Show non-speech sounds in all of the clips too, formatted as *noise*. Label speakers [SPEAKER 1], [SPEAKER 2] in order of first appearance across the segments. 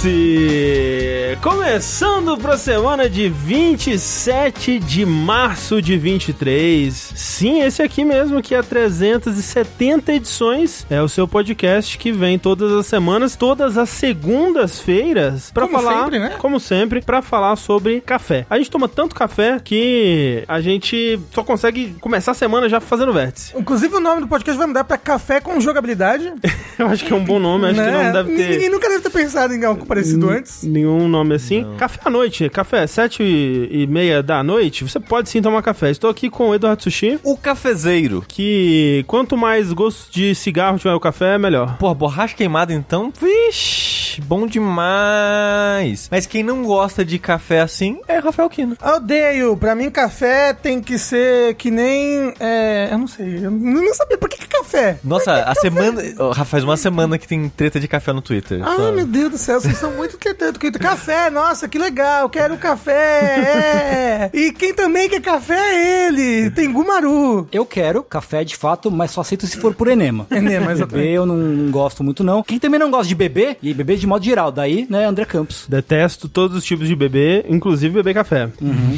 [SPEAKER 1] Vértice! Começando para a semana de 27 de março de 23. Sim, esse aqui mesmo que é 370 edições. É o seu podcast que vem todas as semanas, todas as segundas-feiras para
[SPEAKER 2] Como
[SPEAKER 1] falar,
[SPEAKER 2] sempre, né?
[SPEAKER 1] como sempre, para falar sobre café. A gente toma tanto café que a gente só consegue começar a semana já fazendo Vértice. *laughs*
[SPEAKER 2] Inclusive, o nome do podcast vai mudar pra Café com Jogabilidade.
[SPEAKER 1] Eu acho que é um bom nome, acho que não deve ter
[SPEAKER 2] Né?
[SPEAKER 1] Hum.
[SPEAKER 2] Ninguém nunca deve ter pensado em algo parecido antes.
[SPEAKER 1] Nenhum nome assim. Café à noite. Café sete e e meia da noite. Você pode sim tomar café. Estou aqui com o Eduardo Sushi.
[SPEAKER 3] O cafezeiro.
[SPEAKER 1] Que quanto mais gosto de cigarro tiver o café, melhor.
[SPEAKER 3] Pô, borracha queimada então? Vixe, bom demais. Mas quem não gosta de café assim é Rafael Kino.
[SPEAKER 2] Eu Odeio. Pra mim, café tem que ser que nem. É, eu não sei. Eu não não sabia. Por que, que café?
[SPEAKER 3] Nossa, a semana. Ó, Rafa, faz uma semana que tem treta de café no Twitter.
[SPEAKER 2] Ah,
[SPEAKER 3] sabe?
[SPEAKER 2] meu Deus do céu, vocês são muito quietos. Café, nossa, que legal, quero café, é. E quem também quer café é ele, tem Gumaru. É,
[SPEAKER 4] Eu quero café de fato, mas só aceito se for
[SPEAKER 1] *laughs*
[SPEAKER 4] por enema.
[SPEAKER 2] Enema, exatamente.
[SPEAKER 4] Beber eu não, não gosto muito, não. Quem também não gosta de beber, e beber de modo geral, daí, né, André Campos.
[SPEAKER 1] Detesto todos os tipos de bebê, inclusive beber café.
[SPEAKER 2] Hum.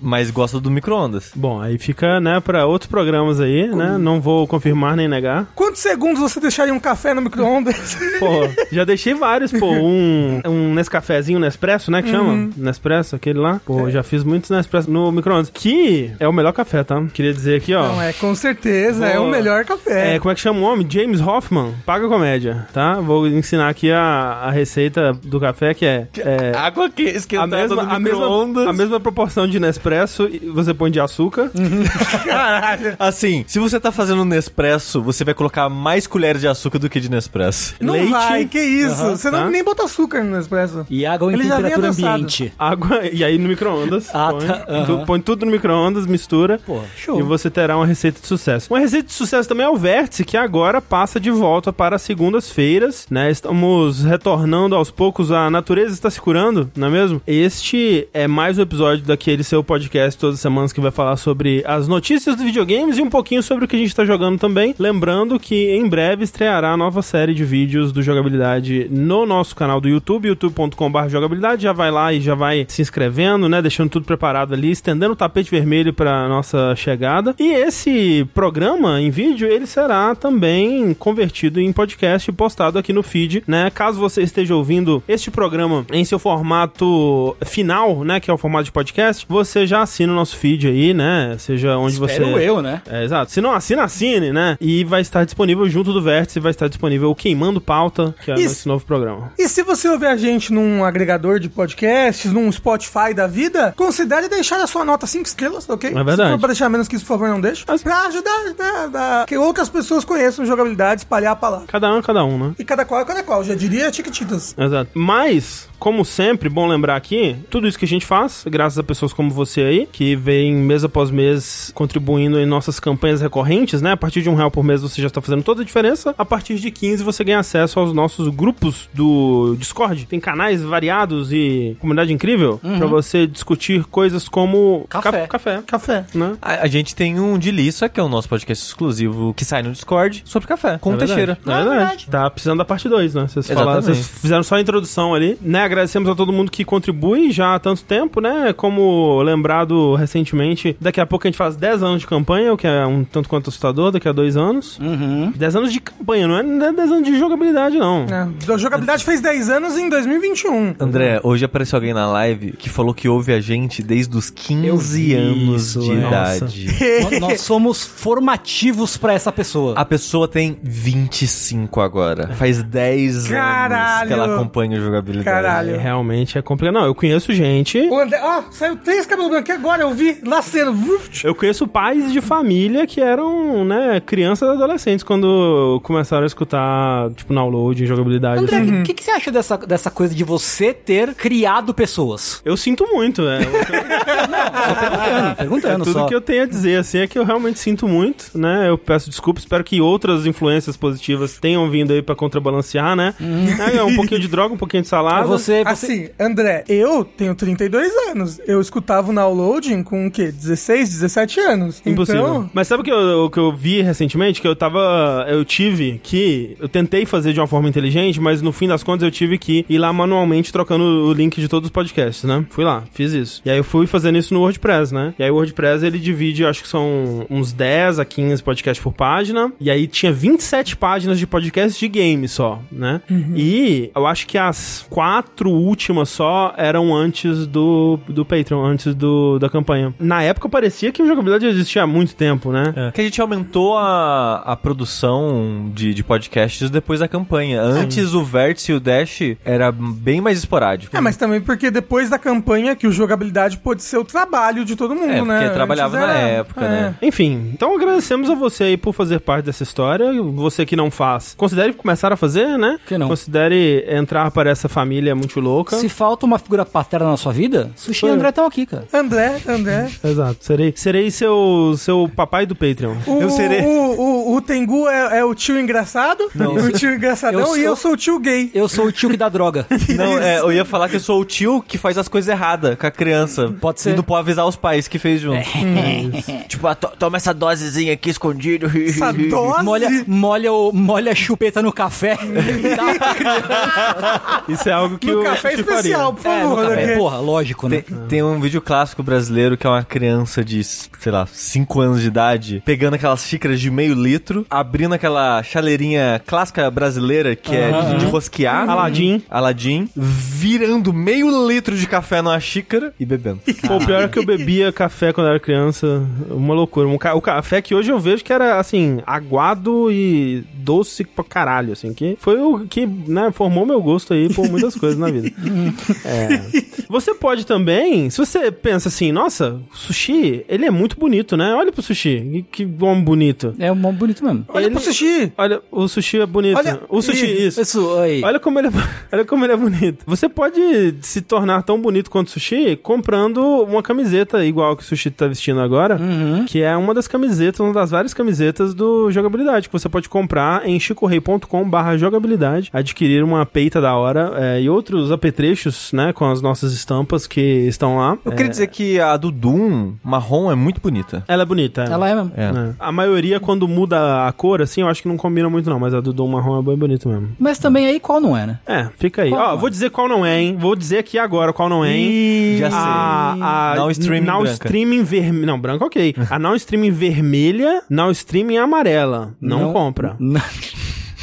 [SPEAKER 3] Mas gosta do micro-ondas.
[SPEAKER 1] Bom, aí fica, né, pra outros programas aí, né? Não vou confirmar nem negar.
[SPEAKER 2] Quantos segundos você deixaria um café no micro-ondas? *laughs*
[SPEAKER 1] Pô, já deixei vários, pô. Um, um Nescafezinho Nespresso, né? Que
[SPEAKER 2] Uhum.
[SPEAKER 1] chama? Nespresso, aquele lá. Pô,
[SPEAKER 2] É.
[SPEAKER 1] já fiz muitos Nespresso no micro-ondas. Que é o melhor café, tá? Queria dizer aqui, ó.
[SPEAKER 2] Não, é, com certeza, é o
[SPEAKER 1] Boa.
[SPEAKER 2] melhor café.
[SPEAKER 1] É, como é que chama o homem? James Hoffman. Paga comédia, tá? Vou ensinar aqui a, a receita do café, que é... é,
[SPEAKER 3] Água que
[SPEAKER 1] a mesma, a, mesma, a mesma proporção de Nespresso, e você põe de açúcar.
[SPEAKER 4] Hum.
[SPEAKER 2] Caralho.
[SPEAKER 3] Assim, se você tá fazendo Nespresso, você vai colocar mais colheres de açúcar do que de Nespresso.
[SPEAKER 2] Não
[SPEAKER 1] Leite.
[SPEAKER 2] vai, que isso. você não
[SPEAKER 1] tá.
[SPEAKER 2] nem bota açúcar no Nespresso.
[SPEAKER 4] E água em
[SPEAKER 2] Ele já vem
[SPEAKER 4] temperatura
[SPEAKER 2] adensado.
[SPEAKER 4] ambiente.
[SPEAKER 1] Água e aí no micro-ondas.
[SPEAKER 4] Ah,
[SPEAKER 1] põe,
[SPEAKER 4] tá, aham.
[SPEAKER 1] tu- põe tudo no micro-ondas, mistura.
[SPEAKER 4] Pô,
[SPEAKER 1] E você terá uma receita de sucesso. Uma receita de sucesso também é o Vértice, que agora passa de volta para as segundas-feiras, né? Estamos retornando aos poucos, a natureza está se curando, não é mesmo? Este é mais um episódio daquele seu podcast todas as semanas que vai falar sobre as notícias dos videogames e um pouquinho sobre o que a gente está jogando também. Lembrando que em breve estreará a nova série de vídeos do Jogabilidade no nosso canal do YouTube, youtube.com.br jogabilidade. Já vai lá e já vai se inscrevendo, né? Deixando tudo preparado ali, estendendo o tapete vermelho para nossa chegada. E esse programa em vídeo, ele será também convertido em podcast e postado aqui no feed, né? Caso você esteja ouvindo este programa em seu formato final, né? Que é o formato de podcast, você já assina o nosso feed aí, né? Seja onde
[SPEAKER 4] Espero
[SPEAKER 1] você. *laughs*
[SPEAKER 4] eu, né?
[SPEAKER 1] É, exato. Se não assina, assine, né? E vai estar disponível junto do Vértice, vai estar disponível o Queimando Pauta, que é
[SPEAKER 2] Isso.
[SPEAKER 1] esse novo programa.
[SPEAKER 2] E se você ouvir a gente num agregador de podcasts, num Spotify da vida, considere deixar a sua nota 5 estrelas, ok?
[SPEAKER 1] É verdade.
[SPEAKER 2] Se for pra deixar menos que isso, por favor, não deixe.
[SPEAKER 1] Mas-
[SPEAKER 2] Pra ajudar, né, a- que outras pessoas conheçam jogabilidade, espalhar a palavra.
[SPEAKER 1] Cada um, é cada um, né?
[SPEAKER 2] E cada qual é cada qual, já diria Tiquititas.
[SPEAKER 1] Exato. Mas, como sempre, bom lembrar aqui, tudo isso que a gente faz, graças a pessoas como você aí, que vem mês após mês contribuindo em nossas campanhas recorrentes, né? A partir de um real por mês você já está fazendo toda a diferença. A partir de 15 você ganha acesso aos nossos grupos do Discord. Tem canais variados e comunidade incrível pra você discutir coisas como
[SPEAKER 4] Café.
[SPEAKER 1] ca- café,
[SPEAKER 2] Café.
[SPEAKER 1] né?
[SPEAKER 3] A, a gente tem um de liça, que é o nosso podcast exclusivo, que sai no Discord, sobre café, com
[SPEAKER 1] É
[SPEAKER 3] o Teixeira.
[SPEAKER 1] verdade. É verdade. Tá precisando da parte 2, né? Vocês, falaram-
[SPEAKER 3] Exatamente.
[SPEAKER 1] vocês fizeram só a introdução ali, né? Agradecemos a todo mundo que contribui já há tanto tempo, né? Como lembrado recentemente, daqui a pouco a gente faz 10 anos de campanha, o que é um tanto quanto assustador, daqui a dois anos.
[SPEAKER 4] Uhum.
[SPEAKER 1] 10 anos de campanha, não é, não é 10 anos de jogabilidade, não.
[SPEAKER 2] É, a jogabilidade fez 10 anos
[SPEAKER 1] *laughs*
[SPEAKER 2] em 2021.
[SPEAKER 3] André, hoje apareceu alguém na live que falou que ouve a gente desde os
[SPEAKER 4] Eu
[SPEAKER 3] 15
[SPEAKER 4] vi
[SPEAKER 3] anos
[SPEAKER 4] isso,
[SPEAKER 3] de
[SPEAKER 4] é.
[SPEAKER 3] idade.
[SPEAKER 4] Nós- Nós somos formativos pra essa pessoa.
[SPEAKER 1] Ah,
[SPEAKER 3] A pessoa tem 25 agora. Faz 10 anos
[SPEAKER 2] Caralho.
[SPEAKER 3] que ela acompanha a jogabilidade.
[SPEAKER 2] Caralho.
[SPEAKER 1] É, Realmente é complicado. Não, eu conheço gente.
[SPEAKER 2] O André, ó, saiu três cabelos brancos agora, eu vi, nascendo. Vuf,
[SPEAKER 1] Eu conheço pais de família que eram, né, crianças e adolescentes quando começaram a escutar, tipo, download, jogabilidade.
[SPEAKER 4] André, o
[SPEAKER 1] assim.
[SPEAKER 4] que, que você acha dessa, dessa coisa de você ter criado pessoas?
[SPEAKER 1] Eu sinto muito, é.
[SPEAKER 4] Perguntando,
[SPEAKER 1] É,
[SPEAKER 4] perguntando
[SPEAKER 1] tudo
[SPEAKER 4] só.
[SPEAKER 1] que eu tenho a dizer, assim, é que eu realmente sinto muito, né? Eu peço desculpa, espero que outras influências positivas tenham vindo aí pra contrabalancear, né? É, um pouquinho de droga, um pouquinho de salada.
[SPEAKER 4] Mas Uhum. É Você, você...
[SPEAKER 2] Assim, André, eu tenho 32 anos. Eu escutava o downloading com o quê? 16, 17 anos.
[SPEAKER 1] Impossível.
[SPEAKER 2] Então,
[SPEAKER 1] Mas sabe o que eu, o que eu vi recentemente que eu tava. Eu tive que. Eu tentei fazer de uma forma inteligente, mas no fim das contas eu tive que ir lá manualmente trocando o link de todos os podcasts, né? Fui lá, fiz isso. E aí eu fui fazendo isso no WordPress, né? E aí o WordPress ele divide, acho que são uns 10 a 15 podcasts por página. E aí tinha 27 páginas de podcasts de game só, né? E eu acho que as quatro últimas só eram antes do, do Patreon, antes do, da campanha. Na época parecia que o jogabilidade existia há muito tempo, né?
[SPEAKER 3] É. Que a gente aumentou a, a produção de, de podcasts depois da campanha. Antes o Vértice e o Dash era bem mais esporádico.
[SPEAKER 2] É, mas também porque depois da campanha que o jogabilidade pôde ser o trabalho de todo mundo,
[SPEAKER 3] É,
[SPEAKER 2] né?
[SPEAKER 3] porque
[SPEAKER 2] Antes é.
[SPEAKER 3] trabalhava na época, né?
[SPEAKER 1] Enfim, então agradecemos a você aí por fazer parte dessa história. E Você que não faz, considere começar a fazer, né?
[SPEAKER 4] Que não.
[SPEAKER 1] Considere entrar para essa família muito louca.
[SPEAKER 4] Se falta uma figura paterna na sua vida, Sushi e
[SPEAKER 1] Foi.
[SPEAKER 4] André estão aqui, cara.
[SPEAKER 2] É. André, André.
[SPEAKER 1] Exato. Serei, serei seu, seu papai do Patreon.
[SPEAKER 2] O,
[SPEAKER 3] Eu serei.
[SPEAKER 2] O, o, o Tengu é, é o tio engraçado,
[SPEAKER 3] Não.
[SPEAKER 2] o tio engraçadão,
[SPEAKER 4] Eu sou-
[SPEAKER 2] e eu sou o tio gay.
[SPEAKER 4] Eu sou o tio que dá
[SPEAKER 1] *laughs*
[SPEAKER 4] droga.
[SPEAKER 3] Não, é, eu ia falar que eu sou o tio que faz as coisas erradas com a criança.
[SPEAKER 4] Pode ser. É
[SPEAKER 3] E não pode avisar os pais que fez
[SPEAKER 4] *laughs*
[SPEAKER 3] junto. tipo, ah, to- toma essa dosezinha aqui escondido. *laughs*
[SPEAKER 2] Essa dose.
[SPEAKER 4] Molha, molha, o, molha a chupeta no *laughs* café. Dá pra criança.
[SPEAKER 1] Isso é algo que
[SPEAKER 2] no
[SPEAKER 1] o
[SPEAKER 2] café
[SPEAKER 1] Sushi
[SPEAKER 2] especial, por
[SPEAKER 4] É, no
[SPEAKER 2] favor.
[SPEAKER 4] café.
[SPEAKER 2] né?
[SPEAKER 4] Porra, lógico, né?
[SPEAKER 3] Tem, tem um vídeo clássico brasileiro que é uma criança de, sei lá, 5 anos de idade, pegando aquelas xícaras de meio litro, abrindo aquela chaleirinha clássica brasileira que é de, de rosquear.
[SPEAKER 1] Aladim.
[SPEAKER 3] Aladim. Virando meio litro de café numa xícara e bebendo.
[SPEAKER 1] Pô, o pior é que eu bebia café quando eu era criança. Uma loucura. Um ca- o café que hoje eu vejo que era, assim, aguado e doce pra caralho, assim. Que foi o que, né, formou meu gosto aí por muitas coisas na vida. É. Você pode também, se você pensa assim, nossa, o sushi, ele é muito bonito, né? Olha pro sushi, que que homem bonito.
[SPEAKER 4] É um bom bonito mesmo.
[SPEAKER 2] Olha
[SPEAKER 1] Ele-
[SPEAKER 2] pro sushi.
[SPEAKER 1] Olha, o sushi é bonito.
[SPEAKER 2] Olha-
[SPEAKER 1] o sushi,
[SPEAKER 2] Ih,
[SPEAKER 1] isso.
[SPEAKER 4] Isso, aí.
[SPEAKER 1] Olha como, ele é, *laughs* olha como ele é bonito. Você pode se tornar tão bonito quanto o sushi comprando uma camiseta igual que o sushi tá vestindo agora,
[SPEAKER 4] Uhum.
[SPEAKER 1] que é uma das camisetas, uma das várias camisetas do jogabilidade, que você pode comprar em chicorrei.com/barra jogabilidade, adquirir uma peita da hora é, e outros apetrechos, né, com as nossas estampas que estão lá.
[SPEAKER 3] Eu queria dizer que a do Doom, marrom, é muito bonita.
[SPEAKER 1] Ela é bonita.
[SPEAKER 4] Ela é mesmo.
[SPEAKER 3] É.
[SPEAKER 1] É. A maioria, quando muda a cor, assim, eu acho que não combina muito, não. Mas a do Dom Marrom é bem bonita mesmo.
[SPEAKER 4] Mas também aí qual não é, né? *laughs*
[SPEAKER 1] É, fica aí.
[SPEAKER 4] Qual
[SPEAKER 1] Ó,
[SPEAKER 4] não é?
[SPEAKER 1] vou dizer qual não é, hein? Vou dizer aqui agora qual não é, hein?
[SPEAKER 3] Já sei.
[SPEAKER 1] A, a
[SPEAKER 3] Now Streaming
[SPEAKER 1] Now
[SPEAKER 3] branca.
[SPEAKER 1] Streaming vermelha. Não, branca ok. A Now Streaming vermelha, Now Streaming amarela. Não, compra.
[SPEAKER 4] Não.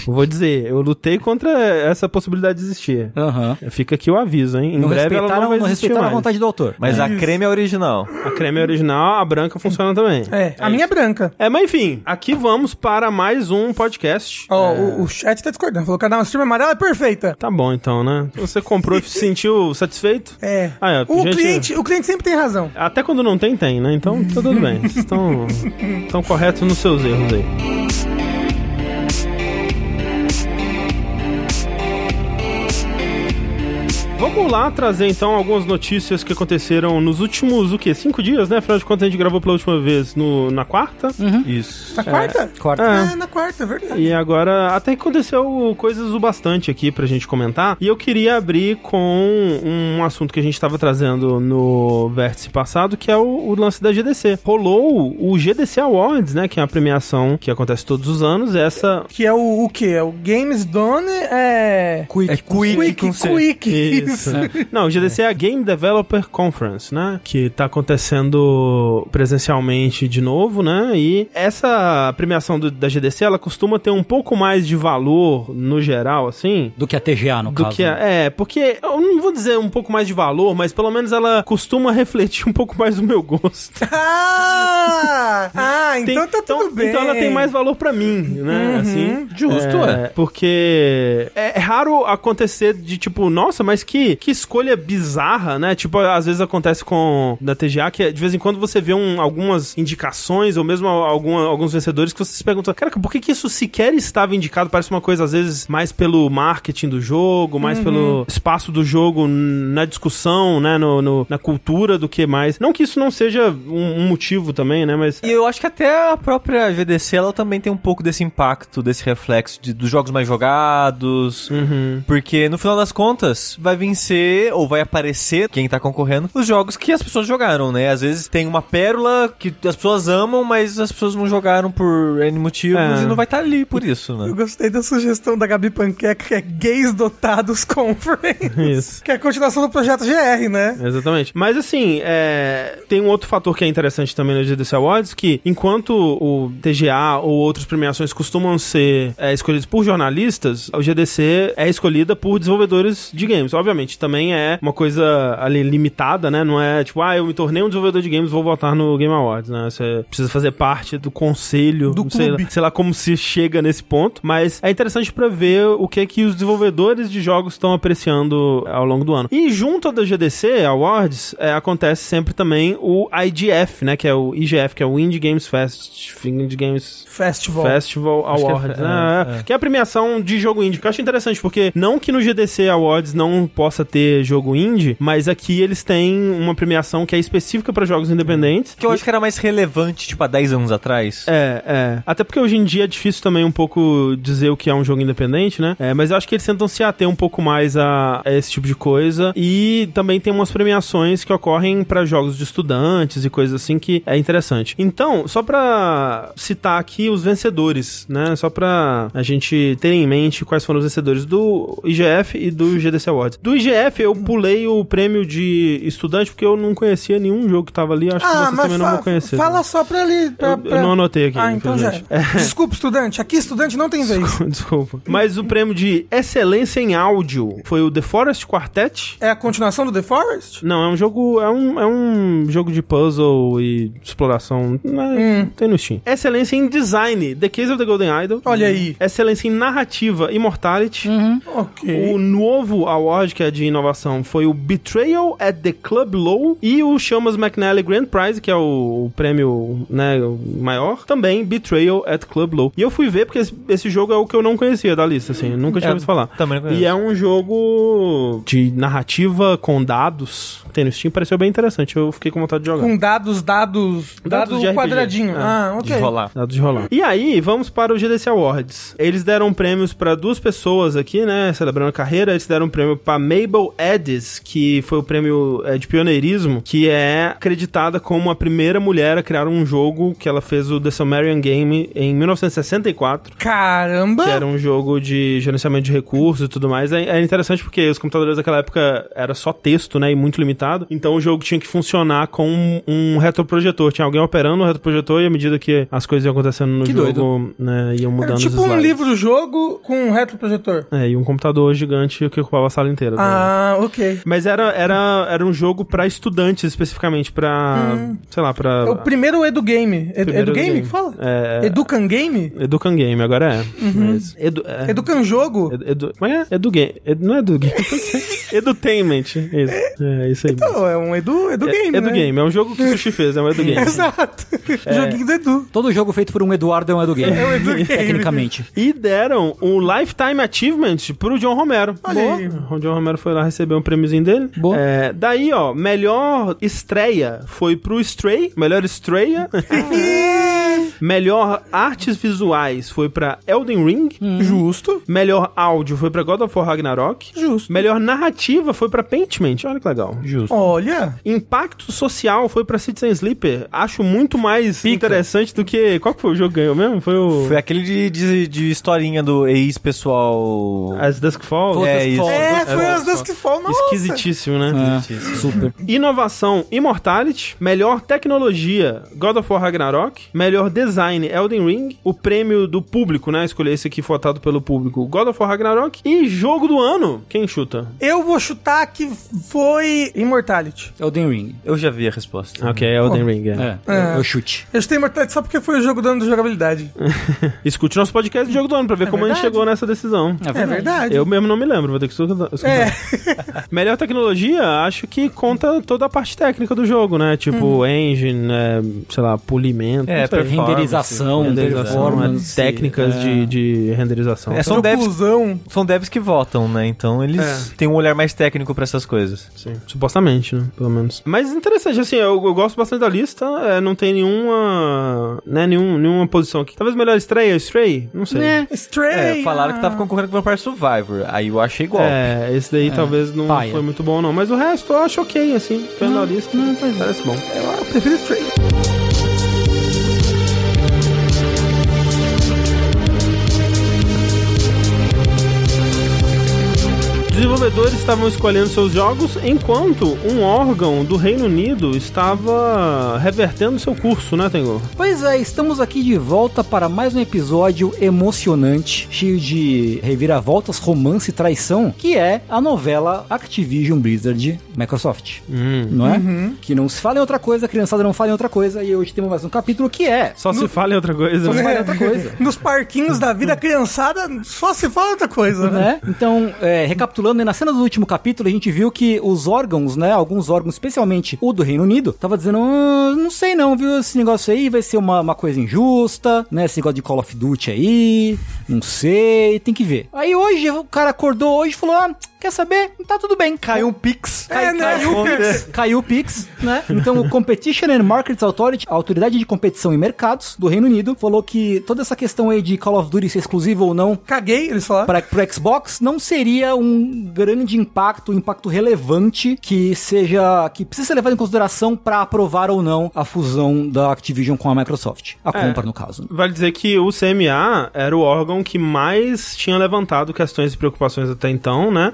[SPEAKER 1] Vou dizer, eu lutei contra essa possibilidade de existir.
[SPEAKER 4] Aham.
[SPEAKER 1] Fica aqui o aviso, hein? Em
[SPEAKER 4] Não
[SPEAKER 1] breve ela não
[SPEAKER 4] respeitaram,
[SPEAKER 1] vai
[SPEAKER 4] não
[SPEAKER 1] existir
[SPEAKER 4] respeitaram a
[SPEAKER 1] mais.
[SPEAKER 4] vontade do autor.
[SPEAKER 3] Mas a creme é original.
[SPEAKER 1] A creme é original, a branca funciona também.
[SPEAKER 2] É, a minha é branca.
[SPEAKER 1] É, mas enfim, aqui vamos para mais um podcast.
[SPEAKER 2] Ó, o, o chat tá discordando. Falou que a stream amarela é perfeita.
[SPEAKER 1] Tá bom então, né? Se Você comprou e se sentiu satisfeito?
[SPEAKER 2] É.
[SPEAKER 1] Ah, é,
[SPEAKER 2] o,
[SPEAKER 1] gente-
[SPEAKER 2] cliente, o cliente sempre tem razão.
[SPEAKER 1] Até quando não tem, tem, né? Então tá tudo bem. Vocês estão estão corretos nos seus erros aí. Vamos lá trazer então algumas notícias que aconteceram nos últimos, o quê? Cinco dias, né? Afinal de contas, a gente gravou pela última vez no, na quarta.
[SPEAKER 3] Isso.
[SPEAKER 2] Na quarta?
[SPEAKER 4] Corta.
[SPEAKER 2] É, na quarta, é verdade.
[SPEAKER 1] E agora, até que aconteceu coisas o bastante aqui pra gente comentar. E eu queria abrir com um assunto que a gente tava trazendo no vértice passado, que é o, o lance da GDC. Rolou o GDC Awards, né? Que é a premiação que acontece todos os anos. Essa.
[SPEAKER 2] Que é o, o quê? É o Games Done é...
[SPEAKER 4] Quick.
[SPEAKER 3] É quick, com C.
[SPEAKER 2] Quick.
[SPEAKER 1] Isso. Não, o GDC é a Game Developer Conference, né? Que tá acontecendo presencialmente de novo, né? E essa premiação do- da GDC, ela costuma ter um pouco mais de valor no geral, assim,
[SPEAKER 4] Do que a TGA, no
[SPEAKER 1] do
[SPEAKER 4] caso.
[SPEAKER 1] que
[SPEAKER 4] né?
[SPEAKER 1] é, é, porque eu não vou dizer um pouco mais de valor, mas pelo menos ela costuma *laughs* refletir um pouco mais do meu gosto.
[SPEAKER 2] *laughs* Ah! Ah,
[SPEAKER 1] Tem-
[SPEAKER 2] então tá tudo bem. Uhum.
[SPEAKER 1] Então ela tem mais valor pra mim, né? assim,
[SPEAKER 3] Justo,
[SPEAKER 1] é, Porque é raro acontecer de tipo, nossa, mas que, que escolha bizarra, né? Tipo, às vezes acontece com da TGA que é, de vez em quando você vê um- algumas indicações ou mesmo alguma- alguns vencedores que você se pergunta, cara, por que, que isso sequer estava indicado? Parece uma coisa, às vezes, mais pelo marketing do jogo,
[SPEAKER 2] Uhum.
[SPEAKER 1] mais pelo espaço do jogo n- na discussão, né? No, no- na cultura do que mais. Não que isso não seja um, um motivo também, né? Mas.
[SPEAKER 3] E eu acho que até a própria VDC ela também tem um pouco desse impacto, desse reflexo de- dos jogos mais jogados.
[SPEAKER 1] Uhum.
[SPEAKER 3] Porque no final das contas, vai vir ser, ou vai aparecer, quem tá concorrendo, os jogos que as pessoas jogaram, né? Às vezes tem uma pérola que as pessoas amam, mas as pessoas não jogaram por N motivos
[SPEAKER 1] É.
[SPEAKER 3] e não vai estar ali por isso,
[SPEAKER 2] Eu
[SPEAKER 3] né?
[SPEAKER 2] gostei da sugestão da Gabi Panqueca, que é Gays Dotados *laughs* Conference.
[SPEAKER 1] Isso.
[SPEAKER 2] Que é a continuação do projeto GR, né?
[SPEAKER 1] Exatamente. Mas assim, é, tem um outro fator que é interessante também no GDC Awards, que enquanto o TGA ou outras premiações costumam ser é, escolhidas por jornalistas, o GDC é escolhida por desenvolvedores de games. Obviamente, também é uma coisa ali limitada, né? Não é tipo, ah, eu me tornei um desenvolvedor de games, vou votar no Game Awards, né? Você precisa fazer parte do conselho,
[SPEAKER 2] Do
[SPEAKER 1] não sei,
[SPEAKER 2] clube.
[SPEAKER 1] lá, sei lá como se chega nesse ponto, mas é interessante pra ver o que que os desenvolvedores de jogos estão apreciando ao longo do ano. E junto da GDC Awards, é, acontece sempre também o IGF, né, que é o IGF, que é o Indie Games Fest, Indie Games
[SPEAKER 2] Festival.
[SPEAKER 1] Festival
[SPEAKER 3] Acho que é
[SPEAKER 1] Awards,
[SPEAKER 3] fe-
[SPEAKER 1] né?
[SPEAKER 3] é,
[SPEAKER 1] É, Que é a premiação de jogo indie. Que eu acho interessante, porque não que no GDC Awards não possa ter jogo indie, mas aqui eles têm uma premiação que é específica pra jogos independentes.
[SPEAKER 3] Que eu acho que era mais relevante, tipo, há 10 anos atrás.
[SPEAKER 1] É, é. Até porque hoje em dia é difícil também um pouco dizer o que é um jogo independente, né? É, mas eu acho que eles tentam se ater um pouco mais a, a esse tipo de coisa. E também tem umas premiações que ocorrem pra jogos de estudantes e coisas assim que é interessante. Então, só pra citar aqui os vencedores, né? Só pra a gente ter em mente quais foram os vencedores do IGF e do GDC Awards. Do IGF eu pulei o prêmio de estudante porque eu não conhecia nenhum jogo que tava ali. Acho que
[SPEAKER 2] Ah,
[SPEAKER 1] vocês
[SPEAKER 2] mas
[SPEAKER 1] também não vão
[SPEAKER 2] fa
[SPEAKER 1] conhecer. né?
[SPEAKER 2] fala só pra ele. Pra,
[SPEAKER 1] Eu- eu
[SPEAKER 2] pra-
[SPEAKER 1] não anotei aqui,
[SPEAKER 2] Ah, então já.
[SPEAKER 1] infelizmente.
[SPEAKER 2] Desculpa, estudante. Aqui, estudante não tem vez.
[SPEAKER 1] *laughs* Desculpa. Mas o prêmio de excelência em áudio foi o The Forest Quartet.
[SPEAKER 2] É a continuação do The Forest?
[SPEAKER 1] Não, é um jogo. É um, é um jogo de puzzle e exploração. né?
[SPEAKER 2] Hum.
[SPEAKER 1] Tem no Steam. Excelência em design, The Case of the Golden Idol.
[SPEAKER 2] Olha aí. Hum.
[SPEAKER 1] Excelência em narrativa, Immortality.
[SPEAKER 2] Ok.
[SPEAKER 1] O novo award, que é de inovação, foi o Betrayal at the Club Low e o Chamas McNally Grand Prize, que é o, o prêmio né, o maior, também Betrayal at Club Low. E eu fui ver porque esse, esse jogo é o que eu não conhecia da lista, assim, eu nunca tinha
[SPEAKER 3] É,
[SPEAKER 1] ouvido falar.
[SPEAKER 3] também não conheço.
[SPEAKER 1] E é um jogo de narrativa com dados. Tem no Steam, pareceu bem interessante, eu fiquei com vontade de jogar.
[SPEAKER 2] Com dados, dados.
[SPEAKER 1] Dados
[SPEAKER 2] Dado
[SPEAKER 1] de RPG.
[SPEAKER 2] quadradinho.
[SPEAKER 1] É.
[SPEAKER 2] Ah,
[SPEAKER 3] De
[SPEAKER 2] ok.
[SPEAKER 3] rolar.
[SPEAKER 1] Dados de rolar. E aí, vamos para o GDC Awards. Eles deram prêmios para duas pessoas aqui, né? Celebrando a carreira. Eles deram um prêmio para Mabel Edis, que foi o prêmio eh, de pioneirismo, que é acreditada como a primeira mulher a criar um jogo que ela fez o The Sumerian Game em 1964.
[SPEAKER 2] Caramba!
[SPEAKER 1] Que era um jogo de gerenciamento de recursos e tudo mais. É, é interessante porque os computadores daquela época era só texto, né? E muito limitado. Então o jogo tinha que funcionar com um, um retroprojetor. Tinha alguém operando o retroprojetor e à medida que as coisas iam acontecendo no
[SPEAKER 4] Que
[SPEAKER 1] jogo,
[SPEAKER 4] doido.
[SPEAKER 1] né? Iam mudando
[SPEAKER 2] Era
[SPEAKER 1] os
[SPEAKER 2] tipo um
[SPEAKER 1] slides.
[SPEAKER 2] livro-jogo com um retroprojetor.
[SPEAKER 1] É, e um computador gigante que ocupava a sala inteira. né?
[SPEAKER 2] Ah, ok.
[SPEAKER 1] Mas era, era, era um jogo pra estudantes, especificamente, pra. Sei lá, pra.
[SPEAKER 2] É o primeiro Edugame. Ed
[SPEAKER 1] Ah. Primeiro
[SPEAKER 2] Edugame
[SPEAKER 1] game.
[SPEAKER 2] que fala? Uhum.
[SPEAKER 1] É.
[SPEAKER 2] Educan Game?
[SPEAKER 1] Educan Game, agora é. Mas edu, é.
[SPEAKER 2] Educan Jogo?
[SPEAKER 1] Edu, edu, como é? Edu Game. Edu, não é Edu
[SPEAKER 2] *laughs*
[SPEAKER 1] Game. Edutainment. Isso. É isso aí.
[SPEAKER 2] Não, é um Edu, Edu Game,
[SPEAKER 1] é, Edu
[SPEAKER 2] né?
[SPEAKER 1] Game. É um jogo que o Sushi fez, é um Edu Game.
[SPEAKER 2] *laughs* Exato. Joguinho do Edu.
[SPEAKER 4] Todo jogo feito por um Eduardo é um Edu Game.
[SPEAKER 2] É um Edu Game.
[SPEAKER 4] Tecnicamente.
[SPEAKER 1] E deram o Lifetime Achievement pro John Romero.
[SPEAKER 2] Olha
[SPEAKER 1] Boa.
[SPEAKER 2] aí.
[SPEAKER 1] O John Romero foi lá receber um prêmiozinho dele.
[SPEAKER 4] Boa.
[SPEAKER 1] É, daí, ó, melhor estreia foi pro Stray. Melhor
[SPEAKER 2] *laughs*
[SPEAKER 1] estreia. É. melhor artes visuais foi pra Elden Ring.
[SPEAKER 2] Hum. Justo.
[SPEAKER 1] Melhor áudio foi pra God of War Ragnarok.
[SPEAKER 2] Justo.
[SPEAKER 1] Melhor narrativa foi pra Paintment. Olha que legal.
[SPEAKER 3] Justo.
[SPEAKER 2] Olha.
[SPEAKER 1] Impacto social foi pra Citizen Sleeper. Acho muito mais interessante do que. Qual que foi o jogo que ganhou mesmo? Foi o.
[SPEAKER 3] Foi aquele de, de, de historinha do ex-pessoal.
[SPEAKER 1] As Dusk Falls?
[SPEAKER 4] Foi
[SPEAKER 3] É
[SPEAKER 4] Dusk
[SPEAKER 3] isso.
[SPEAKER 4] Falls.
[SPEAKER 2] É,
[SPEAKER 3] Nossa.
[SPEAKER 2] foi as duas que falam. Nossa.
[SPEAKER 1] Esquisitíssimo, né?
[SPEAKER 4] É, super.
[SPEAKER 1] Inovação Immortality, melhor tecnologia God of War Ragnarok, melhor design Elden Ring, o prêmio do público, né? Escolher esse aqui votado pelo público, God of War Ragnarok e jogo do ano. Quem chuta?
[SPEAKER 2] Eu vou chutar que foi Immortality.
[SPEAKER 4] É o Den Ring.
[SPEAKER 3] Eu já vi a resposta.
[SPEAKER 1] Ok, Elden Ring,
[SPEAKER 4] Hum. É,
[SPEAKER 2] É.
[SPEAKER 4] é o chute.
[SPEAKER 2] Eu chutei Immortality só porque foi o jogo do ano de jogabilidade.
[SPEAKER 1] Uhum. Escute nosso podcast de jogo do ano pra
[SPEAKER 4] É
[SPEAKER 1] ver como a gente
[SPEAKER 2] verdade.
[SPEAKER 1] chegou nessa decisão.
[SPEAKER 2] É verdade.
[SPEAKER 1] Eu mesmo não me lembro, vou ter que escutar. escutar.
[SPEAKER 2] É.
[SPEAKER 1] *laughs* Melhor tecnologia, acho que conta toda a parte técnica do jogo, né? Tipo, engine, é, sei lá, polimento.
[SPEAKER 3] É,
[SPEAKER 1] não sei.
[SPEAKER 4] renderização, performance,
[SPEAKER 1] performance, técnicas
[SPEAKER 4] é.
[SPEAKER 1] de, de renderização.
[SPEAKER 3] É
[SPEAKER 2] Então
[SPEAKER 3] são devs,
[SPEAKER 2] Conclusão.
[SPEAKER 3] são devs que votam, né? Então eles têm um olhar mais técnico pra essas coisas.
[SPEAKER 1] Sim, supostamente, né? Pelo menos. Mas interessante, assim, eu, eu gosto bastante da lista. é, não tem nenhuma. Né, nenhum, nenhuma posição aqui. Talvez melhor estreia, Stray? Não sei.
[SPEAKER 4] Né?
[SPEAKER 2] Stray.
[SPEAKER 3] É, falaram que tava
[SPEAKER 2] com
[SPEAKER 3] concorrendo com o Vampire Survivor. Aí eu achei igual.
[SPEAKER 1] É, esse daí talvez não
[SPEAKER 4] paia.
[SPEAKER 1] foi muito bom, não. Mas o resto eu acho ok, assim, pela lista. parece bom.
[SPEAKER 2] Eu prefiro Stray.
[SPEAKER 1] Desenvolvedores estavam escolhendo seus jogos, enquanto um órgão do Reino Unido estava revertendo seu curso, né, Tengu?
[SPEAKER 4] Pois é, estamos aqui de volta para mais um episódio emocionante, cheio de reviravoltas, romance e traição, que é a novela Activision Blizzard Microsoft,
[SPEAKER 1] Hum.
[SPEAKER 4] não é? Que não se fala em outra coisa, a criançada não fala em outra coisa, e hoje temos mais um capítulo que é...
[SPEAKER 1] Só se fala em outra coisa.
[SPEAKER 4] Só se
[SPEAKER 1] né?
[SPEAKER 4] fala em outra coisa.
[SPEAKER 2] Nos parquinhos da vida, a criançada só se fala outra coisa, né?
[SPEAKER 4] né? Então, é, recapitulando, né, na cena do último capítulo, a gente viu que os órgãos, né? Alguns órgãos, especialmente o do Reino Unido, tava dizendo: "Ah, não sei não, viu? Esse negócio aí vai ser uma, uma coisa injusta, né? Esse negócio de Call of Duty aí, não sei, tem que ver. Aí hoje o cara acordou hoje e falou: ah, quer saber? Tá tudo bem.
[SPEAKER 3] Caiu um pix.
[SPEAKER 2] É, né?
[SPEAKER 3] caiu um
[SPEAKER 2] *laughs*
[SPEAKER 3] pix.
[SPEAKER 4] Caiu o Pix, né? Então o Competition and Markets Authority, a autoridade de competição e mercados do Reino Unido, falou que toda essa questão aí de Call of Duty ser exclusivo ou não
[SPEAKER 2] Caguei, eles falaram.
[SPEAKER 4] para pro Xbox não seria um grande impacto, um impacto relevante que seja que precisa ser levado em consideração para aprovar ou não a fusão da Activision com a Microsoft, a
[SPEAKER 1] É.
[SPEAKER 4] compra no caso. né?
[SPEAKER 1] Vale dizer que o CMA era o órgão que mais tinha levantado questões e preocupações até então, né?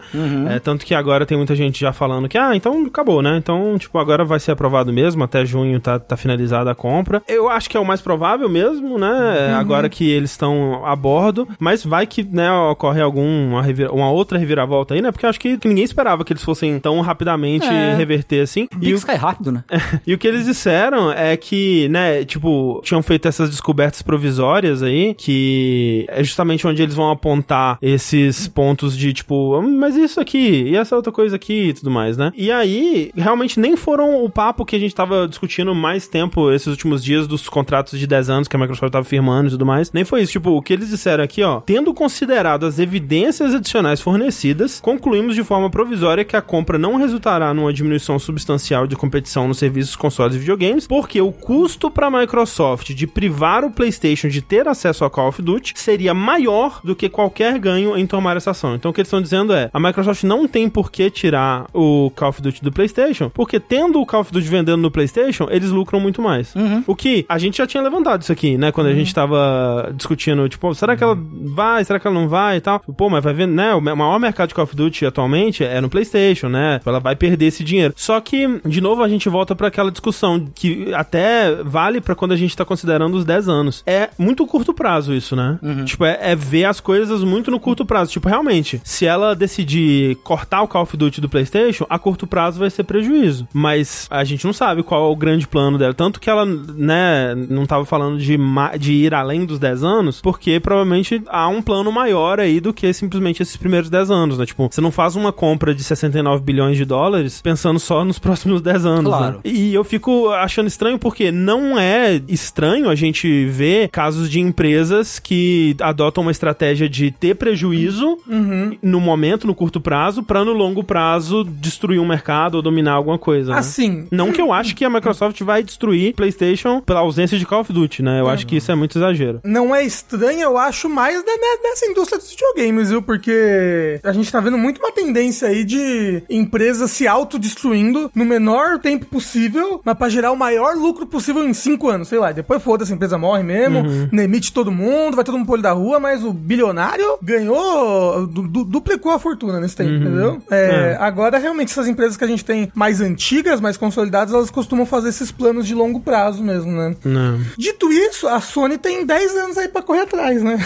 [SPEAKER 1] É, tanto que agora tem muita gente já falando que, ah, então acabou, né? Então, tipo, agora vai ser aprovado mesmo, até junho tá, tá finalizada a compra. Eu acho que é o mais provável mesmo, né? É, Agora que eles estão a bordo, mas vai que, né, ocorre alguma revira- uma outra reviravolta aí, né? Porque eu acho que ninguém esperava que eles fossem tão rapidamente
[SPEAKER 4] É.
[SPEAKER 1] reverter assim.
[SPEAKER 4] O
[SPEAKER 1] E o É.
[SPEAKER 4] Pix cai rápido, né?
[SPEAKER 1] *laughs* e o que eles disseram é que, né, tipo, tinham feito essas descobertas provisórias aí, que é justamente onde eles vão apontar esses pontos de, tipo, "Hum, mas isso aqui, e essa outra coisa aqui e tudo mais, né? E aí, realmente nem foram o papo que a gente tava discutindo mais tempo esses últimos dias dos contratos de 10 anos que a Microsoft tava firmando e tudo mais. Nem foi isso. Tipo, o que eles disseram aqui, ó, tendo considerado as evidências adicionais fornecidas, concluímos de forma provisória que a compra não resultará numa diminuição substancial de competição nos serviços consoles e videogames, porque o custo para a Microsoft de privar o PlayStation de ter acesso a Call of Duty seria maior do que qualquer ganho em tomar essa ação. Então o que eles estão dizendo é, a Microsoft não tem por que tirar o Call of Duty do PlayStation, porque tendo o Call of Duty vendendo no PlayStation, eles lucram muito mais. O que a gente já tinha levantado isso aqui, né? Quando a gente tava discutindo, tipo, será que ela vai, será que ela não vai e tal? Pô, mas vai vendo, né? O me- maior mercado de Call of Duty atualmente é no PlayStation, né? Ela vai perder esse dinheiro. Só que, de novo, a gente volta pra aquela discussão que até vale pra quando a gente tá considerando os 10 anos. É muito curto prazo isso, né? Tipo, é, é ver as coisas muito no curto prazo. Tipo, realmente, se ela decidir cortar o Call of Duty do PlayStation, a curto prazo vai ser prejuízo. Mas a gente não sabe qual é o grande plano dela. Tanto que ela, né, não tava falando de, ma- de ir além dos 10 anos, porque provavelmente há um plano maior aí do que simplesmente esses primeiros 10 anos, né? Tipo, você não faz uma compra de 69 bilhões de dólares pensando só nos próximos 10 anos.
[SPEAKER 4] Claro.
[SPEAKER 1] né? E eu fico achando estranho porque não é estranho a gente ver casos de empresas que adotam uma estratégia de ter prejuízo
[SPEAKER 2] Uhum.
[SPEAKER 1] no momento, no curto prazo, pra no longo prazo destruir um mercado ou dominar alguma coisa. né?
[SPEAKER 2] Assim,
[SPEAKER 1] Não que eu acho que a Microsoft vai destruir PlayStation pela ausência de Call of Duty, né? Eu acho que isso é muito exagero.
[SPEAKER 2] não é estranho, eu acho, mais da, né, dessa indústria dos videogames, viu? Porque a gente tá vendo muito uma tendência aí de empresas se autodestruindo no menor tempo possível, mas pra gerar o maior lucro possível em cinco anos, sei lá. Depois foda-se, a empresa morre mesmo, demite todo mundo, vai todo mundo pro olho da rua, mas o bilionário ganhou, du- du- duplicou a fortuna nesse tempo, entendeu? É, Agora, realmente, essas empresas que a gente tem mais antigas, mais consolidadas, elas costumam fazer esses planos de longo prazo mesmo, né?
[SPEAKER 1] Não.
[SPEAKER 2] Dito isso, a Sony tem 10 anos aí pra correr atrás, né?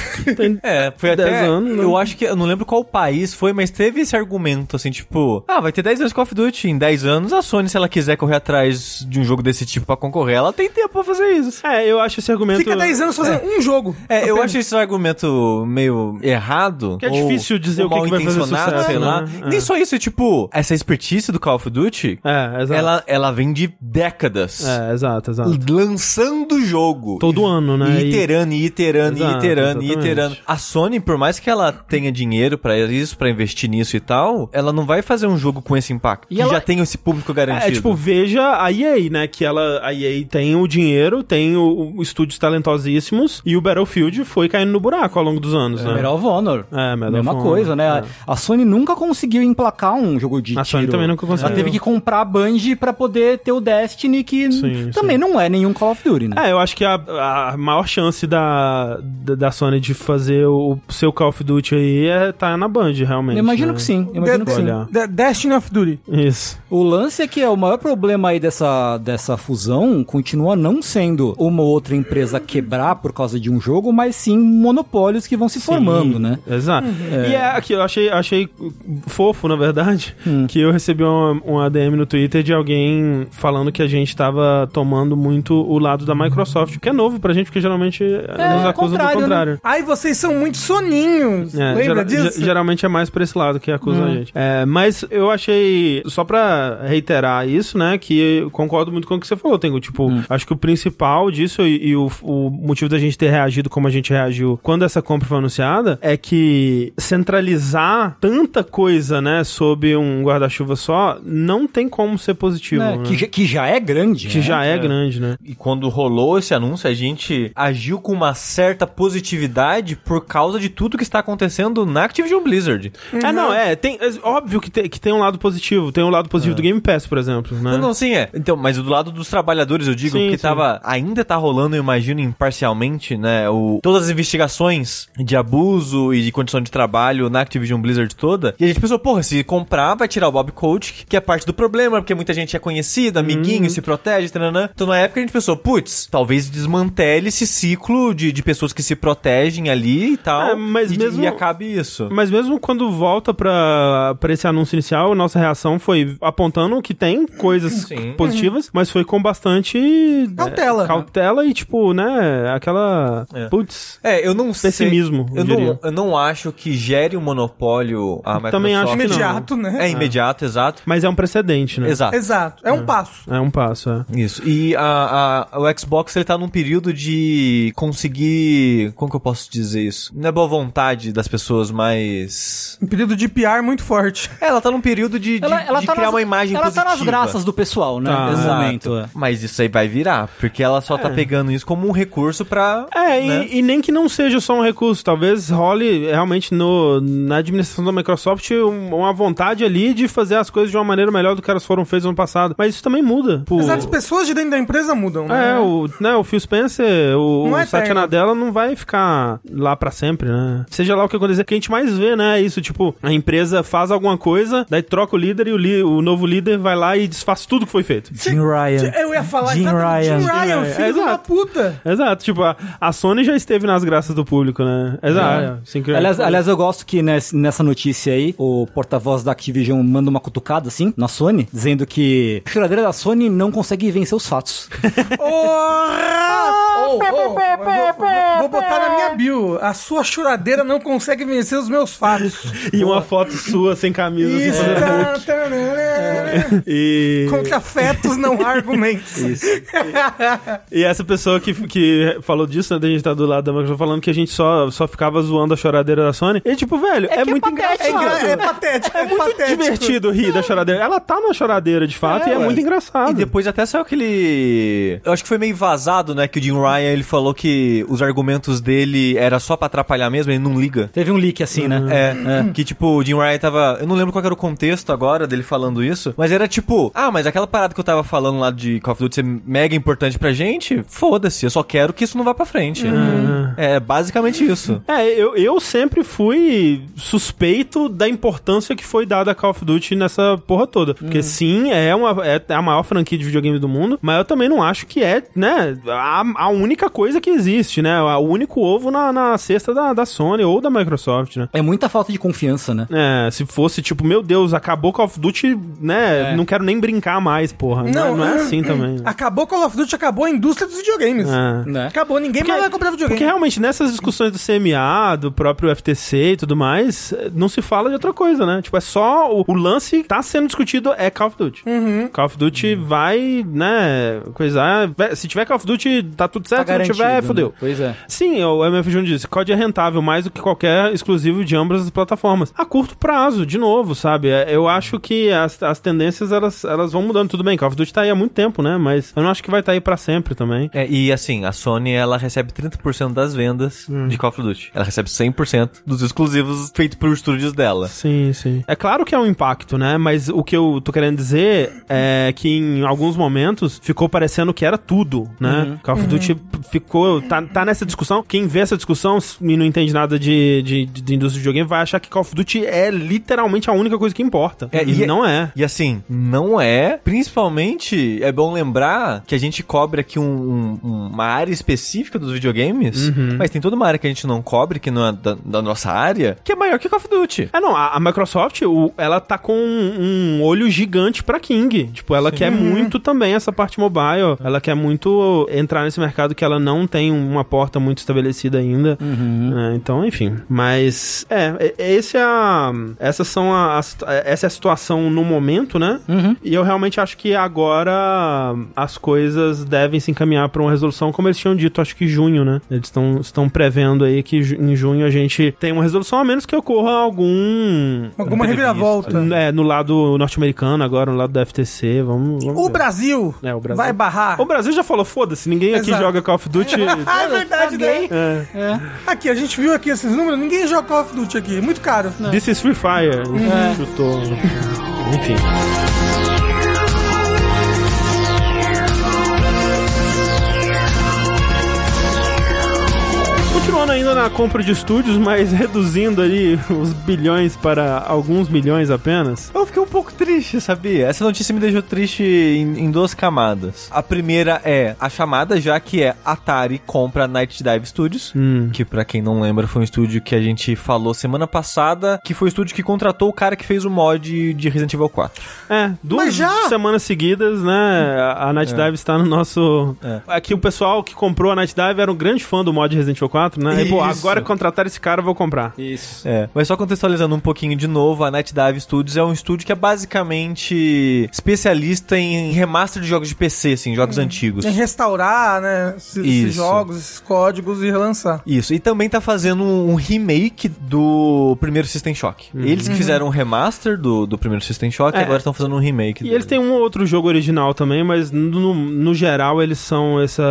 [SPEAKER 3] É, foi até.
[SPEAKER 1] 10 anos, né?
[SPEAKER 3] Eu acho que. Eu não lembro qual país foi, mas teve esse argumento, assim, tipo. Ah, vai ter 10 anos Call of Duty. Em 10 anos, a Sony, se ela quiser correr atrás de um jogo desse tipo pra concorrer, ela tem tempo pra fazer isso.
[SPEAKER 1] É, eu acho esse argumento.
[SPEAKER 2] Fica 10 anos fazendo um jogo.
[SPEAKER 1] É,
[SPEAKER 3] É, eu acho É, esse argumento meio errado.
[SPEAKER 1] Que é
[SPEAKER 3] ou-
[SPEAKER 1] difícil dizer
[SPEAKER 3] ou
[SPEAKER 1] o que que vai fazer
[SPEAKER 3] mal-intencionado.
[SPEAKER 1] sucesso,
[SPEAKER 3] sei lá.
[SPEAKER 1] né?
[SPEAKER 3] Nem
[SPEAKER 1] É.
[SPEAKER 3] só isso, é tipo, essa expertise do Call of Duty,
[SPEAKER 1] É, exato.
[SPEAKER 3] ela, ela vem de décadas.
[SPEAKER 1] É, exato, exato.
[SPEAKER 3] Lançando o jogo.
[SPEAKER 1] Todo ano, né?
[SPEAKER 3] E iterando, e iterando, e
[SPEAKER 1] Exato,
[SPEAKER 3] iterando, e
[SPEAKER 1] exatamente.
[SPEAKER 3] iterando. A Sony, por mais que ela tenha dinheiro pra isso, pra investir nisso e tal, ela não vai fazer um jogo com esse impacto.
[SPEAKER 4] E
[SPEAKER 3] que
[SPEAKER 4] ela-
[SPEAKER 3] já tem esse público garantido.
[SPEAKER 1] É, tipo, veja a EA, né? Que ela, a EA tem o dinheiro, tem o, o estúdios talentosíssimos e o Battlefield foi caindo no buraco ao longo dos anos, né?
[SPEAKER 4] Medal of Honor.
[SPEAKER 1] É, Medal
[SPEAKER 4] Mesma
[SPEAKER 1] of Honor,
[SPEAKER 4] coisa,
[SPEAKER 1] é.
[SPEAKER 4] né? A Sony nunca conseguiu emplacar um jogo de
[SPEAKER 1] A Sony
[SPEAKER 4] tiro.
[SPEAKER 1] também nunca conseguiu.
[SPEAKER 4] Ela teve que comprar a Bungie pra poder ter o Destiny, que
[SPEAKER 1] Sim,
[SPEAKER 4] também
[SPEAKER 1] sim.
[SPEAKER 4] não é nenhum Call of Duty, né?
[SPEAKER 1] É, eu acho que a, a maior chance da, da, da Sony de fazer o seu Call of Duty aí é tá na Band, realmente.
[SPEAKER 4] Eu imagino
[SPEAKER 1] né?
[SPEAKER 4] que sim, eu imagino que sim.
[SPEAKER 1] olhar.
[SPEAKER 2] De- Destiny of Duty.
[SPEAKER 1] É Isso.
[SPEAKER 4] O lance é que é o maior problema aí dessa, dessa fusão continua não sendo uma ou outra empresa quebrar por causa de um jogo, mas sim monopólios que vão se formando, né?
[SPEAKER 1] Exato. E é aqui, eu achei, achei fofo, na verdade, que eu recebi um, um ADM no Twitter de alguém falando que a gente tava tomando muito o lado da Microsoft, o que é novo pra gente, porque geralmente nos acusam do
[SPEAKER 4] contrário, né?
[SPEAKER 1] contrário.
[SPEAKER 2] Ai, vocês são muito soninhos.
[SPEAKER 1] É,
[SPEAKER 2] Lembra
[SPEAKER 1] gera-
[SPEAKER 2] disso?
[SPEAKER 1] ge- geralmente é mais pra esse lado que acusa a gente. É, mas eu achei, só pra reiterar isso, né, que eu concordo muito com o que você falou, Tengo. Tipo, acho que o principal disso e, e o, o motivo da gente ter reagido como a gente reagiu quando essa compra foi anunciada é que centralizar tanta coisa, né, sob um guarda-chuva só, não tem como ser positivo.
[SPEAKER 4] Né?
[SPEAKER 1] né?
[SPEAKER 4] Que, já- que já é grande.
[SPEAKER 1] Que
[SPEAKER 4] né?
[SPEAKER 1] já é, grande, né?
[SPEAKER 3] E quando rolou esse anúncio, a gente agiu com uma certa positividade por causa de tudo que está acontecendo na Activision Blizzard.
[SPEAKER 1] É, não, é, tem, é óbvio que, tem que tem um lado positivo, tem um lado positivo do Game Pass, por exemplo, né?
[SPEAKER 3] Não, não, sim, é. Então, mas do lado dos trabalhadores, eu digo
[SPEAKER 1] Sim,
[SPEAKER 3] que
[SPEAKER 1] sim.
[SPEAKER 3] tava. Ainda tá rolando, eu imagino, imparcialmente, né? O, todas as investigações de abuso e de condição de trabalho na Activision Blizzard toda. E a gente pensou, porra, se comprar, vai tirar o Bob Coach, que é parte do problema, porque muita gente é
[SPEAKER 1] Uhum.
[SPEAKER 3] conhecida, amiguinho, se protege, tananã. Então na época a gente pensou, putz, talvez desmantele esse ciclo de, de pessoas que se protegem ali e tal.
[SPEAKER 1] É, mas
[SPEAKER 3] e,
[SPEAKER 1] mesmo-
[SPEAKER 3] e acabe isso.
[SPEAKER 1] Mas mesmo quando volta pra, pra esse anúncio inicial, nossa reação foi apontando que tem coisas
[SPEAKER 3] Sim.
[SPEAKER 1] positivas, mas foi com bastante é,
[SPEAKER 2] Cautela.
[SPEAKER 1] cautela e tipo, né, aquela
[SPEAKER 3] É.
[SPEAKER 1] putz,
[SPEAKER 3] É, eu não sei.
[SPEAKER 1] Pessimismo, eu
[SPEAKER 3] eu, não,
[SPEAKER 1] diria.
[SPEAKER 3] eu não acho que gere um monopólio a Microsoft.
[SPEAKER 1] Também acho que não.
[SPEAKER 2] Imediato, né?
[SPEAKER 3] É imediato, exato.
[SPEAKER 1] mas é um precedente, né?
[SPEAKER 3] Exato.
[SPEAKER 2] Exato. É um passo.
[SPEAKER 1] É um passo, é.
[SPEAKER 3] Isso. E a, a- o Xbox, ele tá num período de conseguir... Como que eu posso dizer isso? Não é boa vontade das pessoas, mas...
[SPEAKER 2] Um período de PR muito forte.
[SPEAKER 3] É, Ela tá num período de, de- de
[SPEAKER 4] tá
[SPEAKER 3] criar
[SPEAKER 4] nas-
[SPEAKER 3] uma imagem
[SPEAKER 4] Ela
[SPEAKER 3] positiva.
[SPEAKER 4] tá nas graças do pessoal, né?
[SPEAKER 1] Tá,
[SPEAKER 4] no
[SPEAKER 1] exato.
[SPEAKER 4] momento. é.
[SPEAKER 3] Mas isso aí vai virar, porque ela só tá pegando isso como um recurso pra...
[SPEAKER 1] É, e-
[SPEAKER 3] né?
[SPEAKER 1] e, nem que não seja só um recurso, talvez role realmente no, na administração da Microsoft um- uma vontade ali de fazer as coisas de uma maneira melhor do que elas foram feitas no passado. Mas isso também muda. Pô,
[SPEAKER 2] Exato, as pessoas de dentro da empresa mudam, né?
[SPEAKER 1] É, o, né, o Phil Spencer, o,
[SPEAKER 2] Não
[SPEAKER 1] o
[SPEAKER 2] é
[SPEAKER 1] Satya
[SPEAKER 2] eterno.
[SPEAKER 1] Nadella não vai ficar lá pra sempre, né? Seja lá o que acontecer, que a gente mais vê, né? é Isso, tipo, a empresa faz alguma coisa, daí troca o líder e o, li- o novo líder vai lá e desfaz tudo que foi feito.
[SPEAKER 4] Jim Ryan.
[SPEAKER 2] Eu ia falar
[SPEAKER 4] Jim
[SPEAKER 2] exatamente,
[SPEAKER 4] Ryan.
[SPEAKER 2] Jim Ryan,
[SPEAKER 1] Jim
[SPEAKER 2] filho
[SPEAKER 1] Ryan,
[SPEAKER 2] de uma
[SPEAKER 1] exato. *laughs*
[SPEAKER 2] puta.
[SPEAKER 1] Exato, tipo, a, a Sony já esteve nas graças do público, né? Exato. Assim que-
[SPEAKER 4] Aliás, aliás, eu gosto que nes- nessa notícia aí, o porta-voz da Activision manda uma cutucada, assim, na Sony, dizendo que a choradeira da Sony não consegue vencer os fatos. *laughs*
[SPEAKER 2] Porra! Oh, oh, eu vou, vou botar na minha bio. A sua choradeira não consegue vencer os meus fatos.
[SPEAKER 1] e uma foto sua sem camisa. assim,
[SPEAKER 2] Isso.
[SPEAKER 1] fazendo-
[SPEAKER 2] tá, tá, né?
[SPEAKER 1] É.
[SPEAKER 2] *laughs*
[SPEAKER 1] e...
[SPEAKER 2] Contra afetos, não há argumentos.
[SPEAKER 1] E essa pessoa que, que falou disso, né? da gente tá do lado da Microsoft falando que a gente só, só ficava zoando a choradeira da Sony. E tipo, velho, é,
[SPEAKER 4] que é
[SPEAKER 1] muito
[SPEAKER 4] patético.
[SPEAKER 1] engraçado.
[SPEAKER 2] É, patético, é, patético.
[SPEAKER 1] divertido rir da choradeira. Ela tá na choradeira, de fato,
[SPEAKER 3] É,
[SPEAKER 1] e é
[SPEAKER 3] ué.
[SPEAKER 1] muito engraçado.
[SPEAKER 3] E depois até saiu aquele. Eu acho que foi meio vazado, né? Que o Jim Ryan ele falou que os argumentos dele era só pra atrapalhar mesmo, ele não liga.
[SPEAKER 4] Teve um leak assim,
[SPEAKER 1] Uhum.
[SPEAKER 4] né?
[SPEAKER 3] É, que tipo, o Jim Ryan tava. Eu não lembro qual era o contexto agora dele falando isso, mas era tipo, ah, mas aquela parada que eu tava falando lá de Call of Duty ser mega importante pra gente, foda-se, eu só quero que isso não vá pra frente. É basicamente isso.
[SPEAKER 1] É, eu, eu sempre fui suspeito da importância que foi dada a Call of Duty nessa porra toda. Porque sim, é, uma, é a maior franquia de videogame do mundo, mas eu também não acho que é, né, a, a única coisa que existe, né? O único ovo na, na cesta da, da Sony ou da Microsoft, né?
[SPEAKER 4] É muita falta de confiança, né?
[SPEAKER 1] É, se fosse tipo, meu Deus, acabou Call of Duty, né?
[SPEAKER 4] É.
[SPEAKER 1] Não quero nem brincar mais, porra. Não, não, é assim também.
[SPEAKER 2] Acabou Call of Duty, acabou a indústria dos videogames.
[SPEAKER 1] É.
[SPEAKER 4] Né?
[SPEAKER 2] Acabou, ninguém
[SPEAKER 1] Porque- é
[SPEAKER 2] mais vai comprar videogame.
[SPEAKER 1] Porque realmente nessas discussões do CMA, do próprio FTC e tudo mais, eh, não se fala de outra coisa, né? Tipo, é só o, o lance que tá sendo discutido é Call of Duty.
[SPEAKER 2] Uhum.
[SPEAKER 1] Call of Duty
[SPEAKER 4] Uhum.
[SPEAKER 1] vai, né, coisar. vai- Se tiver Call of Duty, tá tudo certo. se não tiver,
[SPEAKER 4] garantido, né?
[SPEAKER 1] fodeu.
[SPEAKER 4] Pois é.
[SPEAKER 1] Sim, o MF Jun disse, COD é rentável mais do que qualquer exclusivo de ambas as plataformas. A curto prazo, de novo, sabe? É, Eu acho que as, as tendências, elas, elas vão mudando. Tudo bem, Call of Duty tá aí há muito tempo, né? Mas eu não acho que vai estar tá aí pra sempre também.
[SPEAKER 3] É, e assim, a Sony, ela recebe 30% das vendas de Call of Duty. Ela recebe 100% dos exclusivos feitos por estúdios dela.
[SPEAKER 1] Sim, sim. É claro que é um impacto, né? Mas o que eu tô querendo dizer é que em alguns momentos ficou parecendo que era tudo, né? Call of Duty ficou. Tá, tá nessa discussão. Quem vê essa discussão e não entende nada de, de, de indústria de videogame vai achar que Call of Duty é literalmente a única coisa que importa.
[SPEAKER 3] É,
[SPEAKER 1] e,
[SPEAKER 3] e-
[SPEAKER 1] não é.
[SPEAKER 3] E assim, não é. Principalmente, é bom lembrar que a gente cobre aqui um- um- uma área específica dos videogames, mas tem toda uma área que a gente não cobre, que não é da, da nossa área, que é maior que Call of Duty.
[SPEAKER 1] É, não, a, a Microsoft, o- ela tá com um, um olho gigante pra King. Tipo, ela quer muito também essa parte mobile. Ela quer muito entrar nesse mercado que ela não tem uma porta muito estabelecida ainda. É, então, enfim. Mas, é, é- esse é a, essas são a, as- essa é a situação no momento, né? E eu realmente acho que agora as coisas devem se encaminhar pra uma resolução, como eles tinham dito, acho que junho, né? Eles estão- estão prevendo aí que ju- em junho a gente tem uma resolução, a menos que ocorra algum.
[SPEAKER 2] Alguma reviravolta.
[SPEAKER 1] É, no lado norte-americano agora, no lado da FTC, vamos. vamos
[SPEAKER 2] O
[SPEAKER 1] ver.
[SPEAKER 2] Brasil,
[SPEAKER 1] É, o Brasil.
[SPEAKER 2] vai barrar.
[SPEAKER 1] O Brasil já falou, foda-se, ninguém aqui
[SPEAKER 2] Exato.
[SPEAKER 1] joga Call of Duty.
[SPEAKER 2] *laughs* Ah, é verdade, né?
[SPEAKER 1] É.
[SPEAKER 2] Aqui, a gente viu aqui esses números, ninguém joga Call of Duty aqui, muito caro.
[SPEAKER 1] This is Free Fire.
[SPEAKER 2] É.
[SPEAKER 1] Chutou. um- Enfim. Continuando ainda na compra de estúdios, mas *laughs* reduzindo ali os bilhões para alguns milhões apenas.
[SPEAKER 3] Eu fiquei um pouco triste, sabia? Essa notícia me deixou triste em, em duas camadas. A primeira é a chamada, já que é Atari compra a Night Dive Studios,
[SPEAKER 1] Hum.
[SPEAKER 3] que pra quem não lembra foi um estúdio que a gente falou semana passada, que foi o estúdio que contratou o cara que fez o mod de Resident Evil 4.
[SPEAKER 1] É, duas
[SPEAKER 2] Mas já?
[SPEAKER 1] semanas seguidas, né? A a Night Dive está no nosso. Aqui o pessoal que comprou a Night Dive era um grande fã do mod Resident Evil 4, né? E, pô,
[SPEAKER 3] Isso.
[SPEAKER 1] agora contrataram esse cara, eu vou comprar.
[SPEAKER 4] Isso.
[SPEAKER 3] É, mas só contextualizando um pouquinho de novo, a Night Dive Studios é um estúdio que é basicamente especialista em remaster de jogos de PC, assim,
[SPEAKER 1] Uhum.
[SPEAKER 3] jogos antigos.
[SPEAKER 2] Em restaurar, né, esses, esses
[SPEAKER 3] Isso.
[SPEAKER 2] jogos, esses códigos e relançar.
[SPEAKER 3] Isso, e também tá fazendo um remake do primeiro System Shock. Eles que fizeram um remaster do, do primeiro System Shock
[SPEAKER 1] Uhum. É.
[SPEAKER 3] e agora estão fazendo um remake.
[SPEAKER 1] E
[SPEAKER 3] dele.
[SPEAKER 1] eles têm um ou outro jogo original também, mas no, no geral eles são essa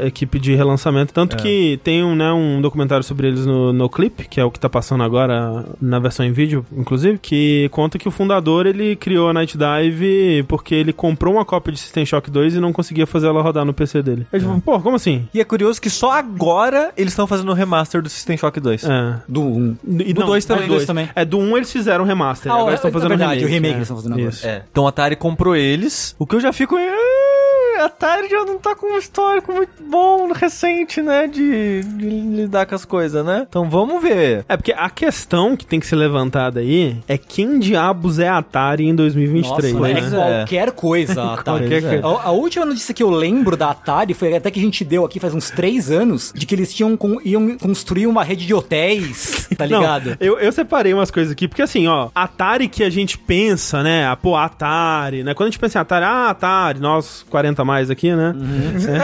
[SPEAKER 1] eh, equipe de relançamento. Tanto
[SPEAKER 4] É.
[SPEAKER 1] que tem um, né, um documentário sobre eles no, no Clip, que é o que tá passando agora na versão em vídeo, inclusive, que conta que o fundador ele criou a Night Dive porque ele comprou uma cópia de System Shock 2 e não conseguia fazer ela rodar no PC dele. Ele tipo, pô, como assim?
[SPEAKER 3] E é curioso que só agora eles estão fazendo um remaster do System Shock 2.
[SPEAKER 1] É.
[SPEAKER 4] Do 1.
[SPEAKER 1] E
[SPEAKER 3] Do
[SPEAKER 1] não,
[SPEAKER 3] dois
[SPEAKER 1] é
[SPEAKER 3] também.
[SPEAKER 1] do
[SPEAKER 4] Do
[SPEAKER 1] dois.
[SPEAKER 4] dois também.
[SPEAKER 1] É, do 1 um eles fizeram um remaster.
[SPEAKER 4] Ah,
[SPEAKER 1] agora
[SPEAKER 4] é,
[SPEAKER 1] eles estão
[SPEAKER 4] é
[SPEAKER 1] fazendo um
[SPEAKER 4] verdade,
[SPEAKER 1] remake.
[SPEAKER 4] o remake
[SPEAKER 1] é.
[SPEAKER 4] eles estão fazendo agora.
[SPEAKER 1] Isso.
[SPEAKER 3] É. Então a Atari comprou eles, o que eu já fico. "Ah, A Atari já não tá com um histórico muito bom recente, né? De, de lidar com as coisas, né? Então vamos ver.
[SPEAKER 1] É porque a questão que tem que ser levantada aí é quem diabos é a Atari em 2023,
[SPEAKER 4] Nossa,
[SPEAKER 1] né?
[SPEAKER 4] mas é qualquer
[SPEAKER 1] *laughs*
[SPEAKER 4] coisa, a Atari.
[SPEAKER 1] Qualquer coisa.
[SPEAKER 4] A, a última notícia que eu lembro da Atari foi até que a gente deu aqui faz uns três anos, de que eles tinham com- iam construir uma rede de
[SPEAKER 1] *laughs*
[SPEAKER 4] hotéis, tá
[SPEAKER 1] Não,
[SPEAKER 4] ligado?
[SPEAKER 1] eu, eu separei umas coisas aqui, porque assim, ó, Atari que a gente pensa, né? Ah, pô, Atari, né? Quando a gente pensa em Atari, ah, Atari, nós 40 mais aqui, né?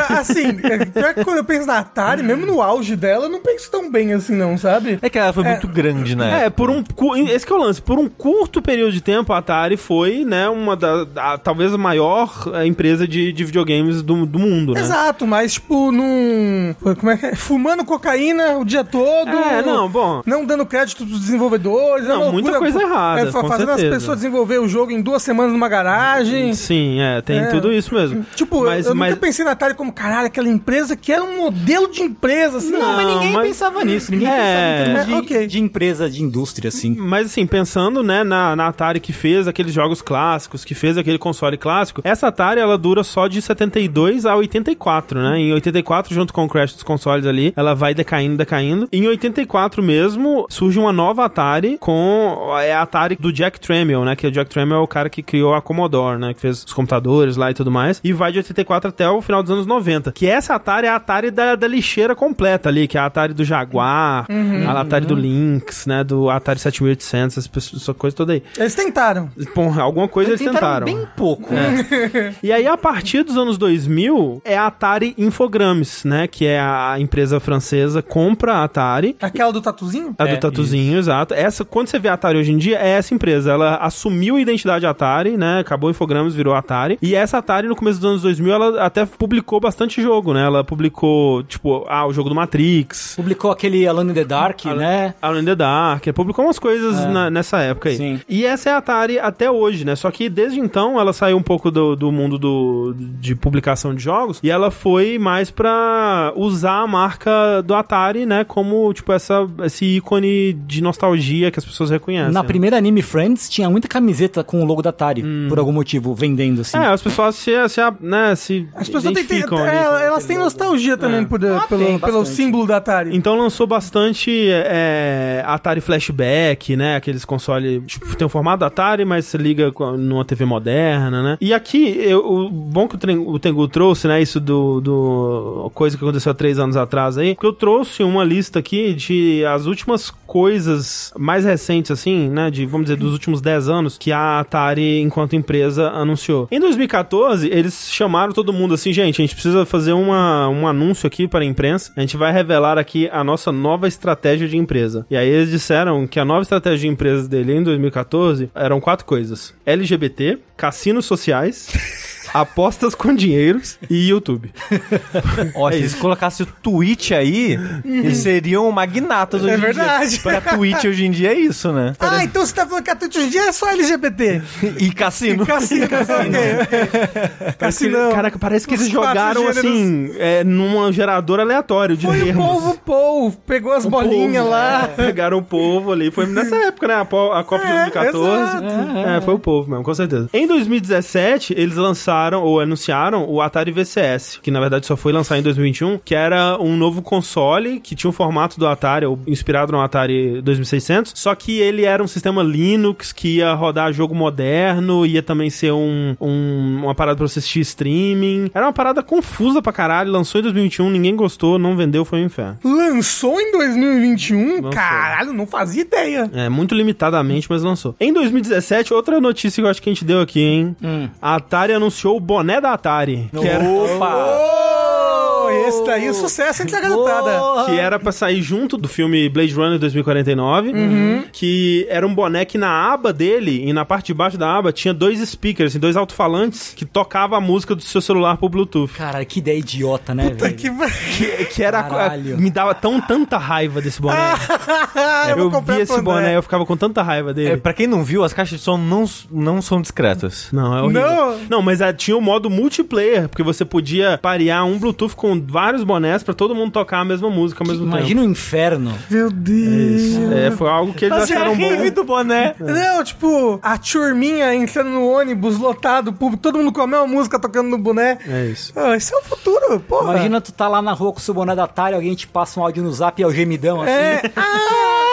[SPEAKER 2] Ah, *laughs* Assim, é, pior que quando eu penso na Atari, mesmo no auge dela, eu não penso tão bem assim não, sabe?
[SPEAKER 3] É que ela foi muito grande, né?
[SPEAKER 1] É, por um. cu- Esse que é o lance. Por um curto período de tempo, a Atari foi, né, uma da. da- talvez a maior eh, empresa de, de videogames do, do mundo, né?
[SPEAKER 2] Exato, mas tipo, num... Como é que é? Fumando cocaína o dia todo.
[SPEAKER 1] É, não, bom.
[SPEAKER 2] Não dando crédito pros desenvolvedores. é
[SPEAKER 1] Não,
[SPEAKER 2] uma
[SPEAKER 1] muita
[SPEAKER 2] loucura.
[SPEAKER 1] coisa errada,
[SPEAKER 2] É, fa-
[SPEAKER 1] com
[SPEAKER 2] fazendo as
[SPEAKER 1] certeza.
[SPEAKER 2] pessoas desenvolver o jogo em duas semanas numa garagem.
[SPEAKER 1] Sim, é, tem
[SPEAKER 2] É.
[SPEAKER 1] tudo isso mesmo.
[SPEAKER 2] Tipo, tipo,
[SPEAKER 1] Mas-
[SPEAKER 2] eu
[SPEAKER 1] mas-
[SPEAKER 2] nunca pensei na Atari como, caralho, aquela empresa que era um modelo de empresa, assim.
[SPEAKER 4] Não, mas ninguém
[SPEAKER 1] mas-
[SPEAKER 4] pensava nisso. Ninguém
[SPEAKER 1] É,
[SPEAKER 4] pensava em termos de,
[SPEAKER 2] é, ok.
[SPEAKER 4] de empresa, de indústria, assim.
[SPEAKER 1] Mas assim, pensando, né, na, na Atari que fez aqueles jogos clássicos, que fez aquele console clássico, essa Atari ela dura só de 72 a 84, né? Em 84, junto com o crash dos consoles ali, ela vai decaindo, decaindo. Em 84 mesmo, surge uma nova Atari com é a Atari do Jack Tramiel, né? Que o Jack Tramiel é o cara que criou a Commodore, né? Que fez os computadores lá e tudo mais. E vai de 84 até o final dos anos 90. Que essa Atari é a Atari da, da lixeira completa ali, que é a Atari do Jaguar, a Atari do Lynx, né? Do Atari 7800, essa, pessoa- essa coisa toda aí.
[SPEAKER 2] Eles tentaram.
[SPEAKER 1] Bom, alguma coisa eles tentaram. É.
[SPEAKER 4] bem pouco. né?
[SPEAKER 1] E aí, a partir dos anos 2000, é a Atari Infogrames, né? Que é a empresa francesa compra a Atari
[SPEAKER 2] Aquela do tatuzinho?
[SPEAKER 1] a
[SPEAKER 3] É,
[SPEAKER 1] do Tatuzinho, exato. Essa, quando você vê a Atari hoje em dia, é essa empresa. Ela assumiu a identidade Atari, né? Acabou o Infogrames, virou Atari. E essa Atari, no começo dos anos 2000, ela até publicou bastante jogo, né? Ela publicou, tipo, ah, o jogo do Matrix,
[SPEAKER 4] Publicou aquele Alone in the Dark, né?
[SPEAKER 1] Alone in the Dark, publicou umas coisas na- nessa época aí.
[SPEAKER 4] É. Sim.
[SPEAKER 1] E essa é a Atari até hoje, né? Só que desde então ela saiu um pouco do, do mundo do, de publicação de jogos e ela foi mais pra usar a marca do Atari, né? Como, tipo, essa, esse ícone de nostalgia que as pessoas reconhecem.
[SPEAKER 4] Na
[SPEAKER 1] né?
[SPEAKER 4] primeira anime Friends tinha muita camiseta com o logo da Atari, por algum motivo, vendendo assim.
[SPEAKER 1] Hum. É, as pessoas se, se, né, se
[SPEAKER 2] As pessoas têm,
[SPEAKER 1] identificam
[SPEAKER 2] têm-
[SPEAKER 1] ali né? É.
[SPEAKER 2] é,
[SPEAKER 1] com-
[SPEAKER 2] elas têm nostalgia também por- pelo,
[SPEAKER 4] Ah, tem,
[SPEAKER 2] pelo
[SPEAKER 4] bastante.
[SPEAKER 2] símbolo da Atari.
[SPEAKER 1] Então lançou bastante é, Atari Flashback, né? Aqueles consoles, tipo, tem o formato Atari, mas se liga com- numa TV moderna, né? E aqui, eu- o bom que o, Tren- o Tengu trouxe, né? Isso do, do- coisa que aconteceu há três anos atrás aí, porque eu trouxe uma lista aqui de as últimas coisas mais recentes, assim, né? De, vamos dizer, dos últimos dez anos que a Atari, enquanto empresa, anunciou. Em 2014, eles chamaram todo mundo assim, gente, a gente precisa fazer uma, um anúncio aqui para a imprensa. A gente vai revelar aqui a nossa nova estratégia de empresa. E aí eles disseram que a nova estratégia de empresa dele em 2014 eram quatro coisas: LGBT, cassinos sociais, *laughs* apostas com dinheiros e YouTube.
[SPEAKER 3] Ó, se eles colocassem o Twitch aí, eles seriam magnatas hoje
[SPEAKER 2] É
[SPEAKER 3] em dia.
[SPEAKER 2] verdade.
[SPEAKER 3] Pra Twitch hoje em dia é isso, né?
[SPEAKER 2] Ah, então você tá falando que a Twitch hoje em dia é só LGBT.
[SPEAKER 3] *laughs* E cassino. *laughs*
[SPEAKER 2] Cassino, cassino.
[SPEAKER 1] Parece que-
[SPEAKER 2] Cassinão.
[SPEAKER 1] Caraca, parece que
[SPEAKER 2] Os
[SPEAKER 1] eles
[SPEAKER 2] quatro
[SPEAKER 1] jogaram
[SPEAKER 2] gêneros.
[SPEAKER 1] assim, é, num gerador aleatório de
[SPEAKER 2] Foi o
[SPEAKER 1] termos.
[SPEAKER 2] povo Paul, pegou as
[SPEAKER 1] O
[SPEAKER 2] bolinhas
[SPEAKER 1] povo,
[SPEAKER 2] lá.
[SPEAKER 1] né? *laughs* Pegaram o povo ali. Foi nessa época, né? A, po- a Copa de
[SPEAKER 2] É,
[SPEAKER 1] 2014. É, foi o povo mesmo, com certeza. Em 2017, eles lançaram ou anunciaram o Atari VCS, que na verdade só foi lançar em 2021, que era um novo console que tinha o formato do Atari, ou inspirado no Atari 2600, só que ele era um sistema Linux que ia rodar jogo moderno, ia também ser um, um- uma parada pra você assistir streaming. Era uma parada confusa pra caralho. Lançou em 2021, ninguém gostou, não vendeu, foi um inferno.
[SPEAKER 2] Lançou em 2021?
[SPEAKER 1] Lançou.
[SPEAKER 2] Caralho, não fazia ideia.
[SPEAKER 1] É, muito limitadamente, mas lançou. Em 2017, outra notícia que eu acho que a gente deu aqui, hein? A Atari anunciou o boné da Atari. Que era, Oh!
[SPEAKER 3] Opa!
[SPEAKER 2] Ô, esse daí é sucesso entre a garotada.
[SPEAKER 1] que era pra sair junto do filme Blade Runner 2049. Uhum. Que era um boné que na aba dele e na parte de baixo da aba tinha dois speakers, assim, dois alto-falantes que tocava a música do seu celular por Bluetooth.
[SPEAKER 4] Cara, que ideia idiota, né, velho?
[SPEAKER 2] *laughs* Que...
[SPEAKER 1] Que, que era. a-
[SPEAKER 4] Caralho.
[SPEAKER 1] me dava tão tanta raiva desse boné.
[SPEAKER 2] *laughs* eu
[SPEAKER 1] Ah, eu
[SPEAKER 2] vou comprar
[SPEAKER 1] vi esse
[SPEAKER 2] pro André.
[SPEAKER 1] boné, eu ficava com tanta raiva dele.
[SPEAKER 3] É, pra quem não viu, as caixas de som não, não são discretas.
[SPEAKER 1] Não, é horrível.
[SPEAKER 2] Não.
[SPEAKER 1] Não, mas ah, tinha o modo multiplayer, porque você podia parear um Bluetooth com vários bonés pra todo mundo tocar a mesma música ao mesmo
[SPEAKER 4] Imagina o inferno.
[SPEAKER 2] Meu Deus.
[SPEAKER 1] tempo. É, foi algo que eles acharam bom.
[SPEAKER 3] do boné.
[SPEAKER 2] Não, tipo, a turminha entrando no ônibus, lotado, público, todo mundo com a mesma música tocando no boné.
[SPEAKER 1] É isso.
[SPEAKER 2] Ah, isso é o futuro, porra.
[SPEAKER 4] Imagina tu tá lá na rua com o seu boné da Atari, alguém te passa um áudio no zap e é o gemidão, assim.
[SPEAKER 2] É. Ah,
[SPEAKER 1] *laughs*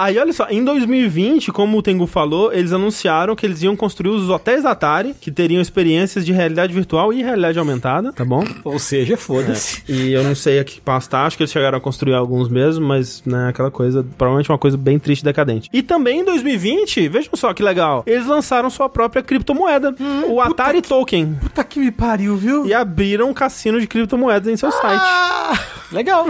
[SPEAKER 1] Aí, olha só, em 2020, como o Tengu falou, eles anunciaram que eles iam construir os hotéis da Atari, que teriam experiências de realidade virtual e realidade aumentada, tá bom?
[SPEAKER 4] Ou seja, foda-se.
[SPEAKER 1] E eu não sei a que passo tá, acho que eles chegaram a construir alguns mesmo, mas, né, aquela coisa, provavelmente uma coisa bem triste e decadente. E também em 2020, vejam só que legal, eles lançaram sua própria criptomoeda,
[SPEAKER 4] Hum,
[SPEAKER 1] o Atari Token,
[SPEAKER 2] puta que me pariu, viu?
[SPEAKER 1] é e abriram um cassino de criptomoedas em seu site.
[SPEAKER 2] Ah,
[SPEAKER 4] É. Legal.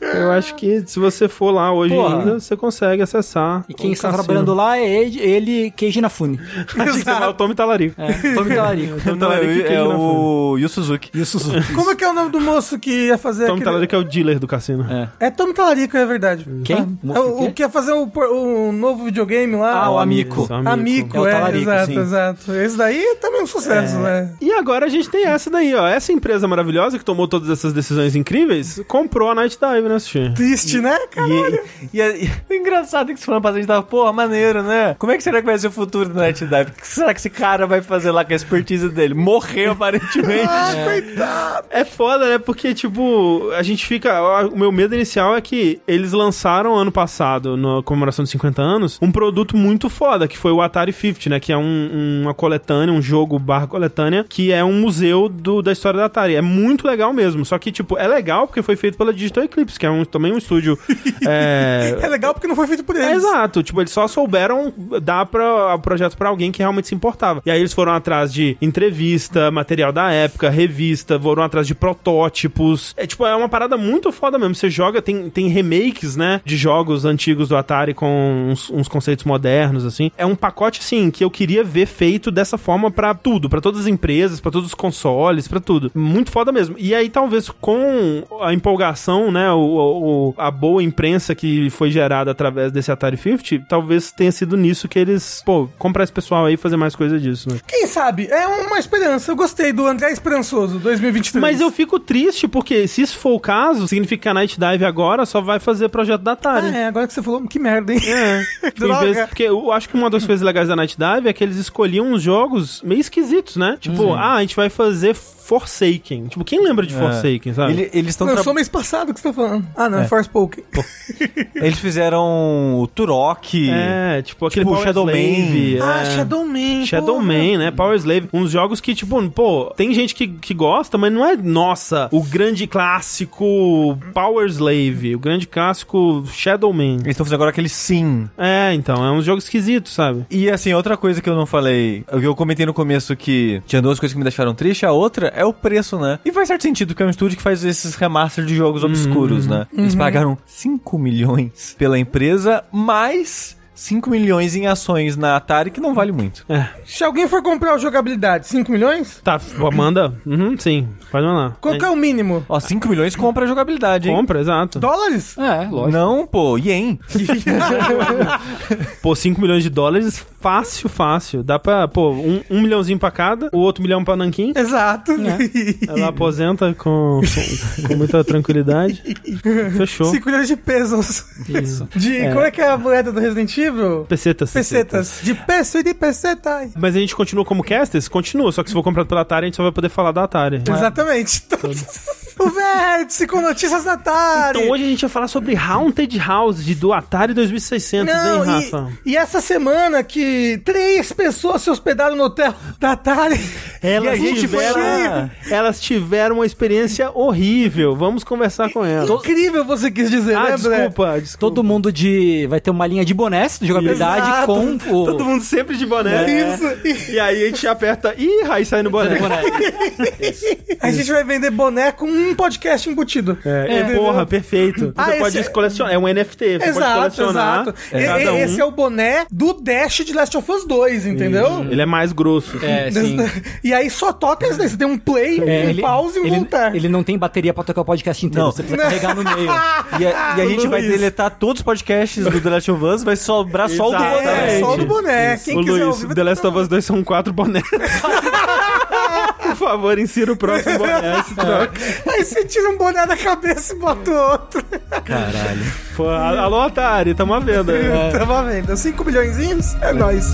[SPEAKER 1] Eu acho que se você for lá hoje
[SPEAKER 4] Porra.
[SPEAKER 1] ainda, você consegue acessar.
[SPEAKER 4] E quem
[SPEAKER 1] o
[SPEAKER 4] está
[SPEAKER 1] cassino.
[SPEAKER 4] trabalhando lá é ele, ele Keiji
[SPEAKER 1] *laughs*
[SPEAKER 4] Nafune.
[SPEAKER 1] Achei que você ia falar o Tommy Talarico.
[SPEAKER 4] É, Tommy Talarico.
[SPEAKER 1] Tommy
[SPEAKER 3] Então,
[SPEAKER 1] Talarico e
[SPEAKER 3] é,
[SPEAKER 1] Keiji
[SPEAKER 3] é
[SPEAKER 1] Nafune.
[SPEAKER 3] o Yu Suzuki.
[SPEAKER 4] E o Suzuki.
[SPEAKER 2] Como é que é o nome do moço que ia fazer
[SPEAKER 1] Tommy
[SPEAKER 2] aquele...
[SPEAKER 1] Talarico é o dealer do cassino.
[SPEAKER 4] É.
[SPEAKER 2] É Tommy Talarico, é verdade.
[SPEAKER 4] Quem?
[SPEAKER 2] Ah,
[SPEAKER 4] O
[SPEAKER 2] é
[SPEAKER 4] moço
[SPEAKER 2] o,
[SPEAKER 4] do quê?
[SPEAKER 2] o que ia fazer o, por- o novo videogame lá.
[SPEAKER 4] Ah, o Amico.
[SPEAKER 1] Isso,
[SPEAKER 2] Amico,
[SPEAKER 4] É o
[SPEAKER 2] é,
[SPEAKER 4] Talarico,
[SPEAKER 2] exato,
[SPEAKER 4] sim.
[SPEAKER 2] exato. Esse daí é também um sucesso, né?
[SPEAKER 1] E agora a gente tem essa daí, ó. Essa empresa maravilhosa que tomou todas essas decisões incríveis comprou a Night Dive, né, Sushi?
[SPEAKER 2] Triste, né, cara?
[SPEAKER 3] E, e, e, e engraçado é que você falando pra gente tava, porra, maneiro, né? Como é que será que vai ser o futuro do Night Dive? O que será que esse cara vai fazer lá com a expertise dele? Morreu aparentemente.
[SPEAKER 2] Ah, coitado.
[SPEAKER 1] É foda, né? Porque, tipo, a gente fica. ó, O meu medo inicial é que eles lançaram ano passado, na comemoração dos 50 anos, um produto muito foda, que foi o Atari 50, né? Que é um- uma coletânea, um jogo barra coletânea, que é um museu do- da história da Atari. É muito legal mesmo. Só que, tipo, é legal porque foi feito pela Digital Eclipse, que é um- também um estúdio. é,
[SPEAKER 2] É legal porque não foi feito por
[SPEAKER 1] É,
[SPEAKER 2] eles.
[SPEAKER 1] exato, tipo, eles só souberam dar pra, o projeto pra alguém que realmente se importava. E aí eles foram atrás de entrevista, material da época, revista, foram atrás de protótipos. É tipo, é uma parada muito foda mesmo. Você joga, tem, tem remakes, né, de jogos antigos do Atari com uns, uns conceitos modernos, assim. É um pacote, assim, que eu queria ver feito dessa forma pra tudo, pra todas as empresas, pra todos os consoles, pra tudo. Muito foda mesmo. E aí, talvez com a empolgação, né, o, o- a boa imprensa que foi gerada através desse Atari 50, talvez tenha sido nisso que eles, pô, comprar esse pessoal aí e fazer mais coisa disso, né?
[SPEAKER 2] Quem sabe? É uma esperança. Eu gostei do André Esperançoso, 2023.
[SPEAKER 1] Mas eu fico triste, porque se isso for o caso, significa que a Night Dive agora só vai fazer projeto da Atari.
[SPEAKER 2] Ah, é, agora que você falou, que merda, hein?
[SPEAKER 1] É. Tipo, em
[SPEAKER 2] *laughs* Droga.
[SPEAKER 1] vez- porque eu acho que uma das coisas legais da Night Dive é que eles escolhiam uns jogos meio esquisitos, né? Tipo, ah, a gente vai fazer Forsaken. Tipo, quem lembra de Forsaken, sabe?
[SPEAKER 3] *laughs* É. Ele- eles estão
[SPEAKER 2] Não, só mês passado que você tá falando. Ah, não, é,
[SPEAKER 3] Então É.
[SPEAKER 2] Forspoken.
[SPEAKER 3] Eles fizeram o Turok.
[SPEAKER 1] É, tipo aquele
[SPEAKER 3] Tipo,
[SPEAKER 1] Power
[SPEAKER 3] Shadow
[SPEAKER 1] Slave.
[SPEAKER 3] Man.
[SPEAKER 2] Ah,
[SPEAKER 1] é.
[SPEAKER 2] Shadow Man.
[SPEAKER 1] Shadow
[SPEAKER 2] porra.
[SPEAKER 1] Man, né? Power Slave. Uns jogos que, tipo, pô, tem gente que, que gosta, mas não é, nossa, o grande clássico Power Slave, o grande clássico Shadow Man.
[SPEAKER 3] Eles estão fazendo agora aquele sim.
[SPEAKER 1] É, então, é um jogo esquisito, sabe?
[SPEAKER 3] E assim, outra coisa que eu não falei, que eu comentei no começo que tinha duas coisas que me deixaram triste, a outra é o preço, né? E faz certo sentido, porque é um estúdio que faz esses remasters de
[SPEAKER 1] Uhum.
[SPEAKER 3] jogos obscuros, né? Eles pagaram 5 milhões pela empresa, mais 5 milhões em ações na Atari, que não vale muito.
[SPEAKER 2] Se alguém for comprar o jogabilidade, 5 milhões?
[SPEAKER 1] É, Tá, pô, manda. Uhum, sim, pode mandar.
[SPEAKER 2] Qual que é o mínimo?
[SPEAKER 3] Ó, 5 milhões compra a jogabilidade, hein?
[SPEAKER 1] Compra, exato.
[SPEAKER 2] Dólares?
[SPEAKER 4] É, lógico.
[SPEAKER 3] Não, pô, ien.
[SPEAKER 1] Pô, 5 milhões de dólares, fácil, fácil. Dá pra, pô, um, um milhãozinho pra cada, o outro milhão pra Nanquim.
[SPEAKER 2] Exato. *laughs*
[SPEAKER 1] Ela aposenta com, com, com muita tranquilidade. Fechou.
[SPEAKER 2] 5 milhões de pesos.
[SPEAKER 4] Isso.
[SPEAKER 2] *laughs* De.
[SPEAKER 1] É.
[SPEAKER 2] Como é que é a moeda do Resident Evil?
[SPEAKER 1] Pecetas.
[SPEAKER 2] Pesetas. De peso e de pesetas.
[SPEAKER 1] Mas a gente continua como casters? Continua, só que se for comprado pela Atari, a gente só vai poder falar da Atari.
[SPEAKER 2] Exatamente. *laughs* o vértice com notícias da Atari.
[SPEAKER 1] Então hoje a gente vai falar sobre Haunted House de- do Atari 2600, hein,
[SPEAKER 2] Não,
[SPEAKER 1] Rafa?
[SPEAKER 2] e, e essa semana que três pessoas se hospedaram no hotel da Atari.
[SPEAKER 1] Elas,
[SPEAKER 3] E a gente foi
[SPEAKER 1] tiveram,
[SPEAKER 3] lá.
[SPEAKER 1] elas tiveram uma experiência horrível. Vamos conversar com elas.
[SPEAKER 2] Incrível você quis dizer,
[SPEAKER 1] Ah,
[SPEAKER 2] né, André?
[SPEAKER 1] desculpa, desculpa.
[SPEAKER 4] Todo mundo de. Vai ter uma linha de bonés de jogabilidade
[SPEAKER 2] Exato.
[SPEAKER 4] com o. *laughs*
[SPEAKER 1] Todo mundo sempre de boné.
[SPEAKER 2] Isso.
[SPEAKER 1] E aí a gente aperta. Ih, aí sai no boné.
[SPEAKER 2] A gente vai vender boné com um podcast embutido.
[SPEAKER 1] É,
[SPEAKER 2] Entendeu?
[SPEAKER 1] porra, perfeito.
[SPEAKER 2] Ah,
[SPEAKER 1] você pode
[SPEAKER 2] esse-
[SPEAKER 1] colecionar. É um NFT, você pode
[SPEAKER 2] Exato,
[SPEAKER 1] colecionar.
[SPEAKER 2] exato.
[SPEAKER 1] É.
[SPEAKER 2] E-
[SPEAKER 1] Cada
[SPEAKER 2] e-
[SPEAKER 1] um.
[SPEAKER 2] Esse é o boné do Dash de Last of Us 2, entendeu?
[SPEAKER 1] Ele é mais grosso.
[SPEAKER 4] É, sim.
[SPEAKER 2] *laughs* E aí só toca esse daí. Você tem um play,
[SPEAKER 4] É,
[SPEAKER 2] um pause e um
[SPEAKER 4] ele,
[SPEAKER 2] voltar.
[SPEAKER 4] ele não tem bateria pra tocar o podcast inteiro,
[SPEAKER 3] Não.
[SPEAKER 4] você precisa carregar no meio.
[SPEAKER 3] E a, e a gente vai
[SPEAKER 1] Ah, Luiz.
[SPEAKER 3] deletar todos os podcasts do The Last of Us, vai sobrar só o do
[SPEAKER 1] Exato.
[SPEAKER 2] É,
[SPEAKER 3] Botafogo.
[SPEAKER 2] só o do boné. Quem
[SPEAKER 1] Ô
[SPEAKER 2] quiser
[SPEAKER 1] Luiz,
[SPEAKER 2] ouvir, vai um
[SPEAKER 1] The Last of Us 2 são quatro bonés. Por favor, insira o próximo boné. se troca.
[SPEAKER 2] Aí você tira um boné da cabeça e bota o outro.
[SPEAKER 4] Caralho.
[SPEAKER 1] Pô, a- alô, Atari, tamo à venda.
[SPEAKER 2] Tava vendo. 5 bilhõezinhos? É, nóis.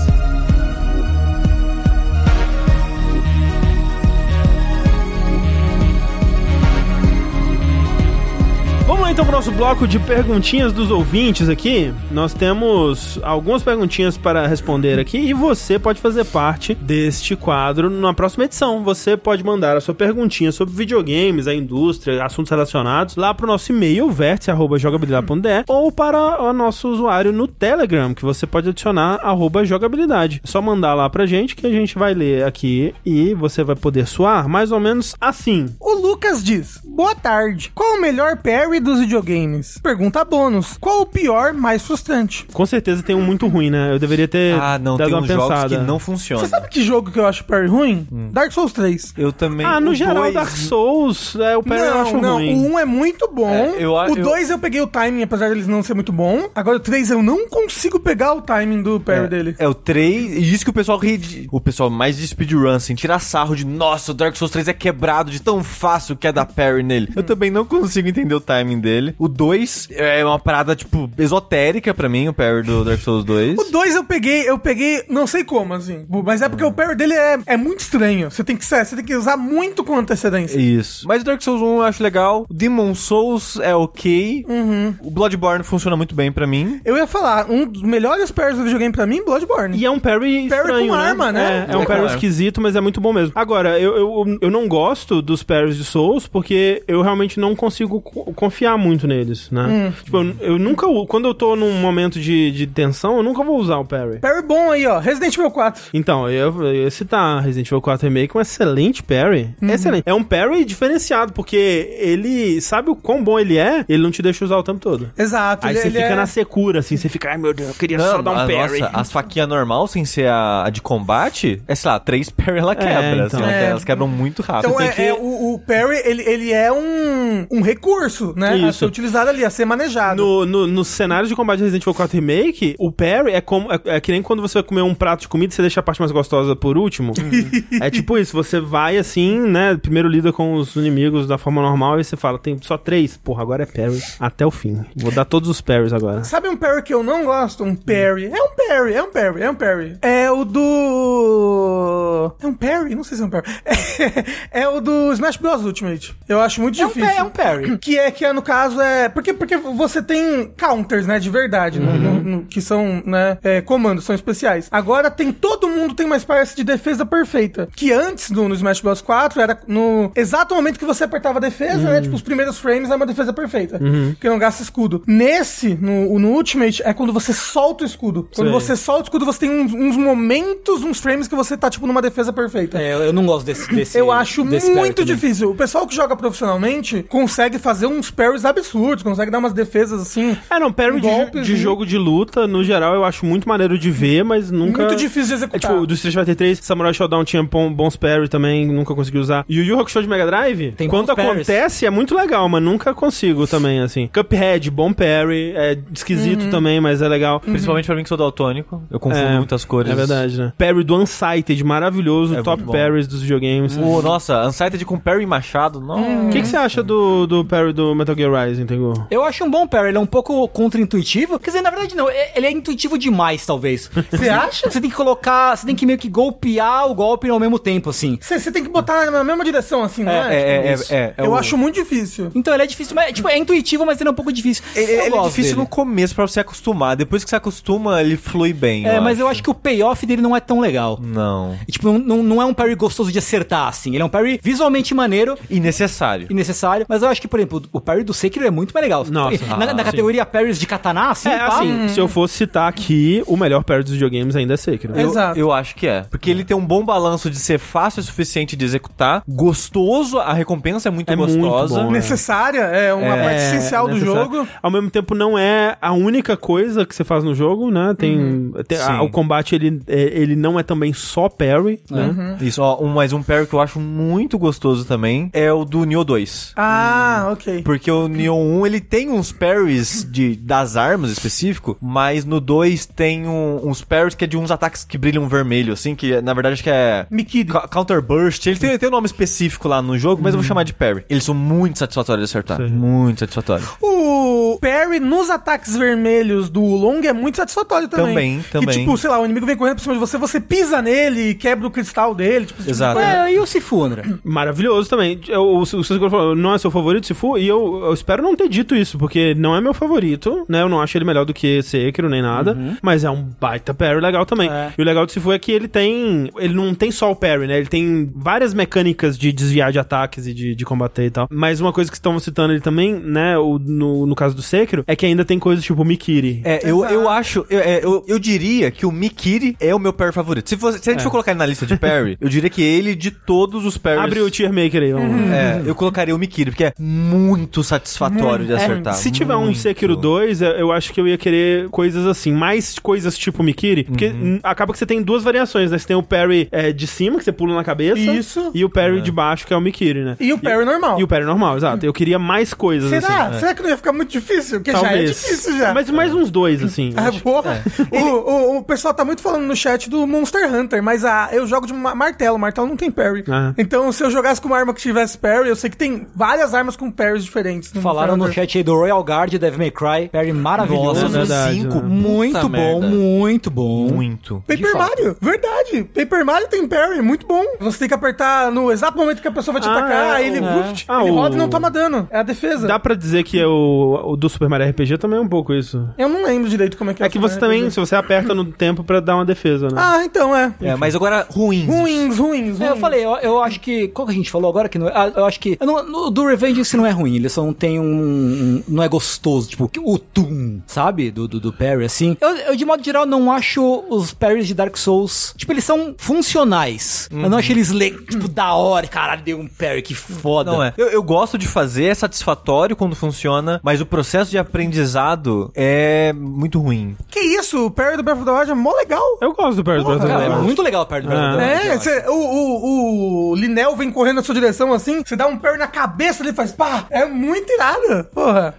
[SPEAKER 1] Vamos lá então pro nosso bloco de perguntinhas dos ouvintes aqui. Nós temos algumas perguntinhas para responder aqui e você pode fazer parte deste quadro na próxima edição. Você pode mandar a sua perguntinha sobre videogames, a indústria, assuntos relacionados lá pro nosso e-mail vértice@jogabilidade.de ou para o nosso usuário no Telegram, que você pode adicionar arroba jogabilidade. É só mandar lá pra gente que a gente vai ler aqui e você vai poder suar mais ou menos assim.
[SPEAKER 2] O Lucas diz: Boa tarde. Qual o melhor parry dos videogames? Pergunta bônus. Qual o pior, mais frustrante?
[SPEAKER 1] Com certeza tem um muito ruim, né? Eu deveria ter
[SPEAKER 3] Ah, não,
[SPEAKER 1] dado
[SPEAKER 3] tem
[SPEAKER 1] uma
[SPEAKER 3] uns jogos
[SPEAKER 1] pensada.
[SPEAKER 3] que não funcionam.
[SPEAKER 2] Você sabe que jogo que eu acho parry ruim?
[SPEAKER 1] Hum.
[SPEAKER 2] Dark Souls 3.
[SPEAKER 3] Eu também.
[SPEAKER 1] Ah, no
[SPEAKER 3] o
[SPEAKER 1] geral,
[SPEAKER 3] um dois-
[SPEAKER 1] Dark Souls, é, o Perry eu acho
[SPEAKER 2] não,
[SPEAKER 1] ruim.
[SPEAKER 2] o 1 é muito bom.
[SPEAKER 3] É, eu a-
[SPEAKER 2] o
[SPEAKER 3] eu-
[SPEAKER 2] 2 eu... peguei o timing, apesar deles não ser muito bom. Agora o 3 eu não consigo pegar o timing do parry
[SPEAKER 3] É,
[SPEAKER 2] dele.
[SPEAKER 3] é o 3. E isso que o pessoal ri. de- o pessoal mais de speedrun, assim, tira sarro de nossa, o Dark Souls 3 é quebrado de tão fácil que é dar parry nele. Eu também não consigo entender o timing dele. O 2 é uma parada, tipo, esotérica pra mim, o parry do Dark Souls 2.
[SPEAKER 2] O 2 eu peguei, eu peguei, não sei como, assim. Mas é porque
[SPEAKER 1] Hum.
[SPEAKER 2] o parry dele é, é muito estranho. Você tem que ser, você tem que usar muito com antecedência.
[SPEAKER 3] Isso. Mas o Dark Souls 1 eu acho legal. O Demon Souls é ok.
[SPEAKER 2] Uhum.
[SPEAKER 3] O Bloodborne funciona muito bem pra mim.
[SPEAKER 2] Eu ia falar, um dos melhores parries do videogame pra mim, Bloodborne.
[SPEAKER 1] E é um parry,
[SPEAKER 2] Parry
[SPEAKER 1] estranho,
[SPEAKER 2] com
[SPEAKER 1] né?
[SPEAKER 2] arma, né?
[SPEAKER 1] É, é um
[SPEAKER 3] É,
[SPEAKER 1] parry
[SPEAKER 3] claro.
[SPEAKER 1] esquisito, mas é muito bom mesmo. Agora, eu, eu, eu não gosto dos parries de Souls porque eu realmente não consigo co- confiar muito neles, né? Tipo, eu, eu nunca... u- Quando eu tô num momento de, de tensão, eu nunca vou usar o parry.
[SPEAKER 2] Parry bom aí, ó. Resident Evil 4.
[SPEAKER 1] Então, eu, eu ia citar Resident Evil 4 Remake, um excelente parry.
[SPEAKER 2] Uhum.
[SPEAKER 1] Excelente. É um parry diferenciado, porque ele sabe o quão bom ele é, ele não te deixa usar o tempo todo.
[SPEAKER 2] Exato.
[SPEAKER 1] Aí
[SPEAKER 2] ele-
[SPEAKER 1] você
[SPEAKER 2] ele
[SPEAKER 1] fica
[SPEAKER 2] é-
[SPEAKER 1] na secura, assim, você fica, ai meu Deus, eu queria só dar um
[SPEAKER 3] a-
[SPEAKER 1] parry.
[SPEAKER 3] Nossa, as faquinhas normal, sem ser a, a de combate, é, sei lá, três parry ela quebra.
[SPEAKER 1] então.
[SPEAKER 3] assim, ela-
[SPEAKER 2] É.
[SPEAKER 3] Elas quebram muito rápido.
[SPEAKER 2] Então é,
[SPEAKER 3] Você tem que-
[SPEAKER 2] é o, o parry, ele, ele é um, um recurso, né? A
[SPEAKER 1] Isso.
[SPEAKER 2] ser utilizado ali, a ser manejado.
[SPEAKER 1] No, no, no cenário de combate de Resident Evil 4 Remake, o parry é como. É, é que nem quando você vai comer um prato de comida, você deixa a parte mais gostosa por último.
[SPEAKER 2] Uhum.
[SPEAKER 1] é tipo isso, você vai assim, né? Primeiro lida com os inimigos da forma normal e você fala, tem só três. Porra, agora é parry até o fim. Vou dar todos os parries agora.
[SPEAKER 2] Sabe um parry que eu não gosto? Um parry. É um parry, é um parry, é um parry. É o do. É um parry? Não sei se é um parry. *laughs* É, o do Smash Bros Ultimate. Eu acho muito
[SPEAKER 4] É um
[SPEAKER 2] difícil.
[SPEAKER 4] parry, é um parry.
[SPEAKER 2] *clears throat* Que é, que é, no caso, é. Porque, porque você tem counters, né? De verdade, né, no- no- que são, né? é, comandos, são especiais. Agora tem todo mundo tem uma espécie de defesa perfeita. Que antes no, no Smash Bros 4 era no exato momento que você apertava a defesa, né? Tipo, os primeiros frames é uma defesa perfeita. Porque não gasta escudo. Nesse, no, no Ultimate, é quando você solta o escudo. Quando
[SPEAKER 1] Sei.
[SPEAKER 2] você solta o escudo, você tem uns, uns momentos, uns frames que você tá, tipo, numa defesa perfeita.
[SPEAKER 4] É, eu não gosto desse. desse
[SPEAKER 2] Eu acho
[SPEAKER 4] desse parry
[SPEAKER 2] muito
[SPEAKER 4] também.
[SPEAKER 2] difícil. O pessoal que joga profissionalmente consegue fazer uns parries absurdos, consegue dar umas defesas assim.
[SPEAKER 1] É, não, parry de,
[SPEAKER 2] Golpes,
[SPEAKER 1] de
[SPEAKER 2] né?
[SPEAKER 1] jogo de luta, no geral, eu acho muito maneiro de ver, mas nunca.
[SPEAKER 2] Muito difícil de
[SPEAKER 1] É
[SPEAKER 2] executar.
[SPEAKER 1] tipo, do Street Fighter 3, Samurai Shodown tinha bom- bons parry também, nunca consegui usar. E o Yu Hakusho de Mega Drive,
[SPEAKER 4] Tem
[SPEAKER 1] quando
[SPEAKER 4] bons parries.
[SPEAKER 1] acontece, é muito legal, mas nunca consigo também, assim. Cuphead, bom parry, é esquisito
[SPEAKER 2] Uhum.
[SPEAKER 1] também, mas é legal.
[SPEAKER 3] Principalmente pra mim que sou daltônico. Eu confundo
[SPEAKER 1] É,
[SPEAKER 3] muitas cores.
[SPEAKER 1] É verdade, né? Parry do Unsighted, maravilhoso,
[SPEAKER 3] É
[SPEAKER 1] top
[SPEAKER 3] muito bom.
[SPEAKER 1] parries dos videogames. O
[SPEAKER 3] Pô, nossa, Unsighted com Perry Machado, não.
[SPEAKER 1] que que você acha do, do parry do Metal Gear Rising, Tengu?
[SPEAKER 4] Eu acho um bom parry, ele é um pouco contra-intuitivo. Quer dizer, na verdade não, é- ele é intuitivo demais, talvez. Você acha? Você tem que colocar, você tem que meio que golpear o golpe ao mesmo tempo, assim.
[SPEAKER 2] Você você tem que botar na mesma direção, assim, não
[SPEAKER 3] É,
[SPEAKER 2] é?
[SPEAKER 3] é, é,
[SPEAKER 4] isso.
[SPEAKER 3] é, é
[SPEAKER 2] Eu
[SPEAKER 3] o-
[SPEAKER 2] acho muito difícil.
[SPEAKER 4] Então ele é difícil, mas tipo, é intuitivo, mas ele é um pouco difícil.
[SPEAKER 3] Ele,
[SPEAKER 4] Eu
[SPEAKER 3] ele é
[SPEAKER 4] gosto
[SPEAKER 3] difícil
[SPEAKER 4] dele.
[SPEAKER 3] no começo pra você acostumar. Depois que você acostuma, ele flui bem.
[SPEAKER 4] É, mas eu acho que o payoff dele não é tão legal.
[SPEAKER 3] Não.
[SPEAKER 4] E, Tipo, não- não, não é um parry gostoso de acertar, assim. Ele é um parry visualmente maneiro
[SPEAKER 3] Innecessário.
[SPEAKER 4] e necessário, mas eu acho que, por exemplo, o parry do Sekiro é muito mais legal.
[SPEAKER 1] Nossa,
[SPEAKER 4] na, na
[SPEAKER 3] ah, sim.
[SPEAKER 4] categoria parries de katana, assim,
[SPEAKER 1] É,
[SPEAKER 4] pá,
[SPEAKER 1] assim, se eu fosse citar aqui, o melhor parry dos videogames ainda é Sekiro.
[SPEAKER 2] É,
[SPEAKER 1] Eu-
[SPEAKER 3] Eu-
[SPEAKER 2] Exato.
[SPEAKER 3] Eu, acho que é. Porque ele tem um bom balanço de ser fácil o suficiente de executar, gostoso, a recompensa é muito
[SPEAKER 1] É muito
[SPEAKER 3] gostosa.
[SPEAKER 1] bom, é.
[SPEAKER 2] Necessária, é uma
[SPEAKER 3] É,
[SPEAKER 2] parte essencial do
[SPEAKER 1] necessário.
[SPEAKER 2] jogo.
[SPEAKER 1] Ao mesmo tempo, não é a única coisa que você faz no jogo, né? Tem, tem- a-
[SPEAKER 3] Sim.
[SPEAKER 1] o combate ele, é- ele não é também só parry, né?
[SPEAKER 3] Isso, ó, um, mais um parry que eu acho muito gostoso também é o do Nioh 2.
[SPEAKER 2] Ah, ok.
[SPEAKER 3] Porque o Nioh 1, ele tem uns parries de, das armas específico, mas no 2 tem um- uns parries que é de uns ataques que brilham vermelho, assim, que na verdade acho que é...
[SPEAKER 2] Mikid.
[SPEAKER 3] Ca- Counter Burst, ele tem, tem um nome específico lá no jogo,
[SPEAKER 1] Uhum.
[SPEAKER 3] mas eu vou chamar de parry. Eles são muito satisfatórios de acertar. Muito satisfatórios.
[SPEAKER 1] *laughs*
[SPEAKER 2] O parry nos ataques vermelhos do Long é muito satisfatório também.
[SPEAKER 3] Também, também.
[SPEAKER 2] Que tipo, sei lá, o inimigo vem correndo por cima de você, você pisa nele e quebra o cristal dele. Tipo, esse tipo de
[SPEAKER 3] Exato.
[SPEAKER 2] coisa.
[SPEAKER 4] É, e o Sifu, André?
[SPEAKER 1] Maravilhoso também. Eu, o o Sasuke falou, não é seu favorito, se for, e eu, eu espero não ter dito isso, porque não é meu favorito, né? Eu não acho ele melhor do que Sekiro nem nada, mas é um baita parry legal também.
[SPEAKER 4] É.
[SPEAKER 1] E o legal do Sifu é que ele tem. Ele não tem só o parry, né? Ele tem várias mecânicas de desviar de ataques e de, de combater e tal. Mas uma coisa que estão citando ele também, né? o- no, no caso do Sekiro, é que ainda tem coisas tipo Mikiri.
[SPEAKER 3] É, eu, eu acho, eu, é, eu, eu diria que o Mikiri é é o meu Perry favorito. Se, fosse-
[SPEAKER 1] É.
[SPEAKER 3] se a gente for colocar ele na lista de Perry, eu diria que ele, de todos os Perrys...
[SPEAKER 1] Abre o tier maker aí, vamos. lá.
[SPEAKER 3] É, eu colocaria o Mikiri, porque é muito satisfatório de
[SPEAKER 2] Tá
[SPEAKER 3] acertar.
[SPEAKER 1] Se tiver um
[SPEAKER 3] muito.
[SPEAKER 1] Sekiro 2, eu- eu acho que eu ia querer coisas assim, mais coisas tipo Mikiri, porque
[SPEAKER 2] Uhum.
[SPEAKER 1] hum, acaba que você tem duas variações, né? Você tem o parry é, de cima, que você pula na cabeça,
[SPEAKER 2] Isso.
[SPEAKER 1] e o parry de baixo, que é o Mikiri, né?
[SPEAKER 2] E o Perry normal.
[SPEAKER 1] E o parry normal, exato. Eu queria mais coisas
[SPEAKER 2] Será?
[SPEAKER 1] assim.
[SPEAKER 2] Será que não ia ficar muito difícil? Porque já é difícil já.
[SPEAKER 1] Mas é. mais uns dois, assim.
[SPEAKER 2] *laughs* Ah,
[SPEAKER 1] acho.
[SPEAKER 2] porra. O, o- o pessoal tá muito falando no chat do Monster Hunter, mas a, eu jogo de ma- martelo. Martelo não tem parry.
[SPEAKER 1] Ah.
[SPEAKER 2] Então, se eu jogasse com uma arma que tivesse parry, eu sei que tem várias armas com parries diferentes.
[SPEAKER 4] Falaram no
[SPEAKER 2] Monster Hunter.
[SPEAKER 4] chat aí do Royal Guard, Devil May Cry, Perry maravilhoso.
[SPEAKER 3] Nossa,
[SPEAKER 1] É verdade,
[SPEAKER 3] cinco,
[SPEAKER 1] né?
[SPEAKER 4] Muito
[SPEAKER 3] puta
[SPEAKER 4] bom,
[SPEAKER 3] merda.
[SPEAKER 4] muito bom.
[SPEAKER 3] Muito.
[SPEAKER 2] Paper Mario, verdade. Paper Mario tem parry, muito bom. Você tem que apertar no exato momento que a pessoa vai te
[SPEAKER 1] Ah,
[SPEAKER 2] atacar,
[SPEAKER 1] é,
[SPEAKER 2] aí ele,
[SPEAKER 1] é.
[SPEAKER 2] vuft,
[SPEAKER 1] Ah,
[SPEAKER 2] ele
[SPEAKER 1] o-
[SPEAKER 2] roda e não toma dano. É a defesa.
[SPEAKER 1] Dá pra dizer que é o, o do Super Mario RPG também é um pouco isso.
[SPEAKER 2] Eu não lembro direito como é que
[SPEAKER 1] É que você também, se você aperta no tempo pra dar uma defesa, né?
[SPEAKER 2] Ah, então é.
[SPEAKER 3] É, mas agora, ruim.
[SPEAKER 2] Ruins, ruins, ruins.
[SPEAKER 4] É, eu falei, eu, eu acho que. Qual que a gente falou agora que não é. ah, Eu acho que. eu não- no- do Revenge se não é ruim, ele só não tem um. um- não é gostoso, tipo, que- o Tum, sabe? Do, do, do Parry, assim. Eu, eu, de modo geral, não acho os Parries de Dark Souls. Tipo, eles são funcionais.
[SPEAKER 3] Uhum.
[SPEAKER 4] Eu não acho eles le... tipo, da hora, caralho, deu um Parry, que foda.
[SPEAKER 3] Não é. Eu, eu gosto de fazer, é satisfatório quando funciona, mas o processo de aprendizado é muito ruim.
[SPEAKER 2] Que isso, o parry do Breath of the Wild é mó legal.
[SPEAKER 1] Eu gosto do Paris
[SPEAKER 2] Porra,
[SPEAKER 4] Cara, é
[SPEAKER 1] Brasileiro.
[SPEAKER 4] muito legal o Parry do Breath of the Wild, eu
[SPEAKER 2] É,
[SPEAKER 4] acho.
[SPEAKER 2] cê- o, o, o Linel vem correndo na sua direção assim, você dá um parry na cabeça, ele faz pá, é muito irado, porra.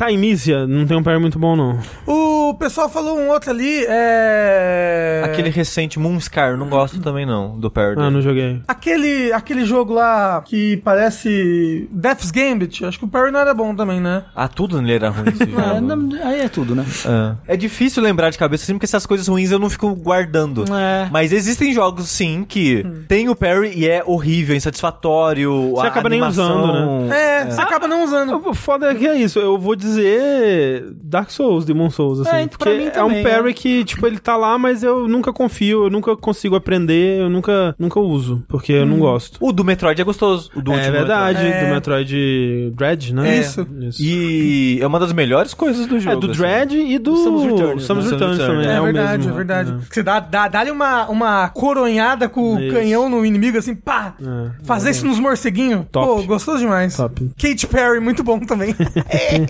[SPEAKER 4] É.
[SPEAKER 1] Timícia Tá, não tem um Paris muito bom, não.
[SPEAKER 2] O pessoal falou um outro ali, é...
[SPEAKER 3] Aquele recente Moonscar, eu não gosto também não, do Perry.
[SPEAKER 1] Ah, não joguei.
[SPEAKER 2] Aquele, aquele jogo lá que parece Death's Gambit, acho que o parry não era bom também, né?
[SPEAKER 3] Ah, tudo nele era ruim.
[SPEAKER 1] *laughs*
[SPEAKER 3] Esse
[SPEAKER 4] É,
[SPEAKER 3] jogo.
[SPEAKER 4] não- aí é tudo, né?
[SPEAKER 3] É. É difícil lembrar de cabeça, assim, porque essas coisas ruins eu não fico guardando.
[SPEAKER 4] É.
[SPEAKER 3] Mas existem jogos, sim, que tem o parry e é horrível, insatisfatório.
[SPEAKER 1] Hum. Você
[SPEAKER 3] a
[SPEAKER 1] acaba nem
[SPEAKER 3] animação-
[SPEAKER 1] usando, né?
[SPEAKER 2] É, você acaba não usando.
[SPEAKER 1] O foda é que é isso, eu vou dizer Dark Souls, Demon Souls, assim.
[SPEAKER 2] então
[SPEAKER 4] É, pra
[SPEAKER 1] porque
[SPEAKER 4] mim
[SPEAKER 1] é
[SPEAKER 4] também,
[SPEAKER 1] um parry
[SPEAKER 2] né?
[SPEAKER 4] é.
[SPEAKER 1] que, tipo, ele tá lá, mas eu nunca confio, eu nunca consigo aprender, eu nunca, nunca uso, porque eu não gosto.
[SPEAKER 3] O do Metroid é gostoso. O do
[SPEAKER 1] é
[SPEAKER 3] último
[SPEAKER 1] verdade,
[SPEAKER 2] Metroid. Uhum. É.
[SPEAKER 1] do Metroid Dread, né?
[SPEAKER 2] É. Isso.
[SPEAKER 3] Metroid. E é uma das melhores coisas do
[SPEAKER 1] É
[SPEAKER 3] jogo.
[SPEAKER 1] do
[SPEAKER 3] assim.
[SPEAKER 1] Dread e do
[SPEAKER 3] Samus Returns,
[SPEAKER 1] Samus
[SPEAKER 3] né?
[SPEAKER 1] Returns
[SPEAKER 3] Samus Returns.
[SPEAKER 1] também.
[SPEAKER 2] É,
[SPEAKER 1] É, o
[SPEAKER 2] verdade,
[SPEAKER 1] mesmo.
[SPEAKER 2] é verdade. Você dá, dá, dá-lhe uma, uma coronhada com
[SPEAKER 1] Isso.
[SPEAKER 2] o canhão no inimigo, assim, pá! Fazer isso nos morceguinhos.
[SPEAKER 1] Top.
[SPEAKER 2] Pô, gostoso demais.
[SPEAKER 1] Top.
[SPEAKER 2] Kate Perry, muito bom também.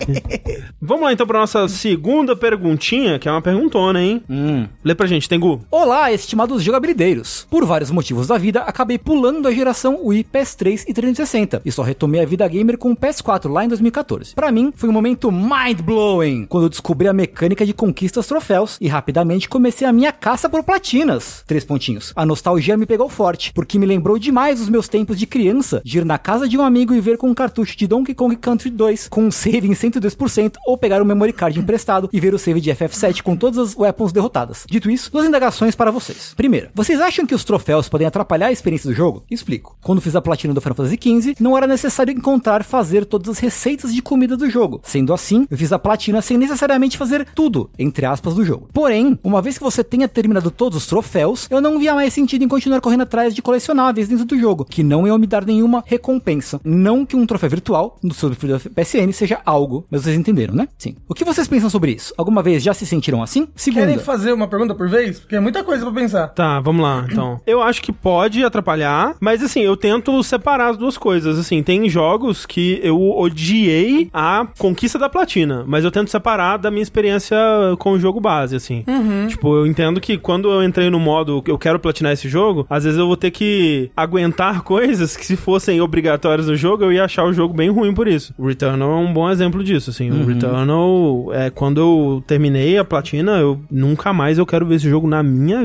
[SPEAKER 2] *laughs*
[SPEAKER 1] Vamos lá então pra nossa segunda perguntinha, que é uma perguntona, hein?
[SPEAKER 3] Hum.
[SPEAKER 4] Hum.
[SPEAKER 1] Lê pra gente, Tengu.
[SPEAKER 4] Olá, estimados jogabilideiros! Por vários motivos da vida, acabei pulando a geração Wii, PS3 e 360 e só retomei a vida gamer com o PS4 lá em 2014. Pra mim, foi um momento mind-blowing quando eu descobri a mecânica de conquistas troféus e rapidamente comecei a minha caça por platinas. Três pontinhos. A nostalgia me pegou forte, porque me lembrou demais os meus tempos de criança de ir na casa de um amigo e ver com um cartucho de Donkey Kong Country 2 com um save em 102% ou pegar um memory card emprestado e ver o save de FF7 com todas as weapons derrotadas. Dito isso, duas indagações para vocês. Primeiro, vocês acham que os troféus podem atrapalhar a experiência do jogo? Explico. Quando fiz a platina do Final Fantasy XV, não era necessário encontrar fazer todas as receitas de comida do jogo. Sendo assim, eu fiz a platina sem necessariamente fazer tudo, entre aspas, do jogo. Porém, uma vez que você tenha terminado todos os troféus, eu não via mais sentido em continuar correndo atrás de colecionáveis dentro do jogo, que não iam me dar nenhuma recompensa. Não que um troféu virtual no seu perfil da PSN seja algo, mas vocês entenderam, né? Sim. O que vocês pensam sobre isso? Alguma vez já se sentiram assim?
[SPEAKER 2] Querem
[SPEAKER 4] Segunda.
[SPEAKER 2] fazer uma pergunta por vez? Porque é muita coisa pra pensar.
[SPEAKER 1] Tá, vamos lá, então. *clears throat* Eu acho que pode atrapalhar, mas assim, eu tento separar as duas coisas. Assim, tem jogos que eu odiei a conquista da platina, mas eu tento separar da minha experiência com o jogo base, assim. Tipo, eu entendo que quando eu entrei no modo eu quero platinar esse jogo, às vezes eu vou ter que aguentar *laughs* coisas que se fossem obrigatórias no jogo, eu ia achar o jogo bem ruim por isso. O Returnal é um bom exemplo disso, assim. O Returnal, é, quando eu terminei a platina, eu nunca mais eu quero ver esse jogo na minha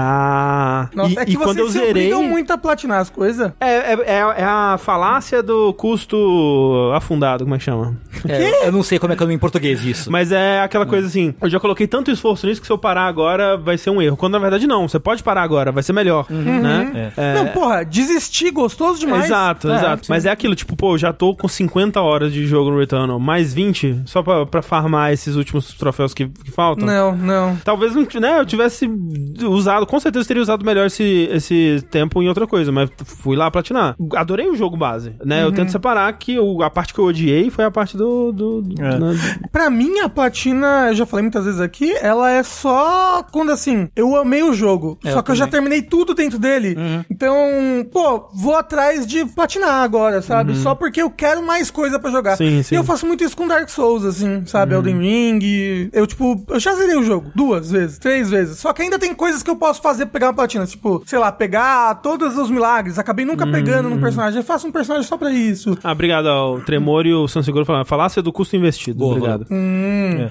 [SPEAKER 1] vida.
[SPEAKER 2] Nossa,
[SPEAKER 1] e
[SPEAKER 2] é que
[SPEAKER 1] e quando eu
[SPEAKER 2] vocês se
[SPEAKER 1] zerei...
[SPEAKER 2] obrigam muito a platinar as coisas.
[SPEAKER 1] É, é, é- é a falácia do custo afundado, como é que chama?
[SPEAKER 4] É, eu não sei como é que eu nome em português isso.
[SPEAKER 1] Mas é aquela coisa assim, eu já coloquei tanto esforço nisso que se eu parar agora vai ser um erro. Quando na verdade não, você pode parar agora, vai ser melhor, né? É.
[SPEAKER 2] Uhum. Não, porra, desistir, gostoso demais.
[SPEAKER 1] Exato,
[SPEAKER 2] É.
[SPEAKER 1] exato. Mas é aquilo, tipo, pô, eu já tô com 50 horas de jogo no Returnal, mais 20, só pra, pra farmar esses últimos troféus que, que faltam.
[SPEAKER 2] Não, não.
[SPEAKER 1] Talvez, não t- né, eu tivesse usado, com certeza teria usado melhor esse, esse tempo em outra coisa, mas fui lá platinar. Adorei o jogo base, né?
[SPEAKER 2] Uhum.
[SPEAKER 1] Eu tento separar que o- a parte que eu odiei foi a parte do. do, do-
[SPEAKER 3] É.
[SPEAKER 1] né?
[SPEAKER 2] Pra mim, a platina, eu já falei muitas vezes aqui, ela é só quando assim, eu amei o jogo, só que eu já terminei tudo dentro dele. Então, pô, vou atrás de platinar agora, sabe? Só porque eu quero mais coisa pra jogar.
[SPEAKER 1] Sim, sim.
[SPEAKER 2] E eu faço muito isso com Dark Souls, assim, sabe? Elden Ring. Eu, tipo, eu já zerei o jogo duas vezes, três vezes. Só que ainda tem coisas que eu posso fazer pra pegar uma platina. Tipo, sei lá, pegar todos os milagres. Acabei nunca pegando num personagem. Eu faço um personagem só pra isso.
[SPEAKER 1] Ah, obrigado ao Tremor e o Sanseguro falando. Falácia do custo investido.
[SPEAKER 3] Boa,
[SPEAKER 1] obrigado.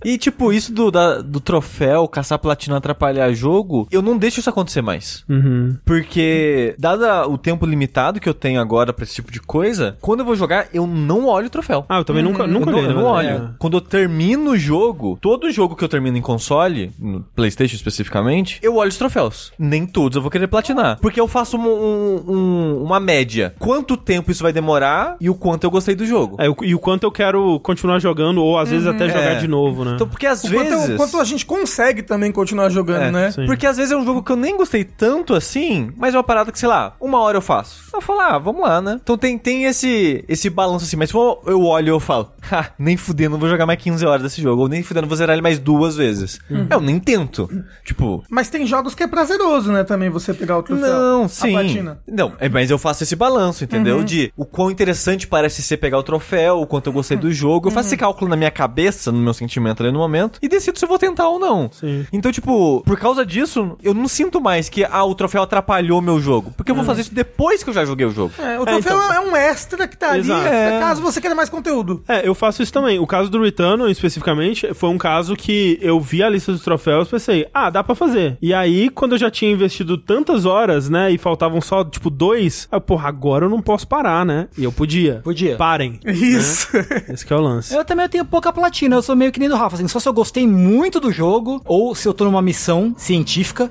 [SPEAKER 3] E, tipo, isso do, da- do troféu, caçar platina, atrapalhar jogo, eu não deixo isso acontecer mais.
[SPEAKER 1] Uhum.
[SPEAKER 3] Porque, dado a- o tempo limitado que eu tenho agora pra esse tipo de coisa, quando eu vou jogar, eu não olho o troféu.
[SPEAKER 1] Ah, eu também nunca,
[SPEAKER 3] Eu
[SPEAKER 1] nunca
[SPEAKER 3] não,
[SPEAKER 1] olhei, É.
[SPEAKER 3] eu
[SPEAKER 1] na
[SPEAKER 3] não olho.
[SPEAKER 1] verdade.
[SPEAKER 3] Quando eu termino o jogo, todo jogo que eu termino em console, no PlayStation especificamente, eu olho os troféus. Nem todos eu vou querer platinar. Porque eu faço um- um- um- uma média. Quanto tempo isso vai demorar e o quanto eu gostei do jogo.
[SPEAKER 1] É, o- e o quanto eu quero continuar jogando, ou às vezes até jogar
[SPEAKER 3] É.
[SPEAKER 1] de novo, né?
[SPEAKER 3] Então, porque às
[SPEAKER 2] O quanto,
[SPEAKER 3] vezes.
[SPEAKER 2] o quanto a gente consegue também continuar jogando,
[SPEAKER 3] É,
[SPEAKER 2] né?
[SPEAKER 1] sim.
[SPEAKER 3] Porque às vezes é um jogo que eu nem gostei tanto assim, mas é uma parada que, sei lá, uma hora eu faço. Eu falo, ah, vamos lá, né? Então tem, tem esse, esse balanço assim, mas quando eu olho e eu falo, *laughs* ha, nem fudendo, não vou jogar mais 15 horas desse jogo, ou nem fudendo, vou zerar ele mais duas vezes. Eu nem tento. Tipo.
[SPEAKER 2] Mas tem jogos que é prazeroso, né, também, você pegar o troféu.
[SPEAKER 3] Não,
[SPEAKER 2] a
[SPEAKER 3] sim.
[SPEAKER 2] platina.
[SPEAKER 3] Não, é, mas eu faço esse balanço, entendeu? De o quão interessante parece ser pegar o troféu, o quanto eu gostei do jogo. Eu faço esse cálculo na minha cabeça, no meu sentimento ali no momento, e decido se eu vou tentar ou não.
[SPEAKER 1] Sim.
[SPEAKER 3] Então, tipo, por causa disso, eu não sinto mais que ah, o troféu atrapalhou meu jogo. Porque eu vou fazer isso depois que eu já joguei o jogo.
[SPEAKER 2] É, o troféu é, um extra que tá ali,
[SPEAKER 1] Exato.
[SPEAKER 2] é, caso você queira mais conteúdo.
[SPEAKER 1] É, eu faço isso também. O caso do Returnal, especificamente, foi um caso que eu vi a lista dos troféus e pensei, ah, dá pra fazer. E aí, quando eu já tinha investido tantas horas, né, e faltavam só, tipo, dois, eu, porra, agora eu não posso parar, né? E eu podia.
[SPEAKER 4] Podia.
[SPEAKER 1] Parem.
[SPEAKER 2] Isso.
[SPEAKER 1] Esse que é o lance.
[SPEAKER 4] Eu também tenho pouca platina, eu sou meio que nem do Rafa, assim, só se eu gostei muito do jogo, ou se eu tô numa missão *laughs* científica,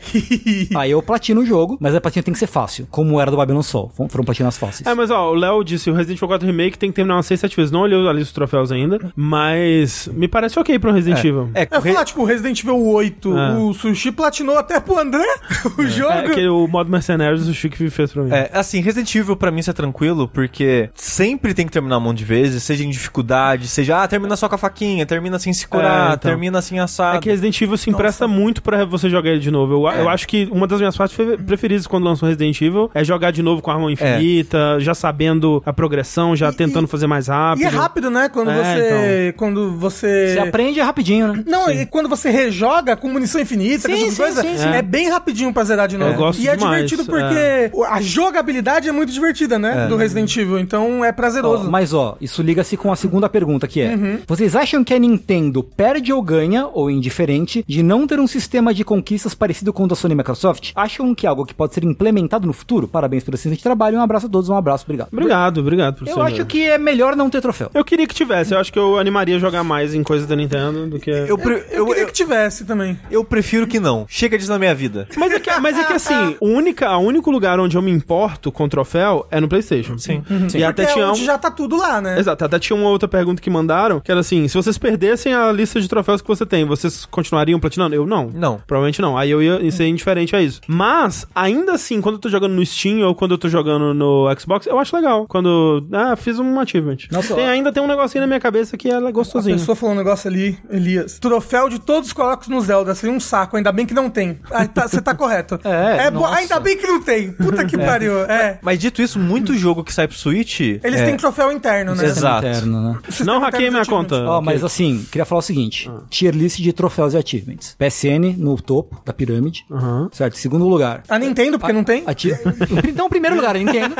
[SPEAKER 4] aí eu platino o jogo, mas a platina tem que ser fácil, como era do Babylon Sol, fom- foram platinas fáceis.
[SPEAKER 1] É, mas ó, o Léo disse, o Resident Evil 4 Remake tem que terminar umas 6, 7 vezes. Não olhei a lista dos troféus ainda, mas me parece ok pra um Resident Evil.
[SPEAKER 3] É,
[SPEAKER 2] Eu ia
[SPEAKER 3] re-
[SPEAKER 2] falar, tipo, Resident Evil 8,
[SPEAKER 1] É.
[SPEAKER 2] o Sushi platinou até pro André *laughs* o jogo.
[SPEAKER 1] É, que o modo mercenários o Chico fez pra mim.
[SPEAKER 3] É, assim, Resident Evil pra mim isso é tranquilo, porque sempre tem que terminar um monte de vezes, seja em dificuldade, seja, ah, termina só com a faquinha, termina sem se curar,
[SPEAKER 1] É, então.
[SPEAKER 3] termina assim assado.
[SPEAKER 1] É que Resident Evil se empresta muito pra você jogar ele de novo. Eu,
[SPEAKER 3] É.
[SPEAKER 1] eu acho que uma das minhas partes fe- preferidas quando lançou Resident Evil é jogar de novo com a arma infinita, já sabendo a progressão, já tentando fazer mais rápido.
[SPEAKER 2] E é rápido, né? Quando
[SPEAKER 1] É,
[SPEAKER 2] você. Quando você.
[SPEAKER 4] Você aprende rapidinho, né?
[SPEAKER 2] Não, e quando você rejoga com munição infinita, com
[SPEAKER 4] Sim,
[SPEAKER 2] esse tipo de
[SPEAKER 4] sim,
[SPEAKER 2] coisa,
[SPEAKER 4] sim, sim.
[SPEAKER 2] é bem rapidinho pra zerar de novo.
[SPEAKER 1] Eu gosto
[SPEAKER 2] e é
[SPEAKER 1] demais,
[SPEAKER 2] divertido porque a jogabilidade é muito divertida, né? Do Resident Evil. Então é prazeroso.
[SPEAKER 4] Ó, mas ó, isso liga-se com a segunda pergunta que é: Vocês acham que a Nintendo perde ou ganha, ou indiferente, de não ter um sistema de conquistas parecido com o da Sony e Microsoft? Acham que é algo que pode ser implementado no futuro? Parabéns pelo excelente trabalho, um abraço a todos, um abraço, obrigado.
[SPEAKER 1] Obrigado, obrigado, professor.
[SPEAKER 4] Eu acho que é melhor não ter troféu.
[SPEAKER 1] Eu queria que tivesse, eu acho que eu animaria a jogar mais em coisas da Nintendo do que.
[SPEAKER 3] Eu, pre-
[SPEAKER 2] Eu,
[SPEAKER 3] eu,
[SPEAKER 2] queria
[SPEAKER 3] eu,
[SPEAKER 2] que tivesse também.
[SPEAKER 3] eu prefiro que não. Chega disso na minha vida.
[SPEAKER 1] Mas é que, mas é que
[SPEAKER 2] *laughs*
[SPEAKER 1] assim, o única, a único lugar onde eu me importo com troféu é no PlayStation. Sim. E até
[SPEAKER 2] Porque é
[SPEAKER 1] tinha um.
[SPEAKER 2] onde já tá tudo lá, né?
[SPEAKER 1] Exato, até tinha uma outra pergunta que mandaram, que era assim, se vocês perdessem a lista de troféus que você tem, vocês continuariam platinando? Eu não.
[SPEAKER 3] Não.
[SPEAKER 1] Provavelmente não. Aí eu ia ser indiferente a isso. Mas, ainda assim, quando eu tô jogando no Steam ou quando eu tô jogando no Xbox, eu acho legal. Quando, ah, fiz um achievement.
[SPEAKER 4] Nossa,
[SPEAKER 1] tem,
[SPEAKER 4] ó.
[SPEAKER 1] ainda tem um negocinho na minha cabeça que é
[SPEAKER 2] A
[SPEAKER 1] gostosinho.
[SPEAKER 2] pessoa falou um negócio ali, Elias. Troféu de todos os colocos no Zelda. Seria um saco, ainda bem que não tem. Ah, tá- Você tá, correto.
[SPEAKER 4] É,
[SPEAKER 2] bo-
[SPEAKER 4] nossa.
[SPEAKER 2] Ainda bem que não tem. Puta que pariu. É.
[SPEAKER 3] Mas dito isso, muito jogo que sai pro Switch.
[SPEAKER 2] Eles
[SPEAKER 3] é,
[SPEAKER 2] têm troféu interno, né?
[SPEAKER 3] Exato.
[SPEAKER 4] Interno, né?
[SPEAKER 1] Não hackei minha conta.
[SPEAKER 4] Ó,
[SPEAKER 1] Ah, Ok.
[SPEAKER 4] mas assim, queria falar o seguinte: tier list de troféus e achievements. PSN no topo da pirâmide, certo? Segundo lugar.
[SPEAKER 2] A Nintendo, porque Ah, não
[SPEAKER 4] *laughs*
[SPEAKER 2] tem?
[SPEAKER 4] a ti- então, primeiro lugar, a Nintendo,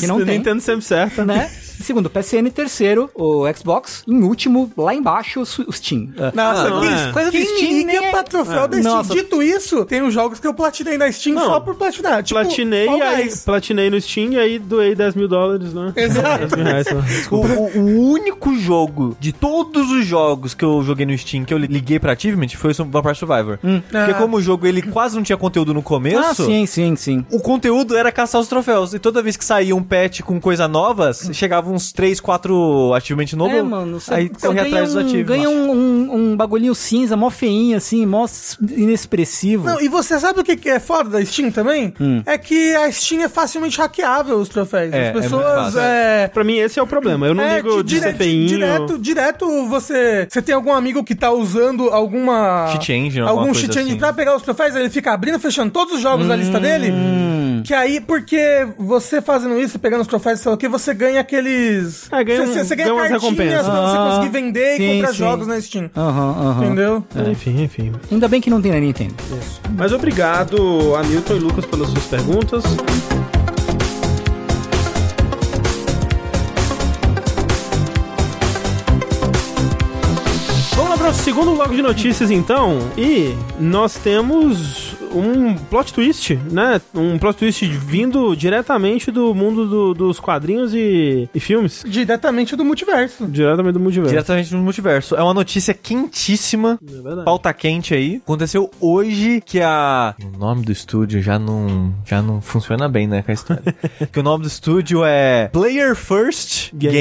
[SPEAKER 4] que não tem.
[SPEAKER 1] Nintendo sempre certa.
[SPEAKER 4] né? Segundo, PSN. Terceiro, o Xbox. Em último, lá embaixo, o Su- o Steam.
[SPEAKER 2] *laughs*
[SPEAKER 4] Ah,
[SPEAKER 2] Nossa,
[SPEAKER 1] não,
[SPEAKER 2] quem,
[SPEAKER 1] é.
[SPEAKER 4] Coisa do
[SPEAKER 2] quem
[SPEAKER 4] Steam
[SPEAKER 2] liga
[SPEAKER 4] nem é-
[SPEAKER 2] pra troféu da Steam?
[SPEAKER 4] Nossa.
[SPEAKER 2] Dito isso, tem os jogos que eu platinei na Steam só por platinar. Tipo,
[SPEAKER 1] Platinei,
[SPEAKER 2] Fall
[SPEAKER 1] aí, *laughs*
[SPEAKER 2] Guys.
[SPEAKER 1] platinei no Steam e aí doei 10 mil dólares, né?
[SPEAKER 2] Exato.
[SPEAKER 1] 10 mil reais, né?
[SPEAKER 2] *laughs*
[SPEAKER 1] só.
[SPEAKER 3] O, o- o único jogo de todos os jogos que eu joguei no Steam que eu liguei pra Achievement foi o Vampire Survivor. Porque
[SPEAKER 2] Ah.
[SPEAKER 3] como o jogo ele quase não tinha conteúdo no começo.
[SPEAKER 4] Hum. ah, sim, sim, sim.
[SPEAKER 3] O conteúdo era caçar os troféus. E toda vez que saía um patch com coisa nova, chegava um uns 3, 4 ativamente novo.
[SPEAKER 4] Hum. É, mano, você
[SPEAKER 3] aí
[SPEAKER 4] você
[SPEAKER 3] corre atrás dos
[SPEAKER 4] um-
[SPEAKER 3] ativos.
[SPEAKER 4] ganha um, um, um bagulhinho cinza, mó feinho, assim, mó s- inexpressivo.
[SPEAKER 2] Não, e você sabe o que que é foda da Steam também? É que a Steam é facilmente hackeável os troféus.
[SPEAKER 3] Hum. É, é
[SPEAKER 2] As
[SPEAKER 3] muito
[SPEAKER 2] pessoas.
[SPEAKER 3] fácil.
[SPEAKER 2] é,
[SPEAKER 1] Pra mim, esse é o problema. Eu não
[SPEAKER 2] é,
[SPEAKER 1] digo de
[SPEAKER 2] di-
[SPEAKER 1] ser
[SPEAKER 2] dire-
[SPEAKER 1] feinho.
[SPEAKER 2] direto, direto você, você tem algum amigo que tá usando alguma
[SPEAKER 3] Cheat engine, alguma
[SPEAKER 2] algum
[SPEAKER 3] coisa
[SPEAKER 2] cheat engine
[SPEAKER 3] assim.
[SPEAKER 2] pra pegar os troféus, ele fica abrindo, fechando todos os jogos da
[SPEAKER 3] Hum.
[SPEAKER 2] lista dele.
[SPEAKER 4] Hum.
[SPEAKER 2] Que aí, porque você fazendo isso, pegando os troféus, sei lá o que, você ganha aqueles.
[SPEAKER 1] Ah, ganha um-
[SPEAKER 2] você, você ganha,
[SPEAKER 1] ganha umas
[SPEAKER 2] cartinhas
[SPEAKER 1] recompensas.
[SPEAKER 2] pra você
[SPEAKER 4] Ah,
[SPEAKER 2] conseguir vender
[SPEAKER 4] sim,
[SPEAKER 2] e comprar
[SPEAKER 4] sim.
[SPEAKER 2] jogos na Steam.
[SPEAKER 3] Ah.
[SPEAKER 4] Aham, aham.
[SPEAKER 2] Entendeu?
[SPEAKER 3] É.
[SPEAKER 1] É, Enfim, enfim.
[SPEAKER 4] Ainda bem que não tem na Nintendo.
[SPEAKER 1] Mas obrigado a Milton e Lucas pelas suas perguntas. Vamos lá para o segundo bloco de notícias, então. E nós temos um plot twist, né? Um plot twist vindo diretamente do mundo do- dos quadrinhos e, e filmes.
[SPEAKER 2] Diretamente do multiverso.
[SPEAKER 1] Diretamente do multiverso.
[SPEAKER 3] Diretamente no multiverso. É uma notícia quentíssima.
[SPEAKER 1] É verdade.
[SPEAKER 3] Pauta quente aí. Aconteceu hoje que a. O nome do estúdio já não. Já não funciona bem, né? Com
[SPEAKER 2] *laughs*
[SPEAKER 3] a história. que o nome do estúdio é Player First Games.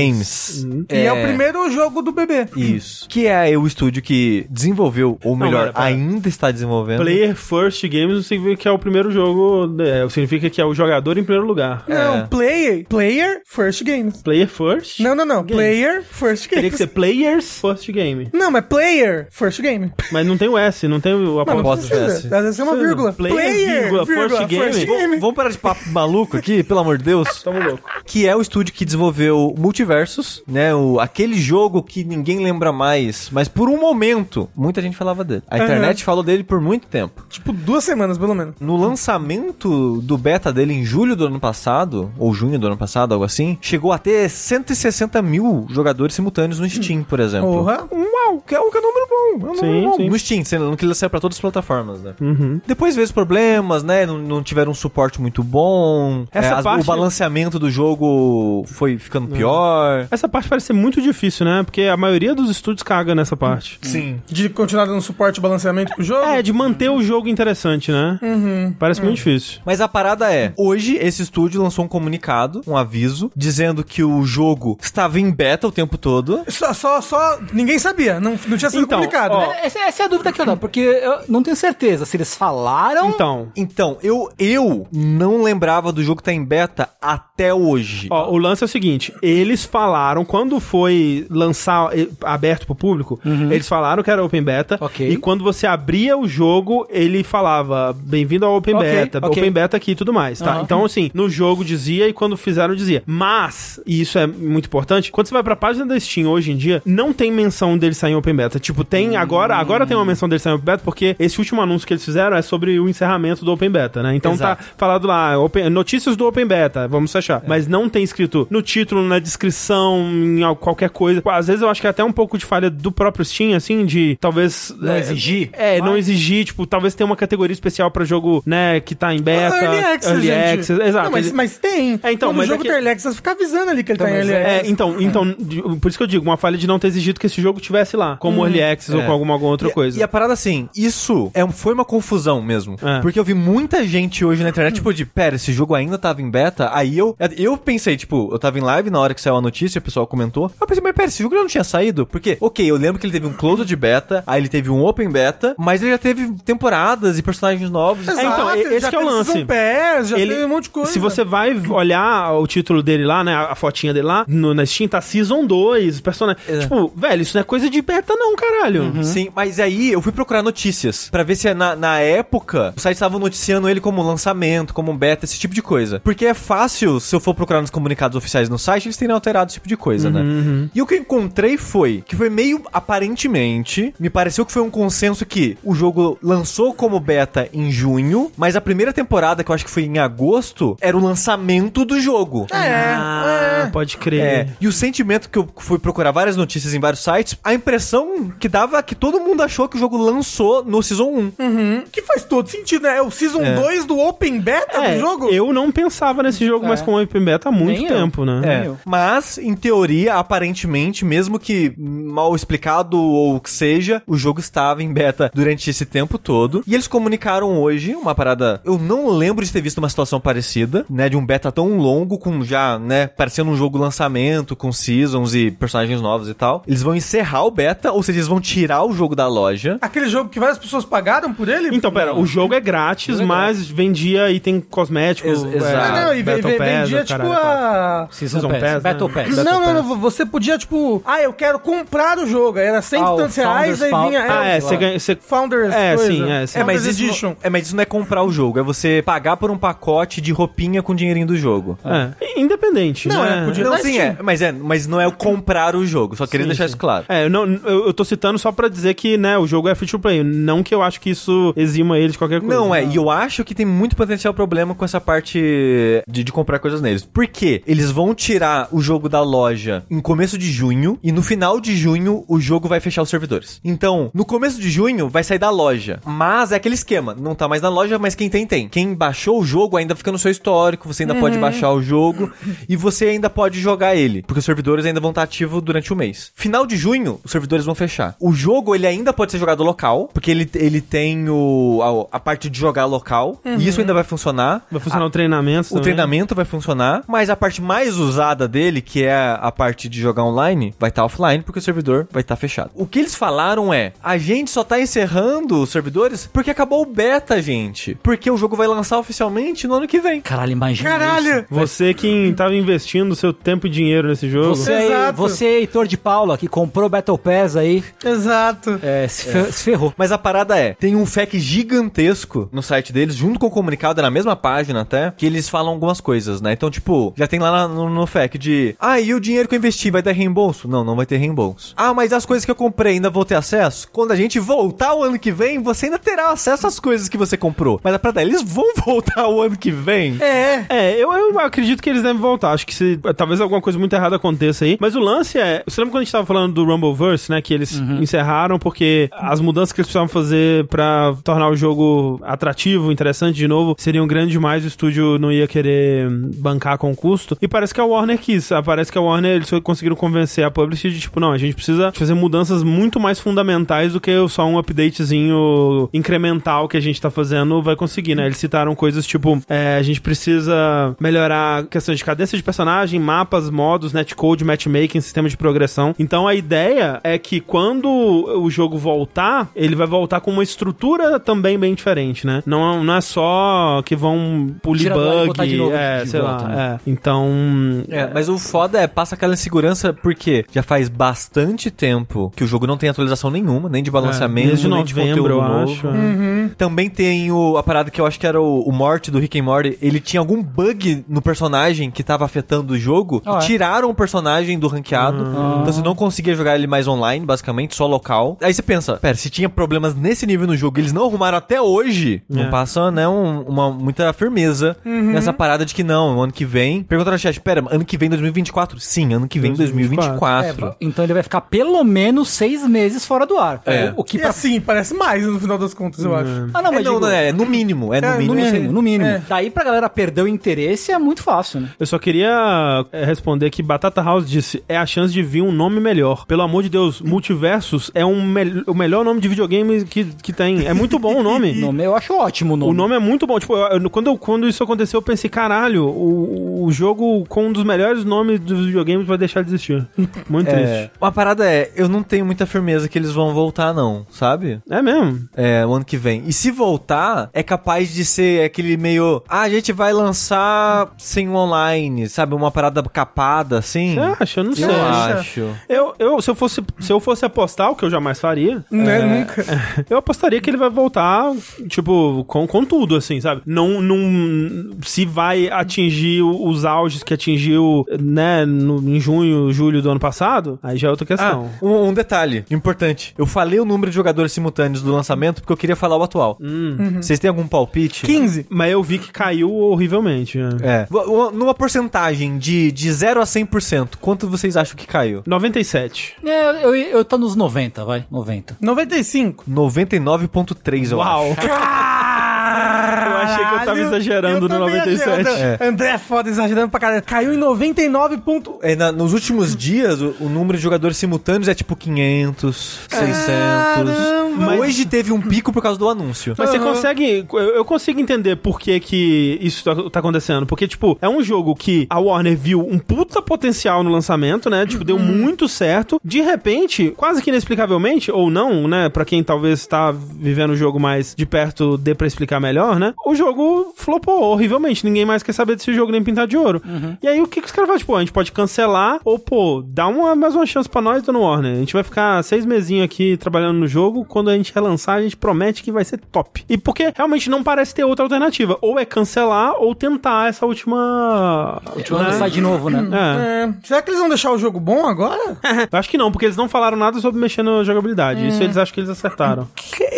[SPEAKER 1] Games. Uhum.
[SPEAKER 2] E é o primeiro jogo do bebê.
[SPEAKER 3] Isso. Que é o estúdio que desenvolveu, ou
[SPEAKER 1] Não,
[SPEAKER 3] melhor,
[SPEAKER 1] pera, pera.
[SPEAKER 3] ainda está desenvolvendo.
[SPEAKER 1] Player First Games significa que é o primeiro jogo, é, significa que é o jogador em primeiro lugar.
[SPEAKER 2] Não, player, player, first games.
[SPEAKER 1] Player First?
[SPEAKER 2] Não, não, não. Player, first
[SPEAKER 1] Teria que
[SPEAKER 2] games.
[SPEAKER 1] ser Players First Game.
[SPEAKER 2] Não, mas player, first game.
[SPEAKER 1] Mas não tem o S, não tem o
[SPEAKER 2] Mano,
[SPEAKER 1] apóstolo.
[SPEAKER 2] não precisa. Às vezes é uma
[SPEAKER 1] Precisa.
[SPEAKER 2] vírgula.
[SPEAKER 1] Player, vírgula, first game.
[SPEAKER 3] Vamos- Vamos parar de papo maluco aqui, pelo amor
[SPEAKER 2] *laughs*
[SPEAKER 3] de Deus.
[SPEAKER 1] Tamo louco.
[SPEAKER 3] que é o estúdio que desenvolveu Multiversus, né? O, aquele jogo que ninguém lembra mais, mas por um momento muita gente falava dele. A
[SPEAKER 2] Aham.
[SPEAKER 3] internet falou dele por muito tempo.
[SPEAKER 2] Tipo, duas semanas, pelo menos.
[SPEAKER 3] No lançamento do beta dele em julho do ano passado, ou junho do ano passado, algo assim, chegou a ter 160 mil jogadores simultâneos no Steam, por exemplo.
[SPEAKER 2] Porra.
[SPEAKER 3] Uau, que é um que é um número bom. é um
[SPEAKER 1] Sim,
[SPEAKER 3] número bom.
[SPEAKER 1] sim.
[SPEAKER 3] No Steam, sendo que ele saiu pra todas as plataformas, né?
[SPEAKER 1] Uhum.
[SPEAKER 3] Depois veio os problemas, né? Não, não tiveram um suporte muito bom. É,
[SPEAKER 1] Essa
[SPEAKER 3] as-
[SPEAKER 1] parte-
[SPEAKER 3] O balanceamento do jogo foi ficando pior.
[SPEAKER 1] Essa parte parece ser muito difícil, né? Porque a maioria dos estúdios caga nessa parte.
[SPEAKER 3] Sim.
[SPEAKER 2] De continuar dando suporte e balanceamento pro jogo?
[SPEAKER 1] É, de manter o jogo interessante, né? Parece muito difícil.
[SPEAKER 3] Mas a parada é, hoje esse estúdio lançou um comunicado, um aviso, dizendo que o jogo estava em beta o tempo todo.
[SPEAKER 2] Só, só, só. Ninguém sabia. Não, não tinha sido
[SPEAKER 1] Então,
[SPEAKER 2] publicado.
[SPEAKER 1] ó.
[SPEAKER 4] Essa, essa é a dúvida que eu dou, porque eu não tenho certeza se eles falaram.
[SPEAKER 1] Então,
[SPEAKER 3] Então, eu eu não lembrava do jogo estar em beta até hoje.
[SPEAKER 1] Ó, o lance é o seguinte: eles falaram, quando foi lançar eh, aberto pro público, eles falaram que era Open Beta.
[SPEAKER 4] Ok.
[SPEAKER 1] E quando você abria o jogo, ele falava: bem-vindo ao Open
[SPEAKER 4] Ok,
[SPEAKER 1] Beta,
[SPEAKER 4] ok.
[SPEAKER 1] Open Beta aqui e tudo mais, tá?
[SPEAKER 4] Aham.
[SPEAKER 1] Então, assim, no jogo dizia e quando fizeram dizia. Mas, e isso é muito importante, quando você vai pra página da Steam hoje em dia, não tem menção dele sair em Open Beta. Tipo, tem
[SPEAKER 4] Hum.
[SPEAKER 1] agora, agora tem uma menção dele sair em Open Beta, porque esse último anúncio que eles fizeram é sobre o encerramento do Open Beta, né? Então tá falado lá, open- notícias do Open Beta, vamos fechar.
[SPEAKER 4] É.
[SPEAKER 1] Mas não tem escrito no título, na descrição, em al- qualquer coisa. Às vezes eu acho que é até um pouco de falha do próprio Steam, assim, de talvez.
[SPEAKER 4] Não
[SPEAKER 1] é,
[SPEAKER 4] exigir?
[SPEAKER 1] É, não exigir, tipo, talvez tenha uma categoria especial pra jogo, né, que tá em beta.
[SPEAKER 2] É Early Access,
[SPEAKER 1] early
[SPEAKER 2] gente.
[SPEAKER 1] access, exato.
[SPEAKER 2] Não, mas,
[SPEAKER 1] Ele-
[SPEAKER 2] mas tem.
[SPEAKER 1] É, então,
[SPEAKER 2] Quando
[SPEAKER 1] mas
[SPEAKER 2] o jogo
[SPEAKER 1] é que-
[SPEAKER 2] tem Early Access, fica avisando ali que ele tá em
[SPEAKER 4] mas
[SPEAKER 2] Early
[SPEAKER 4] é-
[SPEAKER 1] É,
[SPEAKER 2] Access.
[SPEAKER 1] então, então, de- por isso que eu digo, uma falha de não ter exigido que esse jogo tivesse lá, como
[SPEAKER 2] Uhum.
[SPEAKER 1] Early Access ou
[SPEAKER 3] É.
[SPEAKER 1] com alguma, alguma outra
[SPEAKER 3] E-
[SPEAKER 1] coisa.
[SPEAKER 3] E a parada assim, isso é, um- foi uma confusão mesmo.
[SPEAKER 1] É.
[SPEAKER 3] Porque eu vi muita gente hoje na internet, tipo, de pera, esse jogo ainda tava em beta. Aí eu, eu pensei, tipo, eu tava em live na hora que saiu a notícia, o pessoal comentou. Eu pensei, mas pera, esse jogo já não tinha saído? Porque, ok, eu lembro que ele teve um closed beta, aí ele teve um open beta, mas ele já teve temporadas e personagens novos.
[SPEAKER 1] É, então,
[SPEAKER 2] Exato,
[SPEAKER 1] esse
[SPEAKER 2] já
[SPEAKER 1] que é o
[SPEAKER 2] teve
[SPEAKER 1] lance.
[SPEAKER 2] Season Pass, já
[SPEAKER 1] Ele-
[SPEAKER 2] teve um monte de coisa.
[SPEAKER 1] Se você vai olhar o título dele lá, né? A a fotinha dele lá, no, na Steam tá Season 2, personagem. Tipo, velho, isso não é coisa de beta, não,
[SPEAKER 2] Hum.
[SPEAKER 1] caralho.
[SPEAKER 3] Sim, mas aí eu fui procurar notícias pra ver se é na, na época o site estava noticiando ele como lançamento, como um beta, esse tipo de coisa. Porque é fácil, se eu for procurar nos comunicados oficiais no site, eles terem alterado esse tipo de coisa, né? E o que eu encontrei foi que foi meio aparentemente, me pareceu que foi um consenso que o jogo lançou como beta em junho, mas a primeira temporada, que eu acho que foi em agosto, era o lançamento do jogo.
[SPEAKER 2] É,
[SPEAKER 1] Ah,
[SPEAKER 2] é.
[SPEAKER 1] pode crer.
[SPEAKER 3] É, e o sentimento que eu fui procurar várias notícias em vários sites, a impressão que dava é que todo mundo achou que o jogo lançou no Season 1.
[SPEAKER 2] Uhum. Que faz todo sentido, né? É o Season 2 do Open Beta
[SPEAKER 1] É,
[SPEAKER 2] do jogo?
[SPEAKER 1] Eu não pensava nesse jogo, mas com o Open Beta correta há muito
[SPEAKER 4] Nem eu.
[SPEAKER 1] tempo, né?
[SPEAKER 3] É. Mas, em teoria, aparentemente, mesmo que mal explicado ou que seja, o jogo estava em beta durante esse tempo todo. E eles comunicaram hoje uma parada. Eu não lembro de ter visto uma situação parecida, né? De um beta tão longo, com já, né? Parecendo um jogo lançamento, com seasons e personagens novos e tal. Eles vão encerrar o beta, ou seja, eles vão tirar o jogo da loja.
[SPEAKER 2] Aquele jogo que várias pessoas pagaram por ele?
[SPEAKER 1] Então, pera, o jogo é grátis, mas vendia item cosmético.
[SPEAKER 3] Ex-
[SPEAKER 1] é,
[SPEAKER 3] exato.
[SPEAKER 2] Ah, Não, não, e ve-
[SPEAKER 1] Battle
[SPEAKER 2] ve-
[SPEAKER 1] Pass,
[SPEAKER 2] vendia
[SPEAKER 1] o
[SPEAKER 2] tipo
[SPEAKER 1] caralho, quatro.
[SPEAKER 2] a.
[SPEAKER 4] Season,
[SPEAKER 1] Season
[SPEAKER 4] Pass,
[SPEAKER 1] Pass, né?
[SPEAKER 4] Battle Pass.
[SPEAKER 2] Não, não, não, você podia, tipo, ah, eu quero comprar o jogo. Aí Era cento
[SPEAKER 4] Ah,
[SPEAKER 2] e
[SPEAKER 4] o
[SPEAKER 2] tantos reais,
[SPEAKER 4] Founders
[SPEAKER 2] aí
[SPEAKER 4] Pass.
[SPEAKER 2] vinha.
[SPEAKER 1] Ah, é,
[SPEAKER 4] sei
[SPEAKER 1] você
[SPEAKER 4] lá.
[SPEAKER 1] ganha. Você...
[SPEAKER 2] Founders.
[SPEAKER 1] É,
[SPEAKER 2] coisa.
[SPEAKER 1] sim, é, sim.
[SPEAKER 3] É, mas
[SPEAKER 2] Founders
[SPEAKER 3] isso
[SPEAKER 2] Edition.
[SPEAKER 3] não, é, mas isso não é comprar o jogo, é você pagar por um pacote de roupinha com o dinheirinho do jogo.
[SPEAKER 1] É, independente.
[SPEAKER 2] Não,
[SPEAKER 1] né?
[SPEAKER 2] é, podia-
[SPEAKER 3] Não,
[SPEAKER 2] Na
[SPEAKER 3] sim,
[SPEAKER 2] Steam.
[SPEAKER 3] é, mas é, mas não é o comprar o jogo, só queria
[SPEAKER 1] Sim,
[SPEAKER 3] deixar
[SPEAKER 1] sim.
[SPEAKER 3] isso claro.
[SPEAKER 1] É, eu não, eu, eu tô citando só pra dizer que, né, o jogo é free to play. Não que eu acho que isso exima ele de qualquer coisa.
[SPEAKER 3] Não, é, e eu acho que tem muito potencial problema com essa parte de, de comprar coisas neles. Por quê? Eles vão tirar o jogo da loja em começo de junho e no final de junho o jogo vai fechar os servidores. Então, no começo de junho vai sair da loja, mas é aquele esquema, não tá mais na loja, mas quem tem tem. Quem baixou o jogo ainda fica no seu histórico, você ainda
[SPEAKER 1] Uhum.
[SPEAKER 3] pode baixar o jogo e você ainda pode jogar ele, porque os servidores ainda vão estar ativos durante o mês. Final de junho, os servidores vão fechar. O jogo ele ainda pode ser jogado local, porque ele, ele tem o, a, a parte de jogar local, e isso ainda vai funcionar.
[SPEAKER 1] Uhum. Vai funcionar o treinamento.
[SPEAKER 3] Ah, O treinamento vai funcionar, mas a parte mais usada dele, que é a parte de jogar online, vai estar offline, porque o servidor vai estar fechado. O que eles falaram é: a gente só tá encerrando os servidores porque acabou o beta, gente. Porque o jogo vai lançar oficialmente no ano que vem.
[SPEAKER 4] Caralho, imagina isso.
[SPEAKER 2] Caralho!
[SPEAKER 1] Você que tava investindo seu tempo e dinheiro nesse jogo.
[SPEAKER 4] Você, aí,
[SPEAKER 2] Exato.
[SPEAKER 4] você, Heitor de Paula, que comprou Battle Pass aí,
[SPEAKER 2] Exato.
[SPEAKER 4] é, se, fe- se ferrou.
[SPEAKER 3] Mas a parada é, tem um FAQ gigantesco no site deles, junto com o comunicado, é na mesma página até, que eles falam algumas coisas, né? Então, tipo, já tem lá na- no, no FAQ de, ah, e o dinheiro que eu investi vai dar reembolso? Não, não vai ter reembolso. Ah, mas as coisas que eu comprei ainda vou ter acesso? Quando a gente voltar o ano que vem, você ainda terá acesso às coisas que você comprou. Mas a parada é, eles vão *laughs* voltar o ano que vem?
[SPEAKER 2] É.
[SPEAKER 1] É, eu, eu acredito que eles devem voltar. Acho que se, talvez alguma coisa muito errada aconteça aí. Mas o lance é. Você lembra quando a gente tava falando do Rumbleverse, né? Que eles encerraram porque as mudanças que eles precisavam fazer pra tornar o jogo atrativo, interessante de novo, seriam grandes demais. O estúdio não ia querer hum, bancar com custo. E parece que a Warner quis. Ah, Parece que a Warner eles conseguiram convencer a publisher de tipo, não, a gente precisa fazer mudanças muito mais fundamentais do que só um updatezinho incremental que a gente tá fazendo vai conseguir, né? Eles citaram coisas tipo, é, a gente precisa melhorar questões de cadência de personagem, mapas, modos, netcode, matchmaking, sistema de progressão. Então a ideia é que quando o jogo voltar, ele vai voltar com uma estrutura também bem diferente, né? Não, é- não é só que vão polir
[SPEAKER 4] Tirar do ar e botar
[SPEAKER 1] bug,
[SPEAKER 4] de novo
[SPEAKER 1] é,
[SPEAKER 4] de
[SPEAKER 1] sei
[SPEAKER 4] volta,
[SPEAKER 1] lá.
[SPEAKER 4] né?
[SPEAKER 1] é. Então,
[SPEAKER 3] É, mas o foda é, passa aquela insegurança porque já faz bastante tempo que o jogo não tem atualização nenhuma, nem de balanceamento,
[SPEAKER 1] É, desde
[SPEAKER 3] nem de
[SPEAKER 1] novembro,
[SPEAKER 3] conteúdo
[SPEAKER 1] eu
[SPEAKER 3] novo.
[SPEAKER 1] acho. é.
[SPEAKER 4] Uhum.
[SPEAKER 3] Também tem o, a parada que eu acho que era o, o Morty do Rick and Morty. Ele tinha algum bug no personagem que tava afetando o jogo.
[SPEAKER 4] Ah, é? Hum.
[SPEAKER 3] e tiraram o personagem do ranqueado. Então você não conseguia jogar ele mais online, basicamente, só local. Aí você pensa, pera, se tinha problemas nesse nível no jogo e eles não arrumaram até hoje,
[SPEAKER 1] É.
[SPEAKER 3] não passa, né, um- uma muita firmeza
[SPEAKER 4] Uhum.
[SPEAKER 3] nessa parada de que não, ano que vem. Perguntaram no chat, pera, ano que vem 2024? Sim, ano que vem 2024.
[SPEAKER 4] Então ele vai ficar pelo menos seis meses fora do ar.
[SPEAKER 3] É.
[SPEAKER 4] O, o que
[SPEAKER 2] E
[SPEAKER 4] pra...
[SPEAKER 2] assim, parece mais no final das contas,
[SPEAKER 1] Hum.
[SPEAKER 2] eu acho.
[SPEAKER 4] Ah, não,
[SPEAKER 3] É,
[SPEAKER 4] mas
[SPEAKER 3] não,
[SPEAKER 4] digo,
[SPEAKER 3] não, é no mínimo, é no
[SPEAKER 2] É, no
[SPEAKER 3] mínimo.
[SPEAKER 4] no mínimo, no mínimo.
[SPEAKER 2] É.
[SPEAKER 4] Daí pra galera perder o interesse é muito fácil, né?
[SPEAKER 1] Eu só queria é, responder que Batata House disse: é a chance de vir um nome melhor. Pelo amor de Deus, Multiversus é um mel- o melhor nome de videogame que, que tem. É muito bom o *laughs*
[SPEAKER 4] O
[SPEAKER 1] nome.
[SPEAKER 4] nome, eu acho ótimo o nome.
[SPEAKER 1] O nome é muito bom. Tipo, eu- eu- quando, eu- quando isso aconteceu, eu pensei, caralho, o, o jogo com um dos melhores nomes dos videogames vai deixar de existir. Muito
[SPEAKER 3] É,
[SPEAKER 1] triste.
[SPEAKER 3] uma parada é, eu não tenho muita firmeza que eles vão voltar, não, sabe?
[SPEAKER 1] É mesmo.
[SPEAKER 3] É, o ano que vem. E se voltar, é capaz de ser aquele meio. Ah, a gente vai lançar sem o online, sabe? Uma parada capada, assim.
[SPEAKER 1] Você acha? Eu não sei.
[SPEAKER 3] Eu
[SPEAKER 2] acha?
[SPEAKER 3] acho.
[SPEAKER 1] Eu, eu, se, eu fosse, se eu fosse apostar, o que eu jamais faria,
[SPEAKER 2] Né?
[SPEAKER 1] *laughs*
[SPEAKER 2] Nunca.
[SPEAKER 1] Eu apostaria que ele vai voltar, tipo, com, com tudo, assim, sabe? Não, não. Se vai atingir o- os auges que atingiu, né, no, em junho, julho do ano passado, aí já é outra
[SPEAKER 3] Ah,
[SPEAKER 1] questão.
[SPEAKER 3] um, um detalhe importante. Eu falei o número de jogadores simultâneos do lançamento porque eu queria falar o atual. Vocês têm algum palpite?
[SPEAKER 2] 15.
[SPEAKER 1] Mas eu vi que caiu horrivelmente. né?
[SPEAKER 3] É. Uma- Numa porcentagem de, de 0 a 100%, quanto vocês acham que caiu?
[SPEAKER 1] 97.
[SPEAKER 4] É, eu, eu tô nos 90, vai. 90.
[SPEAKER 2] 95.
[SPEAKER 3] 99,3, eu acho.
[SPEAKER 1] eu achei que eu tava exagerando no
[SPEAKER 2] eu também achei,
[SPEAKER 1] 97.
[SPEAKER 2] André, André é foda, exagerando pra caralho. Caiu em 99 ponto...
[SPEAKER 3] É, na- nos últimos dias, o, o número de jogadores simultâneos é tipo 500, 600.
[SPEAKER 1] Mas-
[SPEAKER 3] Hoje teve um pico por causa do anúncio.
[SPEAKER 1] Mas você consegue. Eu eu consigo entender por que, que isso tá, tá acontecendo. Porque, tipo, é um jogo que a Warner viu um puta potencial no lançamento, né? Tipo, deu muito certo. De repente, quase que inexplicavelmente, ou não, né? Pra quem talvez tá vivendo o jogo mais de perto, dê pra explicar melhor, né? O jogo flopou horrivelmente. Ninguém mais quer saber desse jogo nem pintar de ouro.
[SPEAKER 3] Uhum.
[SPEAKER 1] E aí, o que, que os caras fazem? Tipo, a gente pode cancelar, ou, pô, dá uma, mais uma chance pra nós, Dona Warner. A gente vai ficar seis mesinhos aqui trabalhando no jogo. Quando a gente relançar, a gente promete que vai ser top. E porque realmente não parece ter outra alternativa. Ou é cancelar, ou tentar essa última.
[SPEAKER 4] Vamos lançar de novo, né?
[SPEAKER 1] É.
[SPEAKER 2] É, será que eles vão deixar o jogo bom agora?
[SPEAKER 3] É.
[SPEAKER 1] Eu acho que não, porque eles não falaram nada sobre mexer na jogabilidade. Isso eles acham que eles acertaram.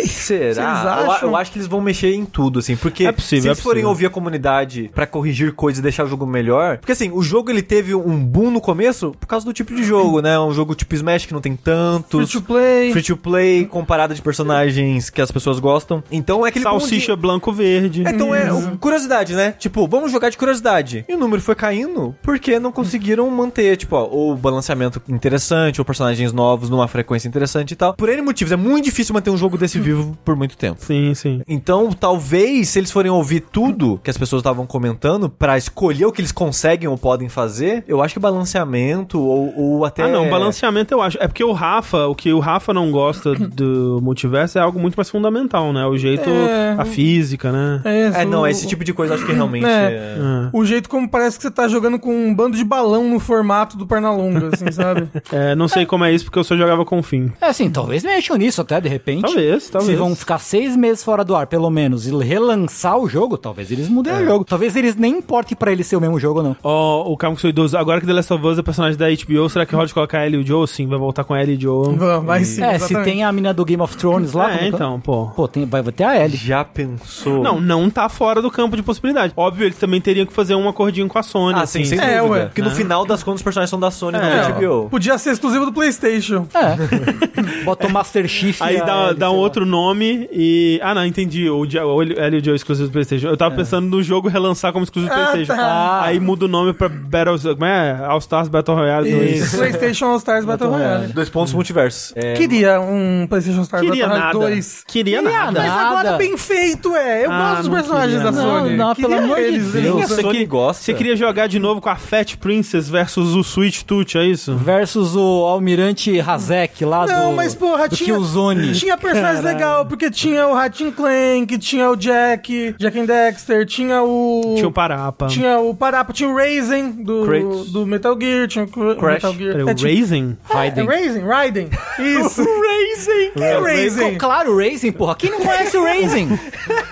[SPEAKER 3] Será?
[SPEAKER 2] Vocês
[SPEAKER 3] Eu a-
[SPEAKER 2] acham?
[SPEAKER 3] Eu, acho que eles vão mexer em tudo, assim, porque
[SPEAKER 1] É possível,
[SPEAKER 3] se eles
[SPEAKER 1] é
[SPEAKER 3] forem
[SPEAKER 1] possível.
[SPEAKER 3] ouvir a comunidade pra corrigir coisas e deixar o jogo melhor. Porque assim, o jogo ele teve um boom no começo por causa do tipo de jogo, né? Um jogo tipo Smash que não tem tantos.
[SPEAKER 2] Free to play.
[SPEAKER 3] Free to play, comparada de personagens que as pessoas gostam. Então é aquele boom de-
[SPEAKER 1] Salsicha branco verde.
[SPEAKER 3] É, Então é o- curiosidade, né? Tipo, vamos jogar de curiosidade. E o número foi caindo porque não conseguiram manter, tipo, ó, ou balanceamento interessante, ou personagens novos numa frequência interessante e tal. Por N motivos, é muito difícil manter um jogo desse vivo por muito tempo.
[SPEAKER 1] Sim, sim.
[SPEAKER 3] Então, talvez, se eles forem ouvir tudo que as pessoas estavam comentando pra escolher o que eles conseguem ou podem fazer, eu acho que balanceamento ou, ou até.
[SPEAKER 1] Ah, não, balanceamento eu acho. É porque o Rafa, o que o Rafa não gosta do multiverso é algo muito mais fundamental, né? O jeito,
[SPEAKER 2] É.
[SPEAKER 1] a física, né?
[SPEAKER 3] É, não,
[SPEAKER 2] o-
[SPEAKER 3] é esse tipo de coisa eu acho que realmente
[SPEAKER 2] É.
[SPEAKER 3] é.
[SPEAKER 1] Ah.
[SPEAKER 2] O jeito como parece que você tá jogando com um bando de balão no formato do Pernalonga,
[SPEAKER 4] *laughs*
[SPEAKER 2] assim, sabe?
[SPEAKER 1] É, não sei como é isso, porque eu só jogava com o fim.
[SPEAKER 4] É assim, talvez mexam nisso até, de repente.
[SPEAKER 1] Talvez, talvez.
[SPEAKER 4] Se vão ficar seis meses fora do ar, pelo menos, e relançar o jogo, talvez eles mudem o jogo. Talvez eles nem importe pra ele ser o mesmo jogo, ou não.
[SPEAKER 1] Ó, o Calma que sou idoso. Agora que The Last of Us é personagem da HBO, será que rola de colocar Ellie e o Joe? Sim, vai voltar com Ellie e Joe.
[SPEAKER 2] Vai, vai sim.
[SPEAKER 4] é, se
[SPEAKER 2] exatamente.
[SPEAKER 4] tem a mina do Game of Thrones lá... como
[SPEAKER 1] é,
[SPEAKER 4] que-
[SPEAKER 1] então, pô.
[SPEAKER 4] Pô, tem, vai vai ter a Ellie.
[SPEAKER 3] Já pensou?
[SPEAKER 1] Não, não tá fora do campo de possibilidade. Óbvio, eles também teriam que fazer um acordinho com a Sony. né?
[SPEAKER 3] Ah, sim, sem
[SPEAKER 2] É,
[SPEAKER 3] dúvida.
[SPEAKER 2] ué.
[SPEAKER 3] Porque no final das contas os personagens são da Sony,
[SPEAKER 2] É,
[SPEAKER 3] não da
[SPEAKER 2] ó,
[SPEAKER 3] HBO.
[SPEAKER 2] Podia ser exclusivo do PlayStation.
[SPEAKER 4] É. *laughs* Bota o Master Chief. e
[SPEAKER 1] Aí
[SPEAKER 4] a
[SPEAKER 1] dá,
[SPEAKER 4] Ellie,
[SPEAKER 1] dá
[SPEAKER 4] sei
[SPEAKER 1] um
[SPEAKER 4] lá.
[SPEAKER 1] outro nome e. Ah, não, entendi. O Jo- o Ellie Ellie e o Joe exclusivo do PlayStation. Eu tava pensando no jogo relançar como exclusivo do
[SPEAKER 2] Ah,
[SPEAKER 1] PlayStation.
[SPEAKER 2] tá.
[SPEAKER 1] Aí muda o nome pra Battles. Como é? All Stars Battle Royale 2.
[SPEAKER 2] Isso. PlayStation All Stars Battle Royale.
[SPEAKER 3] Dois pontos multiversos. É,
[SPEAKER 2] Queria um PlayStation All Stars
[SPEAKER 1] Queria
[SPEAKER 2] Battle Royale
[SPEAKER 1] nada.
[SPEAKER 2] 2.
[SPEAKER 1] Queria nada.
[SPEAKER 2] Mas
[SPEAKER 4] Nada.
[SPEAKER 2] agora bem feito, é. Eu
[SPEAKER 1] Ah,
[SPEAKER 2] gosto dos
[SPEAKER 1] não
[SPEAKER 2] personagens
[SPEAKER 1] queria,
[SPEAKER 2] da
[SPEAKER 4] não.
[SPEAKER 2] Sony.
[SPEAKER 4] Não, pelo
[SPEAKER 2] Queria
[SPEAKER 4] amor de
[SPEAKER 2] eles,
[SPEAKER 4] Deus.
[SPEAKER 2] eles-
[SPEAKER 3] a Sony gosta.
[SPEAKER 1] Você queria jogar de novo com a Fat Princess versus o Sweet Tooth, é isso?
[SPEAKER 4] Versus o Almirante Hazek lá do...
[SPEAKER 2] Não, mas porra,
[SPEAKER 4] do
[SPEAKER 2] tinha,
[SPEAKER 4] Killzone.
[SPEAKER 2] tinha personagens legal, porque tinha o Ratinho Clank, tinha o Jack, Jack and Dexter, tinha o...
[SPEAKER 1] Tinha um o Parapa.
[SPEAKER 2] Tinha o Parapa, tinha o Raiden do,
[SPEAKER 3] Kratos.
[SPEAKER 2] do Metal Gear, tinha o Cra-
[SPEAKER 3] Crash.
[SPEAKER 2] Metal Gear.
[SPEAKER 1] Peraí, o
[SPEAKER 2] É, tinha-
[SPEAKER 1] Raising?
[SPEAKER 2] É, Raiden, Raiden. Isso.
[SPEAKER 3] Raising!
[SPEAKER 2] Que é Raiden?
[SPEAKER 4] Claro, o Raising, porra. Quem não conhece o Raising?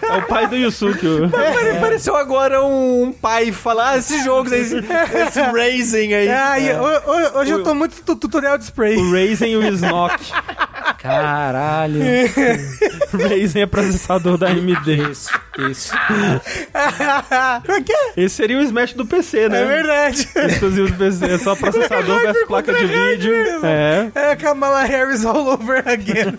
[SPEAKER 1] É o pai do Yusuke. o-
[SPEAKER 3] Pareceu agora um pai falar ah, esses jogos, aí, esse, *laughs* esse Raising aí.
[SPEAKER 2] Ah, e ho- ho- Hoje eu tô muito tu- tutorial de spray. *laughs*
[SPEAKER 1] O Raising e o Snock.
[SPEAKER 4] Caralho.
[SPEAKER 1] Raising é processador da AMD.
[SPEAKER 4] Isso, isso.
[SPEAKER 2] Pra quê?
[SPEAKER 1] Esse seria o Smash do PC, né?
[SPEAKER 2] É verdade.
[SPEAKER 1] Exclusivo do PC. É
[SPEAKER 2] *laughs*
[SPEAKER 1] só processador versus placa de vídeo. É.
[SPEAKER 2] É Kamala Harris all over again.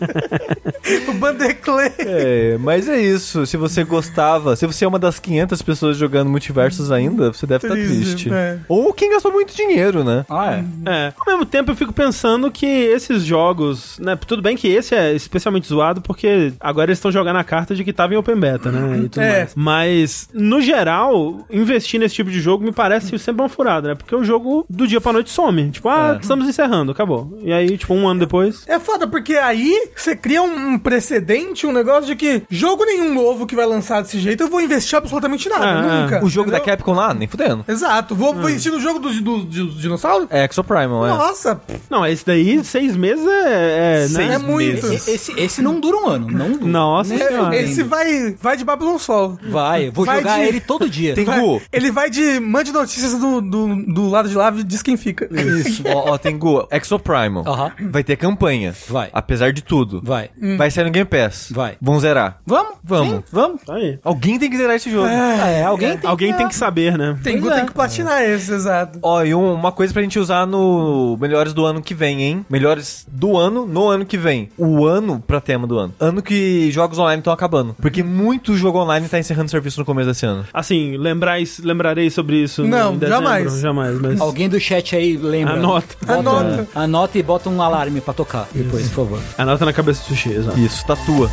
[SPEAKER 2] *laughs* o Bandeclay.
[SPEAKER 3] É, mas é isso. Se você gostava, se você é uma das 500 pessoas jogando multiversos ainda, você deve estar
[SPEAKER 2] Triste,
[SPEAKER 3] triste. né?
[SPEAKER 2] é.
[SPEAKER 3] Ou quem gastou muito dinheiro, né?
[SPEAKER 4] Ah, é.
[SPEAKER 1] É. Ao mesmo tempo, eu fico pensando que esses jogos, né? Tudo bem que esse é especialmente zoado, porque agora eles estão jogando a carta de que tava em open beta, né? E tudo
[SPEAKER 2] É.
[SPEAKER 1] mais. Mas, no geral, investir nesse tipo de jogo me parece sempre uma furada, né? Porque o jogo do dia pra noite some. Tipo, ah, estamos encerrando, acabou. E aí, tipo, um ano depois.
[SPEAKER 2] É foda, porque aí você cria um precedente, um negócio de que jogo nenhum novo que vai lançar desse jeito, eu vou investir absolutamente nada,
[SPEAKER 1] Ah,
[SPEAKER 2] nunca.
[SPEAKER 3] O jogo da
[SPEAKER 2] entendeu?
[SPEAKER 3] Capcom lá, nem fudendo.
[SPEAKER 2] Exato. Vou vou investir no jogo dos do, dos dinossauros?
[SPEAKER 3] É Exo Primal, é.
[SPEAKER 2] Nossa,
[SPEAKER 1] Não, esse daí, seis meses é. é, né?
[SPEAKER 2] é muito.
[SPEAKER 4] E- Esse, esse não dura um ano. Não dura.
[SPEAKER 1] Nossa
[SPEAKER 4] Nem
[SPEAKER 1] senhora.
[SPEAKER 2] É, Esse vai, vai de Babylon Sol.
[SPEAKER 4] Vai, eu vou
[SPEAKER 2] Vai
[SPEAKER 4] jogar
[SPEAKER 2] de-
[SPEAKER 4] ele todo dia.
[SPEAKER 3] Tem
[SPEAKER 2] Vai-
[SPEAKER 3] Gu.
[SPEAKER 2] ele vai de mande notícias do, do, do lado de lá e diz quem fica.
[SPEAKER 3] Isso. ó, ó, tem Gu, Exo Primal.
[SPEAKER 4] Aham.
[SPEAKER 3] Vai ter campanha.
[SPEAKER 4] Vai.
[SPEAKER 3] Apesar de tudo.
[SPEAKER 4] Vai.
[SPEAKER 3] Vai sair no Game Pass.
[SPEAKER 4] Vai.
[SPEAKER 3] Vão zerar.
[SPEAKER 4] Vamos?
[SPEAKER 3] Vamos.
[SPEAKER 4] Sim, vamos.
[SPEAKER 1] Tá aí.
[SPEAKER 3] Alguém tem que zerar esse jogo.
[SPEAKER 4] É, alguém tem
[SPEAKER 1] Alguém tem que saber, né?
[SPEAKER 2] Tem,
[SPEAKER 4] Pois é.
[SPEAKER 2] tem que platinar esse, exato.
[SPEAKER 3] Ó, e um- uma coisa pra gente usar no Melhores do ano que vem, hein? Melhores do ano, no ano que vem. também o ano pra tema do ano. Ano que jogos online estão acabando. Porque muito jogo online tá encerrando serviço no começo desse ano.
[SPEAKER 1] Assim, lembrar isso- lembrarei sobre isso
[SPEAKER 2] Não,
[SPEAKER 1] em dezembro,
[SPEAKER 2] jamais.
[SPEAKER 1] Jamais, mas...
[SPEAKER 4] Alguém do chat aí lembra.
[SPEAKER 1] Anota.
[SPEAKER 4] Bota-
[SPEAKER 2] Anota.
[SPEAKER 4] Anota e bota um alarme pra tocar depois, por favor.
[SPEAKER 1] Anota na cabeça do sushi, exato.
[SPEAKER 3] Isso, tatua.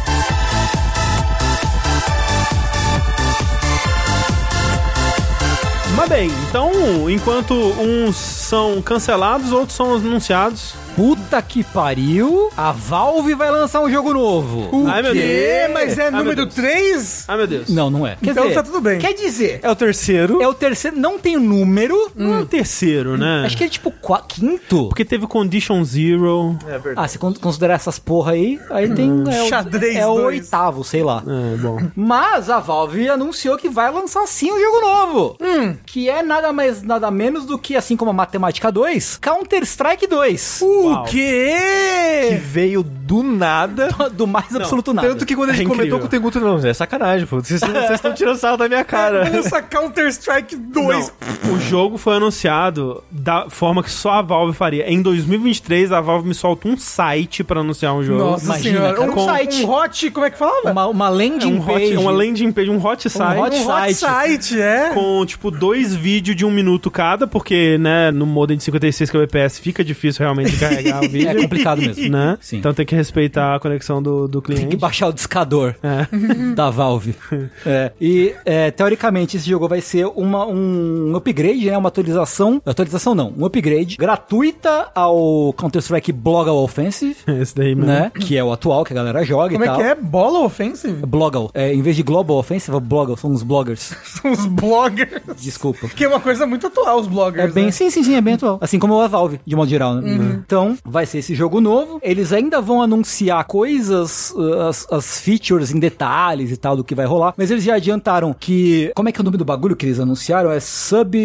[SPEAKER 1] Mas bem, então, enquanto uns são cancelados, outros são anunciados.
[SPEAKER 4] Puta que pariu, a Valve vai lançar um jogo novo.
[SPEAKER 2] O
[SPEAKER 1] Ai, meu
[SPEAKER 2] quê?
[SPEAKER 1] Deus.
[SPEAKER 2] Mas é
[SPEAKER 1] Ai, meu
[SPEAKER 2] número
[SPEAKER 1] Deus.
[SPEAKER 2] 3?
[SPEAKER 1] Ai, meu Deus.
[SPEAKER 4] Não, não é. Quer
[SPEAKER 2] Então tá tudo bem.
[SPEAKER 4] Quer dizer,
[SPEAKER 3] É o terceiro.
[SPEAKER 4] é o terceiro, não tem o número.
[SPEAKER 1] Não é o terceiro, né?
[SPEAKER 4] Acho que é tipo qua- quinto.
[SPEAKER 1] Porque teve Condition Zero.
[SPEAKER 3] É verdade.
[SPEAKER 4] Ah, se con- considerar essas porra aí, aí tem. É o,
[SPEAKER 2] Xadrez
[SPEAKER 4] é o
[SPEAKER 2] dois.
[SPEAKER 4] oitavo, sei lá.
[SPEAKER 1] É, bom.
[SPEAKER 4] Mas a Valve anunciou que vai lançar sim um jogo novo.
[SPEAKER 2] Hum.
[SPEAKER 4] Que é nada mais, nada menos do que, assim como a Matemática 2, Counter-Strike 2.
[SPEAKER 1] Uau.
[SPEAKER 2] O quê?
[SPEAKER 3] Que veio do nada.
[SPEAKER 4] Do mais absoluto nada.
[SPEAKER 3] Tanto que quando a gente
[SPEAKER 1] É incrível.
[SPEAKER 3] comentou com o Tenguto, não, é sacanagem, pô. Vocês vocês
[SPEAKER 1] *laughs*
[SPEAKER 3] estão tirando sarro da minha cara.
[SPEAKER 2] Lança Counter-Strike 2.
[SPEAKER 1] Não, o jogo foi anunciado da forma que só a Valve faria. Em 2023, a Valve me solta um site pra anunciar um jogo.
[SPEAKER 2] Nossa
[SPEAKER 4] Imagina,
[SPEAKER 2] senhora.
[SPEAKER 4] cara,
[SPEAKER 2] um,
[SPEAKER 4] com-
[SPEAKER 2] site. um hot, como é que falava?
[SPEAKER 4] Uma, uma
[SPEAKER 1] É
[SPEAKER 4] landing
[SPEAKER 1] um hot,
[SPEAKER 4] page.
[SPEAKER 1] uma landing page, um hot site.
[SPEAKER 4] hot
[SPEAKER 2] um hot
[SPEAKER 4] site.
[SPEAKER 2] site, é.
[SPEAKER 1] com, tipo, dois vídeos de um minuto cada, porque, né, no modem de 56 que é o EPS fica difícil realmente carregar
[SPEAKER 4] *laughs*
[SPEAKER 1] o vídeo.
[SPEAKER 4] É complicado mesmo.
[SPEAKER 1] *laughs* Né?
[SPEAKER 4] Sim.
[SPEAKER 1] Então tem que respeitar a conexão do, do
[SPEAKER 4] Tem que
[SPEAKER 1] cliente.
[SPEAKER 4] baixar o discador da Valve. É, e, é, teoricamente, esse jogo vai ser uma, um upgrade, né? Uma atualização. Atualização não, um upgrade gratuita ao Counter-Strike Blogal Offensive,
[SPEAKER 1] *laughs* Esse daí, mesmo.
[SPEAKER 4] né? Que é o atual que a galera joga
[SPEAKER 2] Como
[SPEAKER 4] e
[SPEAKER 2] é
[SPEAKER 4] tal.
[SPEAKER 2] que é? Bola Offensive?
[SPEAKER 4] Blogal. É, em vez de Global Offensive, é Blogal. São os *laughs* bloggers.
[SPEAKER 2] São *laughs* os bloggers.
[SPEAKER 4] Desculpa.
[SPEAKER 2] Que é uma coisa muito atual, os bloggers.
[SPEAKER 4] É bem,
[SPEAKER 2] né?
[SPEAKER 4] sim, sim, sim, é bem atual. Assim como a Valve, de modo geral, né? Então, vai ser esse jogo novo. Eles ainda vão anunciar coisas, uh, as, as features em detalhes e tal do que vai rolar. Mas eles já adiantaram que. Como é que é o nome do bagulho que eles anunciaram? É sub.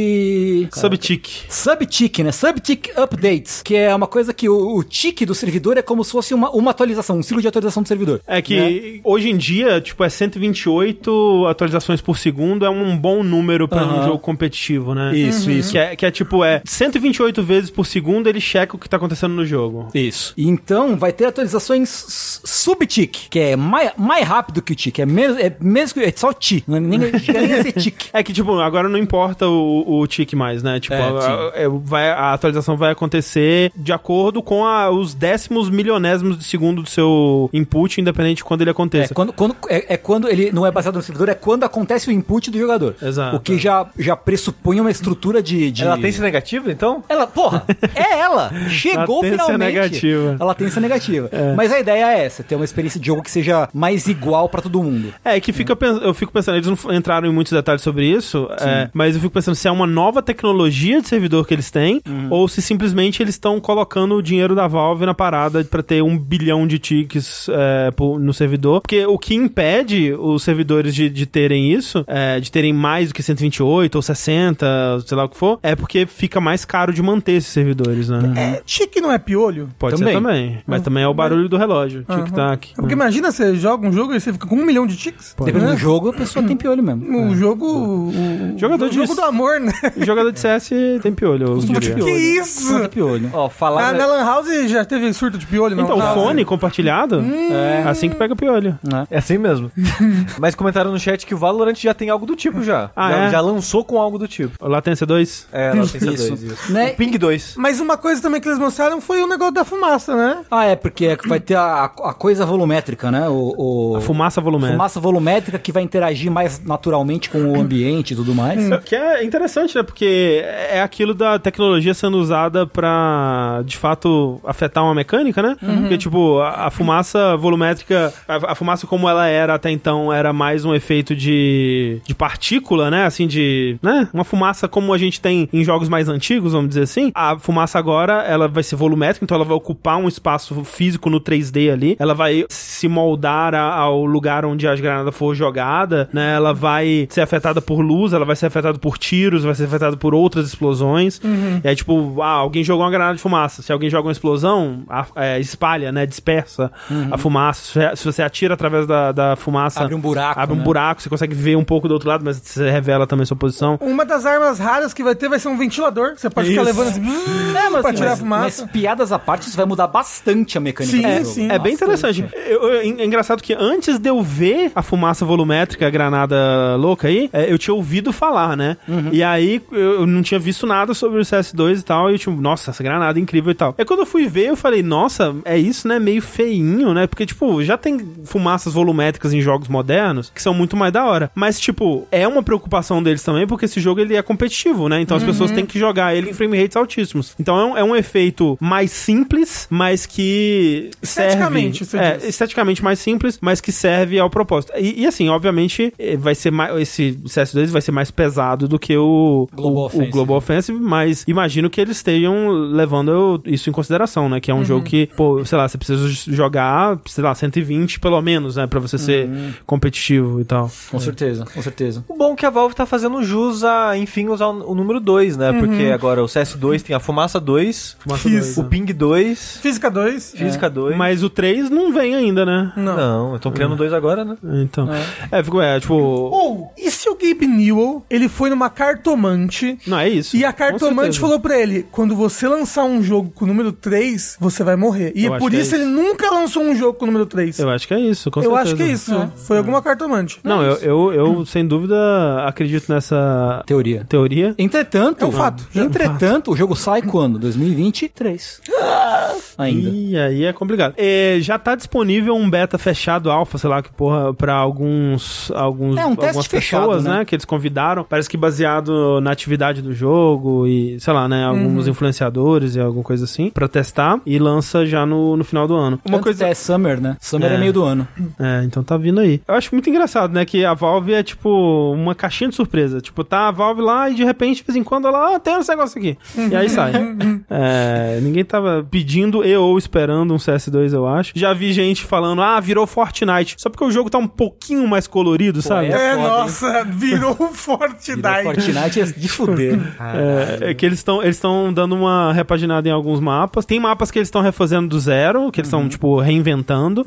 [SPEAKER 1] Subtick.
[SPEAKER 4] Subtick, né? Subtick Updates, que é uma coisa que o, o tick do servidor é como se fosse uma, uma atualização, um ciclo de atualização do servidor.
[SPEAKER 1] É
[SPEAKER 4] né?
[SPEAKER 1] que hoje em dia, tipo, é 128 atualizações por segundo, é um bom número pra um
[SPEAKER 4] Aham.
[SPEAKER 1] jogo competitivo, né?
[SPEAKER 4] Isso, isso.
[SPEAKER 1] Que é, que é tipo, é 128 vezes por segundo ele checa o que tá acontecendo no jogo.
[SPEAKER 4] Isso. E Então, vai ter atualizações s- sub-tick, que é mais, mais rápido que o tick. É menos, é menos que. É só o ti. Não é nem, nem esse tick.
[SPEAKER 1] É que, tipo, agora não importa o, o tique mais, né? Tipo,
[SPEAKER 4] É,
[SPEAKER 1] a, a- é, vai, a atualização vai acontecer de acordo com a- os décimos milionésimos de segundo do seu input, independente de quando ele
[SPEAKER 4] É
[SPEAKER 1] aconteça.
[SPEAKER 4] quando, quando- é, é quando ele não é baseado no servidor, é quando acontece o input do jogador.
[SPEAKER 1] Exato.
[SPEAKER 4] O que já, já pressupõe uma estrutura de. de...
[SPEAKER 3] É, Ela tem esse negativo, então?
[SPEAKER 4] Ela, porra, é ela! Chegou
[SPEAKER 1] Latência
[SPEAKER 4] finalmente.
[SPEAKER 1] negativa.
[SPEAKER 4] Ela tem essa negativa. Mas a ideia é essa: ter uma experiência de jogo que seja mais igual pra todo mundo.
[SPEAKER 1] É, que fica, pen- eu fico pensando, eles não f- entraram em muitos detalhes sobre isso, é, mas eu fico pensando se é uma nova tecnologia de servidor que eles têm,
[SPEAKER 2] Uhum.
[SPEAKER 1] ou se simplesmente eles estão colocando o dinheiro da Valve na parada pra ter um bilhão de tickets é, por- no servidor. Porque o que impede os servidores de, de terem isso, é, de terem mais do que 128 ou 60, sei lá o que for, é porque fica mais caro de manter esses servidores, né?
[SPEAKER 2] É, tique não é piolho?
[SPEAKER 1] Pode
[SPEAKER 4] Também.
[SPEAKER 1] ser também. Mas também é o barulho do relógio. Tic-tac.
[SPEAKER 2] Uhum. É Porque imagina, você joga um jogo e você fica com um milhão de tiques.
[SPEAKER 4] Dependendo do jogo, a pessoa tem piolho mesmo.
[SPEAKER 2] O jogo. O, o-
[SPEAKER 1] Jogador
[SPEAKER 2] o
[SPEAKER 1] de-
[SPEAKER 2] jogo do amor, né?
[SPEAKER 1] Uhum.
[SPEAKER 2] *laughs*
[SPEAKER 1] Jogador de CS tem piolho, eu
[SPEAKER 4] Costuma ter
[SPEAKER 1] diria.
[SPEAKER 4] piolho.
[SPEAKER 2] Que isso?
[SPEAKER 4] Costuma ter piolho.
[SPEAKER 3] Ó,
[SPEAKER 2] Ah, *laughs*
[SPEAKER 3] falar.
[SPEAKER 2] na Lan House já teve surto de piolho, não?
[SPEAKER 1] Então,
[SPEAKER 2] Não. Hum.
[SPEAKER 1] o fone compartilhado, é assim que pega piolho.
[SPEAKER 4] Né?
[SPEAKER 3] É
[SPEAKER 1] *laughs*
[SPEAKER 3] assim mesmo. Mas comentaram no chat que o Valorant já tem algo do tipo já.
[SPEAKER 1] Ah,
[SPEAKER 3] já,
[SPEAKER 1] é?
[SPEAKER 3] já lançou com algo do tipo.
[SPEAKER 1] O Latência 2?
[SPEAKER 3] É,
[SPEAKER 1] *laughs*
[SPEAKER 3] Latência 2,
[SPEAKER 4] Isso.
[SPEAKER 3] isso.
[SPEAKER 4] Né?
[SPEAKER 3] O Ping 2.
[SPEAKER 2] Mas uma coisa também que eles mostraram foi o negócio da fumaça, né?
[SPEAKER 4] Ah, é, porque é que vai ter a, a coisa volumétrica, né? O, o-
[SPEAKER 1] A fumaça volumétrica.
[SPEAKER 4] fumaça volumétrica que vai interagir mais naturalmente com o ambiente e tudo mais.
[SPEAKER 2] Hum.
[SPEAKER 1] Que é interessante, né? Porque é aquilo da tecnologia sendo usada pra, de fato, afetar uma mecânica, né?
[SPEAKER 2] Uhum.
[SPEAKER 1] Porque, tipo, a, a fumaça volumétrica, a, a fumaça como ela era até então, era mais um efeito de, de partícula, né? Assim, de. né? Uma fumaça como a gente tem em jogos mais antigos, vamos dizer assim. A fumaça agora, ela vai ser volumétrica, então ela vai ocupar um espaço físico no 3D ali. Ela vai se moldar a- ao lugar onde as granadas for jogada, né? Ela vai ser afetada por luz, ela vai ser afetada por tiros, vai ser afetada por outras explosões.
[SPEAKER 4] Uhum.
[SPEAKER 1] E aí, tipo, ah, alguém jogou uma granada de fumaça. Se alguém joga uma explosão, a- é, espalha, né? Dispersa a fumaça. Se- Se você atira através da, da fumaça,
[SPEAKER 4] Uhum. Abre um buraco,
[SPEAKER 1] abre um
[SPEAKER 4] né?
[SPEAKER 1] buraco, você consegue ver um pouco do outro lado, mas você revela também sua posição.
[SPEAKER 2] Uma das armas raras que vai ter vai ser um ventilador. Você Você pode ficar
[SPEAKER 1] Isso.
[SPEAKER 2] levando assim,
[SPEAKER 4] É, mas,
[SPEAKER 2] pra
[SPEAKER 4] assim,
[SPEAKER 2] tirar
[SPEAKER 4] mas,
[SPEAKER 2] a fumaça.
[SPEAKER 4] mas piadas à parte, isso vai mudar bastante a mecânica
[SPEAKER 2] Sim,
[SPEAKER 4] do jogo.
[SPEAKER 2] sim.
[SPEAKER 1] É bem
[SPEAKER 4] Bastante.
[SPEAKER 1] interessante. Eu- eu- é engraçado que antes de eu ver a fumaça volumétrica, a granada louca aí, é, eu tinha ouvido falar, né? E aí eu eu não tinha visto nada sobre o CS2 e tal. E eu tinha, nossa, essa granada é incrível e tal. É quando eu fui ver, eu falei, nossa, é isso, né? Meio feinho, né? Porque, tipo, já tem fumaças volumétricas em jogos modernos que são muito mais da hora. Mas, tipo, é uma preocupação deles também, porque esse jogo ele é competitivo, né? Então as pessoas têm que jogar ele em frame rates altíssimos. Então é um, é um efeito mais simples, mas que serve-
[SPEAKER 2] Esteticamente, você
[SPEAKER 1] é,
[SPEAKER 2] diz.
[SPEAKER 1] esteticamente mais simples, mas que serve ao propósito. E, e assim, obviamente, eh, vai ser mais, esse CS2 vai ser mais pesado do que o
[SPEAKER 4] Global
[SPEAKER 1] o,
[SPEAKER 4] Offensive.
[SPEAKER 1] o Global Offensive, mas imagino que eles estejam levando isso em consideração, né? Que é
[SPEAKER 2] Uhum.
[SPEAKER 1] um jogo que, pô, sei lá, você precisa j- jogar, sei lá, 120 pelo menos, né? Pra você ser
[SPEAKER 2] Uhum.
[SPEAKER 1] competitivo e tal.
[SPEAKER 4] Com certeza, com certeza.
[SPEAKER 3] O bom é que a Valve tá fazendo jus a, enfim, usar o o número 2, né? Porque agora o CS2 tem a fumaça 2,
[SPEAKER 1] Uhum. Fumaça
[SPEAKER 2] Isso.
[SPEAKER 1] dois,
[SPEAKER 3] o
[SPEAKER 1] né?
[SPEAKER 3] ping 2,
[SPEAKER 2] Física 2.
[SPEAKER 3] física 2.
[SPEAKER 1] Mas o 3 não vem ainda, né?
[SPEAKER 2] Não.
[SPEAKER 3] Não, eu tô criando dois agora, né?
[SPEAKER 1] Então. É, ficou, é, tipo.
[SPEAKER 2] Ou, e se o Gabe Newell, ele foi numa cartomante
[SPEAKER 1] Não, é isso.
[SPEAKER 2] e a
[SPEAKER 1] Com
[SPEAKER 2] cartomante
[SPEAKER 1] certeza.
[SPEAKER 2] falou pra ele, quando você lançar um jogo com o número 3, você vai morrer. E
[SPEAKER 1] Eu
[SPEAKER 2] é
[SPEAKER 1] acho
[SPEAKER 2] por
[SPEAKER 1] que é
[SPEAKER 2] isso ele
[SPEAKER 1] isso.
[SPEAKER 2] nunca lançou um jogo com o número 3. Eu,
[SPEAKER 1] Eu acho que é isso, com
[SPEAKER 2] acho que é
[SPEAKER 1] certeza.
[SPEAKER 2] isso. Foi alguma cartomante.
[SPEAKER 1] Não, eu, eu, eu, sem dúvida acredito nessa
[SPEAKER 4] Teoria.
[SPEAKER 1] teoria.
[SPEAKER 4] Entretanto,
[SPEAKER 2] É um fato. Ah!
[SPEAKER 4] Entretanto, o jogo sai quando? 2023. Ainda.
[SPEAKER 1] E aí é complicado. É, já tá disponível um beta fechado alfa, sei lá que porra, pra alguns alguns
[SPEAKER 4] É, um teste
[SPEAKER 1] algumas
[SPEAKER 4] fechado,
[SPEAKER 1] pessoas,
[SPEAKER 4] né?
[SPEAKER 1] né? que eles convidaram. Parece que baseado na atividade do jogo e, sei lá, né, alguns
[SPEAKER 4] Uhum.
[SPEAKER 1] influenciadores e alguma coisa assim pra testar e lança já no, no final do ano. Uma
[SPEAKER 4] Tanto
[SPEAKER 1] coisa
[SPEAKER 4] É Summer, né? Summer é,
[SPEAKER 1] É.
[SPEAKER 4] meio
[SPEAKER 2] *laughs*
[SPEAKER 4] do ano.
[SPEAKER 1] é, então tá vindo aí. Eu acho muito engraçado, né? Que a Valve é tipo uma caixinha de surpresa. Tipo, tá a Valve lá e de repente, de vez em quando, ela, ah, tem esse negócio aqui. E aí sai. É, ninguém tava pedindo e ou esperando um CS2, eu acho. Já vi gente falando, ah, virou Fortnite. Só porque o jogo tá um pouquinho mais colorido, sabe?
[SPEAKER 4] é
[SPEAKER 2] É,
[SPEAKER 4] foda, hein?
[SPEAKER 2] nossa, virou um Fortnite.
[SPEAKER 4] Virou Fortnite é de fuder.
[SPEAKER 2] Ah,
[SPEAKER 4] *laughs*
[SPEAKER 1] É, é que eles estão eles tão dando uma repaginada em alguns mapas. Tem mapas que eles estão refazendo do zero, que eles
[SPEAKER 2] Uhum.
[SPEAKER 1] estão, tipo, reinventando.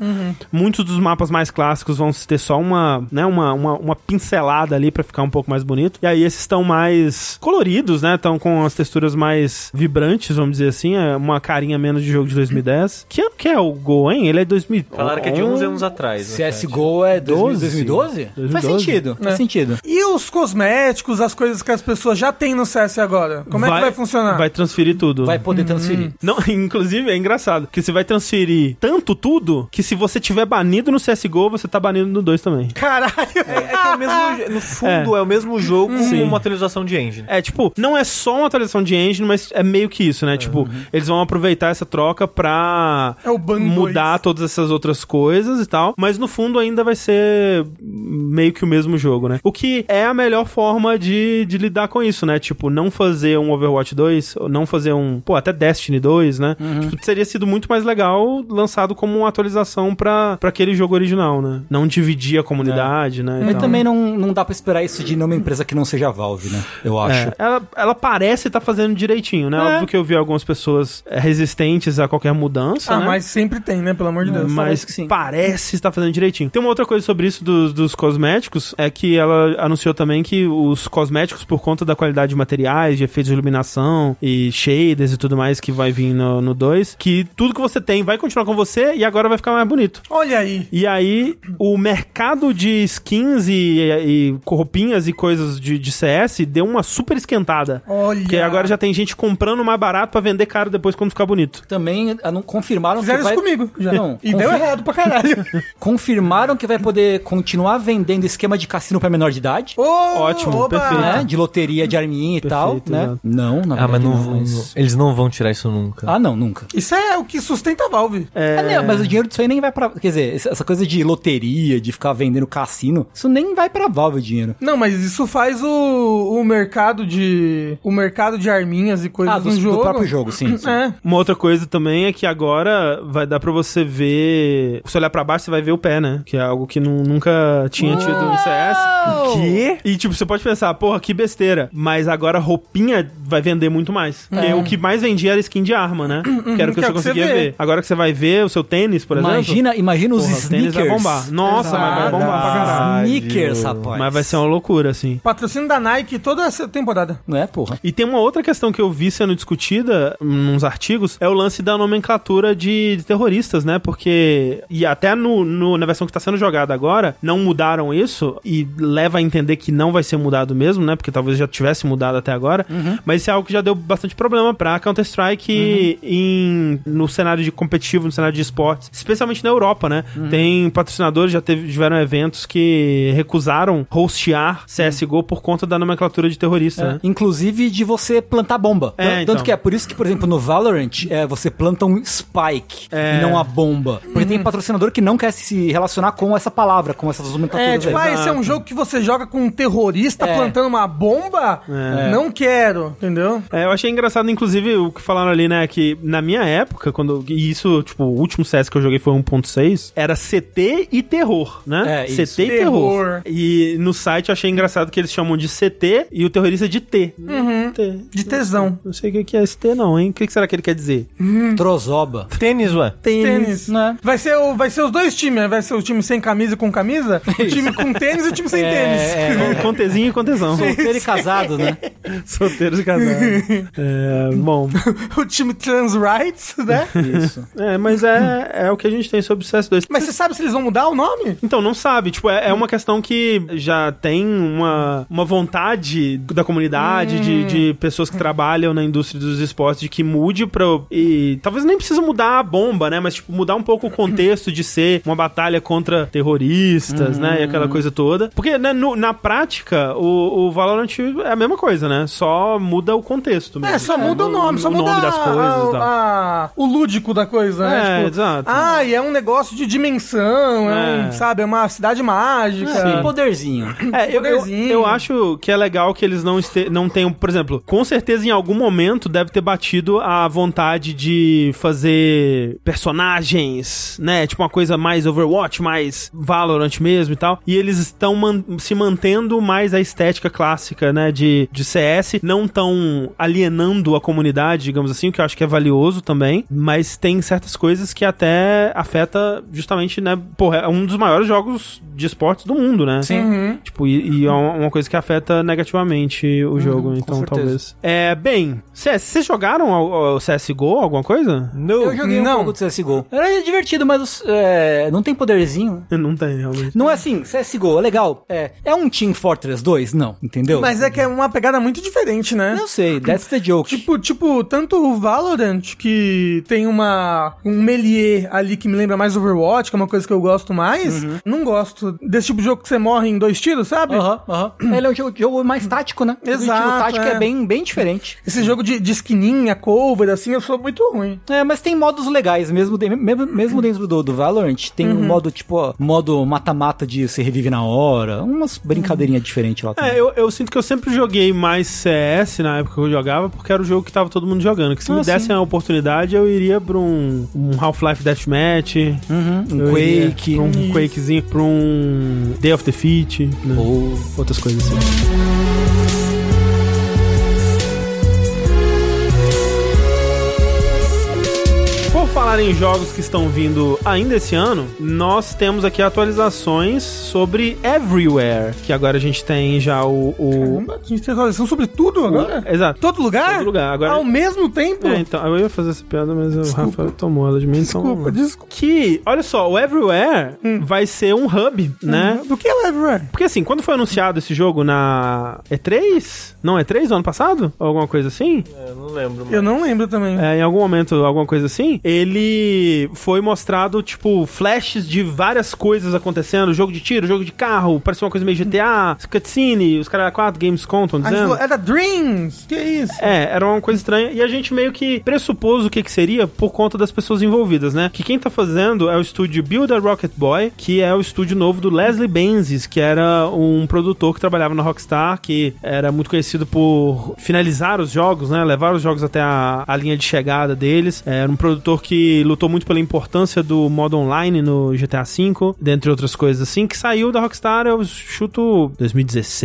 [SPEAKER 1] Muitos dos mapas mais clássicos vão ter só uma, né, uma, uma, uma pincelada ali pra ficar um pouco mais bonito. E aí esses estão mais coloridos, né? Estão com as texturas mais vibrantes, vamos dizer assim. É uma carinha menos de jogo de 2010. Que ano que é o Go, hein? Ele é 2000.
[SPEAKER 3] Falaram que é de uns anos atrás. né, cara?
[SPEAKER 4] CSGO é 12, 2012?
[SPEAKER 1] 2012?
[SPEAKER 4] Faz sentido,
[SPEAKER 2] É.
[SPEAKER 4] faz sentido.
[SPEAKER 2] E os cosméticos, as coisas que as pessoas já têm no CS agora? Como é que vai funcionar?
[SPEAKER 1] Vai transferir tudo.
[SPEAKER 4] Vai poder transferir.
[SPEAKER 1] Não, *laughs* inclusive é engraçado, que você vai transferir tanto tudo que se você tiver banido no CSGO, você tá banido no 2 também.
[SPEAKER 2] Caralho.
[SPEAKER 3] É, é que é o
[SPEAKER 1] Ah.
[SPEAKER 3] mesmo, no fundo, é, o mesmo jogo com uma atualização de engine.
[SPEAKER 1] É, tipo, não é só uma atualização de engine, mas é meio que isso, né? Tipo, eles vão aproveitar essa troca pra
[SPEAKER 2] É o ban
[SPEAKER 1] mudar todas essas outras coisas e tal, mas no fundo ainda vai ser meio que o mesmo jogo, né? O que é a melhor forma de, de lidar com isso, né? Tipo, não fazer um Overwatch 2, ou não fazer um, pô, até Destiny 2, né? Tipo, teria sido muito mais legal lançado como uma atualização pra, pra aquele jogo original, né? Não dividir a comunidade, né? e
[SPEAKER 4] Mas
[SPEAKER 1] tal.
[SPEAKER 4] também não, não dá pra esperar isso de nenhuma empresa que não seja a Valve, né? Eu acho.
[SPEAKER 1] É, ela, ela parece estar fazendo direitinho, né? Óbvio que eu vi algumas pessoas é, resistentes a qualquer mudança,
[SPEAKER 2] Ah,
[SPEAKER 1] né?
[SPEAKER 2] mas sempre tem, né? Pelo amor de Deus.
[SPEAKER 1] Mas
[SPEAKER 4] parece que sim.
[SPEAKER 1] parece estar fazendo direitinho. Tem uma outra coisa sobre isso dos, dos cosméticos, é que ela anunciou também que os cosméticos, por conta da qualidade de materiais, de efeitos de iluminação e shaders e tudo mais que vai vir no 2, que tudo que você tem vai continuar com você e agora vai ficar mais bonito.
[SPEAKER 2] Olha aí.
[SPEAKER 1] E aí, o mercado de skins e, e roupinhas e coisas de, de CS deu uma super esquentada.
[SPEAKER 2] Olha.
[SPEAKER 1] Porque agora já tem gente comprando mais barato pra vender caro depois quando ficar bonito.
[SPEAKER 4] Também ah, não, confirmaram
[SPEAKER 2] Fizeram
[SPEAKER 4] que
[SPEAKER 2] isso
[SPEAKER 4] vai...
[SPEAKER 2] comigo. Já.
[SPEAKER 4] Não,
[SPEAKER 2] e deu
[SPEAKER 4] confia-
[SPEAKER 2] errado pra caralho.
[SPEAKER 4] Confirmaram que vai poder continuar vendendo esquema de cassino pra menor de idade.
[SPEAKER 1] *laughs*
[SPEAKER 2] Ô,
[SPEAKER 1] Ótimo, perfeito.
[SPEAKER 4] né? De loteria de arminha e tal,
[SPEAKER 1] Perfeito,
[SPEAKER 4] né?
[SPEAKER 1] exato.
[SPEAKER 4] Não, na verdade
[SPEAKER 3] Ah, mas não,
[SPEAKER 4] não, mas-
[SPEAKER 3] eles não vão tirar isso nunca.
[SPEAKER 4] Ah, não, nunca.
[SPEAKER 2] Isso é o que sustenta a Valve.
[SPEAKER 1] É,
[SPEAKER 4] Ah, não, mas o dinheiro disso aí nem vai pra. Quer dizer, essa essa coisa de loteria, de ficar vendendo cassino, isso nem vai pra Valve o dinheiro.
[SPEAKER 2] Não, mas isso faz o, o mercado de. O mercado de arminhas e coisas
[SPEAKER 4] Ah, do,
[SPEAKER 1] um
[SPEAKER 2] no
[SPEAKER 4] do
[SPEAKER 2] jogo.
[SPEAKER 4] próprio jogo, sim. sim.
[SPEAKER 2] É.
[SPEAKER 1] Uma outra coisa também é que agora vai dar pra você ver. Se olhar pra baixo, você vai ver o pé, né? Que é algo que nu- nunca tinha tido no CS.
[SPEAKER 3] Que?
[SPEAKER 1] E tipo, você pode pensar, porra, que besteira. Mas agora roupinha vai vender muito mais. Porque o que mais vendia era skin de arma, né? Que era o que, você
[SPEAKER 2] É. que é o que você
[SPEAKER 1] conseguia
[SPEAKER 2] vê.
[SPEAKER 1] ver. Agora que você vai ver o seu tênis, por exemplo.
[SPEAKER 4] Imagina, imagina os
[SPEAKER 1] Porra, o tênis
[SPEAKER 4] sneakers.
[SPEAKER 1] vai bombar. Nossa, mas vai bombar pra caralho.
[SPEAKER 4] Sneakers, rapaz.
[SPEAKER 1] Mas vai ser uma loucura, assim.
[SPEAKER 2] Patrocínio da Nike toda essa temporada.
[SPEAKER 4] Não é, porra?
[SPEAKER 1] E tem uma outra questão que eu vi sendo discutida nos artigos é o lance da nomenclatura de, de terroristas, né? Porque. E até no, no- na versão que tá sendo jogada agora, não mudaram isso e leva a entender que não vai ser mudado mesmo, né? Porque talvez já tivesse mudado até agora. Mas isso é algo que já deu bastante problema pra Counter-Strike em no cenário de competitivo, no cenário de esportes, especialmente na Europa, né? Tem patrocinadores, já teve, tiveram eventos que recusaram hostear CSGO por conta da nomenclatura de terrorista, né?
[SPEAKER 4] Inclusive de você plantar bomba.
[SPEAKER 1] É,
[SPEAKER 4] Tanto-
[SPEAKER 1] então.
[SPEAKER 4] Tanto que é por isso que, por exemplo, no Valorant, é, você planta um spike e não a bomba. Porque tem patrocinador que não quer se relacionar com essa palavra, com essas nomenclaturas.
[SPEAKER 2] É, tipo,
[SPEAKER 4] aí.
[SPEAKER 2] ah, esse é um jogo que você joga com um terrorista
[SPEAKER 4] É.
[SPEAKER 2] plantando uma bomba? Não quero, entendeu?
[SPEAKER 1] É, eu achei engraçado, inclusive, o que falaram ali, né? Que na minha época, quando. E isso, tipo, o último CS que eu joguei foi 1.6, era CT e terror, né?
[SPEAKER 4] É,
[SPEAKER 1] CT
[SPEAKER 4] isso.
[SPEAKER 1] e terror.
[SPEAKER 2] Terror.
[SPEAKER 1] E no site eu achei engraçado que eles chamam de CT e o terrorista de T. Uhum. T.
[SPEAKER 2] De tesão.
[SPEAKER 1] Não sei o que que é esse T, não, hein? O que que será que ele quer dizer?
[SPEAKER 4] Trozoba.
[SPEAKER 3] Ah, Tênis, ué.
[SPEAKER 2] Tênis.
[SPEAKER 4] né?
[SPEAKER 2] Vai, ser o- vai ser os dois times, né? Vai ser o time sem camisa e com
[SPEAKER 4] *laughs*
[SPEAKER 2] camisa, o time com tênis e o time sem tênis.
[SPEAKER 4] É, é,
[SPEAKER 1] Com Tzinho e com tesão.
[SPEAKER 4] solteiro e casado, né?
[SPEAKER 1] Solteiros e casados.
[SPEAKER 2] *laughs*
[SPEAKER 1] É, bom.
[SPEAKER 2] *laughs* O time trans rights,
[SPEAKER 4] *laughs*
[SPEAKER 2] né?
[SPEAKER 4] Isso.
[SPEAKER 1] É, mas é, é o que a gente tem sobre o CS2.
[SPEAKER 2] Mas você sabe se eles vão mudar o nome?
[SPEAKER 1] Então, não sabe. Tipo, é, é uma questão que já tem uma, uma vontade da comunidade, de, de pessoas que trabalham na indústria dos esportes, de que mude pra. E talvez nem precisa mudar a bomba, né? Mas, tipo, mudar um pouco o contexto de ser uma batalha contra terroristas, né? E aquela coisa toda. Porque, né, no- na prática, o, o Valorant é a mesma coisa, né? Só muda o contexto mesmo.
[SPEAKER 2] É, só muda o nome, só
[SPEAKER 1] o
[SPEAKER 2] muda
[SPEAKER 1] nome das
[SPEAKER 2] a-
[SPEAKER 1] coisas e
[SPEAKER 2] a-
[SPEAKER 1] tal.
[SPEAKER 2] a- o lúdico da coisa, né?
[SPEAKER 1] É, exato.
[SPEAKER 2] Ah, e é um negócio de dimensão, é,
[SPEAKER 1] É.
[SPEAKER 2] um, sabe, é uma cidade mágica.
[SPEAKER 1] Sim.
[SPEAKER 4] Um poderzinho.
[SPEAKER 1] É, eu, eu,
[SPEAKER 2] Poderzinho.
[SPEAKER 1] eu acho que é legal que eles não, este, não tenham, por exemplo, com certeza em algum momento deve ter batido a vontade de fazer personagens, né? Tipo uma coisa mais Overwatch, mais Valorant mesmo e tal. E eles estão man- se mantendo mais a estética clássica, né? De, de CS, não tão alienando a comunidade, digamos assim, o que eu acho que é valioso também. Mas tem certas coisas que até afeta justamente, né? Porra, é um dos maiores jogos de esportes do mundo, né? Sim.
[SPEAKER 2] Uhum.
[SPEAKER 1] Tipo, e, e é uma uma coisa que afeta negativamente o jogo, então
[SPEAKER 4] certeza.
[SPEAKER 1] talvez. É, bem, CS, vocês jogaram ao, ao CSGO, alguma coisa?
[SPEAKER 4] Eu joguei um
[SPEAKER 2] não.
[SPEAKER 4] pouco de CSGO. Era divertido, mas é, não tem poderzinho.
[SPEAKER 1] *laughs* Não tem, realmente.
[SPEAKER 4] Não é assim, CSGO, é legal. É, é um Team Fortress 2? Não, entendeu?
[SPEAKER 2] Mas é que é uma pegada muito diferente, né?
[SPEAKER 4] Eu sei, that's the joke.
[SPEAKER 2] Tipo, tipo, tanto o Valorant, que tem uma um melier ali que me lembra mais Overwatch, que é uma coisa que eu gosto mais,
[SPEAKER 1] Uhum.
[SPEAKER 2] não gosto desse tipo de jogo que você morre em dois tiros, sabe?
[SPEAKER 4] Aham, aham. Ele é um jogo, jogo mais tático, né?
[SPEAKER 2] Exato,
[SPEAKER 4] O estilo tático é,
[SPEAKER 2] é.
[SPEAKER 4] bem, bem diferente.
[SPEAKER 2] Esse jogo de, de skininha, cover, assim, eu sou muito ruim.
[SPEAKER 4] É, mas tem modos legais, mesmo, de- mesmo, mesmo dentro do, do Valorant, tem um modo, tipo, ó, modo mata-mata de você revive na hora, umas brincadeirinhas diferentes lá também.
[SPEAKER 1] É, eu, eu sinto que eu sempre joguei mais CS na época que eu jogava, porque era o jogo que tava todo mundo jogando. Que se
[SPEAKER 4] Ah,
[SPEAKER 1] me dessem a oportunidade, eu iria pra um, um Half-Life Deathmatch,
[SPEAKER 4] um
[SPEAKER 1] eu iria
[SPEAKER 4] Quake.
[SPEAKER 1] pra um Quakezinho, pra um Day of Defeat, né?
[SPEAKER 4] Ou-
[SPEAKER 1] outras coisas assim. Por falar em jogos que estão vindo ainda esse ano, nós temos aqui atualizações sobre Everywhere, que agora a gente tem já o... o...
[SPEAKER 2] Caramba, a gente tem atualização sobre tudo agora?
[SPEAKER 1] Exato.
[SPEAKER 2] Todo lugar?
[SPEAKER 1] Todo lugar, agora-
[SPEAKER 2] Ao mesmo tempo?
[SPEAKER 1] É, então, eu ia fazer essa piada, mas o Rafael tomou ela de mim,
[SPEAKER 2] Desculpa,
[SPEAKER 1] então...
[SPEAKER 2] desculpa.
[SPEAKER 1] Que, olha só, o Everywhere vai ser um hub, né?
[SPEAKER 2] Do que é Everywhere?
[SPEAKER 1] Porque assim, quando foi anunciado esse jogo na E3? Não, E3 do ano passado? Ou alguma coisa assim?
[SPEAKER 3] Eu não lembro, mano.
[SPEAKER 2] Eu não lembro também.
[SPEAKER 1] É, em algum momento, alguma coisa assim, ele foi mostrado, tipo, flashes de várias coisas acontecendo, jogo de tiro, jogo de carro, parecia uma coisa meio GTA, cutscene, os caras 4, Gamescom, estão
[SPEAKER 2] A gente
[SPEAKER 1] dizendo.
[SPEAKER 2] falou, é da Dreams! Que isso?
[SPEAKER 1] É, era uma coisa estranha. E a gente meio que pressupôs o que, que seria por conta das pessoas envolvidas, né? Que quem tá fazendo é o estúdio Build a Rocket Boy, que é o estúdio novo do Leslie Benzies, que era um produtor que trabalhava na Rockstar, que era muito conhecido por finalizar os jogos, né? Levar os jogos até a, a linha de chegada deles. Era um produtor que que lutou muito pela importância do modo online no GTA V, dentre outras coisas assim, que saiu da Rockstar, eu chuto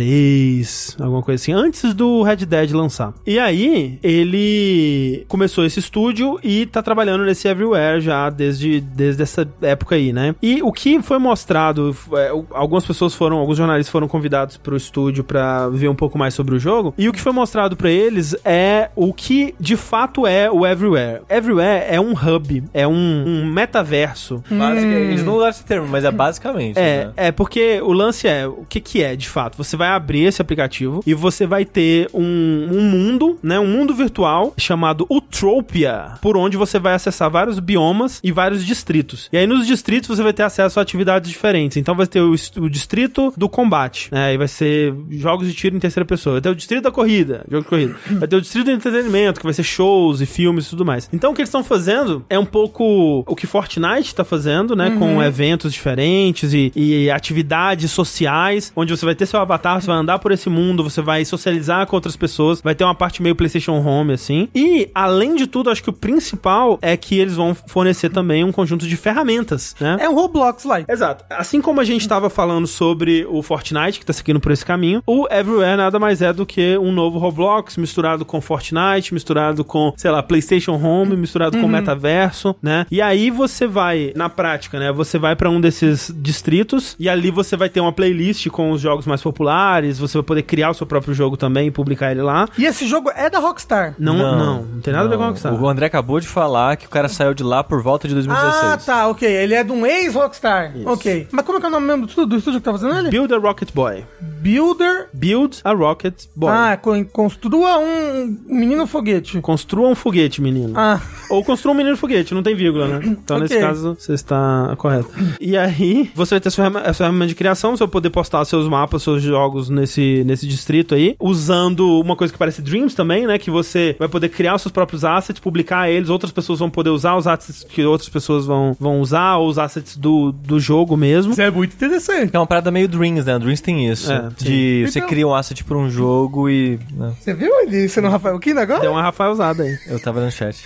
[SPEAKER 1] 2016, alguma coisa assim, antes do Red Dead lançar. E aí, ele começou esse estúdio e tá trabalhando nesse Everywhere já desde, desde essa época aí, né? E o que foi mostrado, é, o- algumas pessoas foram, alguns jornalistas foram convidados pro estúdio pra ver um pouco mais sobre o jogo, e o que foi mostrado pra eles é o que de fato é o Everywhere. Everywhere é um hub, é um, um metaverso
[SPEAKER 3] Basica- Eles não usaram esse termo, mas é basicamente.
[SPEAKER 1] Hum. é,
[SPEAKER 3] né?
[SPEAKER 1] é porque o lance é, o que que é, de fato? Você vai abrir esse aplicativo e você vai ter um, um mundo, né, um mundo virtual chamado Utopia, por onde você vai acessar vários biomas e vários distritos. E aí nos distritos você vai ter acesso a atividades diferentes. Então vai ter o, est- o distrito do combate, né, e vai ser jogos de tiro em terceira pessoa. Vai ter o distrito da corrida, jogo de corrida. Vai ter o distrito do entretenimento, que vai ser shows e filmes e tudo mais. Então o que eles estão fazendo é um pouco o que Fortnite tá fazendo, né, com eventos diferentes e, e atividades sociais, onde você vai ter seu avatar, você vai andar por esse mundo, você vai socializar com outras pessoas, vai ter uma parte meio PlayStation Home, assim. E, além de tudo, acho que o principal é que eles vão fornecer também um conjunto de ferramentas, né?
[SPEAKER 2] É um Roblox lá.
[SPEAKER 1] Exato. Assim como a gente estava falando sobre o Fortnite, que tá seguindo por esse caminho, o Everywhere nada mais é do que um novo Roblox misturado com Fortnite, misturado com, sei lá, PlayStation Home, misturado com metaverso, né? E aí você vai, na prática, né? Você vai para um desses distritos e ali você vai ter uma playlist com os jogos mais populares, você vai poder criar o seu próprio jogo também e publicar ele lá.
[SPEAKER 2] E esse jogo é da Rockstar.
[SPEAKER 1] Não, não, não, tem nada a ver com a Rockstar.
[SPEAKER 3] O André acabou de falar que o cara saiu de lá por volta de 2016.
[SPEAKER 2] Ah, tá, ok. Ele é de um ex-Rockstar. Ok. Mas como é que é o nome mesmo do, estudo- do estúdio que tá fazendo ele?
[SPEAKER 1] Build a Rocket Boy.
[SPEAKER 2] Builder.
[SPEAKER 1] Build a Rocket Boy.
[SPEAKER 2] Ah, con- construa um menino foguete.
[SPEAKER 1] Construa um foguete, menino.
[SPEAKER 2] Ah,
[SPEAKER 1] Ou construa um menino foguete, não tem vírgula, né? Então,
[SPEAKER 2] Ok.
[SPEAKER 1] nesse caso, você está correto. E aí, você vai ter sua ferramenta, sua ferramenta de criação, você vai poder postar seus mapas, seus jogos nesse, nesse distrito aí, usando uma coisa que parece Dreams também, né? Que você vai poder criar os seus próprios assets, publicar eles, outras pessoas vão poder usar os assets que outras pessoas vão, vão usar, ou os assets do, do jogo mesmo.
[SPEAKER 2] isso é muito interessante.
[SPEAKER 3] É uma parada meio Dreams, né? Dreams tem isso.
[SPEAKER 1] É,
[SPEAKER 3] de
[SPEAKER 2] sim.
[SPEAKER 3] você
[SPEAKER 2] Então-
[SPEAKER 3] cria um asset pra um jogo e. né?
[SPEAKER 2] Você viu ele sendo Rafael Kina agora?
[SPEAKER 1] Deu uma Rafael usada aí.
[SPEAKER 3] Eu tava no *laughs* chat.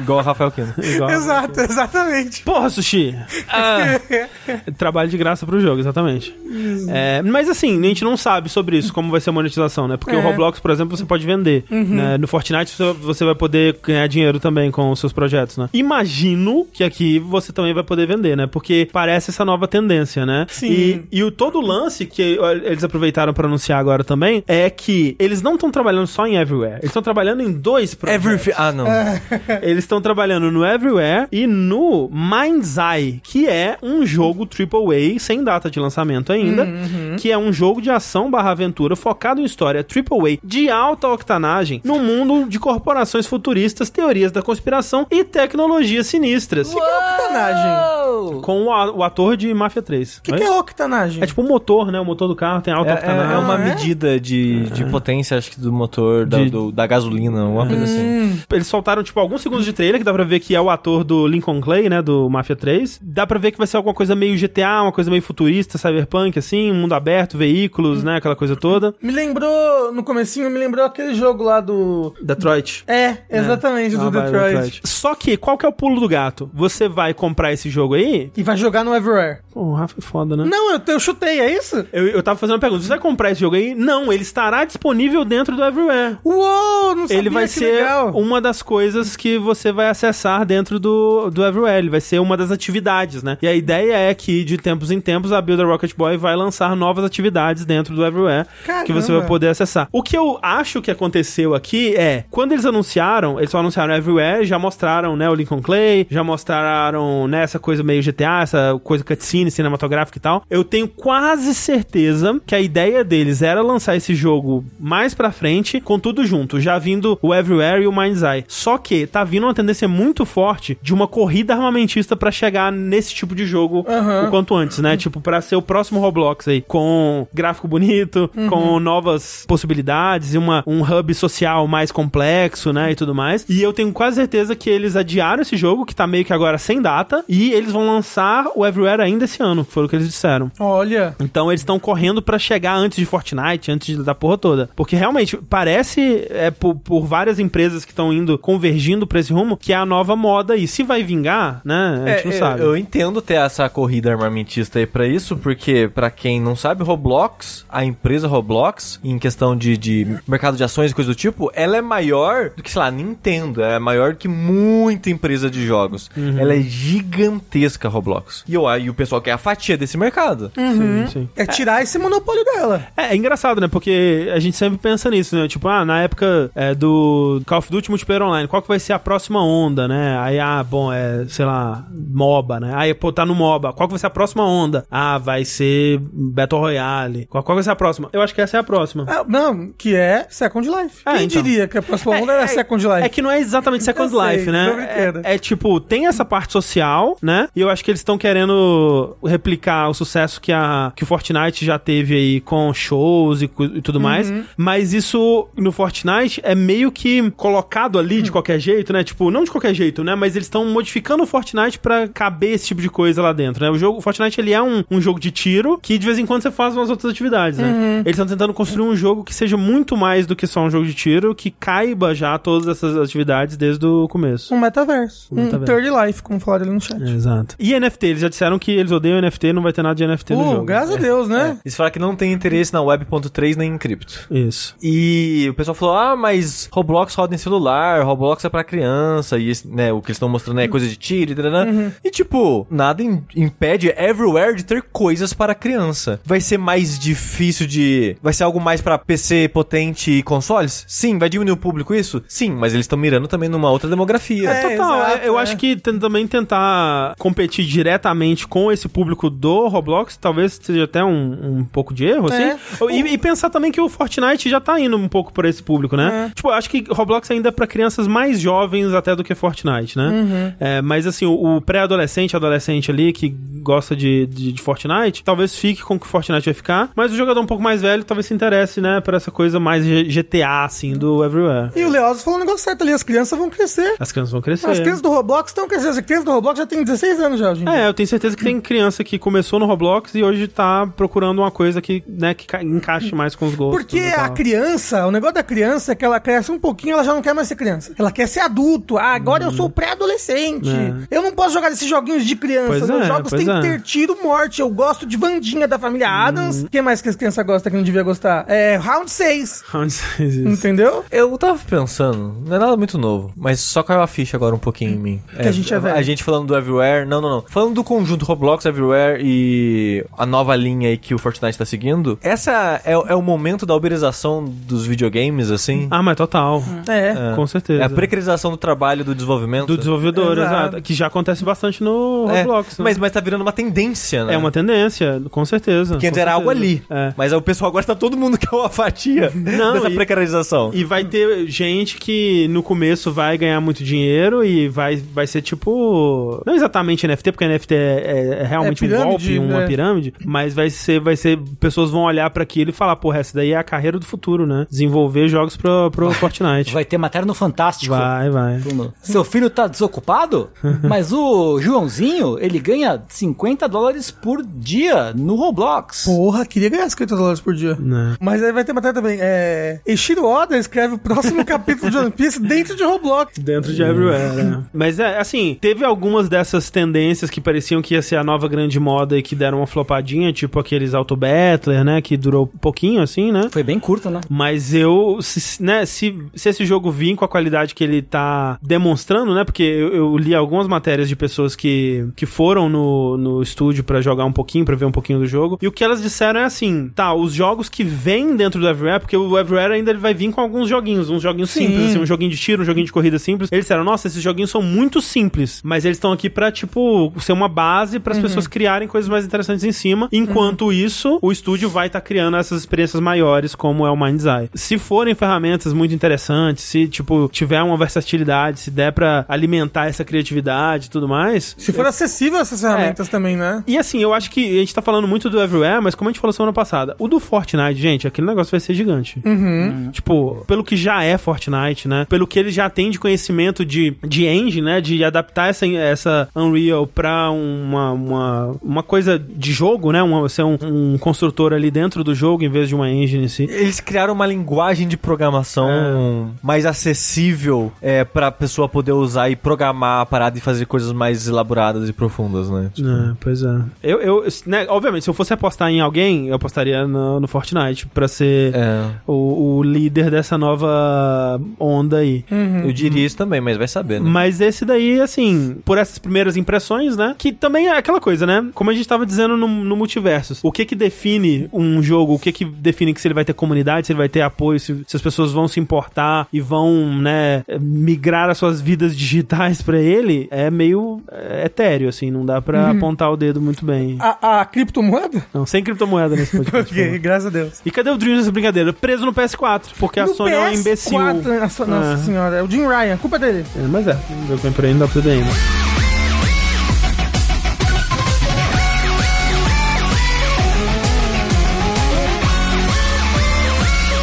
[SPEAKER 3] Igual o Rafael Kino.
[SPEAKER 1] Igual.
[SPEAKER 2] *laughs* Exato, exatamente. Ah.
[SPEAKER 1] Porra, sushi! *laughs* Trabalho de graça pro jogo, exatamente.
[SPEAKER 2] Hum.
[SPEAKER 1] É, mas assim, a gente não sabe sobre isso, como vai ser a monetização, né? Porque
[SPEAKER 2] É. Uhum.
[SPEAKER 1] o Roblox, por exemplo, você pode vender. né? No Fortnite você- você vai poder ganhar dinheiro também com os seus projetos, né? Imagino que aqui você também vai poder vender, né? Porque parece essa nova tendência, né?
[SPEAKER 2] Sim.
[SPEAKER 1] E, e o todo o lance que ó, eles aproveitaram pra anunciar agora também é que eles não estão trabalhando só em Everywhere, eles estão trabalhando em dois projetos.
[SPEAKER 3] Everything. Ah, não.
[SPEAKER 1] Eles estão trabalhando no Everywhere e no Mind's Eye, que é um jogo AAA sem data de lançamento ainda,
[SPEAKER 2] Hum, uhum.
[SPEAKER 1] que é um jogo de ação barra aventura focado em história AAA de alta octanagem no mundo de corporações futuristas, teorias da conspiração e tecnologias sinistras.
[SPEAKER 2] é Octanagem.
[SPEAKER 1] Com o a- o ator de Mafia 3.
[SPEAKER 2] O que, que é octanagem?
[SPEAKER 1] É tipo um motor, né? O motor do carro tem alta
[SPEAKER 3] É,
[SPEAKER 1] octanagem.
[SPEAKER 3] é uma
[SPEAKER 2] Ah, é?
[SPEAKER 3] medida de, de potência, acho que do motor, da,
[SPEAKER 1] De-
[SPEAKER 3] do- da gasolina, alguma coisa assim.
[SPEAKER 1] Eles soltaram, tipo, alguns segundos de trailer, que dá pra ver que é o ator do Lincoln Clay, né? Do Mafia 3. Dá pra ver que vai ser alguma coisa meio GTA, uma coisa meio futurista, cyberpunk, assim, mundo aberto, veículos, né? Aquela coisa toda.
[SPEAKER 2] Me lembrou, no comecinho, me lembrou aquele jogo lá do...
[SPEAKER 1] Detroit.
[SPEAKER 2] É, exatamente,
[SPEAKER 1] Ah,
[SPEAKER 2] do
[SPEAKER 1] vai,
[SPEAKER 2] Detroit.
[SPEAKER 1] Só que, qual que é o pulo do gato? Você vai comprar esse jogo aí?
[SPEAKER 2] E vai jogar no Everywhere.
[SPEAKER 1] Pô, o Rafa é foda, né?
[SPEAKER 2] Não, eu, eu chutei, é isso?
[SPEAKER 1] Eu, eu tava fazendo uma pergunta, você vai comprar esse jogo aí? Não, ele estará disponível dentro do Everywhere.
[SPEAKER 2] Uou, não sabia,
[SPEAKER 1] ele vai
[SPEAKER 2] que
[SPEAKER 1] ser um
[SPEAKER 2] legal.
[SPEAKER 1] uma das coisas que você vai acessar dentro do, do Everywhere. Ele vai ser uma das atividades, né? E a ideia é que, de tempos em tempos, a Builder Rocket Boy vai lançar novas atividades dentro do Everywhere que você
[SPEAKER 2] Caramba.
[SPEAKER 1] vai poder acessar. O que eu acho que aconteceu aqui é, quando eles anunciaram, eles só anunciaram Everywhere, já mostraram, né, o Lincoln Clay, já mostraram, né, essa coisa meio GTA, essa coisa cutscene cinematográfica e tal. Eu tenho quase certeza que a ideia deles era lançar esse jogo mais pra frente, com tudo junto, já vindo o Everywhere e o Mind's Eye. Só que tá vindo uma tendência muito forte de uma corrida armamentista pra chegar nesse tipo de jogo
[SPEAKER 2] Aham.
[SPEAKER 1] o quanto antes, né? Tipo, pra ser o próximo Roblox aí, com gráfico bonito, com novas possibilidades e uma, um hub social mais complexo, né? E tudo mais. E eu tenho quase certeza que eles adiaram esse jogo, que tá meio que agora sem data, e eles vão lançar o Everywhere ainda esse ano, foi o que eles disseram.
[SPEAKER 2] Olha,
[SPEAKER 1] Então eles estão correndo pra chegar antes de Fortnite, antes da porra toda. Porque realmente parece é por, por várias empresas que estão indo convergindo pra esse rumo, que é a nova moda. E se vai vingar, né? A gente não
[SPEAKER 3] É,
[SPEAKER 1] sabe.
[SPEAKER 3] Eu entendo ter essa corrida armamentista aí pra isso, porque pra quem não sabe, Roblox, a empresa Roblox, em questão de, de mercado de ações e coisa do tipo, ela é maior do que, sei lá, Nintendo, ela é maior do que muita empresa de jogos.
[SPEAKER 1] Uhum.
[SPEAKER 3] Ela é gigantesca, Roblox. E, eu, e o pessoal quer a fatia desse mercado. Uhum.
[SPEAKER 1] Sim, sim.
[SPEAKER 2] É tirar esse monopólio dela.
[SPEAKER 1] É, é engraçado, né? Porque a gente sempre pensa nisso, né? Tipo, ah, na época é, do Call of Duty Multiplayer Online, qual que vai ser a próxima onda, né? Aí, ah, bom, é, sei lá, MOBA, né? Aí, pô, tá no MOBA. Qual que vai ser a próxima onda? Ah, vai ser Battle Royale. Qual, qual vai ser a próxima? Eu acho que essa é a próxima.
[SPEAKER 2] Ah, não, que é Second Life.
[SPEAKER 1] Ah,
[SPEAKER 2] Quem
[SPEAKER 1] então.
[SPEAKER 2] diria que a próxima
[SPEAKER 1] É,
[SPEAKER 2] onda
[SPEAKER 1] é-
[SPEAKER 2] era Second Life?
[SPEAKER 1] É que não é exatamente Second
[SPEAKER 2] Eu sei,
[SPEAKER 1] Life,
[SPEAKER 2] tô
[SPEAKER 1] né?
[SPEAKER 2] brincando.
[SPEAKER 1] É, é tipo, tem essa parte social, né? E eu acho que eles estão querendo replicar o sucesso que, a, que o Fortnite já teve aí com shows e, cu- e tudo mais. Mas isso no Fortnite é meio que colocado ali de qualquer jeito, né? Tipo, não de qualquer jeito, né? Mas eles estão modificando o Fortnite pra caber esse tipo de coisa lá dentro, né? O jogo, o Fortnite ele é um, um jogo de tiro que de vez em quando você faz umas outras atividades, né? Eles estão tentando construir um jogo que seja muito mais do que só um jogo de tiro, que caiba já todas essas atividades desde o começo.
[SPEAKER 2] Um metaverso. Um,
[SPEAKER 1] metaverso. É,
[SPEAKER 2] Third Life, como falaram ali no chat.
[SPEAKER 1] Exato. E NFT, eles já disseram que eles odeiam NFT, não vai ter nada de NFT no
[SPEAKER 2] Uh,
[SPEAKER 1] jogo. é.
[SPEAKER 2] graças a Deus, né?
[SPEAKER 3] Eles falaram que não tem interesse na Web.3 nem em cripto.
[SPEAKER 1] Isso.
[SPEAKER 3] E o pessoal falou: ah, mas Roblox roda em celular, Roblox é pra criança, e esse, né, o que eles estão mostrando é coisa de tiro e tal. E tipo, nada im- impede Everywhere de ter coisas para criança. Vai ser mais difícil de. Vai ser algo mais pra PC potente e consoles? Sim, vai diminuir o público isso? Sim, mas eles estão mirando também numa outra demografia.
[SPEAKER 2] É,
[SPEAKER 1] Total,
[SPEAKER 2] exato,
[SPEAKER 1] eu
[SPEAKER 2] é.
[SPEAKER 1] acho que ten- também tentar competir diretamente com esse público do Roblox talvez seja até um, um pouco de erro,
[SPEAKER 2] É.
[SPEAKER 1] assim. E, e pensar também que o Fortnite já tá indo um pouco pra esse público, né? Tipo, eu acho que Roblox ainda é pra crianças mais jovens até do que Fortnite, né?
[SPEAKER 2] Uhum.
[SPEAKER 1] É, mas assim, o, o pré-adolescente, adolescente ali que gosta de, de, de Fortnite, talvez fique com o que o Fortnite vai ficar, mas o jogador um pouco mais velho talvez se interesse, né, por essa coisa mais G- GTA, assim, do Everywhere.
[SPEAKER 2] E o Leoz falou um negócio certo ali. As crianças vão crescer.
[SPEAKER 1] As crianças vão crescer.
[SPEAKER 2] As crianças do Roblox estão crescendo. As crianças do Roblox já têm 16 anos já, gente.
[SPEAKER 1] É, eu tenho certeza que tem criança que começou no Roblox e hoje tá procurando uma coisa que, né, que ca- encaixe mais com os gostos.
[SPEAKER 2] Porque é
[SPEAKER 1] e
[SPEAKER 2] a
[SPEAKER 1] tal.
[SPEAKER 2] criança, o negócio da criança é que ela cresce um pouquinho, ela já não quer mais ser criança. Ela quer ser adulto. Ah, agora
[SPEAKER 1] Hum.
[SPEAKER 2] eu sou pré-adolescente. Eu não posso jogar esses joguinhos de criança.
[SPEAKER 1] É. Pois
[SPEAKER 2] Meus
[SPEAKER 1] é,
[SPEAKER 2] jogos
[SPEAKER 1] pois
[SPEAKER 2] têm que
[SPEAKER 1] é. Hum.
[SPEAKER 2] ter tiro, morte. Eu gosto de Vandinha da família Adams. Quem mais que as crianças gostam que não devia gostar? É Round 6.
[SPEAKER 1] Onde isso existe?
[SPEAKER 2] Entendeu?
[SPEAKER 3] Eu tava pensando, não é nada muito novo, mas só caiu a ficha agora um pouquinho em mim.
[SPEAKER 2] Que a gente é velho.
[SPEAKER 3] A gente falando do Everywhere, não, não, não. Falando do conjunto Roblox, Everywhere e a nova linha aí que o Fortnite tá seguindo, essa é, é o momento da uberização dos videogames, assim?
[SPEAKER 1] Ah, mas total.
[SPEAKER 2] É.
[SPEAKER 1] Com certeza.
[SPEAKER 3] É a precarização do trabalho do desenvolvimento.
[SPEAKER 1] Do desenvolvedor,
[SPEAKER 2] Exato.
[SPEAKER 1] exato. Que já acontece bastante no
[SPEAKER 3] É,
[SPEAKER 1] Roblox. né?
[SPEAKER 3] mas, mas tá virando uma tendência, né?
[SPEAKER 1] É uma tendência, com certeza.
[SPEAKER 3] Que
[SPEAKER 1] com
[SPEAKER 3] antes era algo ali.
[SPEAKER 1] certeza. É.
[SPEAKER 3] Mas aí o pessoal agora tá todo mundo *laughs* que é uma fatia
[SPEAKER 1] Não,
[SPEAKER 3] dessa
[SPEAKER 1] e-
[SPEAKER 3] precarização.
[SPEAKER 1] E vai ter gente que no começo vai ganhar muito dinheiro e vai, vai ser tipo. Não exatamente NFT, porque NFT é, é- é realmente
[SPEAKER 2] É pirâmide,
[SPEAKER 1] um golpe, uma
[SPEAKER 2] né?
[SPEAKER 1] pirâmide, mas vai ser, vai ser. Pessoas vão olhar pra aquilo e falar, porra, essa daí é a carreira do futuro, né? Desenvolver jogos pro, pro *laughs* Fortnite.
[SPEAKER 4] Vai ter matéria no Fantástico.
[SPEAKER 1] Vai, vai.
[SPEAKER 4] Seu filho tá desocupado? Mas o Joãozinho, ele ganha 50 dólares por dia no Roblox.
[SPEAKER 2] Porra, queria ganhar 50 dólares por dia.
[SPEAKER 1] Né.
[SPEAKER 2] Mas aí vai ter matéria também. É... Eiichiro Oda escreve o
[SPEAKER 1] *laughs*
[SPEAKER 2] próximo capítulo de One Piece dentro de Roblox.
[SPEAKER 1] Dentro de everywhere, né? *laughs* Mas é, assim, teve algumas dessas tendências que pareciam que ia ser a nova grande moda e que deram uma flopadinha, tipo aqueles auto-battler, né? Que durou pouquinho, assim, né?
[SPEAKER 4] Foi bem curto, né?
[SPEAKER 1] Mas eu, se- se, né, se, se esse jogo vir com a qualidade que ele tá demonstrando, né? Porque eu, eu li algumas matérias de pessoas que, que foram no, no estúdio pra jogar um pouquinho, pra ver um pouquinho do jogo. E o que elas disseram é assim: tá, os jogos que vêm dentro do Everywhere, porque o Everywhere ainda ele vai vir com alguns joguinhos, uns joguinhos
[SPEAKER 2] Sim.
[SPEAKER 1] simples, assim, um joguinho de tiro, um joguinho de corrida simples. Eles disseram: nossa, esses joguinhos são muito simples, mas eles estão aqui pra, tipo, ser uma base pras pessoas criarem coisas mais interessantes em cima. Enquanto isso, o estúdio vai estar criando essas experiências maiores, como é o Mind's Eye. Se forem ferramentas muito interessantes, se, tipo, tiver uma versatilidade, se der pra alimentar essa criatividade e tudo mais.
[SPEAKER 2] Se for acessível essas ferramentas também, né?
[SPEAKER 1] E assim, eu acho que a gente tá falando muito do Everywhere, mas como a gente falou semana passada, o do Fortnite, gente, aquele negócio vai ser gigante. Uhum. Tipo, pelo que já é Fortnite, né? Pelo que ele já tem de conhecimento de, de engine, né? De adaptar essa, essa Unreal pra uma, uma, uma coisa de jogo, né? Uma, ser um, um construtor ali dentro do jogo em vez de uma engine em si.
[SPEAKER 3] Eles criaram uma linguagem de programação mais acessível é, pra pessoa poder usar e programar a parada e fazer coisas mais elaboradas e profundas, né? Tipo,
[SPEAKER 1] É, pois é. Eu, eu, né, obviamente, se eu fosse apostar em alguém, eu apostaria no, no Fortnite pra ser
[SPEAKER 3] É.
[SPEAKER 1] o, o líder dessa nova onda aí.
[SPEAKER 3] é. Eu diria isso também, mas vai saber, né?
[SPEAKER 1] Mas esse daí, assim, por essas primeiras impressões, né? Que também é aquela coisa, né? Como a gente tava dizendo no, no Multiversos, o que que define um jogo, o que que define que se ele vai ter comunidade, se ele vai ter apoio, se, se as pessoas vão se importar e vão, né, migrar as suas vidas digitais pra ele, é meio é, etéreo, assim, não dá pra
[SPEAKER 2] Uhum.
[SPEAKER 1] apontar o dedo muito bem.
[SPEAKER 2] A, a criptomoeda?
[SPEAKER 1] Não, sem criptomoeda nesse podcast. por
[SPEAKER 2] Ah. Ok,
[SPEAKER 1] favor.
[SPEAKER 2] graças a Deus.
[SPEAKER 1] E cadê o Drew nessa brincadeira? Preso no PS4, porque a
[SPEAKER 2] No
[SPEAKER 1] Sony é um imbecil.
[SPEAKER 2] PS4, a So- Nossa
[SPEAKER 1] Aham.
[SPEAKER 2] senhora, é o Jim Ryan, culpa dele.
[SPEAKER 1] É, mas é, não deu pra ir por aí, não dá pra ainda.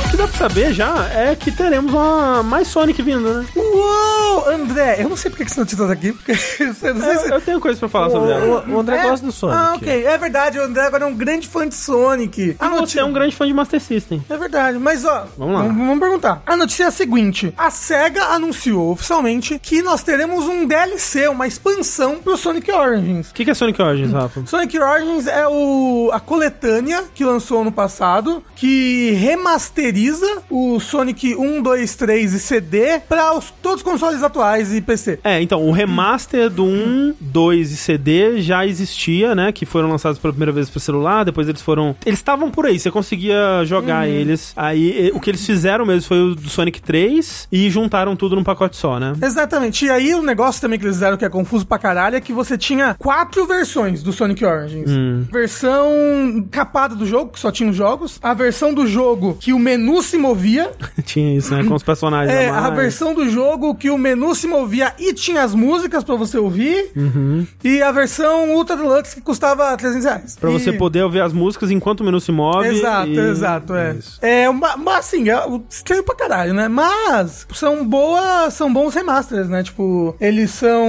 [SPEAKER 1] O que dá pra saber já é que teremos uma mais Sonic vindo, né?
[SPEAKER 2] Uou, André, eu não sei porque que essa notícia tá aqui, porque *laughs* eu não sei se...
[SPEAKER 1] Eu tenho coisa pra falar sobre ela.
[SPEAKER 3] O, o- o André
[SPEAKER 2] É?
[SPEAKER 3] gosta do Sonic.
[SPEAKER 2] Ah, ok. É verdade, o André agora é um grande fã de Sonic.
[SPEAKER 1] Ah, você é um grande fã de Master System.
[SPEAKER 2] É verdade, mas ó,
[SPEAKER 1] Vamos lá.
[SPEAKER 2] Vamos, vamos perguntar. A notícia é a seguinte: a SEGA anunciou oficialmente que nós teremos um DLC, uma expansão pro Sonic Origins.
[SPEAKER 1] O que, que é Sonic Origins, Rafa?
[SPEAKER 2] Sonic Origins é o, a coletânea que lançou ano passado, que remasteriza o Sonic 1, 2, 3 e CD para os, todos os consoles atuais e PC.
[SPEAKER 1] É, então, o remaster do 1, 2 e CD já existia, né? Que foram lançados pela primeira vez para celular, depois eles foram. Eles estavam por aí, você conseguia jogar
[SPEAKER 2] Uhum.
[SPEAKER 1] eles. Aí e- o que eles fizeram mesmo foi o do Sonic 3 e juntaram tudo num pacote só, né? *laughs*
[SPEAKER 2] Exatamente. E aí o negócio também que eles fizeram que é confuso pra caralho é que você tinha quatro versões do Sonic Origins. Versão capada do jogo, que só tinha os jogos. A versão do jogo que o menu se movia.
[SPEAKER 1] Tinha isso, né? Com os personagens
[SPEAKER 2] É,
[SPEAKER 1] a mais.
[SPEAKER 2] a versão do jogo que o menu se movia e tinha as músicas pra você ouvir.
[SPEAKER 1] Uhum.
[SPEAKER 2] E a versão Ultra Deluxe que custava 300 reais.
[SPEAKER 1] Pra você
[SPEAKER 2] E-
[SPEAKER 1] poder ouvir as músicas enquanto o menu se move.
[SPEAKER 2] Exato,
[SPEAKER 1] e-
[SPEAKER 2] exato, é.
[SPEAKER 1] Isso.
[SPEAKER 2] É, uma- mas assim, é um- estranho pra caralho, né? Mas são boas, são bons remasters, né? Tipo, eles são.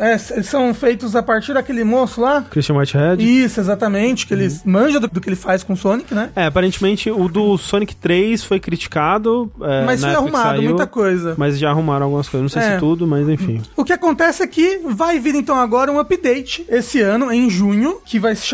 [SPEAKER 2] é, s- eles são feitos a partir daquele moço lá.
[SPEAKER 1] Christian Whitehead.
[SPEAKER 2] Isso, exatamente, que ele
[SPEAKER 1] Uhum.
[SPEAKER 2] manja do, do que ele faz com o Sonic, né?
[SPEAKER 1] É, aparentemente o do Sonic 3 foi criticado. é,
[SPEAKER 2] mas
[SPEAKER 1] na
[SPEAKER 2] foi
[SPEAKER 1] época que
[SPEAKER 2] arrumado,
[SPEAKER 1] saiu,
[SPEAKER 2] muita coisa.
[SPEAKER 1] Mas já arrumaram algumas coisas, não sei
[SPEAKER 2] É.
[SPEAKER 1] se tudo, mas enfim.
[SPEAKER 2] O que acontece é que vai vir então agora um update esse ano, em junho, que vai se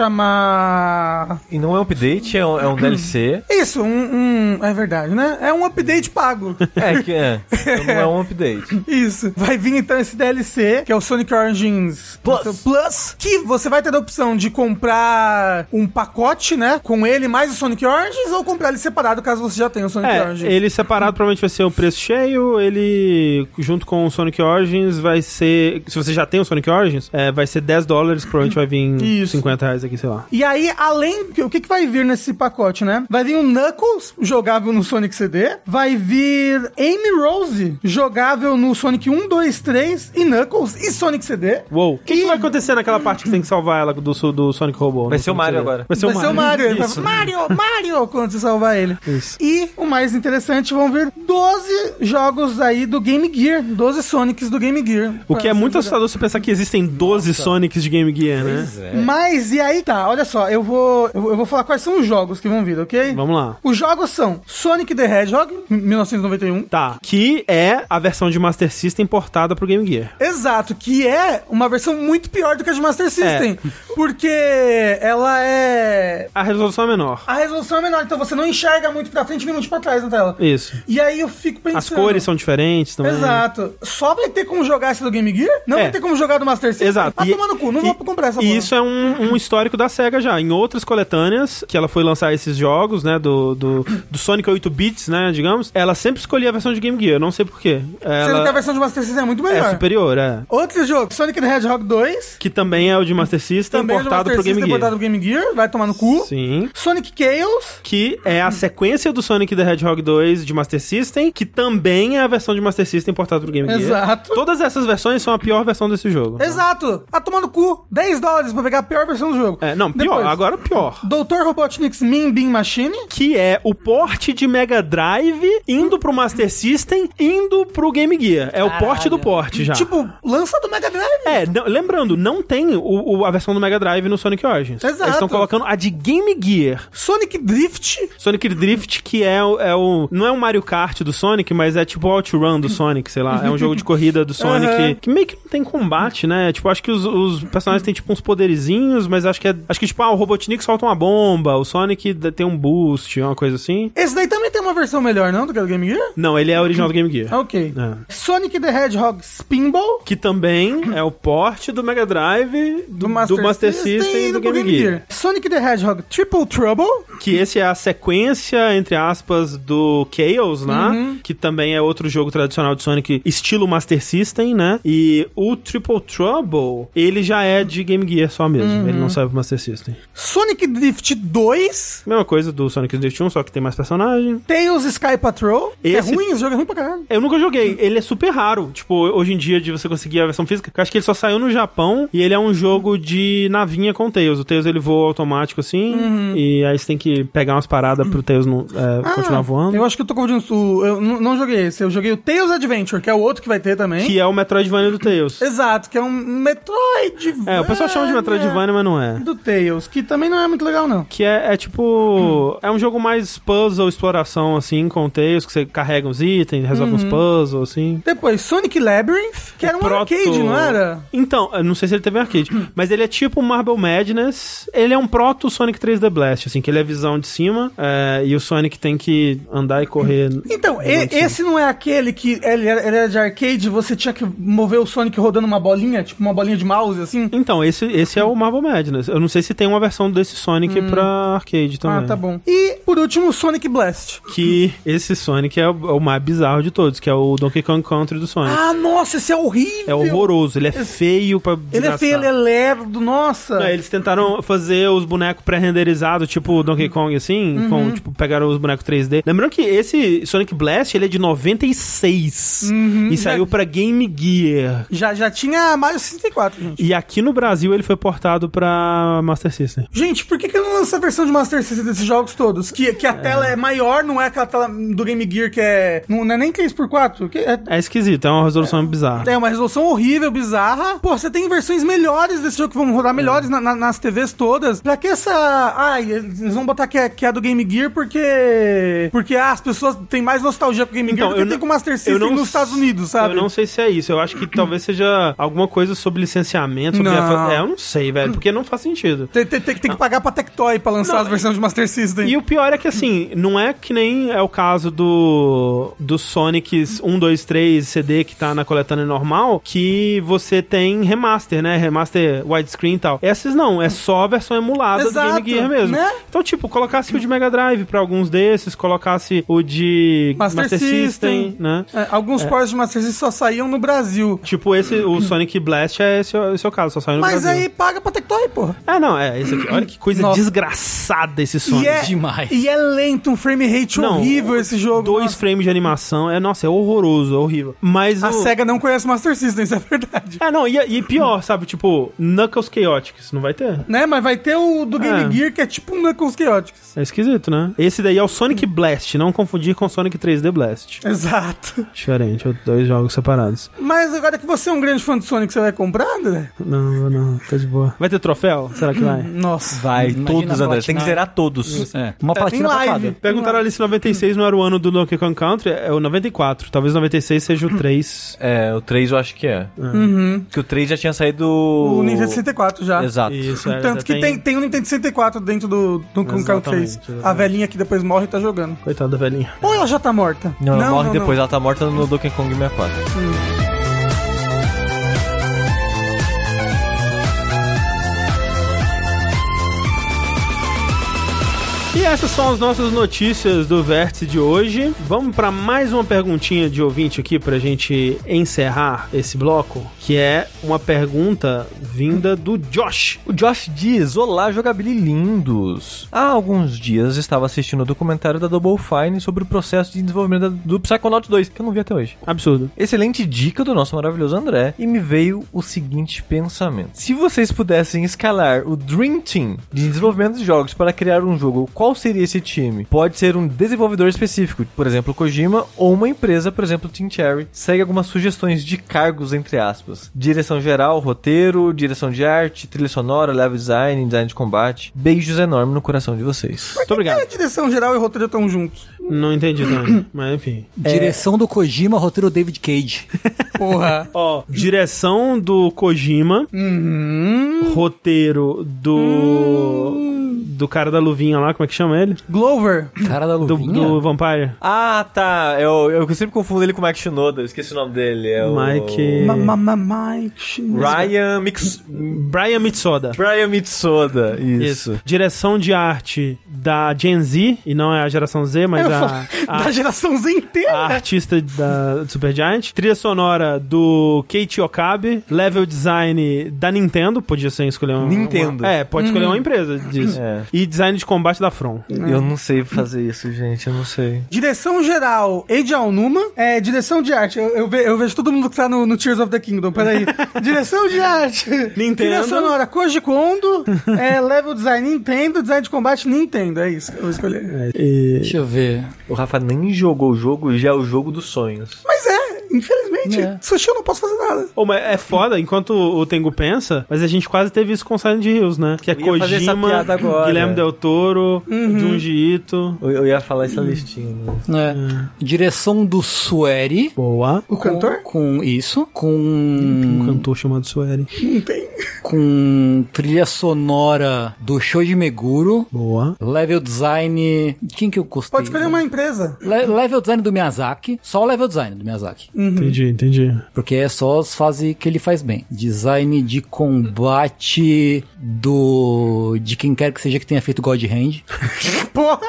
[SPEAKER 2] chamar.
[SPEAKER 3] E não é um update, é um, é um DLC.
[SPEAKER 2] Isso, um- um. É verdade, né? É um update pago.
[SPEAKER 3] É, que é. Então não é um update.
[SPEAKER 2] Isso. Vai vir então esse DLC, que é o Sonic Origins Então,
[SPEAKER 3] Plus.
[SPEAKER 2] Plus, que você vai ter a opção de comprar um pacote, né? Com ele mais o Sonic Origins, ou comprar ele separado caso você já tenha o Sonic
[SPEAKER 1] É,
[SPEAKER 2] Origins.
[SPEAKER 1] ele separado provavelmente vai ser o preço cheio, ele junto com o Sonic Origins vai ser, se você já tem o Sonic Origins, é, vai ser 10 dólares, provavelmente vai vir
[SPEAKER 2] Isso.
[SPEAKER 1] 50 reais aqui, sei lá.
[SPEAKER 2] E aí, além. O que, que vai vir nesse pacote, né? Vai vir o Knuckles, jogável no Sonic CD. Vai vir Amy Rose, jogável no Sonic 1, 2, 3 e Knuckles e Sonic CD.
[SPEAKER 1] Uou, o que, que vai acontecer naquela parte que tem que salvar ela do, su- do Sonic Robô?
[SPEAKER 3] Vai
[SPEAKER 1] No
[SPEAKER 3] ser o
[SPEAKER 1] Sonic
[SPEAKER 3] Mario
[SPEAKER 1] CD?
[SPEAKER 3] agora.
[SPEAKER 1] Vai ser
[SPEAKER 2] Vai
[SPEAKER 1] o
[SPEAKER 2] ser o Mario. Ele vai
[SPEAKER 3] Isso.
[SPEAKER 2] falar, Mario, Mario, quando você salvar ele.
[SPEAKER 1] Isso.
[SPEAKER 2] E o mais interessante, vão vir 12 jogos aí do Game Gear. 12 Sonics do Game Gear.
[SPEAKER 1] O que é
[SPEAKER 2] Pra
[SPEAKER 1] muito
[SPEAKER 2] você jogar.
[SPEAKER 1] assustador você pensar que existem 12 Sonics de Game Gear, né?
[SPEAKER 3] é.
[SPEAKER 2] Mas e aí tá, olha só, eu vou, eu vou- eu vou falar quais são os jogos que vão vir, ok?
[SPEAKER 1] Vamos lá.
[SPEAKER 2] Os jogos são Sonic the Hedgehog, 1991.
[SPEAKER 1] Tá, que é a versão de Master System portada pro Game Gear.
[SPEAKER 2] Exato, que é uma versão muito pior do que a de Master
[SPEAKER 1] É. *laughs*
[SPEAKER 2] System. Porque ela é.
[SPEAKER 1] A resolução é menor.
[SPEAKER 2] A resolução é menor, então você não enxerga muito pra frente nem muito pra trás na tela.
[SPEAKER 1] Isso.
[SPEAKER 2] E aí eu fico pensando.
[SPEAKER 1] As cores são diferentes também.
[SPEAKER 2] Exato. Só vai ter como jogar esse do Game Gear? Não
[SPEAKER 1] É.
[SPEAKER 2] vai ter como jogar do Master System?
[SPEAKER 1] Exato.
[SPEAKER 2] Vai
[SPEAKER 1] E-
[SPEAKER 2] tomar no cu, não
[SPEAKER 1] e-
[SPEAKER 2] vou comprar essa
[SPEAKER 1] E
[SPEAKER 2] porra.
[SPEAKER 1] isso é um, um histórico da SEGA já. Em outras coletâneas, que ela foi lançar esses jogos, né? Do, do, do Sonic 8 bits, né? Digamos, ela sempre escolhia a versão de Game Gear, eu não sei porquê.
[SPEAKER 2] Sendo que a
[SPEAKER 1] Ela
[SPEAKER 2] versão de Master System é muito melhor.
[SPEAKER 1] é superior, é.
[SPEAKER 2] Outro jogo, Sonic the Hedgehog 2.
[SPEAKER 1] Que também é o de Master System,
[SPEAKER 2] Também é do
[SPEAKER 1] portado
[SPEAKER 2] Master
[SPEAKER 1] pro Game
[SPEAKER 2] System,
[SPEAKER 1] Gear.
[SPEAKER 2] portado pro Game Gear. Vai tomar no cu.
[SPEAKER 1] Sim.
[SPEAKER 2] Sonic Chaos.
[SPEAKER 1] Que é a sequência do Sonic the Hedgehog 2 de Master System, que também é a versão de Master System portada pro Game Gear.
[SPEAKER 2] Exato.
[SPEAKER 1] Todas essas versões são a pior versão desse jogo.
[SPEAKER 2] Exato. Vai tomar no cu. 10 dólares pra pegar a pior versão do jogo.
[SPEAKER 1] É, não, pior,
[SPEAKER 2] Depois,
[SPEAKER 1] agora pior.
[SPEAKER 2] Dr. Robotnik's Min Bean Machine.
[SPEAKER 1] que é o porte de Mega Drive indo pro Master System, indo pro Game Gear. É o porte do porte já.
[SPEAKER 2] Tipo, lança do Mega Drive.
[SPEAKER 1] é, não- lembrando, não tem o- o- a versão do Mega Drive no Sonic Origins.
[SPEAKER 2] Exato.
[SPEAKER 1] Eles estão colocando a de Game Gear.
[SPEAKER 2] Sonic Drift.
[SPEAKER 1] Sonic Drift, que é, o- é o. Não é um Mario Kart kart do Sonic, mas é tipo Outrun do Sonic, sei lá. É um jogo de corrida
[SPEAKER 2] *laughs*
[SPEAKER 1] do Sonic
[SPEAKER 2] Aham.
[SPEAKER 1] que meio que não tem combate, né? Tipo, acho que os, os personagens têm tipo uns poderizinhos, mas acho que é, acho que tipo, ah, o Robotnik solta uma bomba, o Sonic d- tem um boost, uma coisa assim.
[SPEAKER 2] Esse daí também tem uma versão melhor, não? Do que a do Game Gear?
[SPEAKER 1] Não, ele é original do Game Gear.
[SPEAKER 2] Ah, Ok.
[SPEAKER 1] É.
[SPEAKER 2] Sonic the Hedgehog Spinball.
[SPEAKER 1] Que também é o porte do Mega Drive, do, do Master, System, e do, Game, Gear.
[SPEAKER 2] Sonic the Hedgehog Triple Trouble.
[SPEAKER 1] Que esse é a sequência, entre aspas, do Chaos, né? Que também é outro jogo tradicional de Sonic, estilo Master System, né? E o Triple Trouble, ele já é de Game Gear só mesmo. Ele não serve pro Master System.
[SPEAKER 2] Sonic Drift 2.
[SPEAKER 1] Mesma coisa do Sonic Drift 1, só que tem mais personagem.
[SPEAKER 2] Tails Sky Patrol. que
[SPEAKER 1] Esse-
[SPEAKER 2] É ruim, esse jogo é ruim pra caralho.
[SPEAKER 1] Eu nunca joguei. Ele é super raro. Tipo, hoje em dia, de você conseguir a versão física. Eu acho que ele só saiu no Japão e ele é um jogo de navinha com o Tails. O Tails ele voa automático assim. E aí você tem que pegar umas paradas pro Tails não, é,
[SPEAKER 2] Ah,
[SPEAKER 1] continuar voando.
[SPEAKER 2] Eu acho que eu tô confundindo. o- Eu n- não joguei esse, eu joguei o Tails Adventure, que é o outro que vai ter também.
[SPEAKER 1] Que é o Metroidvania do Tails.
[SPEAKER 2] Exato, que é um Metroidvania.
[SPEAKER 1] É, o pessoal chama de Metroidvania, mas não é.
[SPEAKER 2] Do Tails, que também não é muito legal, não.
[SPEAKER 1] Que é, é tipo. É um jogo mais puzzle, exploração, assim, com o Tails, que você carrega uns itens, resolve uns puzzles, assim.
[SPEAKER 2] Depois, Sonic Labyrinth, que era um
[SPEAKER 1] Proto-
[SPEAKER 2] arcade, não era?
[SPEAKER 1] Então, eu não sei se ele teve um
[SPEAKER 2] *clears throat*
[SPEAKER 1] arcade, mas ele é tipo um Marble Madness. Ele é um proto Sonic 3D Blast, assim, que ele é visão de cima é, e o Sonic tem que andar e correr.
[SPEAKER 2] Então,
[SPEAKER 1] Visão
[SPEAKER 2] e-
[SPEAKER 1] de cima.
[SPEAKER 2] esse não é aquele que ele era, ele era de arcade, você tinha que mover o Sonic rodando uma bolinha, tipo uma bolinha de mouse, assim?
[SPEAKER 1] Então, esse, esse é o Marble Madness. Eu não sei se tem uma versão desse Sonic pra arcade também.
[SPEAKER 2] Hum. Ah, tá bom. E, por último, Sonic Blast.
[SPEAKER 1] Que esse Sonic é o, é o mais bizarro de todos, que é o Donkey Kong Country do Sonic.
[SPEAKER 2] Ah, nossa, esse é horrível!
[SPEAKER 1] É horroroso, ele é feio pra
[SPEAKER 2] Ele é feio, ele é lerdo, nossa!
[SPEAKER 1] Não, eles tentaram fazer os bonecos pré-renderizados, tipo Donkey Kong, assim,
[SPEAKER 2] Uhum.
[SPEAKER 1] com, tipo, pegaram os bonecos 3D. Lembrando que esse Sonic Blast, ele é de 96
[SPEAKER 2] Uhum.
[SPEAKER 1] e saiu pra Game Gear.
[SPEAKER 2] Já, já tinha Mario 64, gente.
[SPEAKER 1] E aqui no Brasil ele foi portado pra Master System.
[SPEAKER 2] Gente, por que, que não lança a versão de Master System desses jogos todos? Que, que a tela é maior, não é aquela tela do Game Gear que é. Não, não é nem 3x4. Que é,
[SPEAKER 1] É esquisito, é uma resolução bizarra.
[SPEAKER 2] é uma resolução horrível, bizarra. Pô, você tem versões melhores desse jogo que vão rodar
[SPEAKER 1] É.
[SPEAKER 2] melhores na- na- nas TVs todas. Pra que essa. Ai, eles vão botar que é, que é do Game Gear porque. Porque ah, as pessoas têm mais nostalgia pro Game Gear do que
[SPEAKER 1] Então, não-
[SPEAKER 2] tem com o Master System
[SPEAKER 1] não
[SPEAKER 2] nos
[SPEAKER 1] s-
[SPEAKER 2] Estados Unidos, sabe?
[SPEAKER 1] Eu não sei se é isso. Eu acho que talvez seja alguma coisa sobre licenciamento. Sobre
[SPEAKER 2] Não.
[SPEAKER 1] É, eu não sei, velho, porque não faz sentido.
[SPEAKER 2] Tem, tem- tem que- tem que pagar pra Tectoy pra lançar
[SPEAKER 1] Ah. Não,
[SPEAKER 2] as versões de Master System.
[SPEAKER 1] E o pior é que, assim, não é que nem é o caso do, do um, Sonic 1, 2, 3 CD que tá na coletânea normal, que você tem remaster, né? Remaster widescreen e tal. Essas não, é só a versão emulada do
[SPEAKER 2] Exato,
[SPEAKER 1] Game Gear mesmo.
[SPEAKER 2] né?
[SPEAKER 1] Então, tipo, colocasse o de Mega Drive pra alguns desses, colocasse o de
[SPEAKER 2] Master System.
[SPEAKER 1] né?
[SPEAKER 2] É, alguns ports de Master System só saíam no Brasil.
[SPEAKER 1] Tipo, esse,
[SPEAKER 2] *clears throat*
[SPEAKER 1] o Sonic Blast é esse, esse é o caso, só saiu no
[SPEAKER 2] Mas
[SPEAKER 1] Brasil.
[SPEAKER 2] aí paga pra Tectoy, porra.
[SPEAKER 1] Ah, não, é esse aqui. Olha que coisa
[SPEAKER 2] Nossa.
[SPEAKER 1] desgraçada esse Sonic.
[SPEAKER 2] E é,
[SPEAKER 4] demais.
[SPEAKER 2] E é lento, um frame rate
[SPEAKER 1] Não,
[SPEAKER 2] horrível esse jogo.
[SPEAKER 1] Dois
[SPEAKER 2] Nossa,
[SPEAKER 1] frames de animação. É, nossa, é horroroso, é horrível. Mas
[SPEAKER 2] A
[SPEAKER 1] o-
[SPEAKER 2] SEGA não conhece Master System, isso é verdade.
[SPEAKER 1] É, não, e, e pior, sabe? Tipo, Knuckles Chaotix, não vai ter.
[SPEAKER 2] Né? Mas vai ter o do Game
[SPEAKER 1] É.
[SPEAKER 2] Gear, que é tipo um Knuckles
[SPEAKER 1] *laughs*
[SPEAKER 2] Chaotix.
[SPEAKER 1] É esquisito, né? Esse daí é o Sonic Blast, não confundir com Sonic 3D Blast.
[SPEAKER 2] Exato.
[SPEAKER 1] Diferente, é dois jogos separados.
[SPEAKER 2] Mas agora que você é um grande fã de Sonic, você vai comprar, André?
[SPEAKER 1] Não, não, tá de boa. Vai ter troféu? Será que vai?
[SPEAKER 2] Nossa.
[SPEAKER 3] Vai,
[SPEAKER 4] É. Imagina
[SPEAKER 3] todos, André.
[SPEAKER 4] platinar.
[SPEAKER 3] Tem que zerar todos.
[SPEAKER 4] É, uma
[SPEAKER 2] É, em
[SPEAKER 4] platina pra
[SPEAKER 2] live.
[SPEAKER 4] cada.
[SPEAKER 1] Perguntaram ali se 96 não era o ano do Donkey Kong Country. É o 94. Talvez 96 seja o 3.
[SPEAKER 3] É, o 3 eu acho que é.
[SPEAKER 2] Uhum.
[SPEAKER 3] Porque o 3 já tinha saído.
[SPEAKER 2] O Nintendo 64 já.
[SPEAKER 3] Exato.
[SPEAKER 1] Isso, é,
[SPEAKER 2] Tanto
[SPEAKER 1] já
[SPEAKER 2] que tem, tem o Nintendo 64 dentro do, do Donkey Kong
[SPEAKER 1] Exatamente,
[SPEAKER 2] 3. A
[SPEAKER 1] exatamente.
[SPEAKER 2] velhinha que depois morre tá jogando.
[SPEAKER 1] Coitada da velhinha.
[SPEAKER 2] Ou ela já tá morta?
[SPEAKER 3] Não, ela morre depois, ela tá morta no Donkey Kong 64.
[SPEAKER 1] E essas são as nossas notícias do Vértice de hoje. Vamos para mais uma perguntinha de ouvinte aqui pra gente encerrar esse bloco, que é uma pergunta vinda do Josh.
[SPEAKER 3] O Josh diz: Olá, jogabili lindos. Há alguns dias estava assistindo o documentário da Double Fine sobre o processo de desenvolvimento da- do Psychonauts 2, que eu não vi até hoje.
[SPEAKER 1] Absurdo.
[SPEAKER 3] Excelente dica do nosso maravilhoso André. E me veio o seguinte pensamento: se vocês pudessem escalar o Dream Team de desenvolvimento de jogos para criar um jogo, qual qual seria esse time? Pode ser um desenvolvedor específico, por exemplo, Kojima, ou uma empresa, por exemplo, Team Cherry. Segue algumas sugestões de cargos, entre aspas. Direção geral, roteiro, direção de arte, trilha sonora, level design, design de combate. Beijos enormes no coração de vocês.
[SPEAKER 1] Muito
[SPEAKER 2] É,
[SPEAKER 1] obrigado.
[SPEAKER 2] direção geral e roteiro estão juntos.
[SPEAKER 1] Não entendi também, mas enfim.
[SPEAKER 4] Direção do Kojima, roteiro David Cage.
[SPEAKER 1] *laughs*
[SPEAKER 2] Porra.
[SPEAKER 1] Ó, direção do Kojima,
[SPEAKER 2] uhum.
[SPEAKER 1] roteiro do. Do cara da luvinha lá, como é que chama ele?
[SPEAKER 2] Glover.
[SPEAKER 4] Cara da
[SPEAKER 1] Do,
[SPEAKER 4] luvinha.
[SPEAKER 1] do Vampire.
[SPEAKER 3] Ah, tá. Eu, eu sempre confundo ele com o Mike Shinoda. Eu esqueci o nome dele. É o...
[SPEAKER 1] Mike-
[SPEAKER 2] Ma- ma- ma- Mike.
[SPEAKER 3] Ryan Mix...
[SPEAKER 1] Brian Mitsoda.
[SPEAKER 3] Brian Mitsoda. Isso.
[SPEAKER 1] Isso. Direção de arte da Gen Z, e não é a geração Z, mas
[SPEAKER 2] Eu
[SPEAKER 1] a,
[SPEAKER 2] falo-
[SPEAKER 1] a,
[SPEAKER 2] Da geração Z
[SPEAKER 1] a
[SPEAKER 2] inteira.
[SPEAKER 1] *laughs* artista da Supergiant. Trilha sonora do Keiichi Okabe. Level design da Nintendo, podia ser escolher um.
[SPEAKER 3] Nintendo. Uhum.
[SPEAKER 1] uma- é, pode escolher uma empresa disso.
[SPEAKER 3] É.
[SPEAKER 1] E design de combate da From.
[SPEAKER 3] Eu não sei fazer isso, gente. Eu não sei.
[SPEAKER 2] Direção geral, Eiji Alnuma. É, direção de arte. Eu, eu ve- eu vejo todo mundo que tá no, no Tears of the Kingdom.
[SPEAKER 4] *laughs*
[SPEAKER 2] Peraí. direção de arte.
[SPEAKER 1] Nintendo.
[SPEAKER 2] Trilha sonora, Koji Kondo. é, level design, Nintendo. Design de combate, Nintendo. É isso que eu vou escolher.
[SPEAKER 4] Deixa eu ver.
[SPEAKER 3] O Rafa nem jogou o jogo e já é o jogo dos sonhos.
[SPEAKER 2] Mas é, infelizmente.
[SPEAKER 4] É.
[SPEAKER 2] Sushi eu não posso fazer nada.
[SPEAKER 1] Ô, mas é foda, enquanto o Tengu pensa, mas a gente quase teve isso com Silent Hills, né? Que é
[SPEAKER 3] Eu ia fazer essa
[SPEAKER 1] Kojima,
[SPEAKER 3] piada agora. Uhum.
[SPEAKER 1] Guilherme Del Toro, Junji Ito.
[SPEAKER 3] Eu, eu ia falar essa listinha. né?
[SPEAKER 4] É. Direção do Sueri.
[SPEAKER 1] Boa.
[SPEAKER 2] O cantor?
[SPEAKER 4] Com isso.
[SPEAKER 1] Um
[SPEAKER 4] Com.
[SPEAKER 1] cantor chamado Sueri.
[SPEAKER 2] Não tem.
[SPEAKER 4] Com trilha sonora do Shoji Meguro.
[SPEAKER 1] Boa.
[SPEAKER 4] Level design. de Quem que eu gostei?
[SPEAKER 2] Pode escolher uma
[SPEAKER 4] *laughs*
[SPEAKER 2] empresa.
[SPEAKER 4] Le- level design do Miyazaki. Só o level design do Miyazaki.
[SPEAKER 2] Hum.
[SPEAKER 1] Entendi, entendi.
[SPEAKER 4] Porque é só as fases que ele faz bem. Design de combate do. de quem quer que seja que tenha feito God Hand.
[SPEAKER 2] Porra.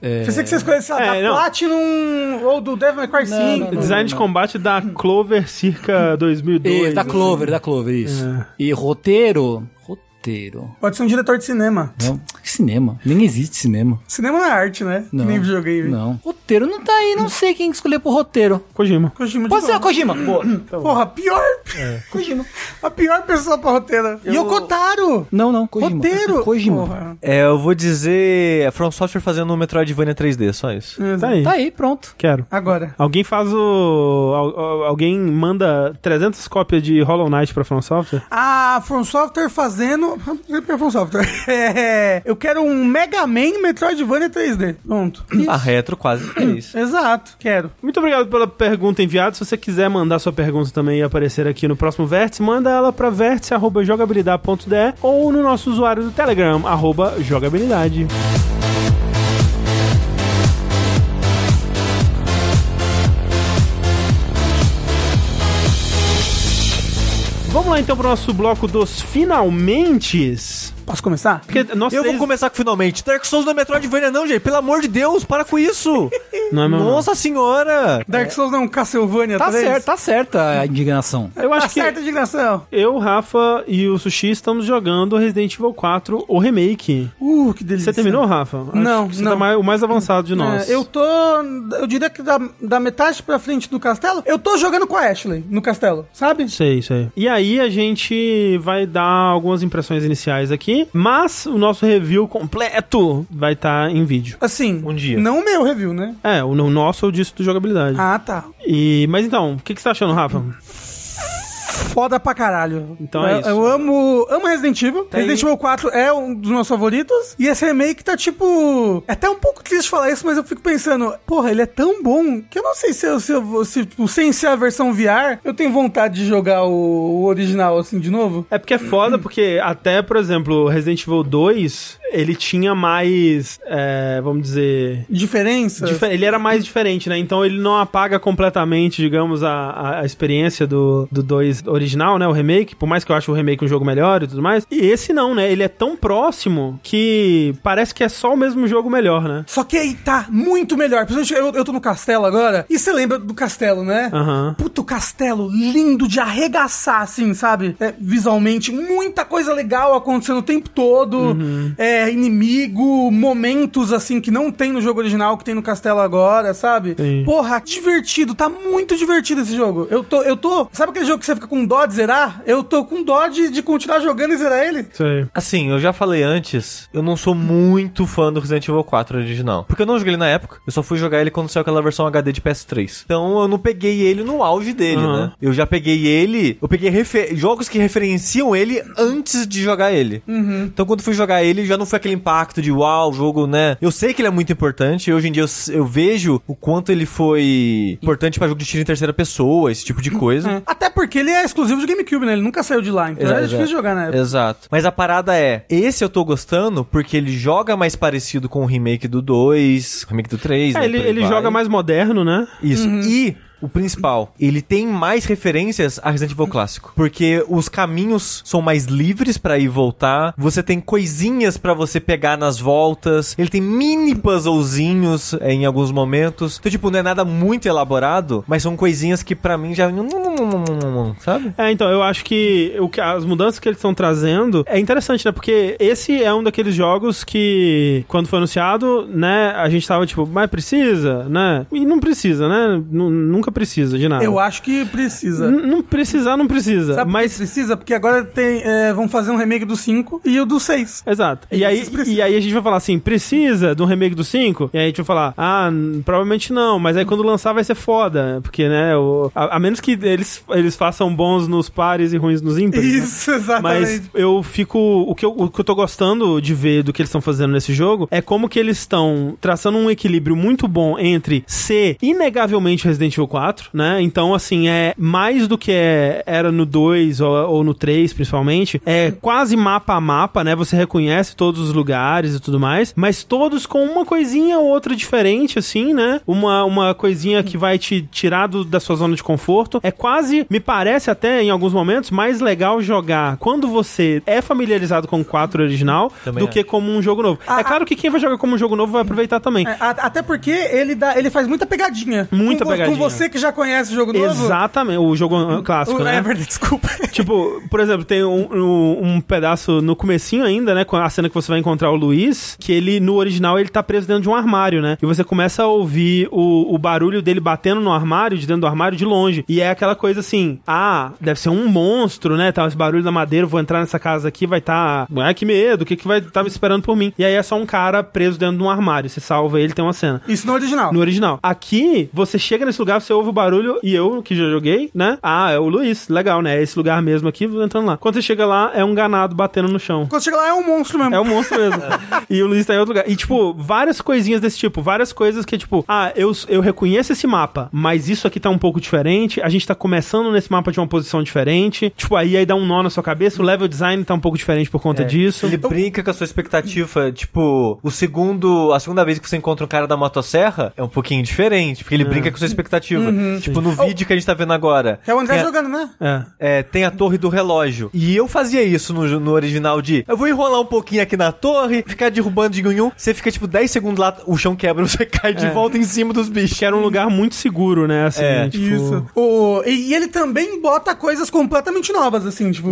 [SPEAKER 2] Pensei que você escolhesse a
[SPEAKER 1] É,
[SPEAKER 2] da
[SPEAKER 1] não.
[SPEAKER 2] Platinum ou do Devil May Cry 5.
[SPEAKER 4] Não, não, não.
[SPEAKER 1] Design de combate da Clover circa
[SPEAKER 4] E,
[SPEAKER 1] 2002.
[SPEAKER 4] tá
[SPEAKER 2] assim.
[SPEAKER 4] da Clover, da Clover, isso.
[SPEAKER 2] É.
[SPEAKER 4] E roteiro. Roteiro.
[SPEAKER 2] Pode ser um diretor de cinema.
[SPEAKER 4] Não, que cinema. Nem existe cinema.
[SPEAKER 2] Cinema não é arte, né? Que
[SPEAKER 4] Não.
[SPEAKER 2] Nem videogame.
[SPEAKER 4] Não. Roteiro não tá aí, não sei quem escolher pro roteiro.
[SPEAKER 1] Kojima.
[SPEAKER 2] Kojima de
[SPEAKER 4] Pode ser a
[SPEAKER 2] novo.
[SPEAKER 4] Kojima. Pô.
[SPEAKER 1] Então.
[SPEAKER 2] Porra, a pior.
[SPEAKER 1] É.
[SPEAKER 4] Kojima.
[SPEAKER 2] A pior pessoa pra roteiro.
[SPEAKER 3] Eu-
[SPEAKER 2] Yokotaro!
[SPEAKER 4] Não, não, Kojima.
[SPEAKER 2] Roteiro!
[SPEAKER 4] Kojima.
[SPEAKER 2] Porra.
[SPEAKER 3] É, eu vou dizer a From Software fazendo um Metroidvania 3D, só isso.
[SPEAKER 1] Tá aí.
[SPEAKER 4] Tá aí, pronto.
[SPEAKER 1] Quero.
[SPEAKER 2] Agora.
[SPEAKER 1] Alguém faz o. al- al- Alguém manda 300 cópias de Hollow Knight pra From Software?
[SPEAKER 2] A From Software fazendo. Sempre a From Software. *laughs* É, eu quero um Mega Man Metroidvania 3D. Pronto.
[SPEAKER 3] A Retro quase é fez.
[SPEAKER 2] É, Exato, quero.
[SPEAKER 1] Muito obrigado pela pergunta enviada. Se você quiser mandar sua pergunta também e aparecer aqui no próximo Vértice, manda ela para vértice.jogabilidade.de é ou no nosso usuário do Telegram, arroba jogabilidade. Vamos lá então pro nosso bloco dos finalmente.
[SPEAKER 2] Posso começar?
[SPEAKER 1] Porque nós
[SPEAKER 3] Eu vou
[SPEAKER 1] é três-
[SPEAKER 3] começar com finalmente. Dark Souls não é Metroidvania, não, gente. Pelo amor de Deus, para com isso.
[SPEAKER 1] Não é meu, não.
[SPEAKER 3] Nossa senhora.
[SPEAKER 2] Dark Souls não, Castlevania
[SPEAKER 4] Tá
[SPEAKER 2] 3.
[SPEAKER 4] certo, tá certa a indignação.
[SPEAKER 1] Eu acho
[SPEAKER 2] tá
[SPEAKER 1] que
[SPEAKER 2] certo, indignação.
[SPEAKER 1] eu, Rafa e o Sushi estamos jogando Resident Evil 4, o remake.
[SPEAKER 2] Uh, que
[SPEAKER 1] Você
[SPEAKER 2] delícia.
[SPEAKER 1] terminou, Rafa? Acho
[SPEAKER 2] Não,
[SPEAKER 1] que Você
[SPEAKER 2] não.
[SPEAKER 1] tá mais- o mais avançado de nós.
[SPEAKER 2] É, eu tô. Eu diria que da, da metade pra frente do castelo, eu tô jogando com a Ashley no castelo, sabe?
[SPEAKER 1] Sei, sei. E aí a gente vai dar algumas impressões iniciais aqui, mas o nosso review completo vai estar em vídeo.
[SPEAKER 2] Assim.
[SPEAKER 3] Um dia.
[SPEAKER 2] Não o meu review, né?
[SPEAKER 1] É, o no- nosso eu disse do jogabilidade.
[SPEAKER 2] Ah, tá.
[SPEAKER 1] E, mas então, o que, que você tá achando, Rafa?
[SPEAKER 2] Foda pra caralho.
[SPEAKER 1] Então é
[SPEAKER 2] eu,
[SPEAKER 1] isso. Tá
[SPEAKER 2] Eu amo, amo Resident Evil. Resident Evil 4 é um dos meus favoritos. E esse remake tá tipo. É até um pouco triste falar isso, mas eu fico pensando, porra, ele é tão bom que eu não sei se eu, se eu vou- se, tipo, sem ser a versão VR, eu tenho vontade de jogar o, o original assim de novo.
[SPEAKER 1] É porque é foda, porque até, por exemplo, Resident Evil 2, ele tinha mais, é, vamos dizer...
[SPEAKER 2] Diferença?
[SPEAKER 1] dife- Ele era mais diferente, né? Então ele não apaga completamente, digamos, a, a, a experiência do, do 2 original, né? O remake, por mais que eu ache o remake um jogo melhor e tudo mais. E esse não, né? Ele é tão próximo que parece que é só o mesmo jogo melhor, né?
[SPEAKER 2] Só que aí tá muito melhor. Principalmente eu, eu tô no castelo agora. E você lembra do castelo, né?
[SPEAKER 1] Aham.
[SPEAKER 2] Puta, o castelo lindo de arregaçar, assim, sabe? É, visualmente, muita coisa legal acontecendo o tempo todo.
[SPEAKER 3] Uhum.
[SPEAKER 2] É, inimigo, momentos, assim, que não tem no jogo original, que tem no castelo agora, sabe?
[SPEAKER 1] Sim.
[SPEAKER 2] Porra, divertido, tá muito divertido esse jogo. Eu tô, eu tô. Sabe aquele jogo que você fica com dó dó de zerar, eu tô com dó de, de continuar jogando e zerar ele.
[SPEAKER 1] Isso aí.
[SPEAKER 3] Assim, eu já falei antes, eu não sou muito fã do Resident Evil 4 original. Porque eu não joguei ele na época, eu só fui jogar ele quando saiu aquela versão HD de PS3. Então eu não peguei ele no auge dele,
[SPEAKER 1] Aham.
[SPEAKER 3] né? Eu já peguei ele, eu peguei refe- jogos que referenciam ele antes de jogar ele. Então quando fui jogar ele, já não foi aquele impacto de uau, o jogo, né? Eu sei que ele é muito importante, hoje em dia eu, s- eu vejo o quanto ele foi importante pra jogo de tiro em terceira pessoa, esse tipo de coisa.
[SPEAKER 2] Até porque ele é exclusivo de GameCube, né? Ele nunca saiu de lá, então
[SPEAKER 3] Exato,
[SPEAKER 2] é difícil
[SPEAKER 3] exato.
[SPEAKER 2] jogar na época.
[SPEAKER 3] Exato. Mas a parada é, esse eu tô gostando porque ele joga mais parecido com o remake do 2, remake do 3,
[SPEAKER 1] É,
[SPEAKER 3] né,
[SPEAKER 1] ele
[SPEAKER 3] por aí
[SPEAKER 1] ele
[SPEAKER 3] vai.
[SPEAKER 1] joga mais moderno, né?
[SPEAKER 3] Isso. E o principal, ele tem mais referências a Resident Evil clássico, porque os caminhos são mais livres pra ir e voltar. Você tem coisinhas pra você pegar nas voltas. Ele tem mini puzzlezinhos eh, em alguns momentos. Então, tipo, não é nada muito elaborado, mas são coisinhas que pra mim já sabe?
[SPEAKER 1] É, então, eu acho que, o que as mudanças que eles estão trazendo é interessante, né? Porque esse é um daqueles jogos que, quando foi anunciado, né, a gente tava tipo, mas precisa, né? E não precisa, né? Nu- nunca precisa de nada.
[SPEAKER 2] Eu acho que
[SPEAKER 3] Hum,
[SPEAKER 2] precisa.
[SPEAKER 1] N- Não precisar, não precisa.
[SPEAKER 2] Sabe mas...
[SPEAKER 1] mas.
[SPEAKER 2] precisa? Porque agora tem, é, vão fazer um remake do 5 e o do 6.
[SPEAKER 1] Exato. E
[SPEAKER 2] Esses
[SPEAKER 1] aí,
[SPEAKER 2] precisam.
[SPEAKER 1] e aí a gente vai falar assim, precisa de um remake do 5? E aí a gente vai falar, ah, n- provavelmente não, mas aí quando lançar vai ser foda, porque, né, o- a, a menos que eles, eles façam bons nos pares e ruins nos ímpares. né?
[SPEAKER 2] Isso, *laughs* exatamente.
[SPEAKER 1] Mas eu fico. O que eu, o que eu tô gostando de ver do que eles estão fazendo nesse jogo é como que eles estão traçando um equilíbrio muito bom entre ser inegavelmente Resident Evil 4, né? Então, assim, é mais do que é- era no 2 ou, ou no 3, principalmente. É quase mapa a mapa, né? Você reconhece todos os lugares e tudo mais, mas todos com uma coisinha ou outra diferente, assim, né? Uma, uma coisinha que vai te tirar do- da sua zona de conforto. É quase, me parece até em alguns momentos, mais legal jogar quando você é familiarizado com o 4 original
[SPEAKER 3] Também
[SPEAKER 1] do que como um jogo novo. é claro que quem vai jogar como um jogo novo vai aproveitar também.
[SPEAKER 2] Ah, É, a- até porque ele, dá, ele faz muita pegadinha.
[SPEAKER 1] Muita
[SPEAKER 2] com, vo-
[SPEAKER 1] pegadinha.
[SPEAKER 2] Com você que já conhece o jogo novo.
[SPEAKER 1] Exatamente, o jogo ah, clássico,
[SPEAKER 2] O,
[SPEAKER 1] né?
[SPEAKER 2] é verdade, *laughs* desculpa.
[SPEAKER 1] Tipo, por exemplo, tem um, um, um pedaço no comecinho ainda, né? Com a cena que você vai encontrar o Luiz, que ele, no original, ele tá preso dentro de um armário, né? E você começa a ouvir o, o barulho dele batendo no armário, de dentro do armário, de longe. E é aquela coisa assim, ah, deve ser um monstro, né? Tá esse barulho da madeira, vou entrar nessa casa aqui, vai tá... Ah, que medo, o que que vai... Tava esperando por mim. E aí é só um cara preso dentro de um armário. Você salva ele, tem uma cena.
[SPEAKER 2] Isso no original.
[SPEAKER 1] No original. Aqui, você chega nesse lugar, você ouve o barulho e eu, que já joguei, né? Ah, é o Luiz. Legal, né? É esse lugar mesmo aqui, vou entrando lá. Quando você chega lá, é um ganado batendo no chão.
[SPEAKER 2] Quando chega lá é um monstro mesmo.
[SPEAKER 1] É um monstro
[SPEAKER 3] *laughs*
[SPEAKER 1] mesmo. e o Luiz tá em outro lugar. E, tipo, várias coisinhas desse tipo. Várias coisas que, tipo, ah, eu, eu reconheço esse mapa, mas isso aqui tá um pouco diferente. A gente tá começando nesse mapa de uma posição diferente. Tipo, aí, aí dá um nó na sua cabeça. O level design tá um pouco diferente por conta disso.
[SPEAKER 3] É. Ele brinca com a sua expectativa, tipo, o segundo, a segunda vez que você encontra um cara da motosserra é um pouquinho diferente, porque ele
[SPEAKER 2] É.
[SPEAKER 3] brinca com a sua expectativa. tipo, no vídeo que a gente tá vendo agora.
[SPEAKER 2] Uhum. Que é o André
[SPEAKER 3] tem a-
[SPEAKER 2] jogando, né?
[SPEAKER 1] É.
[SPEAKER 3] é, tem a torre do relógio. E eu fazia isso no, no original de eu vou enrolar um pouquinho aqui na torre, ficar derrubando de gunhum, você fica tipo 10 segundos lá, o chão quebra, *laughs* você cai
[SPEAKER 2] É.
[SPEAKER 3] de volta em cima dos bichos.
[SPEAKER 1] Que era um lugar muito seguro, né? Assim,
[SPEAKER 3] É,
[SPEAKER 1] tipo...
[SPEAKER 2] Isso. O, e, e ele também bota coisas completamente novas, assim, tipo...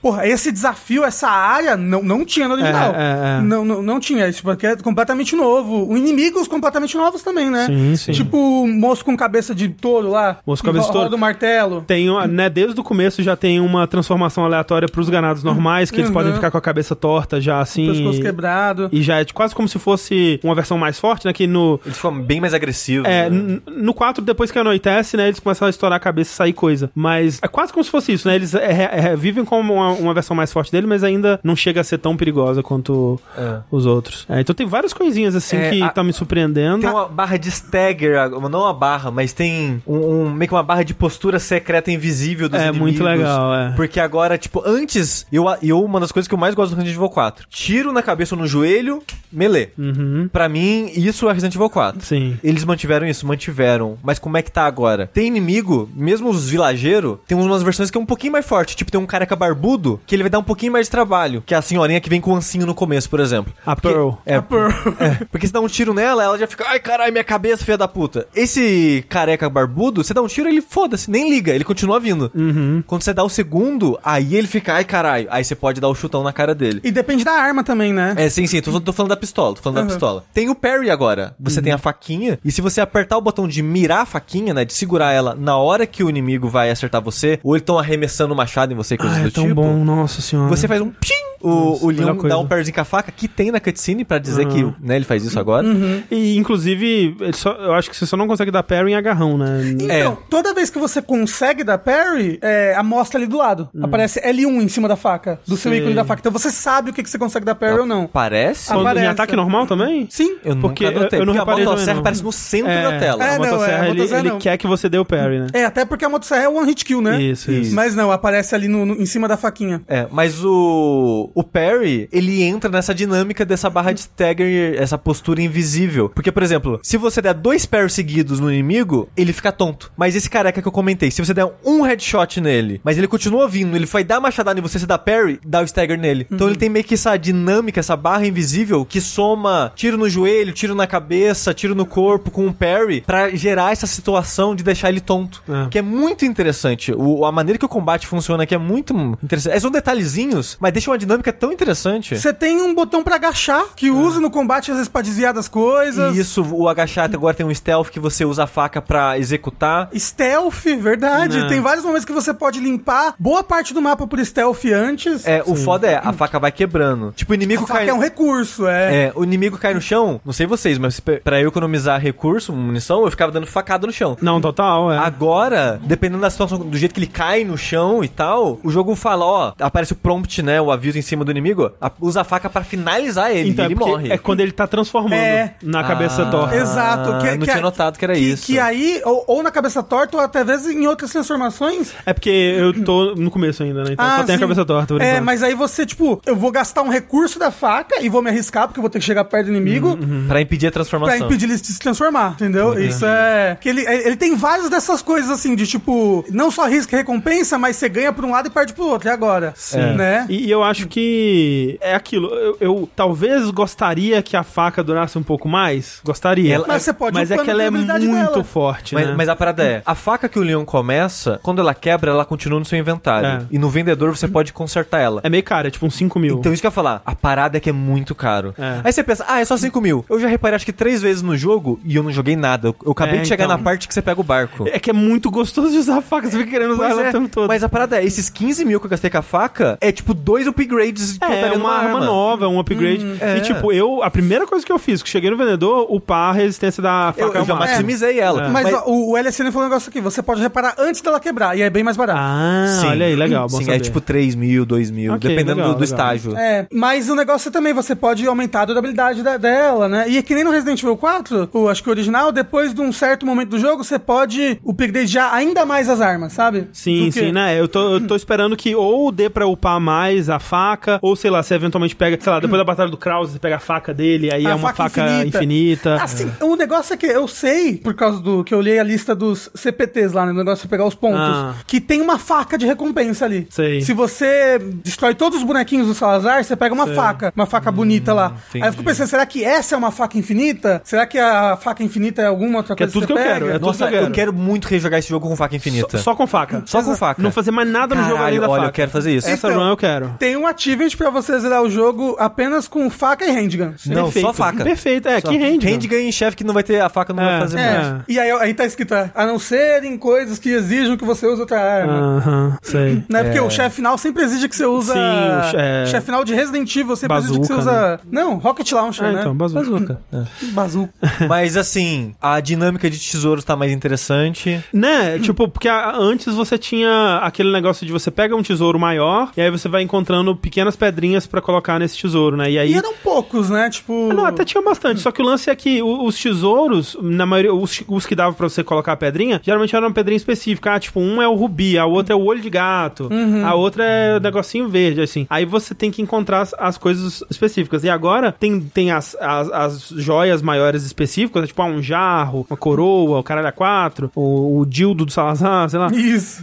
[SPEAKER 2] Porra, esse desafio, essa área, não, não tinha no original.
[SPEAKER 1] Uhum. É, é, é.
[SPEAKER 2] Não, não, não tinha, isso porque é completamente novo. O inimigos completamente novos também, né?
[SPEAKER 1] Sim, sim.
[SPEAKER 2] Tipo o moço com cabeça de touro lá.
[SPEAKER 1] Moço
[SPEAKER 2] que
[SPEAKER 1] cabeça de
[SPEAKER 2] ro-
[SPEAKER 1] touro.
[SPEAKER 2] roda o martelo.
[SPEAKER 1] Tem, uma- né, desde o começo já tem uma transformação aleatória pros ganados normais, que eles
[SPEAKER 2] Uhum.
[SPEAKER 1] podem ficar com a cabeça torta já assim.
[SPEAKER 2] Pescoço
[SPEAKER 1] e-
[SPEAKER 2] quebrado.
[SPEAKER 1] E já é de- quase como se fosse uma versão mais forte, né? Que no.
[SPEAKER 3] Ele ficou bem mais agressivo.
[SPEAKER 1] É,
[SPEAKER 3] né?
[SPEAKER 1] n- no 4, depois que anoitece, né? Eles começam a estourar a cabeça e sair coisa. Mas é quase como se fosse isso, né? Eles é, é, é, vivem como uma, uma versão mais forte dele, mas ainda não chega a ser tão perigosa quanto
[SPEAKER 3] É.
[SPEAKER 1] os outros. É, então tem várias coisinhas assim
[SPEAKER 3] É,
[SPEAKER 1] que
[SPEAKER 3] a-
[SPEAKER 1] estão me surpreendendo.
[SPEAKER 3] Tem uma barra de stagger, não uma barra, mas tem um, um- meio que uma barra de postura secreta invisível dos
[SPEAKER 1] É,
[SPEAKER 3] inimigos.
[SPEAKER 1] muito legal, é.
[SPEAKER 3] Porque agora, tipo, antes, eu, eu uma das coisas que eu mais gosto do Resident Evil 4, tiro na cabeça ou no joelho, melee.
[SPEAKER 1] Uhum.
[SPEAKER 3] Pra mim, isso é Resident Evil 4.
[SPEAKER 1] Sim.
[SPEAKER 3] Eles mantiveram isso, mantiveram. Mas como é que tá agora? Tem inimigo, mesmo os vilageiros, tem umas versões que é um pouquinho mais forte. Tipo, tem um careca barbudo que ele vai dar um pouquinho mais de trabalho. Que é a senhorinha que vem com o ancinho no começo, por exemplo.
[SPEAKER 1] A
[SPEAKER 3] Porque-
[SPEAKER 1] Pearl.
[SPEAKER 3] É, porque se dá um tiro nela, ela já fica, ai caralho, minha cabeça, filha da puta. Esse careca careca barbudo, você dá um tiro, ele foda-se, nem liga, ele continua vindo.
[SPEAKER 1] Uhum.
[SPEAKER 3] Quando você dá o segundo, aí ele fica, ai caralho, aí você pode dar o chutão na cara dele.
[SPEAKER 2] E depende da arma também, né?
[SPEAKER 3] É, sim, sim, tô, tô falando da pistola, tô falando
[SPEAKER 2] Aham.
[SPEAKER 3] da pistola. Tem o parry agora. Você tem a
[SPEAKER 1] Uhum.
[SPEAKER 3] faquinha, e se você apertar o botão de mirar a faquinha, né? De segurar ela na hora que o inimigo vai acertar você, ou eles estão arremessando o machado em você, coisas
[SPEAKER 1] Ah,
[SPEAKER 3] do
[SPEAKER 1] é tão
[SPEAKER 3] tipo.
[SPEAKER 1] bom, nossa senhora.
[SPEAKER 3] Você faz um pshim! O, o
[SPEAKER 1] melhor
[SPEAKER 3] Leon
[SPEAKER 1] coisa.
[SPEAKER 3] dá um parryzinho com a faca, que tem na cutscene, pra dizer que né, ele faz isso agora.
[SPEAKER 1] E, inclusive, ele só- eu acho que você só não consegue dar parry em agarrão, né?
[SPEAKER 2] Então,
[SPEAKER 3] É.
[SPEAKER 2] toda vez que você consegue dar parry, é, a mostra ali do lado.
[SPEAKER 1] Hum.
[SPEAKER 2] Aparece L1 em cima da faca, do seu
[SPEAKER 1] Sei.
[SPEAKER 2] ícone da faca. Então você sabe o que, que você consegue dar parry ou não.
[SPEAKER 3] Parece?
[SPEAKER 2] Ah,
[SPEAKER 1] Quando em
[SPEAKER 2] aparece.
[SPEAKER 1] ataque normal também?
[SPEAKER 2] Sim.
[SPEAKER 3] Eu
[SPEAKER 1] Porque
[SPEAKER 3] nunca notei,
[SPEAKER 1] eu- eu não
[SPEAKER 3] porque
[SPEAKER 1] reparei
[SPEAKER 3] a
[SPEAKER 1] também,
[SPEAKER 3] motosserra
[SPEAKER 1] não.
[SPEAKER 3] aparece no centro da tela.
[SPEAKER 2] É,
[SPEAKER 1] a
[SPEAKER 2] não,
[SPEAKER 1] motosserra,
[SPEAKER 2] é, a
[SPEAKER 1] ele,
[SPEAKER 2] motosserra
[SPEAKER 1] ele
[SPEAKER 2] não.
[SPEAKER 1] quer que você dê o parry, né?
[SPEAKER 2] É, até porque a motosserra é one hit kill, né?
[SPEAKER 1] Isso, isso.
[SPEAKER 2] Mas não, aparece ali no, no- em cima da faquinha.
[SPEAKER 3] É, mas o, o Perry, ele entra nessa dinâmica dessa barra de stagger, essa postura invisível. Porque, por exemplo, se você der dois parries seguidos no inimigo, ele fica tonto. Mas esse careca que eu comentei, se você der um headshot nele, mas ele continua vindo, ele vai dar machadada em você, você dá parry, dá o stagger nele. Então ele tem meio que essa dinâmica, essa barra invisível que soma tiro no joelho, tiro na cabeça, tiro no corpo com um parry pra gerar essa situação de deixar ele tonto.
[SPEAKER 1] É.
[SPEAKER 3] Que é muito interessante. O- a maneira que o combate funciona aqui é muito interessante. É, são detalhezinhos, mas deixa uma dinâmica tão
[SPEAKER 1] É.
[SPEAKER 3] interessante.
[SPEAKER 2] Você tem um botão pra agachar,
[SPEAKER 1] Ah.
[SPEAKER 2] que usa no combate às vezes pra desviar das coisas.
[SPEAKER 3] E isso, o agachar até agora tem um stealth que você usa a faca pra executar.
[SPEAKER 2] Stealth, verdade.
[SPEAKER 1] Não.
[SPEAKER 2] Tem vários momentos que você pode limpar boa parte do mapa por stealth antes.
[SPEAKER 3] É, o foda é, a faca vai quebrando. Tipo, o inimigo
[SPEAKER 2] a faca
[SPEAKER 3] cai.
[SPEAKER 2] é um recurso, é.
[SPEAKER 3] É, o inimigo cai no chão, não sei vocês, mas pe- pra eu economizar recurso, munição, eu ficava dando facada no chão.
[SPEAKER 1] Não, total, é.
[SPEAKER 2] Ah,
[SPEAKER 3] Agora, dependendo da situação, do jeito que ele cai no chão e tal, o jogo fala, ó, aparece o prompt, né, o aviso em cima do inimigo, a- usa a faca pra finalizar ele,
[SPEAKER 1] Então,
[SPEAKER 3] e ele
[SPEAKER 1] é porque
[SPEAKER 3] morre.
[SPEAKER 1] É quando ele tá transformando
[SPEAKER 2] É.
[SPEAKER 1] na cabeça
[SPEAKER 3] Ah.
[SPEAKER 1] torta.
[SPEAKER 2] Exato. é-
[SPEAKER 3] não tinha notado que era isso.
[SPEAKER 2] Que aí, ou, ou na cabeça torta, ou até às vezes em outras transformações.
[SPEAKER 1] É porque eu tô no começo ainda, né? Então só tem a
[SPEAKER 2] sim.
[SPEAKER 1] cabeça torta. por
[SPEAKER 2] É,
[SPEAKER 1] enquanto.
[SPEAKER 2] mas aí você, tipo, eu vou gastar um recurso da faca e vou me arriscar, porque eu vou ter que chegar perto do inimigo.
[SPEAKER 1] Uhum.
[SPEAKER 3] Pra impedir a
[SPEAKER 2] Pra
[SPEAKER 3] transformação.
[SPEAKER 2] impedir ele de se transformar, entendeu? Isso é. Que ele, ele tem várias dessas coisas assim, de tipo, não só risco e recompensa, mas você ganha por um lado e perde pro outro. E agora?
[SPEAKER 1] É.
[SPEAKER 2] Né?
[SPEAKER 1] E, e eu acho que é aquilo. Eu, eu talvez gostaria que a faca durasse um pouco mais. Gostaria.
[SPEAKER 3] Ela-
[SPEAKER 2] Mas você pode
[SPEAKER 1] Mas
[SPEAKER 2] ir
[SPEAKER 1] é que ela é muito
[SPEAKER 2] upando a habilidade
[SPEAKER 1] forte,
[SPEAKER 3] Mas,
[SPEAKER 1] né?
[SPEAKER 3] mas a parada é, a faca que o leão começa, quando ela quebra, ela continua no seu inventário.
[SPEAKER 1] É.
[SPEAKER 3] E no vendedor você pode consertar ela.
[SPEAKER 1] É meio cara, é tipo uns 5 mil.
[SPEAKER 3] Então isso que eu ia falar, a parada é que é muito caro.
[SPEAKER 1] É.
[SPEAKER 3] Aí você pensa, ah, é só 5 mil. Eu já reparei acho que três vezes no jogo e eu não joguei nada. Eu, eu acabei
[SPEAKER 1] É,
[SPEAKER 3] de chegar
[SPEAKER 1] então.
[SPEAKER 3] na parte que você pega o barco.
[SPEAKER 1] É que é muito gostoso de usar a faca, você fica querendo usar
[SPEAKER 3] Pois
[SPEAKER 1] ela
[SPEAKER 3] é,
[SPEAKER 1] o tempo todo.
[SPEAKER 3] Mas a parada é, esses 15 mil que eu gastei com a faca é tipo dois upgrades que eu
[SPEAKER 1] É,
[SPEAKER 3] daria
[SPEAKER 1] uma
[SPEAKER 3] tá numa
[SPEAKER 1] arma nova, um upgrade.
[SPEAKER 3] é.
[SPEAKER 1] E tipo, eu, a primeira coisa que eu fiz, que cheguei no vendedor, upar a resistência da
[SPEAKER 3] Eu,
[SPEAKER 1] faca
[SPEAKER 3] eu
[SPEAKER 1] ao
[SPEAKER 3] já
[SPEAKER 1] máximo.
[SPEAKER 3] maximizei ela.
[SPEAKER 1] É.
[SPEAKER 2] Mas, ó, o, o LSN falou um negócio aqui, você pode reparar antes dela quebrar, e é bem mais barato.
[SPEAKER 1] Ah,
[SPEAKER 3] Sim.
[SPEAKER 1] olha aí, legal. Bom
[SPEAKER 3] Sim, é
[SPEAKER 1] saber.
[SPEAKER 3] tipo 3 mil, 2 mil,
[SPEAKER 1] Ok,
[SPEAKER 3] dependendo
[SPEAKER 1] legal,
[SPEAKER 3] do, do
[SPEAKER 1] legal.
[SPEAKER 3] estágio.
[SPEAKER 2] É, mas o negócio é também, você pode aumentar a durabilidade da- dela, né? E é que nem no Resident Evil 4, o, acho que o original, depois de um certo momento do jogo, você pode upgradear ainda mais as armas, sabe?
[SPEAKER 1] Sim,
[SPEAKER 2] Porque-
[SPEAKER 1] sim, né? Eu tô, eu tô esperando que ou dê pra upar mais a faca, ou sei lá, você eventualmente pega, sei lá, depois da batalha do Krause, você pega a faca dele, aí
[SPEAKER 2] A
[SPEAKER 3] Ah,
[SPEAKER 1] é uma faca,
[SPEAKER 2] faca
[SPEAKER 1] infinita.
[SPEAKER 2] Assim, o negócio é que eu sei, por causa do que eu li a lista dos CPTs lá, né? O negócio de pegar os pontos,
[SPEAKER 1] Ah.
[SPEAKER 2] que tem uma faca de recompensa ali.
[SPEAKER 1] Sei.
[SPEAKER 2] Se você destrói todos os bonequinhos do Salazar, você pega uma faca, uma
[SPEAKER 1] Hum,
[SPEAKER 2] faca bonita lá. Aí eu fico pensando, será que essa é uma faca infinita? Será que a faca infinita é alguma outra
[SPEAKER 1] Que é
[SPEAKER 2] coisa
[SPEAKER 1] tudo
[SPEAKER 2] você
[SPEAKER 1] que eu
[SPEAKER 2] pega?
[SPEAKER 1] quero, é tudo
[SPEAKER 3] Nossa,
[SPEAKER 1] que eu
[SPEAKER 3] eu
[SPEAKER 1] quero.
[SPEAKER 3] quero muito rejogar esse jogo com faca infinita.
[SPEAKER 1] Só com faca.
[SPEAKER 3] Só com faca.
[SPEAKER 1] Não fazer mais nada no jogo além
[SPEAKER 3] Caralho,
[SPEAKER 1] da
[SPEAKER 3] olha,
[SPEAKER 1] faca.
[SPEAKER 3] eu quero fazer isso.
[SPEAKER 1] Essa é
[SPEAKER 2] Então-
[SPEAKER 1] run eu quero.
[SPEAKER 2] Tem um achievement pra você zerar o jogo apenas com faca e handgun.
[SPEAKER 3] Não, só faca.
[SPEAKER 1] Perfeito, é, que rende.
[SPEAKER 3] Hand ganha em chefe que não vai ter a faca, não
[SPEAKER 1] É.
[SPEAKER 3] vai fazer
[SPEAKER 1] É.
[SPEAKER 3] mais.
[SPEAKER 2] E aí, aí tá escrito, a não ser em coisas que exijam que você use outra
[SPEAKER 1] Ah.
[SPEAKER 2] arma.
[SPEAKER 1] Aham, sei.
[SPEAKER 2] Não é porque o chefe final sempre exige que você usa.
[SPEAKER 1] Sim, o che- é.
[SPEAKER 2] chefe final de Resident Evil sempre exige que você
[SPEAKER 1] Bazooka, né?
[SPEAKER 2] usa. Não, Rocket Launcher,
[SPEAKER 1] É,
[SPEAKER 2] né?
[SPEAKER 1] então, bazuca. *laughs*
[SPEAKER 2] Bazuca.
[SPEAKER 3] Mas assim, a dinâmica de tesouros tá mais interessante.
[SPEAKER 1] Né? Tipo, porque a- antes você tinha aquele negócio de você pega um tesouro maior e aí você vai encontrando pequenas pedrinhas pra colocar nesse tesouro, né? E aí
[SPEAKER 2] E eram poucos, né? Tipo.
[SPEAKER 1] Ah, Não, até tinha bastante. Só que o lance é que o- os tesouros, na maioria, os, os que dava pra você colocar a pedrinha, geralmente era uma pedrinha específica. Ah, tipo, um é o rubi, a outra é o olho de gato, a outra é o negocinho verde, assim. Aí você tem que encontrar as, as coisas específicas. E agora tem, tem as, as, as joias maiores específicas, né? tipo, ah, um jarro, uma coroa, o caralho a quatro, o, o dildo do
[SPEAKER 2] *laughs*
[SPEAKER 1] Salazar, sei lá.
[SPEAKER 2] Isso.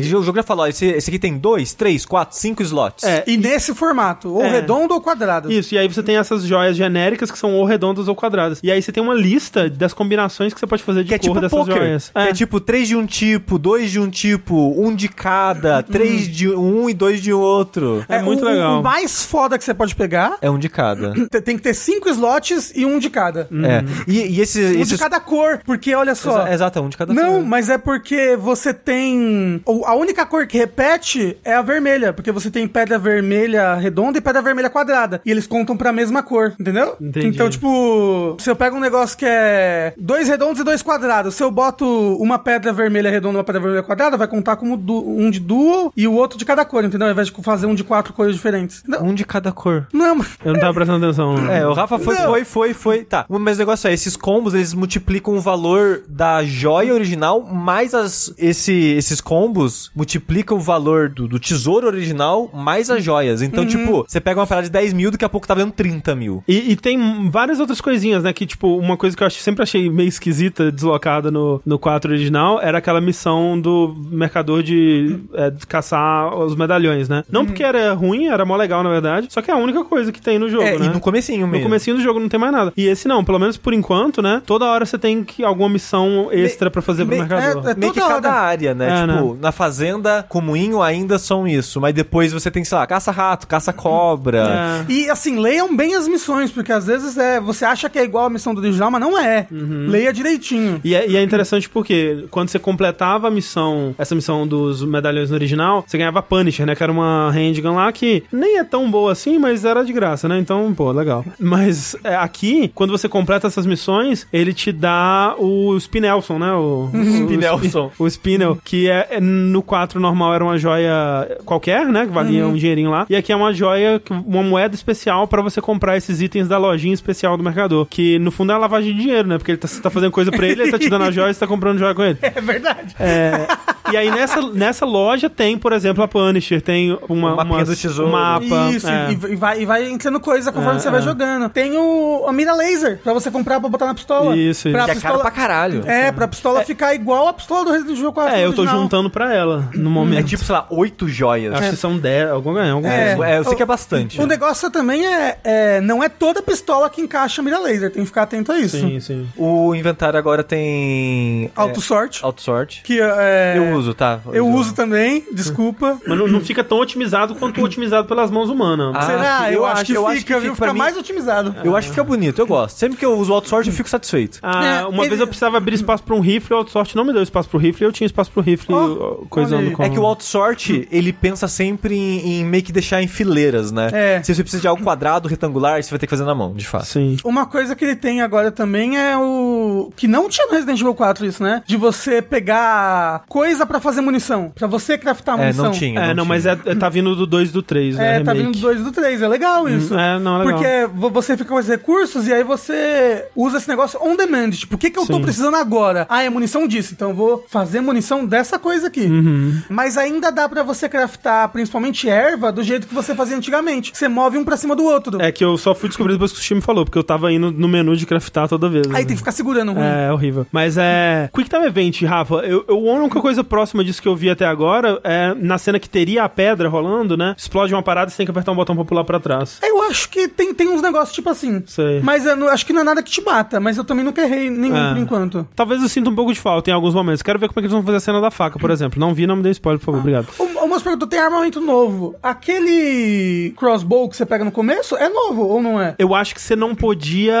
[SPEAKER 1] E.
[SPEAKER 3] o jogo já falou: ó, esse, esse aqui tem dois, três, quatro, cinco
[SPEAKER 2] Xbox.
[SPEAKER 1] É,
[SPEAKER 2] e, nesse formato, ou
[SPEAKER 1] É.
[SPEAKER 2] redondo ou quadrado.
[SPEAKER 1] Isso, e aí você tem essas joias genéricas que são ou redondas ou quadradas. E aí você tem uma lista das combinações que você pode fazer de
[SPEAKER 3] Que é
[SPEAKER 1] cor
[SPEAKER 3] tipo
[SPEAKER 1] dessas
[SPEAKER 3] poker.
[SPEAKER 1] joias.
[SPEAKER 3] Que É. tipo três de um tipo, dois de um tipo, um de cada, três de um e dois de outro.
[SPEAKER 1] Hum. É muito
[SPEAKER 2] o- o-
[SPEAKER 1] legal.
[SPEAKER 2] O mais foda que você pode pegar
[SPEAKER 3] É um de cada.
[SPEAKER 2] te- tem que ter cinco slots e um de cada.
[SPEAKER 1] Hum.
[SPEAKER 3] É. E, e esses.
[SPEAKER 2] Um de
[SPEAKER 3] esses-
[SPEAKER 2] cada cor, porque olha só.
[SPEAKER 3] Exa- Exato, é um de cada
[SPEAKER 2] Não,
[SPEAKER 3] cor.
[SPEAKER 2] mas é porque você tem. ou A única cor que repete é a vermelha, porque você tem pedra vermelha redonda e pedra vermelha quadrada. E eles contam pra mesma cor, entendeu?
[SPEAKER 1] Entendi.
[SPEAKER 2] Então, tipo, se eu pego um negócio que é dois redondos e dois quadrados, se eu boto uma pedra vermelha redonda e uma pedra vermelha quadrada, vai contar como du- um de duo e o outro de cada cor, entendeu? Ao invés de fazer um de quatro cores diferentes. Não,
[SPEAKER 3] Um de cada cor.
[SPEAKER 2] não mas-
[SPEAKER 1] Eu não tava prestando atenção. não.
[SPEAKER 3] *laughs* É, o Rafa foi,
[SPEAKER 2] Não.
[SPEAKER 3] foi, foi, foi. Tá. Mas o negócio é, esses combos, eles multiplicam o valor da joia original, mais as, esse, esses combos multiplicam o valor do, do tesouro original, mais as joias. Então, tipo, você pega uma parada de 10 mil, daqui a pouco tá valendo 30 mil.
[SPEAKER 1] E, e tem várias outras coisinhas, né? Que, tipo, uma coisa que eu ach- sempre achei meio esquisita, deslocada no, no 4 original, era aquela missão do mercador de, é, de caçar os medalhões, né?
[SPEAKER 3] Uhum.
[SPEAKER 1] Não porque era ruim, era mó legal, na verdade, só que é a única coisa que tem no jogo,
[SPEAKER 3] É,
[SPEAKER 1] né?
[SPEAKER 3] e no comecinho
[SPEAKER 1] No
[SPEAKER 3] mesmo.
[SPEAKER 1] comecinho do jogo não tem mais nada. E esse não, pelo menos por enquanto, né? Toda hora você tem que alguma missão extra pra fazer pro
[SPEAKER 3] me-
[SPEAKER 1] mercador.
[SPEAKER 2] é-
[SPEAKER 3] Meio que
[SPEAKER 2] toda
[SPEAKER 3] cada
[SPEAKER 2] hora.
[SPEAKER 3] área, né?
[SPEAKER 1] É,
[SPEAKER 3] tipo, na fazenda, com moinho ainda são isso. Mas depois você tem, sei lá, caça-rato, caça-cobra.
[SPEAKER 1] É.
[SPEAKER 2] E assim, leiam bem as missões, porque às vezes é, você acha que é igual a missão do original, mas não é. Leia direitinho.
[SPEAKER 1] E é, e é interessante porque quando você completava a missão, essa missão dos medalhões no original, você ganhava Punisher, né? Que era uma handgun lá que nem é tão boa assim, mas era de graça, né? Então, pô, legal. Mas é, aqui, quando você completa essas missões, ele te dá o Spinelson, né?
[SPEAKER 2] *laughs*
[SPEAKER 1] O, o-
[SPEAKER 3] Spinelson.
[SPEAKER 1] *laughs* O Spinel, que é, é no 4 normal era uma joia qualquer, né? Que valia
[SPEAKER 3] Uhum.
[SPEAKER 1] um dinheirinho lá. E aqui é uma joia, que- uma moeda especial pra você comprar esses itens da lojinha especial do mercador. Que no fundo é uma lavagem de dinheiro, né? Porque ele tá, você tá fazendo coisa pra ele, ele tá te dando a joia e você tá comprando joia com ele.
[SPEAKER 2] É verdade.
[SPEAKER 1] É, e aí nessa, nessa loja tem, por exemplo, a Punisher, tem uma,
[SPEAKER 3] O mapinha
[SPEAKER 1] umas-
[SPEAKER 3] do tesouro.
[SPEAKER 1] um mapa.
[SPEAKER 2] Isso,
[SPEAKER 1] é.
[SPEAKER 2] e, e vai, e vai entrando coisa conforme
[SPEAKER 1] É,
[SPEAKER 2] você vai
[SPEAKER 1] é.
[SPEAKER 2] jogando. Tem o, a mira laser pra você comprar pra botar na pistola.
[SPEAKER 1] Isso, isso.
[SPEAKER 2] pra
[SPEAKER 1] Que
[SPEAKER 3] Que é caro
[SPEAKER 2] pistola,
[SPEAKER 3] pra caralho.
[SPEAKER 2] É, pra pistola ficar igual a pistola do Resident Evil 4.
[SPEAKER 1] É, eu tô
[SPEAKER 2] original.
[SPEAKER 1] juntando pra ela no momento.
[SPEAKER 3] É tipo, sei lá, oito joias.
[SPEAKER 1] Acho que são 10, algum ganhar, algum
[SPEAKER 2] É.
[SPEAKER 1] ganhar.
[SPEAKER 3] É, eu sei que é bastante.
[SPEAKER 2] O negócio também é, é, Não é toda pistola que encaixa a mira laser, tem que ficar atento a isso.
[SPEAKER 1] Sim, sim.
[SPEAKER 3] O inventário agora tem.
[SPEAKER 2] Auto-sorte.
[SPEAKER 3] É, auto-sorte.
[SPEAKER 2] que é,
[SPEAKER 3] Eu uso, tá?
[SPEAKER 2] Eu uso também, desculpa.
[SPEAKER 1] Mas não, não fica tão otimizado quanto otimizado pelas mãos humanas. né?
[SPEAKER 3] Ah,
[SPEAKER 2] Será?
[SPEAKER 3] eu
[SPEAKER 2] Eu, acho,
[SPEAKER 3] acho-
[SPEAKER 2] que
[SPEAKER 3] eu
[SPEAKER 2] fica,
[SPEAKER 3] acho que
[SPEAKER 2] viu?
[SPEAKER 3] fica pra
[SPEAKER 2] Fica
[SPEAKER 3] mim-
[SPEAKER 2] mais otimizado.
[SPEAKER 1] É.
[SPEAKER 3] Eu acho que fica bonito, eu gosto. Sempre que eu uso auto-sorte, eu fico satisfeito.
[SPEAKER 1] Ah,
[SPEAKER 2] É,
[SPEAKER 1] uma
[SPEAKER 2] ele-
[SPEAKER 1] vez eu precisava abrir espaço pra um rifle, o Outsource não me deu espaço pro rifle, eu tinha espaço pro rifle
[SPEAKER 2] Ó, olha
[SPEAKER 1] coisando
[SPEAKER 2] aí.
[SPEAKER 1] com
[SPEAKER 3] É que o auto-sorte, ele pensa sempre em, em meio que deixar em fileiras, né?
[SPEAKER 2] É.
[SPEAKER 3] Se você precisa de algo quadrado, retangular, você vai ter que fazer na mão, de fato.
[SPEAKER 1] Sim.
[SPEAKER 2] Uma coisa que ele tem agora também é o. Que não tinha no Resident Evil 4 isso, né? De você pegar coisa pra fazer munição. Pra você craftar
[SPEAKER 3] É,
[SPEAKER 2] munição.
[SPEAKER 3] não tinha.
[SPEAKER 1] É, não, mas é, é- tá vindo do 2 e do 3, né?
[SPEAKER 2] *laughs* É, tá vindo
[SPEAKER 1] remake.
[SPEAKER 2] do 2 e do 3. É legal isso.
[SPEAKER 1] é, não, é legal.
[SPEAKER 2] Porque vo- você fica com esses recursos e aí você usa esse negócio on demand. Tipo, o que, que eu tô
[SPEAKER 1] Sim.
[SPEAKER 2] precisando agora? Ah, é munição disso. Então eu vou fazer munição dessa coisa aqui.
[SPEAKER 1] Uhum.
[SPEAKER 2] Mas ainda dá pra você craftar, principalmente erva, do jeito que você fazia antigamente. Você move um pra cima do outro.
[SPEAKER 1] É que eu só fui descobrir depois que o time falou, porque eu tava indo no menu de craftar toda vez. né?
[SPEAKER 2] Aí tem que ficar segurando um.
[SPEAKER 1] É, é horrível. Mas é. Quick Time Event, Rafa, eu, eu- a única coisa próxima disso que eu vi até agora é na cena que teria a pedra rolando, né? Explode uma parada e você tem que apertar um botão pra pular pra trás.
[SPEAKER 2] Eu acho que tem, tem uns negócios tipo assim.
[SPEAKER 1] Sei.
[SPEAKER 2] Mas eu não- acho que não é nada que te mata, mas eu também nunca errei nenhum
[SPEAKER 1] É.
[SPEAKER 2] por enquanto.
[SPEAKER 1] Talvez eu sinta um pouco de falta em alguns momentos. Quero ver como é que eles vão fazer a cena da faca, por exemplo. Não vi, não me dê spoiler, por favor. Obrigado.
[SPEAKER 2] O, o moço perguntou: tem armamento novo. Aquele crossbow que você pega no começo é novo ou não é?
[SPEAKER 1] Eu acho que você não podia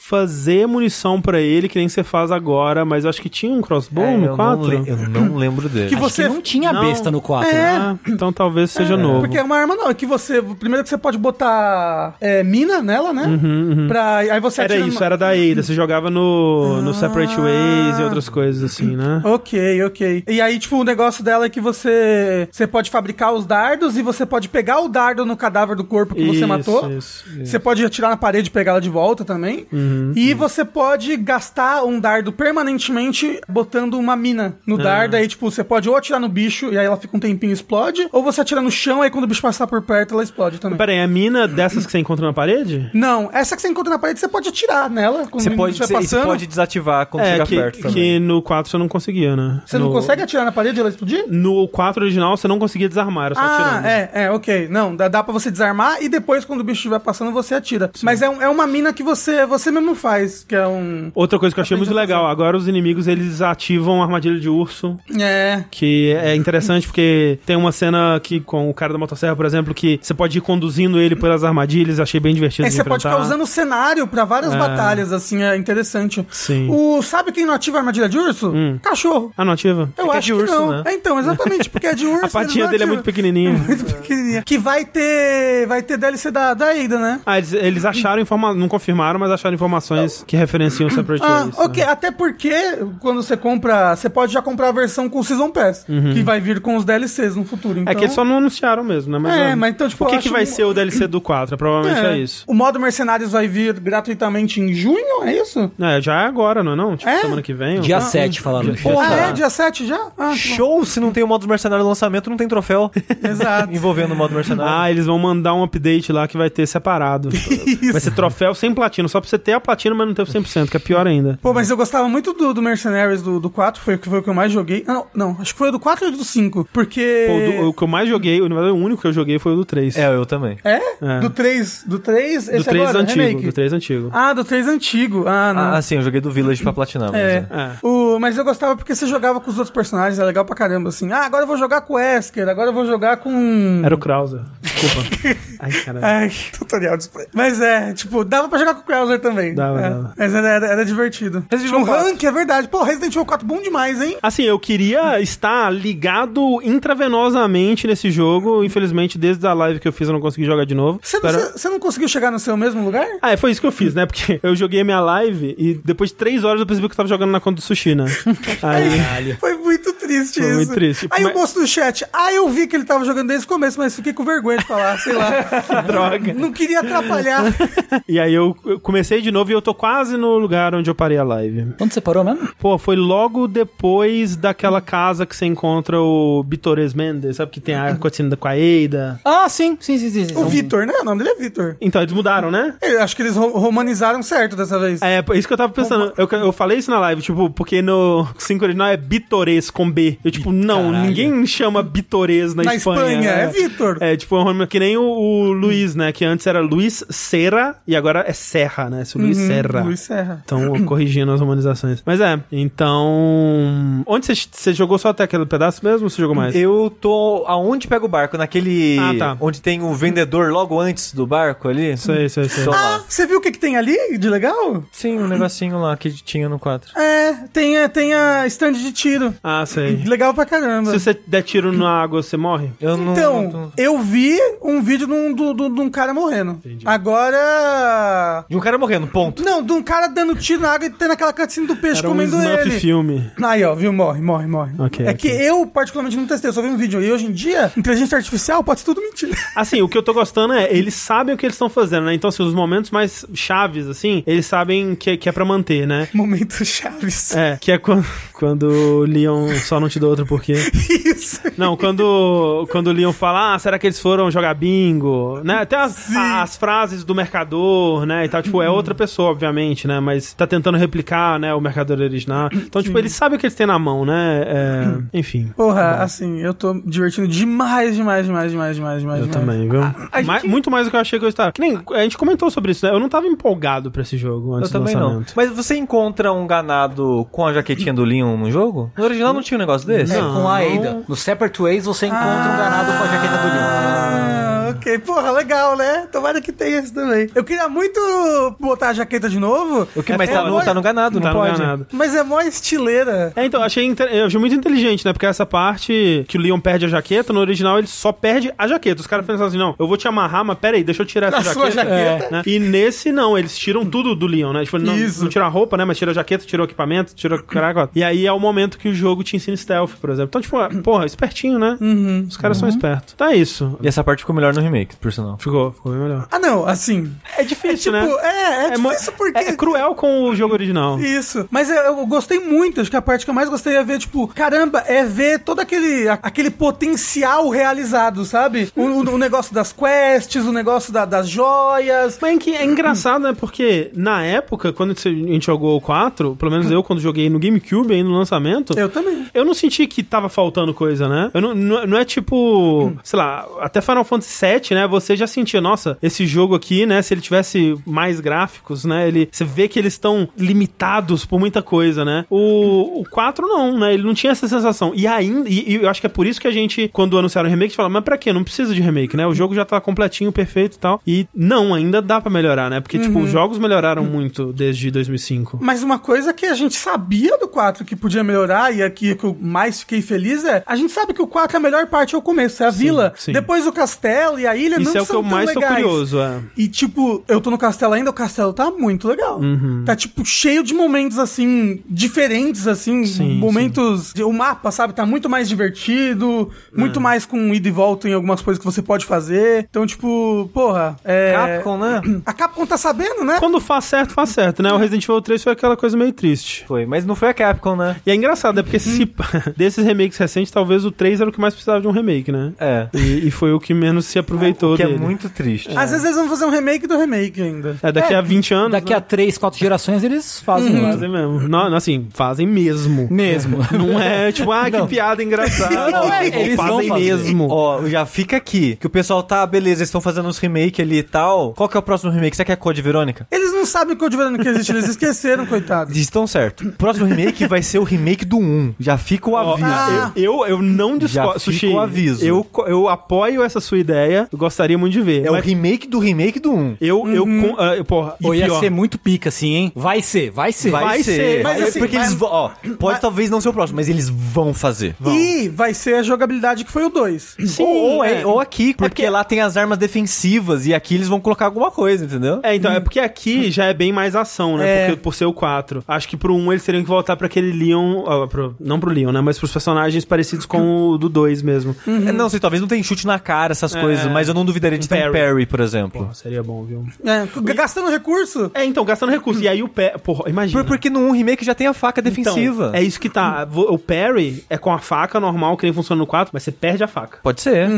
[SPEAKER 1] fazer munição pra ele, que nem você faz agora, mas eu acho que tinha um crossbow
[SPEAKER 3] É, eu,
[SPEAKER 1] no
[SPEAKER 3] não le-
[SPEAKER 1] 4.
[SPEAKER 3] eu não lembro dele.
[SPEAKER 2] Que você.
[SPEAKER 4] Você não tinha
[SPEAKER 1] Não.
[SPEAKER 4] besta no 4.
[SPEAKER 2] É.
[SPEAKER 4] né?
[SPEAKER 1] Ah, então talvez seja novo.
[SPEAKER 2] Porque é uma arma não, é que você. Primeiro que você pode botar é, mina nela, né? Pra, aí você
[SPEAKER 1] Uhum, Era
[SPEAKER 2] atira
[SPEAKER 1] isso,
[SPEAKER 2] numa-
[SPEAKER 1] era da Ada. Você jogava no, no
[SPEAKER 2] Ah.
[SPEAKER 1] Separate Ways e outras coisas assim, né?
[SPEAKER 2] Ok, ok. E aí, tipo, o negócio dela é que você. Você pode fabricar os dardos e você pode pegar o dardo no cadáver do corpo que você
[SPEAKER 1] Isso,
[SPEAKER 2] matou.
[SPEAKER 1] isso, isso.
[SPEAKER 2] Você pode atirar na parede e pegar ela de volta também.
[SPEAKER 3] Uhum,
[SPEAKER 2] e
[SPEAKER 3] Ah.
[SPEAKER 2] você pode gastar um dardo permanentemente botando uma mina no dardo. Aí, tipo, tipo, você pode ou atirar no bicho e aí ela fica um tempinho e explode, ou você atira no chão e aí quando o bicho passar por perto ela explode também.
[SPEAKER 1] Pera aí, é a mina dessas que você encontra na parede?
[SPEAKER 2] Não, essa que você encontra na parede, você pode atirar nela quando
[SPEAKER 3] Você
[SPEAKER 2] o
[SPEAKER 3] pode,
[SPEAKER 2] bicho
[SPEAKER 3] você,
[SPEAKER 2] um vai
[SPEAKER 3] e você
[SPEAKER 2] passando.
[SPEAKER 3] pode desativar quando
[SPEAKER 1] É,
[SPEAKER 3] chegar
[SPEAKER 1] que,
[SPEAKER 3] perto também.
[SPEAKER 1] que no 4 você não conseguia, né?
[SPEAKER 2] Você não
[SPEAKER 1] No-
[SPEAKER 2] consegue atirar na parede e ela explodir?
[SPEAKER 1] No 4 original você não conseguia desarmar, era só
[SPEAKER 2] Ah,
[SPEAKER 1] atirando.
[SPEAKER 2] é, é, ok. Não, dá, dá pra você desarmar e depois, quando o bicho estiver passando, você atira. Mas é, um- é uma mina que você, você mesmo faz, que é um.
[SPEAKER 1] Outra coisa que eu achei muito
[SPEAKER 2] Aprende a
[SPEAKER 1] legal, agora os inimigos eles ativam a armadilha de urso,
[SPEAKER 2] É.
[SPEAKER 1] que é interessante porque tem uma cena que com o cara da motosserra, por exemplo, que você pode ir conduzindo ele pelas armadilhas, achei bem divertido
[SPEAKER 2] É,
[SPEAKER 1] de
[SPEAKER 2] você pode
[SPEAKER 1] enfrentar.
[SPEAKER 2] ficar usando o cenário pra várias
[SPEAKER 1] É.
[SPEAKER 2] batalhas, assim, é interessante.
[SPEAKER 1] Sim.
[SPEAKER 2] O, sabe quem não ativa a armadilha de urso? Cachorro.
[SPEAKER 1] Ah, não ativa?
[SPEAKER 2] Eu
[SPEAKER 3] que é
[SPEAKER 2] acho
[SPEAKER 3] de urso,
[SPEAKER 2] que não.
[SPEAKER 3] né?
[SPEAKER 2] É, então, exatamente, porque é de
[SPEAKER 1] *laughs*
[SPEAKER 2] urso.
[SPEAKER 1] A patinha
[SPEAKER 2] eles não
[SPEAKER 1] dele é
[SPEAKER 2] ativam.
[SPEAKER 1] muito pequenininha.
[SPEAKER 2] *laughs* Muito pequenininha. Que vai ter. Vai ter DLC da, da Ada, né?
[SPEAKER 1] Ah, eles, eles acharam informações, não confirmaram, mas acharam informações que referenciam o Separate
[SPEAKER 2] Ah,
[SPEAKER 1] Ways,
[SPEAKER 2] ok.
[SPEAKER 1] né?
[SPEAKER 2] Até porque quando você compra, você pode já comprar a versão com o Season Pass, que vai vir com os DLCs no futuro. Então...
[SPEAKER 1] Uhum. É que eles só não anunciaram mesmo, né? Mas,
[SPEAKER 2] É,
[SPEAKER 1] ah,
[SPEAKER 2] mas então, tipo,
[SPEAKER 1] O que,
[SPEAKER 2] eu
[SPEAKER 1] que
[SPEAKER 2] acho
[SPEAKER 1] vai
[SPEAKER 2] um-
[SPEAKER 1] ser o DLC do 4? Provavelmente é,
[SPEAKER 2] É.
[SPEAKER 1] isso.
[SPEAKER 2] O modo Mercenários vai vir gratuitamente em junho, é isso?
[SPEAKER 1] É, já é agora, não é não? Tipo,
[SPEAKER 2] É?
[SPEAKER 1] semana que vem.
[SPEAKER 4] Dia
[SPEAKER 1] ou-
[SPEAKER 4] 7, falaram. no chat.
[SPEAKER 2] Ah,
[SPEAKER 3] Porra.
[SPEAKER 2] é? Dia 7 já? Ah, que bom.
[SPEAKER 3] Show se não tem o modo mercenário no lançamento, não tem troféu
[SPEAKER 2] *laughs* Exato.
[SPEAKER 3] envolvendo o modo
[SPEAKER 2] Né?
[SPEAKER 3] mercenário.
[SPEAKER 1] Ah, eles vão mandar um update lá que vai ter
[SPEAKER 2] *laughs*
[SPEAKER 1] separado. Vai ser troféu sem platino, só pra você ter a platina, mas não ter o 100%, que é pior ainda.
[SPEAKER 2] Pô, mas eu gostava muito do, do Mercenaries do, do 4, foi, o que- foi o que eu mais joguei. Ah, Não, não, acho que foi o do 4 ou do 5, porque...
[SPEAKER 1] Pô, o do- o que eu mais joguei, o- na verdade, o único que eu joguei foi o do 3.
[SPEAKER 3] É, eu também.
[SPEAKER 2] É. É?
[SPEAKER 1] É.
[SPEAKER 2] Do 3, do 3,
[SPEAKER 1] do
[SPEAKER 2] esse
[SPEAKER 1] 3
[SPEAKER 2] agora,
[SPEAKER 1] antigo,
[SPEAKER 2] remake.
[SPEAKER 1] do 3 antigo.
[SPEAKER 2] Ah, do 3 antigo. Ah, não.
[SPEAKER 3] Ah, sim, eu joguei do Village pra platinar. mas
[SPEAKER 2] É.
[SPEAKER 3] é.
[SPEAKER 1] É.
[SPEAKER 2] O- mas eu gostava porque você jogava com os outros personagens, é legal pra caramba, assim. Ah, agora eu vou jogar com o Esker, agora eu vou jogar com. um-
[SPEAKER 1] Era o Krauser. Desculpa. Ai, caralho.
[SPEAKER 2] *laughs* Ai, *laughs* tutorial display. Mas é, tipo, dava pra jogar com o Krauser também.
[SPEAKER 1] Dava,
[SPEAKER 2] É.
[SPEAKER 1] dava.
[SPEAKER 2] Mas era, era, era divertido.
[SPEAKER 3] Resident
[SPEAKER 2] Tinha um
[SPEAKER 3] Evil 4.
[SPEAKER 2] rank, é verdade. Pô, Resident Evil 4 bom demais, hein?
[SPEAKER 1] Assim, eu queria estar ligado intravenosamente nesse jogo. Infelizmente, desde a live que eu fiz, eu não consegui jogar de novo.
[SPEAKER 2] Você
[SPEAKER 1] Espero-
[SPEAKER 2] você- você não conseguiu chegar no seu mesmo lugar?
[SPEAKER 1] Ah, é, foi isso que eu fiz, né? Porque eu joguei a minha live e depois de três horas eu percebi que eu tava jogando na conta do sushi,
[SPEAKER 2] *laughs*
[SPEAKER 1] né? Aí,
[SPEAKER 2] Foi muito triste
[SPEAKER 1] Foi
[SPEAKER 2] isso.
[SPEAKER 1] muito triste.
[SPEAKER 2] Aí
[SPEAKER 1] Mas-
[SPEAKER 2] o moço do chat, ah, eu vi que ele tava jogando desde o começo, mas fiquei com vergonha de falar, sei
[SPEAKER 1] *laughs*
[SPEAKER 2] lá.
[SPEAKER 1] droga.
[SPEAKER 2] Não queria atrapalhar.
[SPEAKER 1] E aí eu, eu comecei de novo e eu tô quase no lugar onde eu parei a live.
[SPEAKER 4] Onde você parou mesmo?
[SPEAKER 1] Pô, foi logo depois daquela casa que você encontra o Bitores Mendes, sabe? Que tem a cortina da Quaeda.
[SPEAKER 4] Ah, sim, sim, sim, sim. sim.
[SPEAKER 2] o Vitor, né? O nome dele é Vitor.
[SPEAKER 1] Então, eles mudaram, né?
[SPEAKER 2] Eu acho que eles ro- romanizaram certo dessa vez.
[SPEAKER 1] É, pô, isso que eu tava pensando. Eu, eu falei isso na live, tipo, porque no 5 original é Bitores com B. Eu, tipo, não,
[SPEAKER 4] Caralho.
[SPEAKER 1] ninguém chama Bitores na,
[SPEAKER 2] Na Espanha,
[SPEAKER 1] né?
[SPEAKER 2] é Vitor.
[SPEAKER 1] É, tipo, é um nome que nem o, o Luiz, né? Que antes era Luiz Serra e agora é Serra, né? Esse Luiz Serra.
[SPEAKER 2] Uhum, Luiz Serra.
[SPEAKER 1] Estão corrigindo as romanizações. Mas é, então. Onde você- você jogou só até aquele pedaço mesmo ou você jogou mais?
[SPEAKER 3] Eu tô. Aonde pega o barco? Naquele.
[SPEAKER 1] Ah, tá.
[SPEAKER 3] Onde tem o vendedor logo antes do barco ali?
[SPEAKER 1] Sei, sei, sei.
[SPEAKER 3] Tô
[SPEAKER 2] Ah,
[SPEAKER 3] lá.
[SPEAKER 2] você viu o que, que tem ali de legal?
[SPEAKER 3] Sim, um negocinho lá que tinha no 4.
[SPEAKER 2] É, tem, a- tem a stand de tiro.
[SPEAKER 1] Ah, sei.
[SPEAKER 2] Legal pra caramba.
[SPEAKER 1] Se você der tiro na água, você morre?
[SPEAKER 3] Eu não.
[SPEAKER 2] Então,
[SPEAKER 3] não-
[SPEAKER 2] eu vi um vídeo de um, do- do- de um cara morrendo. Agora.
[SPEAKER 3] De um cara morrendo, ponto.
[SPEAKER 2] Não, de um cara dando tiro na água e tendo aquela cutscene do peixe
[SPEAKER 1] Era um
[SPEAKER 2] comendo
[SPEAKER 1] snuff
[SPEAKER 2] ele.
[SPEAKER 1] filme.
[SPEAKER 2] Aí, ó, viu? Morre, morre, morre.
[SPEAKER 1] Ok,
[SPEAKER 2] é
[SPEAKER 1] ok.
[SPEAKER 2] que eu, particularmente, não testei, eu só vi um vídeo. E hoje em dia, inteligência artificial pode ser tudo mentira. *laughs*
[SPEAKER 1] Assim, o que eu tô gostando é, eles sabem o que eles estão fazendo, né? Então, assim, os momentos mais chaves, assim, eles sabem que, que é pra manter, né?
[SPEAKER 2] Momento Chaves.
[SPEAKER 1] É, que é quando, *laughs* quando o Leon só não te dá outro porquê.
[SPEAKER 2] Isso.
[SPEAKER 1] Não, quando, quando o Leon fala, ah, será que eles foram jogar bingo? Né? Até as, as frases do mercador, né? E tal, tipo, é outra pessoa, obviamente, né? Mas tá tentando replicar, né, o mercador original. Então, tipo, eles sabem o que eles têm na mão, né? É, enfim.
[SPEAKER 2] Porra, assim, eu tô divertindo demais, demais, demais, demais, demais, demais.
[SPEAKER 3] É.
[SPEAKER 1] Eu
[SPEAKER 2] demais.
[SPEAKER 1] também, viu? Ma- Muito mais do que eu achei que eu estava. Que nem a gente comentou sobre isso, né? Eu não tava empolgado pra esse jogo
[SPEAKER 3] Eu
[SPEAKER 1] antes do
[SPEAKER 3] também não.
[SPEAKER 1] lançamento.
[SPEAKER 3] Mas você encontra um ganado com a jaquetinha do Leon no jogo? No original não tinha um negócio desse?
[SPEAKER 4] É,
[SPEAKER 1] Não.
[SPEAKER 4] com a Ada. No Separate Ways você encontra um ganado com a jaqueta do Leon.
[SPEAKER 2] Ah, ok. Porra, legal, né? Tomara que tenha isso também. Eu queria muito botar a jaqueta de novo.
[SPEAKER 3] O que, mas
[SPEAKER 1] É
[SPEAKER 3] tá, no,
[SPEAKER 1] foda.
[SPEAKER 3] tá no ganado, não,
[SPEAKER 1] Tá no
[SPEAKER 3] pode.
[SPEAKER 1] ganado.
[SPEAKER 2] Mas é mó estileira.
[SPEAKER 1] É, então, achei, inte- eu achei muito inteligente, né? Porque essa parte que o Leon perde a jaqueta, no original ele só perde a jaqueta. Os caras pensam assim, não, eu vou te amarrar, mas peraí, deixa eu tirar essa
[SPEAKER 2] A
[SPEAKER 1] jaqueta.
[SPEAKER 2] sua jaqueta.
[SPEAKER 1] É, né? E nesse não, eles tiram tudo do Leon, né? Tipo, não,
[SPEAKER 2] Isso.
[SPEAKER 1] não tira a roupa, né? Mas tira a jaqueta, tira o equipamento, tira o caraca. E aí é o momento que o jogo te ah,
[SPEAKER 2] Uhum.
[SPEAKER 1] ensina stealth, por exemplo. Então, tipo, porra, espertinho, né? Os caras são espertos. Então é isso.
[SPEAKER 3] E essa parte ficou melhor no remake, por sinal.
[SPEAKER 1] Ficou, ficou bem melhor.
[SPEAKER 2] Ah, não, assim.
[SPEAKER 1] É difícil,
[SPEAKER 2] Tipo,
[SPEAKER 1] né?
[SPEAKER 2] é, é,
[SPEAKER 1] mo-
[SPEAKER 2] difícil porque.
[SPEAKER 1] é cruel com o jogo original.
[SPEAKER 2] *laughs* Isso. Mas eu, eu gostei muito. Acho que a parte que eu mais gostei é ver, tipo, caramba, é ver todo aquele, a- aquele potencial realizado, sabe? O, o- o negócio das quests, o negócio da- das joias.
[SPEAKER 1] Mas é que é engraçado, né? Porque na época, quando a gente jogou o 4, pelo menos eu, quando joguei no GameCube aí no lançamento,
[SPEAKER 2] Eu também.
[SPEAKER 1] eu não senti que tava faltando coisa, né? Eu não, não, não é tipo, sei lá, até Final Fantasy VII, né? Você já sentia, nossa, esse jogo aqui, né? Se ele tivesse mais gráficos, né? Ele, você vê que eles estão limitados por muita coisa, né? O, o 4 não, né? Ele não tinha essa sensação. E ainda, e, e eu acho que é por isso que a gente, quando anunciaram o remake, fala, mas pra quê? Não precisa de remake, né? O jogo já tá completinho, perfeito e tal. E não, ainda dá pra melhorar, né? Porque,
[SPEAKER 2] Uhum.
[SPEAKER 1] tipo, os jogos melhoraram muito desde 2005.
[SPEAKER 2] Mas uma coisa que a gente sabia do 4 que podia melhorar e aqui que eu mais fiquei feliz é, a gente sabe que o 4 a melhor parte é o começo, é a vila.
[SPEAKER 1] sim.
[SPEAKER 2] Depois o castelo e a ilha
[SPEAKER 1] Isso
[SPEAKER 2] não
[SPEAKER 1] é o que
[SPEAKER 2] são
[SPEAKER 1] eu
[SPEAKER 2] tão
[SPEAKER 1] mais
[SPEAKER 2] legais.
[SPEAKER 1] tô curioso, é.
[SPEAKER 2] E, tipo, eu tô no castelo ainda, o castelo tá muito legal.
[SPEAKER 1] Uhum.
[SPEAKER 2] Tá, tipo, cheio de momentos, assim, diferentes, assim,
[SPEAKER 1] Sim, É.
[SPEAKER 2] momentos... de- O mapa, sabe, tá muito mais divertido, muito mais com ida e volta em algumas coisas que você pode fazer. Então, tipo, porra, é...
[SPEAKER 3] Capcom, né?
[SPEAKER 2] A Capcom tá sabendo, né?
[SPEAKER 1] Quando faz certo, faz certo, né? O Resident Evil 3 foi aquela coisa meio triste.
[SPEAKER 3] Foi, mas não foi a Capcom, né?
[SPEAKER 1] E é engraçado, é porque se, *laughs* desses remakes recentes, talvez o 3 era o que mais precisava de um remake, né?
[SPEAKER 3] É.
[SPEAKER 1] E, e foi o que menos se aproveitou
[SPEAKER 3] Que é
[SPEAKER 1] dele.
[SPEAKER 3] muito triste.
[SPEAKER 2] Às vezes eles vão fazer um remake do remake ainda.
[SPEAKER 1] É, daqui a 20 anos.
[SPEAKER 4] Daqui a três, quatro gerações eles fazem
[SPEAKER 1] né?
[SPEAKER 4] outro.
[SPEAKER 1] Fazem mesmo. Não, não, assim, fazem mesmo.
[SPEAKER 4] *laughs* Mesmo.
[SPEAKER 1] Não é tipo, ah, que piada engraçada.
[SPEAKER 4] Não, é, eles vão
[SPEAKER 1] fazem
[SPEAKER 4] fazer.
[SPEAKER 1] mesmo.
[SPEAKER 3] Ó, já fica aqui. Que o pessoal tá, beleza, eles estão fazendo uns remake ali e tal. Qual que é o próximo remake? Será que é Code Verônica?
[SPEAKER 2] Eles não sabem o Code Verônica existe, eles
[SPEAKER 1] *laughs*
[SPEAKER 2] esqueceram, coitado.
[SPEAKER 3] Eles estão certo. O próximo remake vai ser o remake do 1. Já fica o
[SPEAKER 1] Ó,
[SPEAKER 3] aviso.
[SPEAKER 2] Ah.
[SPEAKER 1] eu, eu, eu não discordo.
[SPEAKER 3] fica o aviso.
[SPEAKER 1] Eu, co- eu apoio essa sua ideia. Eu gostaria muito de ver.
[SPEAKER 3] É o
[SPEAKER 1] mas
[SPEAKER 3] remake do remake do 1.
[SPEAKER 1] eu, eu, con- ah, porra, e
[SPEAKER 4] Ou ia
[SPEAKER 1] pior.
[SPEAKER 4] ser muito pica, assim, hein? Vai ser, vai ser.
[SPEAKER 1] Vai ser.
[SPEAKER 2] Mas
[SPEAKER 3] Mas
[SPEAKER 2] assim,
[SPEAKER 3] porque
[SPEAKER 2] mas-
[SPEAKER 3] eles vão. Ó, pode talvez não ser o próximo, mas eles vão fazer.
[SPEAKER 2] E vai ser a jogabilidade que foi o 2.
[SPEAKER 1] Sim,
[SPEAKER 3] ou, ou,
[SPEAKER 1] é.
[SPEAKER 3] é- ou aqui, porque lá tem as armas defensivas e aqui eles vão colocar alguma coisa, entendeu?
[SPEAKER 1] É, então, é porque aqui já é bem mais ação, né?
[SPEAKER 2] É.
[SPEAKER 1] Porque, por ser o 4. Acho que pro 1 eles teriam que voltar pra aquele Leon. ah, pro- não pro Leon, né? Mas pros personagens parecidos com o do 2 mesmo.
[SPEAKER 3] É, Não sei, talvez não tem chute na cara, essas
[SPEAKER 1] É.
[SPEAKER 3] coisas, mas eu não duvidaria de ter
[SPEAKER 1] parry.
[SPEAKER 3] um parry, por exemplo.
[SPEAKER 1] Pô, seria bom, viu?
[SPEAKER 2] É, g- gastando recurso.
[SPEAKER 1] É, então, gastando recurso. E aí o pé. Porra, imagina.
[SPEAKER 3] Por- porque no 1 remake já tem a faca
[SPEAKER 1] Então,
[SPEAKER 3] defensiva.
[SPEAKER 1] é isso que tá. Vo- O parry é com a faca normal, que nem funciona no 4, mas você perde a faca.
[SPEAKER 3] Pode ser.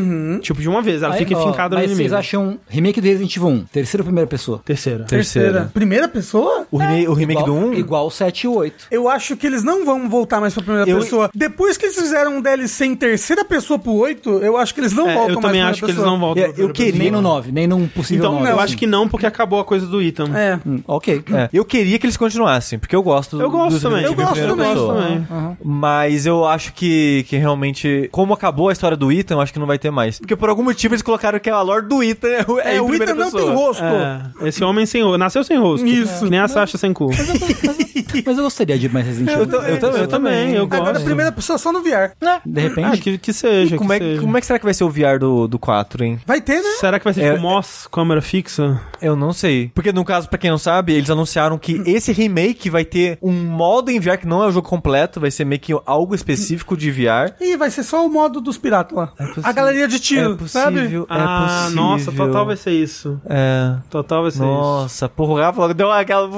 [SPEAKER 1] Tipo, de uma vez, ela
[SPEAKER 4] Aí,
[SPEAKER 1] fica
[SPEAKER 4] ó,
[SPEAKER 1] enfincada no
[SPEAKER 4] mas
[SPEAKER 1] inimigo.
[SPEAKER 4] vocês acham remake do Resident Evil 1, terceira ou primeira pessoa?
[SPEAKER 1] Terceira.
[SPEAKER 3] Terceira.
[SPEAKER 2] Primeira pessoa?
[SPEAKER 3] O, reme- o remake
[SPEAKER 4] igual,
[SPEAKER 1] um?
[SPEAKER 3] do 1?
[SPEAKER 4] Igual o 7 e o 8.
[SPEAKER 2] Eu acho que eles não vão voltar mais pra primeira
[SPEAKER 3] Eu-
[SPEAKER 2] pessoa. Depois que eles fizeram um DLC em terceira pessoa pro 8, eu acho que eles não
[SPEAKER 1] É,
[SPEAKER 2] voltam
[SPEAKER 1] eu também
[SPEAKER 2] mais
[SPEAKER 1] acho
[SPEAKER 2] pra
[SPEAKER 1] que eles não voltam.
[SPEAKER 3] É, eu queria-
[SPEAKER 4] Nem no 9, nem num possível
[SPEAKER 1] um. Então,
[SPEAKER 4] 9.
[SPEAKER 1] eu acho que não, porque acabou a coisa do Itam.
[SPEAKER 2] É.
[SPEAKER 4] Hum, ok.
[SPEAKER 1] *laughs*
[SPEAKER 3] É, Eu queria que eles continuassem, porque eu gosto
[SPEAKER 1] Eu gosto
[SPEAKER 3] dos
[SPEAKER 1] também.
[SPEAKER 3] Resident
[SPEAKER 2] Eu
[SPEAKER 3] Evil em
[SPEAKER 2] gosto
[SPEAKER 3] primeira
[SPEAKER 2] também,
[SPEAKER 3] pessoa.
[SPEAKER 1] também.
[SPEAKER 3] Mas eu acho que, que realmente, como acabou a história do Ethan, eu acho que não vai ter mais. Porque por algum motivo eles colocaram que a lore do Ethan é, o- é,
[SPEAKER 2] É,
[SPEAKER 3] em
[SPEAKER 2] o
[SPEAKER 3] primeira
[SPEAKER 2] Ethan não
[SPEAKER 3] pessoa.
[SPEAKER 2] tem rosto.
[SPEAKER 1] É, esse homem sem rosto. Nasceu sem rosto.
[SPEAKER 2] Isso.
[SPEAKER 1] Que nem a Sasha sem cu.
[SPEAKER 4] Mas eu gostaria de mais Resident Evil.
[SPEAKER 3] Eu, ta- eu também, eu também.
[SPEAKER 1] eu gosto.
[SPEAKER 2] Agora, primeira pessoa só no VR.
[SPEAKER 4] De
[SPEAKER 1] Ah,
[SPEAKER 4] repente.
[SPEAKER 1] que, que seja.
[SPEAKER 3] Como
[SPEAKER 1] que
[SPEAKER 3] é,
[SPEAKER 1] seja.
[SPEAKER 3] como é que será que vai ser o VR do, do 4, hein?
[SPEAKER 2] Vai ter, né?
[SPEAKER 1] Será que vai ser
[SPEAKER 3] É-
[SPEAKER 1] tipo Moss, câmera fixa?
[SPEAKER 3] Eu não sei. Porque, no caso, pra quem não sabe, eles anunciaram que esse remake vai ter um modo em VR que não é o jogo completo, vai ser meio que algo específico de VR.
[SPEAKER 2] Ih, vai ser só o modo dos piratas lá.
[SPEAKER 1] É
[SPEAKER 2] a galeria de tiro,
[SPEAKER 3] é possível,
[SPEAKER 2] sabe?
[SPEAKER 3] é
[SPEAKER 1] ah,
[SPEAKER 3] possível.
[SPEAKER 1] nossa, total vai ser isso.
[SPEAKER 3] É.
[SPEAKER 1] Total vai ser
[SPEAKER 3] Nossa, porra, o Rafa deu aquela.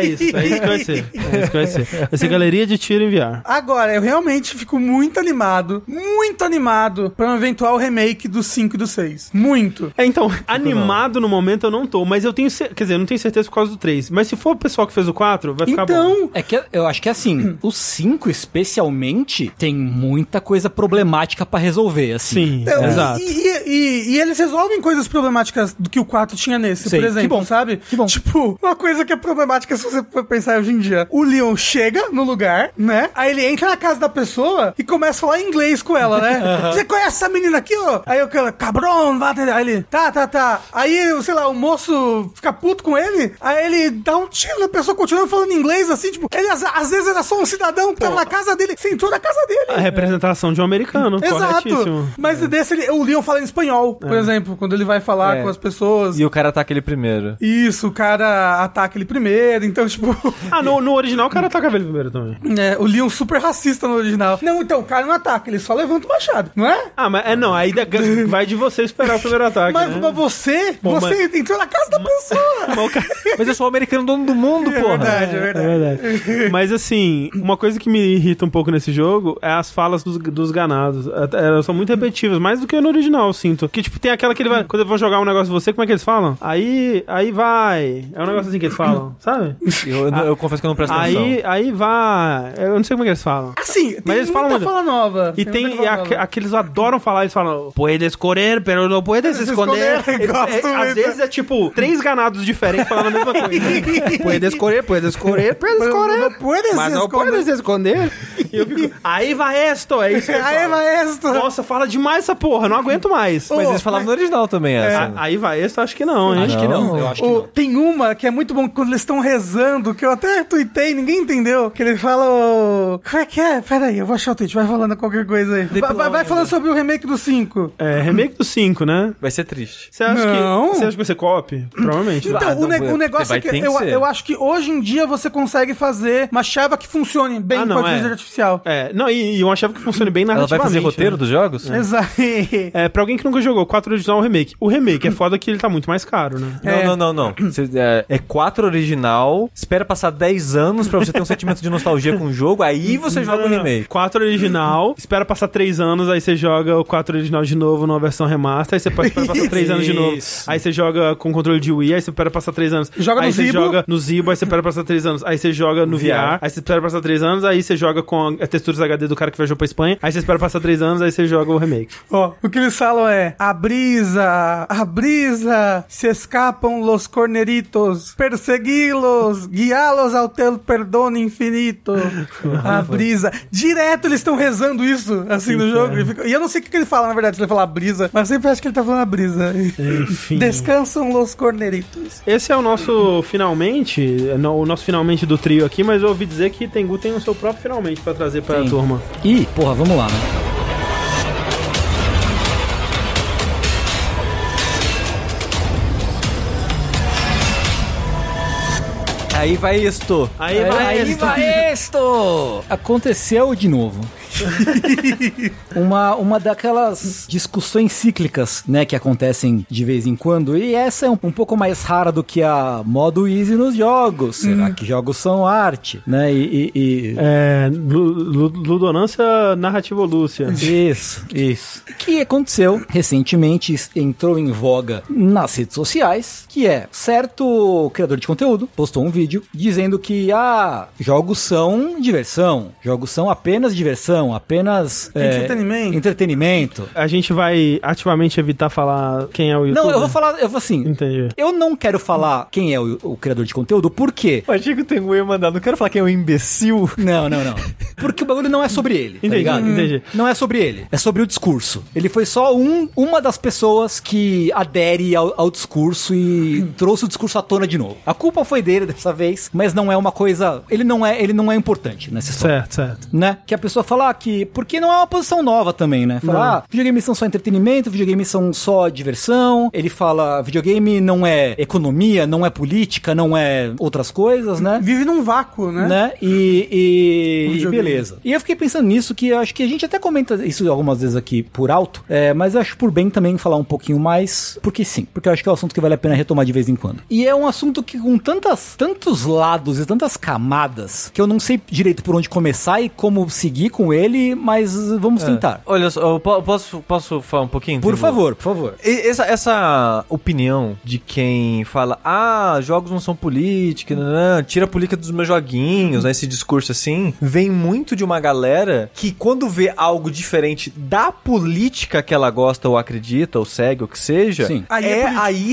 [SPEAKER 1] isso. É isso, é isso que vai ser. *laughs* É isso que vai ser. Vai ser galeria de tiro em VR.
[SPEAKER 2] Agora, eu realmente fico muito animado, muito animado pra um eventual remake do 5 e do 6. Muito.
[SPEAKER 1] É, então, animado no momento eu não tô, mas eu tenho certeza. Quer dizer, eu não tenho certeza por causa do 3. Mas se for o pessoal que fez o 4, vai ficar bom.
[SPEAKER 2] Então,
[SPEAKER 4] É que eu acho que assim,
[SPEAKER 1] Hum.
[SPEAKER 4] os 5 especialmente tem muita coisa problemática pra resolver, assim.
[SPEAKER 1] Sim,
[SPEAKER 3] é
[SPEAKER 1] é.
[SPEAKER 2] Então,
[SPEAKER 1] exato.
[SPEAKER 2] E, e- e- e eles resolvem coisas problemáticas do que o 4 tinha nesse,
[SPEAKER 4] Sei.
[SPEAKER 2] por exemplo,
[SPEAKER 4] Que bom.
[SPEAKER 2] sabe?
[SPEAKER 4] Que bom.
[SPEAKER 2] Tipo, uma coisa que é problemática se você for pensar hoje em dia. O Leon chega no lugar, né? Aí ele entra na casa da pessoa e começa a falar inglês com ela,
[SPEAKER 4] *laughs*
[SPEAKER 2] né? Você conhece essa menina aqui, ó? Aí o cara, cabrão, vai atender." Aí ele, tá, tá, tá. Aí, sei lá, o moço fica puto com ele, aí ele dá um tiro na pessoa, continua falando inglês, assim, tipo, ele às, às vezes era só um cidadão que tava na casa dele, sentou na casa dele.
[SPEAKER 1] A representação de um americano,
[SPEAKER 2] Exato.
[SPEAKER 1] corretíssimo. É.
[SPEAKER 2] Mas desse ele, o Leon fala em espanhol, por exemplo, quando ele vai falar
[SPEAKER 3] É.
[SPEAKER 2] com as pessoas.
[SPEAKER 3] E o cara tá aquele primeiro.
[SPEAKER 2] Isso, o cara ataca ele primeiro, então, *laughs* tipo,
[SPEAKER 1] Ah, no, no original o cara toca ele primeiro também.
[SPEAKER 2] é, o Leon super super racista no original. Não, então, o cara não ataca, ele só levanta o machado, não é?
[SPEAKER 1] Ah, mas é não, aí da- vai de você esperar o primeiro ataque.
[SPEAKER 2] Mas,
[SPEAKER 1] né?
[SPEAKER 2] mas você,
[SPEAKER 1] Bom,
[SPEAKER 2] você entrou na casa
[SPEAKER 1] *laughs*
[SPEAKER 2] da pessoa.
[SPEAKER 1] Mas o cara-
[SPEAKER 3] Mas eu sou o americano dono do mundo,
[SPEAKER 2] É
[SPEAKER 3] porra.
[SPEAKER 2] verdade, é
[SPEAKER 1] É
[SPEAKER 2] verdade.
[SPEAKER 1] verdade.
[SPEAKER 2] *laughs*
[SPEAKER 1] Mas assim, uma coisa que me irrita um pouco nesse jogo é as falas dos, dos ganados. Até- Elas são muito repetitivas, mais do que no original, eu sinto. Que tipo, tem aquela que ele vai. Quando eles vão jogar um negócio em você, como é que eles falam? Aí. Aí vai. É um negócio assim que eles
[SPEAKER 2] *coughs*
[SPEAKER 1] falam, sabe?
[SPEAKER 3] Eu, eu- eu confesso que eu não presto
[SPEAKER 1] Aí, aí vai. Eu não sei como é que eles falam.
[SPEAKER 2] Assim, tem
[SPEAKER 1] eles
[SPEAKER 2] muita
[SPEAKER 1] falam muito.
[SPEAKER 2] fala nova.
[SPEAKER 1] E tem,
[SPEAKER 2] muita fala
[SPEAKER 1] aqu-
[SPEAKER 2] nova.
[SPEAKER 1] aqueles adoram falar, eles falam, puedes correr, pero no puedes
[SPEAKER 2] Se
[SPEAKER 1] esconder.
[SPEAKER 2] esconder,
[SPEAKER 1] É-
[SPEAKER 2] gosto
[SPEAKER 1] é-
[SPEAKER 2] muito.
[SPEAKER 1] às
[SPEAKER 2] *laughs*
[SPEAKER 1] vezes é tipo, três ganados diferentes falando a mesma coisa. puedes correr, puedes correr, puedes correr.
[SPEAKER 2] Não puedes
[SPEAKER 1] Mas não
[SPEAKER 2] esconder.
[SPEAKER 1] puedes esconder. E eu fico, aí vai esto, é isso que eles
[SPEAKER 2] Aí,
[SPEAKER 1] falam.
[SPEAKER 2] maestro.
[SPEAKER 1] Nossa, fala demais essa porra, não aguento mais.
[SPEAKER 3] Mas eles falavam no original também,
[SPEAKER 1] A-
[SPEAKER 3] essa.
[SPEAKER 1] É, Aí vai esto, acho que não, hein?
[SPEAKER 4] Acho que não, eu acho que
[SPEAKER 2] Ô,
[SPEAKER 4] não.
[SPEAKER 2] tem uma que é muito bom quando eles estão rezando, que eu até tuitei, ninguém entendeu. Que ele fala. ô, Como é que é? Peraí, eu vou achar o tweet, vai falando qualquer coisa aí. Vai, vai- vai falando sobre o remake do 5.
[SPEAKER 1] É, remake do 5, né?
[SPEAKER 3] Vai ser triste.
[SPEAKER 1] Você acha,
[SPEAKER 2] Não.
[SPEAKER 1] Que, você acha que você copy? Provavelmente.
[SPEAKER 2] Então,
[SPEAKER 3] Ah,
[SPEAKER 2] o, ne-
[SPEAKER 3] não,
[SPEAKER 2] o negócio
[SPEAKER 3] vai
[SPEAKER 2] é que,
[SPEAKER 3] ter que
[SPEAKER 2] eu,
[SPEAKER 3] ser.
[SPEAKER 2] eu acho que hoje em dia você consegue fazer uma chava que funcione bem
[SPEAKER 1] Ah,
[SPEAKER 2] com
[SPEAKER 1] não,
[SPEAKER 2] a
[SPEAKER 1] é.
[SPEAKER 2] inteligência artificial.
[SPEAKER 1] É, não, e, e uma chave que funcione bem
[SPEAKER 3] Ela vai
[SPEAKER 1] narrativamente.
[SPEAKER 3] fazer roteiro
[SPEAKER 1] né?
[SPEAKER 3] dos jogos?
[SPEAKER 2] Exato.
[SPEAKER 1] *laughs* É, pra alguém que nunca jogou 4 original ou um remake. O remake é foda que ele tá muito mais caro, né?
[SPEAKER 2] É.
[SPEAKER 3] Não, não, não, não. Você, é, é 4 original, espera passar 10 anos pra você ter um sentimento de nostalgia com o jogo, aí você joga o remake.
[SPEAKER 1] 4 original, espera passar 3 anos, aí você joga o 4 original de novo numa versão remaster, aí você pode espera passar 3 anos de novo.
[SPEAKER 4] Isso.
[SPEAKER 1] Aí você joga com controle de Wii, aí você espera passar 3 anos.
[SPEAKER 2] Joga
[SPEAKER 1] aí
[SPEAKER 2] no
[SPEAKER 1] você
[SPEAKER 2] Zibo.
[SPEAKER 1] joga no Zibo, aí você espera passar 3 anos. Aí você joga no VR,
[SPEAKER 3] VR.
[SPEAKER 1] aí você espera passar 3 anos, aí você joga com a é texturas HD do cara que viajou pra Espanha, aí você espera passar 3 anos, aí você joga o remake.
[SPEAKER 2] Ó, o que eles falam é: a brisa, a brisa, se escapam los corneritos, persegui-los, guiá-los ao teu perdono infinito. A brisa. Direto eles estão rezando isso, assim, no jogo. E fica- E eu não sei o que que ele fala, na verdade, se ele falar brisa, mas eu sempre acho que ele tá falando a brisa.
[SPEAKER 1] Enfim.
[SPEAKER 2] *laughs* Descansam los corneritos.
[SPEAKER 1] Esse é o nosso finalmente, é no- o nosso finalmente do trio aqui, mas eu ouvi dizer que Tengu tem o seu próprio finalmente pra trazer pra
[SPEAKER 4] Tem.
[SPEAKER 1] turma.
[SPEAKER 4] Ih, porra, vamos lá, né?
[SPEAKER 3] Aí vai isto.
[SPEAKER 1] Aí, vai,
[SPEAKER 4] Aí vai isto! Aconteceu de novo. *laughs* uma, uma daquelas discussões cíclicas, né, que acontecem de vez em quando. E essa é um, um pouco mais rara do que a modo easy nos jogos. Será que jogos são arte, né? E- e- e
[SPEAKER 1] É, Lu- Lu- Ludonância Narrativa *laughs* Lúcia.
[SPEAKER 4] Isso, isso. Que aconteceu recentemente, es- entrou em voga nas redes sociais, que é certo criador de conteúdo postou um vídeo dizendo que ah, jogos são diversão, jogos são apenas diversão, apenas é,
[SPEAKER 2] Entretenimento.
[SPEAKER 4] entretenimento.
[SPEAKER 1] A gente vai ativamente evitar falar quem é o YouTube.
[SPEAKER 4] Não, eu vou falar, eu vou assim.
[SPEAKER 1] Entendi.
[SPEAKER 4] Eu não quero falar quem é o, o criador de conteúdo, por quê?
[SPEAKER 3] Eu achei que o Tengu ia mandar, não quero falar quem é um imbecil.
[SPEAKER 4] Não, não, não. Porque o bagulho não é sobre ele, tá
[SPEAKER 1] Entendi,
[SPEAKER 4] ligado?
[SPEAKER 1] entendi.
[SPEAKER 4] Não é sobre ele, é sobre o discurso. Ele foi só um, uma das pessoas que adere ao, ao
[SPEAKER 3] *laughs*
[SPEAKER 4] discurso e trouxe o discurso à tona de novo. A culpa foi dele dessa vez, mas não é uma coisa... Ele não é, ele não é importante nessa história.
[SPEAKER 1] Certo, certo.
[SPEAKER 4] Né? Que a pessoa fala ah, que. Porque não é uma posição nova também, né? Fala, ah, videogames são só entretenimento, videogames são só diversão. Ele fala, videogame não é economia, não é política, não é outras coisas, né?
[SPEAKER 2] Vive num vácuo, né?
[SPEAKER 4] né? E, e- e
[SPEAKER 2] videogame.
[SPEAKER 4] beleza. E eu fiquei pensando nisso, que eu acho que a gente até comenta isso algumas vezes aqui por alto, é, mas eu acho por bem também falar um pouquinho mais, porque sim, porque eu acho que é um assunto que vale a pena retomar de vez em quando. E é um assunto que com tantas, tantos lados e tantas camadas, que eu não sei direito por onde começar e como seguir com ele, mas uh,
[SPEAKER 2] É.
[SPEAKER 4] vamos tentar.
[SPEAKER 3] Olha só, eu po- posso, posso falar um pouquinho?
[SPEAKER 4] Por
[SPEAKER 3] Tengu?
[SPEAKER 4] favor, por favor.
[SPEAKER 3] E- Essa, essa opinião de quem fala, ah, jogos não são política, nananã, tira a política dos meus joguinhos, né, esse discurso assim, vem muito de uma galera que quando vê algo diferente da política que ela gosta ou acredita ou segue, ou que seja,
[SPEAKER 4] Sim.
[SPEAKER 2] Aí
[SPEAKER 3] Aí,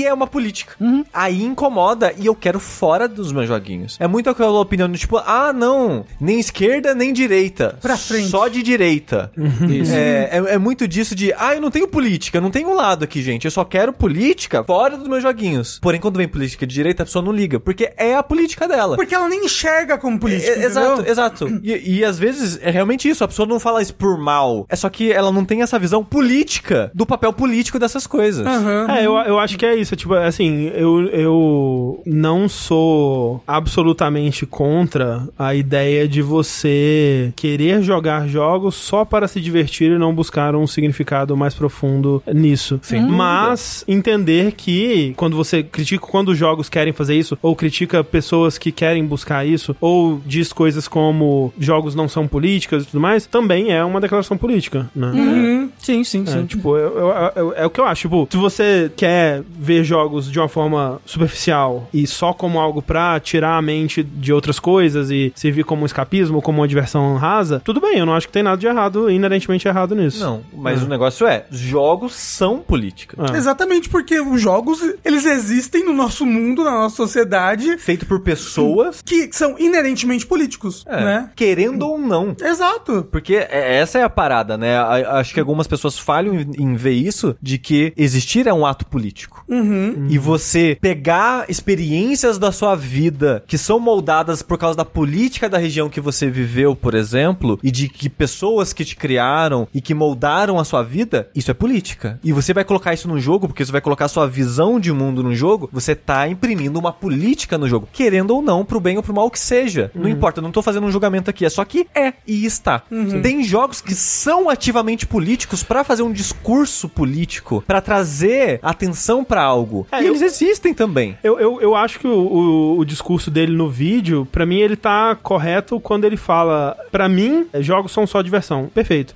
[SPEAKER 2] é política. Uhum.
[SPEAKER 3] é, aí é uma política. Aí incomoda e eu quero fora dos meus joguinhos. É muito aquela opinião do tipo, ah, não, nem esquerda nem direita.
[SPEAKER 2] Pra frente.
[SPEAKER 3] só de direita.
[SPEAKER 2] Uhum.
[SPEAKER 4] Isso.
[SPEAKER 3] É, é, é muito disso de, ah, eu não tenho política, eu não tenho um lado aqui, gente. Eu só quero política fora dos meus joguinhos. Porém, quando vem política de direita, a pessoa não liga, porque é a política dela.
[SPEAKER 2] Porque ela nem enxerga como política.
[SPEAKER 3] É, exato,
[SPEAKER 2] entendeu?
[SPEAKER 3] exato. E, e às vezes é realmente isso, a pessoa não fala isso por mal. É só que ela não tem essa visão política do papel político dessas coisas.
[SPEAKER 2] Aham.
[SPEAKER 1] É, eu, eu acho que é isso. Tipo, assim, eu, eu não sou absolutamente contra a ideia de você querer jogar jogos só para se divertir e não buscar um significado mais profundo nisso. Sim. Mas entender que quando você critica quando os jogos querem fazer isso, ou critica pessoas que querem buscar isso, ou diz coisas como jogos não são políticas e tudo mais, também é uma declaração política, né?
[SPEAKER 4] Uhum. Sim, sim,
[SPEAKER 1] É,
[SPEAKER 4] sim.
[SPEAKER 1] tipo, eu- eu- eu- é o que eu acho. Tipo, se você quer ver jogos de uma forma superficial e só como algo pra tirar a mente de outras coisas e servir como um escapismo, como uma diversão rasa, tudo bem, eu não acho que tem nada de errado, inerentemente errado nisso.
[SPEAKER 3] Não, mas o negócio é, jogos são política.
[SPEAKER 2] Ah.
[SPEAKER 1] É.
[SPEAKER 2] Exatamente, porque os jogos, eles existem no nosso mundo, na nossa sociedade,
[SPEAKER 3] Feito por pessoas,
[SPEAKER 2] que são inerentemente políticos,
[SPEAKER 3] é,
[SPEAKER 2] né?
[SPEAKER 3] querendo ou não.
[SPEAKER 2] Exato.
[SPEAKER 3] Porque é- essa é a parada, né? A- Acho que algumas pessoas falham em, em ver isso, de que existir é um ato político.
[SPEAKER 2] Uhum.
[SPEAKER 3] E você pegar experiências da sua vida que são moldadas por causa da política da região que você viveu, por exemplo, e de que pessoas que te criaram e que moldaram a sua vida, isso é política. E você vai colocar isso no jogo, porque você vai colocar a sua visão de mundo no jogo, você tá imprimindo uma política no jogo, querendo ou não, pro bem ou pro mal que seja.
[SPEAKER 2] Uhum.
[SPEAKER 3] Não importa, eu não tô fazendo um julgamento aqui, é só que é e está.
[SPEAKER 2] Uhum.
[SPEAKER 3] Tem jogos que são ativamente políticos pra fazer um discurso político, pra trazer atenção pra algo.
[SPEAKER 1] É,
[SPEAKER 3] e
[SPEAKER 1] eu-
[SPEAKER 3] eles existem também.
[SPEAKER 1] Eu, eu, eu acho que o, o- o discurso dele no vídeo, pra mim, ele tá correto quando ele fala: pra mim, jogos são só diversão. Perfeito.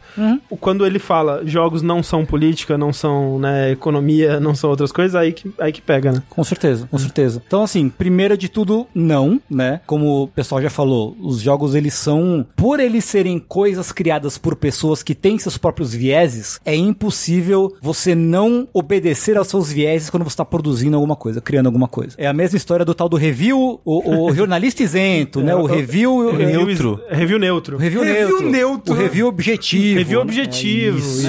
[SPEAKER 1] Quando ele fala: jogos não são política, não são né, economia, não são outras coisas, aí que, aí que pega, né?
[SPEAKER 4] Com certeza, com certeza. Então, assim, primeiro de tudo, não, né? Como o pessoal já falou, os jogos, eles são... Por eles serem coisas criadas por pessoas que têm seus próprios vieses, é impossível você não obedecer aos seus vieses quando você tá produzindo alguma coisa, criando alguma coisa. É a mesma história do tal do review, o, o jornalista isento, né? O review...
[SPEAKER 1] Review, review neutro.
[SPEAKER 4] O review,
[SPEAKER 2] Review
[SPEAKER 4] neutro,
[SPEAKER 2] neutro.
[SPEAKER 4] O review objetivo.
[SPEAKER 1] Review objetivo.
[SPEAKER 4] É isso,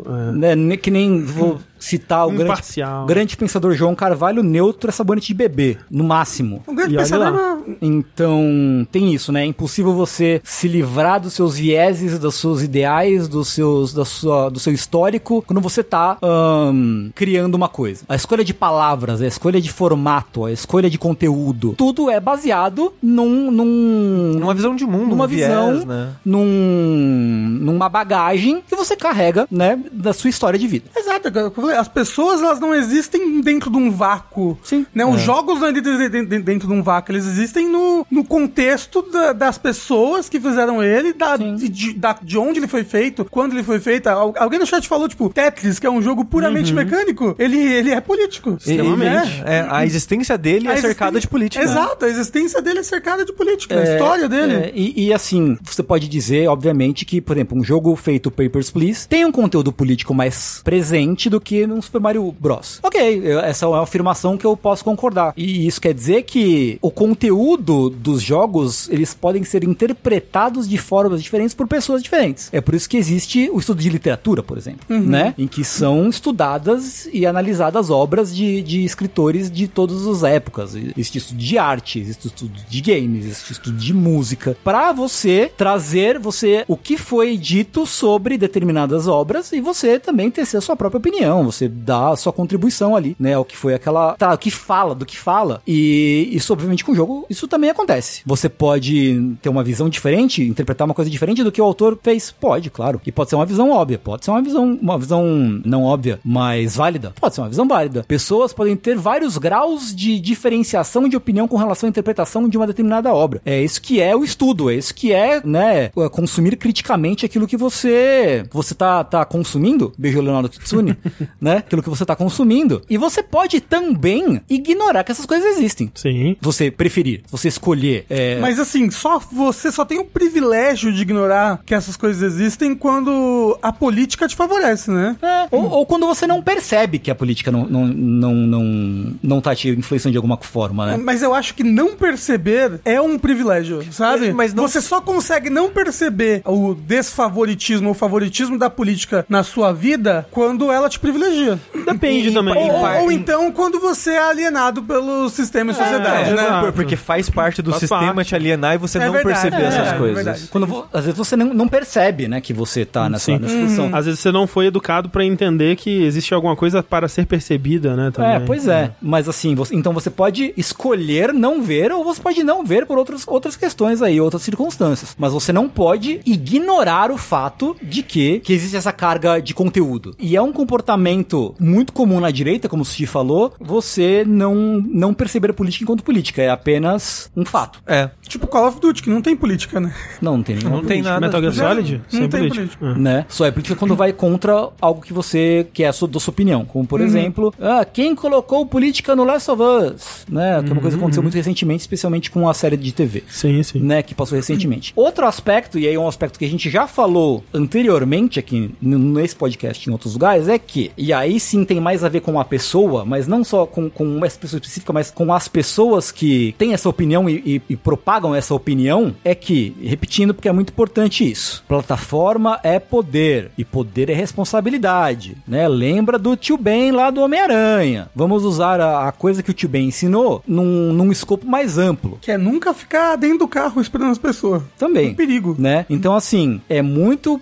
[SPEAKER 1] isso. É.
[SPEAKER 4] né, ne- que nem vou citar o grande,
[SPEAKER 1] Imparcial.
[SPEAKER 4] grande pensador João Carvalho, neutro é sabonete de bebê, no máximo.
[SPEAKER 2] Um grande
[SPEAKER 1] E olha lá.
[SPEAKER 2] pensador, não-
[SPEAKER 4] Então, tem isso, né? É impossível você se livrar dos seus vieses, dos seus ideais, dos seus, da sua, do seu histórico, quando você tá ahn, criando uma coisa. A escolha de palavras, a escolha de formato, a escolha de conteúdo, tudo é baseado num- num,
[SPEAKER 3] Numa visão de mundo,
[SPEAKER 4] numa
[SPEAKER 3] um viés,
[SPEAKER 4] visão,
[SPEAKER 3] né?
[SPEAKER 4] num, numa bagagem que você carrega, né, da sua história de vida.
[SPEAKER 2] Exato, é o que eu falei, as pessoas elas não existem dentro de um vácuo.
[SPEAKER 4] Sim.
[SPEAKER 2] Né?
[SPEAKER 1] É.
[SPEAKER 2] Os jogos não existem de- de- de- dentro de um vácuo, eles existem no, no contexto da- das pessoas que fizeram ele, da, de, da- de onde ele foi feito, quando ele foi feito. Al- Alguém no chat falou, tipo, Tetris, que é um jogo puramente mecânico, ele, ele é político.
[SPEAKER 1] Uhum. Extremamente.
[SPEAKER 2] Né?
[SPEAKER 3] É, a existência dele
[SPEAKER 2] A
[SPEAKER 3] é cercada
[SPEAKER 2] existência-
[SPEAKER 3] de política.
[SPEAKER 2] Exato, a existência dele é cercada de política, a história dele.
[SPEAKER 4] É, e, e, assim, você pode dizer, obviamente, que, por exemplo, um jogo feito Papers, Please tem um conteúdo político mais presente do que num Super Mario Bros. Ok, eu- essa é uma afirmação que eu posso concordar. E isso quer dizer que o conteúdo dos jogos, eles podem ser interpretados de formas diferentes por pessoas diferentes. É por isso que existe o estudo de literatura, por exemplo, né? Em que são estudadas e analisadas obras de, de escritores de todas as épocas. Existe estudo de arte, existe estudo de games, existe estudo de música. Pra você trazer você o que foi dito sobre determinadas obras e você também tecer a sua própria opinião, você dá a sua contribuição ali, né? O que foi aquela. Tá, o que fala, do que fala. E isso, obviamente, com o jogo, isso também acontece. Você pode ter uma visão diferente, interpretar uma coisa diferente do que o autor fez. Pode, claro. E pode ser uma visão óbvia, pode ser uma visão, uma visão não óbvia, mas válida. Pode ser uma visão válida. Pessoas podem ter vários graus de diferenciação de opinião com relação à interpretação de uma determinada obra. É isso que é o estudo, é isso que é, né, consumir criticamente aquilo que você você tá, tá consumindo, beijo Leonardo Kitsune, né? Aquilo que você tá consumindo. E você pode também ignorar que essas coisas existem.
[SPEAKER 1] Sim.
[SPEAKER 4] Se Você preferir, se você escolher. é,
[SPEAKER 2] Mas assim, só você só tem o privilégio de ignorar que essas coisas existem quando a política te favorece, né?
[SPEAKER 4] É, ou, ou quando você não percebe que a política não, não, não, não, não tá te influenciando de alguma forma,
[SPEAKER 3] É.
[SPEAKER 4] né?
[SPEAKER 2] Mas eu acho que não perceber é um privilégio, sabe?
[SPEAKER 3] Mas- É, mas não-
[SPEAKER 2] Você só consegue não perceber o desfavoritismo ou favoritismo da política na sua vida quando ela te privilegia.
[SPEAKER 1] Depende também.
[SPEAKER 2] Ou,
[SPEAKER 3] par-
[SPEAKER 2] ou então quando você é alienado pelo sistema e sociedade,
[SPEAKER 3] É,
[SPEAKER 2] né?
[SPEAKER 1] exato.
[SPEAKER 3] por- porque faz parte do
[SPEAKER 1] Faz
[SPEAKER 3] sistema
[SPEAKER 1] parte.
[SPEAKER 3] te alienar e você
[SPEAKER 2] É
[SPEAKER 3] não
[SPEAKER 2] verdade,
[SPEAKER 3] perceber
[SPEAKER 2] é,
[SPEAKER 3] essas
[SPEAKER 2] é
[SPEAKER 3] coisas.
[SPEAKER 2] verdade.
[SPEAKER 4] Quando vo- às vezes você não, não percebe, né, que você tá nessa,
[SPEAKER 1] Sim. Uhum.
[SPEAKER 4] nessa posição.
[SPEAKER 1] Hum. Às vezes você não foi educado pra entender que existe alguma coisa para ser percebida, né? Também.
[SPEAKER 4] É, pois é. Mas assim, você- então você pode escolher não ver ou você pode não ver por outras, outras questões aí, outras circunstâncias. Mas você não pode ignorar o fato de que, que existe essa carga de conteúdo. E é um comportamento muito comum na direita, como o Sushi falou, você não, não perceber a política enquanto política. É apenas um fato.
[SPEAKER 3] É,
[SPEAKER 2] Tipo Call of Duty, que não tem política, né?
[SPEAKER 4] Não, não tem nenhuma
[SPEAKER 3] não tem
[SPEAKER 4] política,
[SPEAKER 3] nada.
[SPEAKER 1] Metal Gear Solid?
[SPEAKER 2] Não
[SPEAKER 1] Sem
[SPEAKER 2] tem
[SPEAKER 1] política. É.
[SPEAKER 4] né? Só é política quando vai contra algo que você que é a sua, da sua opinião. Como,
[SPEAKER 3] Uhum.
[SPEAKER 4] por exemplo, ah, quem colocou política no Last of Us? Né? Que
[SPEAKER 3] Uhum.
[SPEAKER 4] é uma coisa que aconteceu muito recentemente, especialmente com a série de TV.
[SPEAKER 1] Sim, sim.
[SPEAKER 4] Né, que passou recentemente. Outro aspecto, e aí um aspecto que a gente já falou anteriormente aqui n- nesse podcast em outros lugares, é que, e aí sim tem mais a ver com a pessoa, mas não só com, com essa pessoa específica, mas com as pessoas que têm essa opinião e, e- e propagam essa opinião, é que, repetindo porque é muito importante isso, plataforma é poder e poder é responsabilidade, né? Lembra do tio Ben lá do Homem-Aranha. Vamos usar a, a coisa que o tio Ben ensinou num, num escopo mais amplo.
[SPEAKER 2] Que é nunca ficar dentro do carro esperando as pessoas.
[SPEAKER 4] Também.
[SPEAKER 2] Um perigo.
[SPEAKER 4] Né? Então, assim, é muito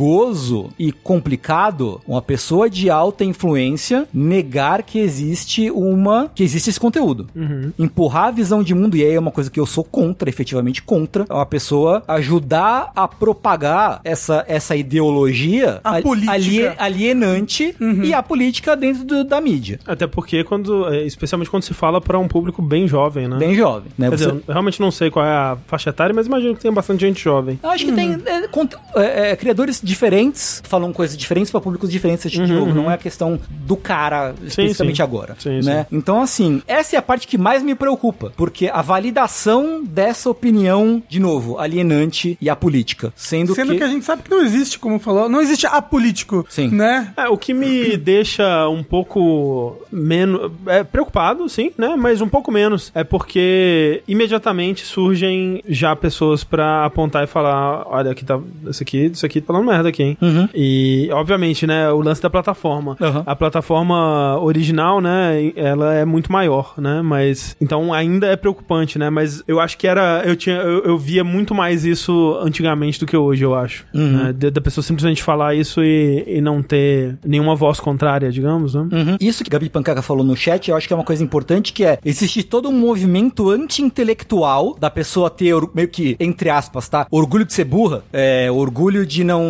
[SPEAKER 4] perigoso e complicado uma pessoa de alta influência negar que existe uma. que existe esse conteúdo.
[SPEAKER 2] Uhum.
[SPEAKER 4] Empurrar a visão de mundo, e aí é uma coisa que eu sou contra, efetivamente contra, é uma pessoa ajudar a propagar essa, essa ideologia
[SPEAKER 2] A
[SPEAKER 4] al-
[SPEAKER 2] política. Uhum.
[SPEAKER 4] alie- alienante e a política dentro do- da mídia.
[SPEAKER 1] Até porque quando, é, especialmente quando se fala pra um público bem jovem, né?
[SPEAKER 4] Bem jovem. Né?
[SPEAKER 1] Quer
[SPEAKER 4] Você-
[SPEAKER 1] dizer, eu realmente não sei qual é a faixa etária, mas imagino que tem bastante gente jovem.
[SPEAKER 4] Eu acho que
[SPEAKER 1] Hum.
[SPEAKER 4] tem é, cont- é, é, criadores diferentes falam coisas diferentes pra públicos diferentes. acho que, De novo, não é a questão do cara especificamente
[SPEAKER 1] Uhum, sim.
[SPEAKER 4] agora,
[SPEAKER 1] Sim,
[SPEAKER 4] né? Então, assim, essa é a parte que mais me preocupa, porque a validação dessa opinião, de novo, alienante e a política, sendo,
[SPEAKER 2] Sendo que...
[SPEAKER 4] que,
[SPEAKER 2] a gente sabe que não existe, como falou, não existe apolítico.
[SPEAKER 4] Sim.
[SPEAKER 2] Né?
[SPEAKER 1] É, o que me deixa um pouco menos. É, preocupado, sim, né? Mas um pouco menos. É porque imediatamente surgem já pessoas pra apontar e falar: olha, aqui tá. Isso aqui, isso aqui tá falando merda aqui, hein?
[SPEAKER 4] Uhum.
[SPEAKER 1] E, obviamente, né? O lance da plataforma.
[SPEAKER 4] Uhum.
[SPEAKER 1] A plataforma original, né? Ela é muito maior, né? Mas. Então ainda é preocupante, né? Mas eu acho que era. Eu, tinha, eu, eu via muito mais isso antigamente do que hoje, eu acho. né? Da- da pessoa simplesmente falar isso e, e não ter nenhuma voz contrária, digamos, né?
[SPEAKER 4] Uhum. Isso que Gabi Pancaca falou no chat, eu acho que é uma coisa importante, que é existe todo um movimento anti-intelectual da pessoa ter or- meio que, entre aspas, tá? Orgulho de ser burra, é, orgulho de não,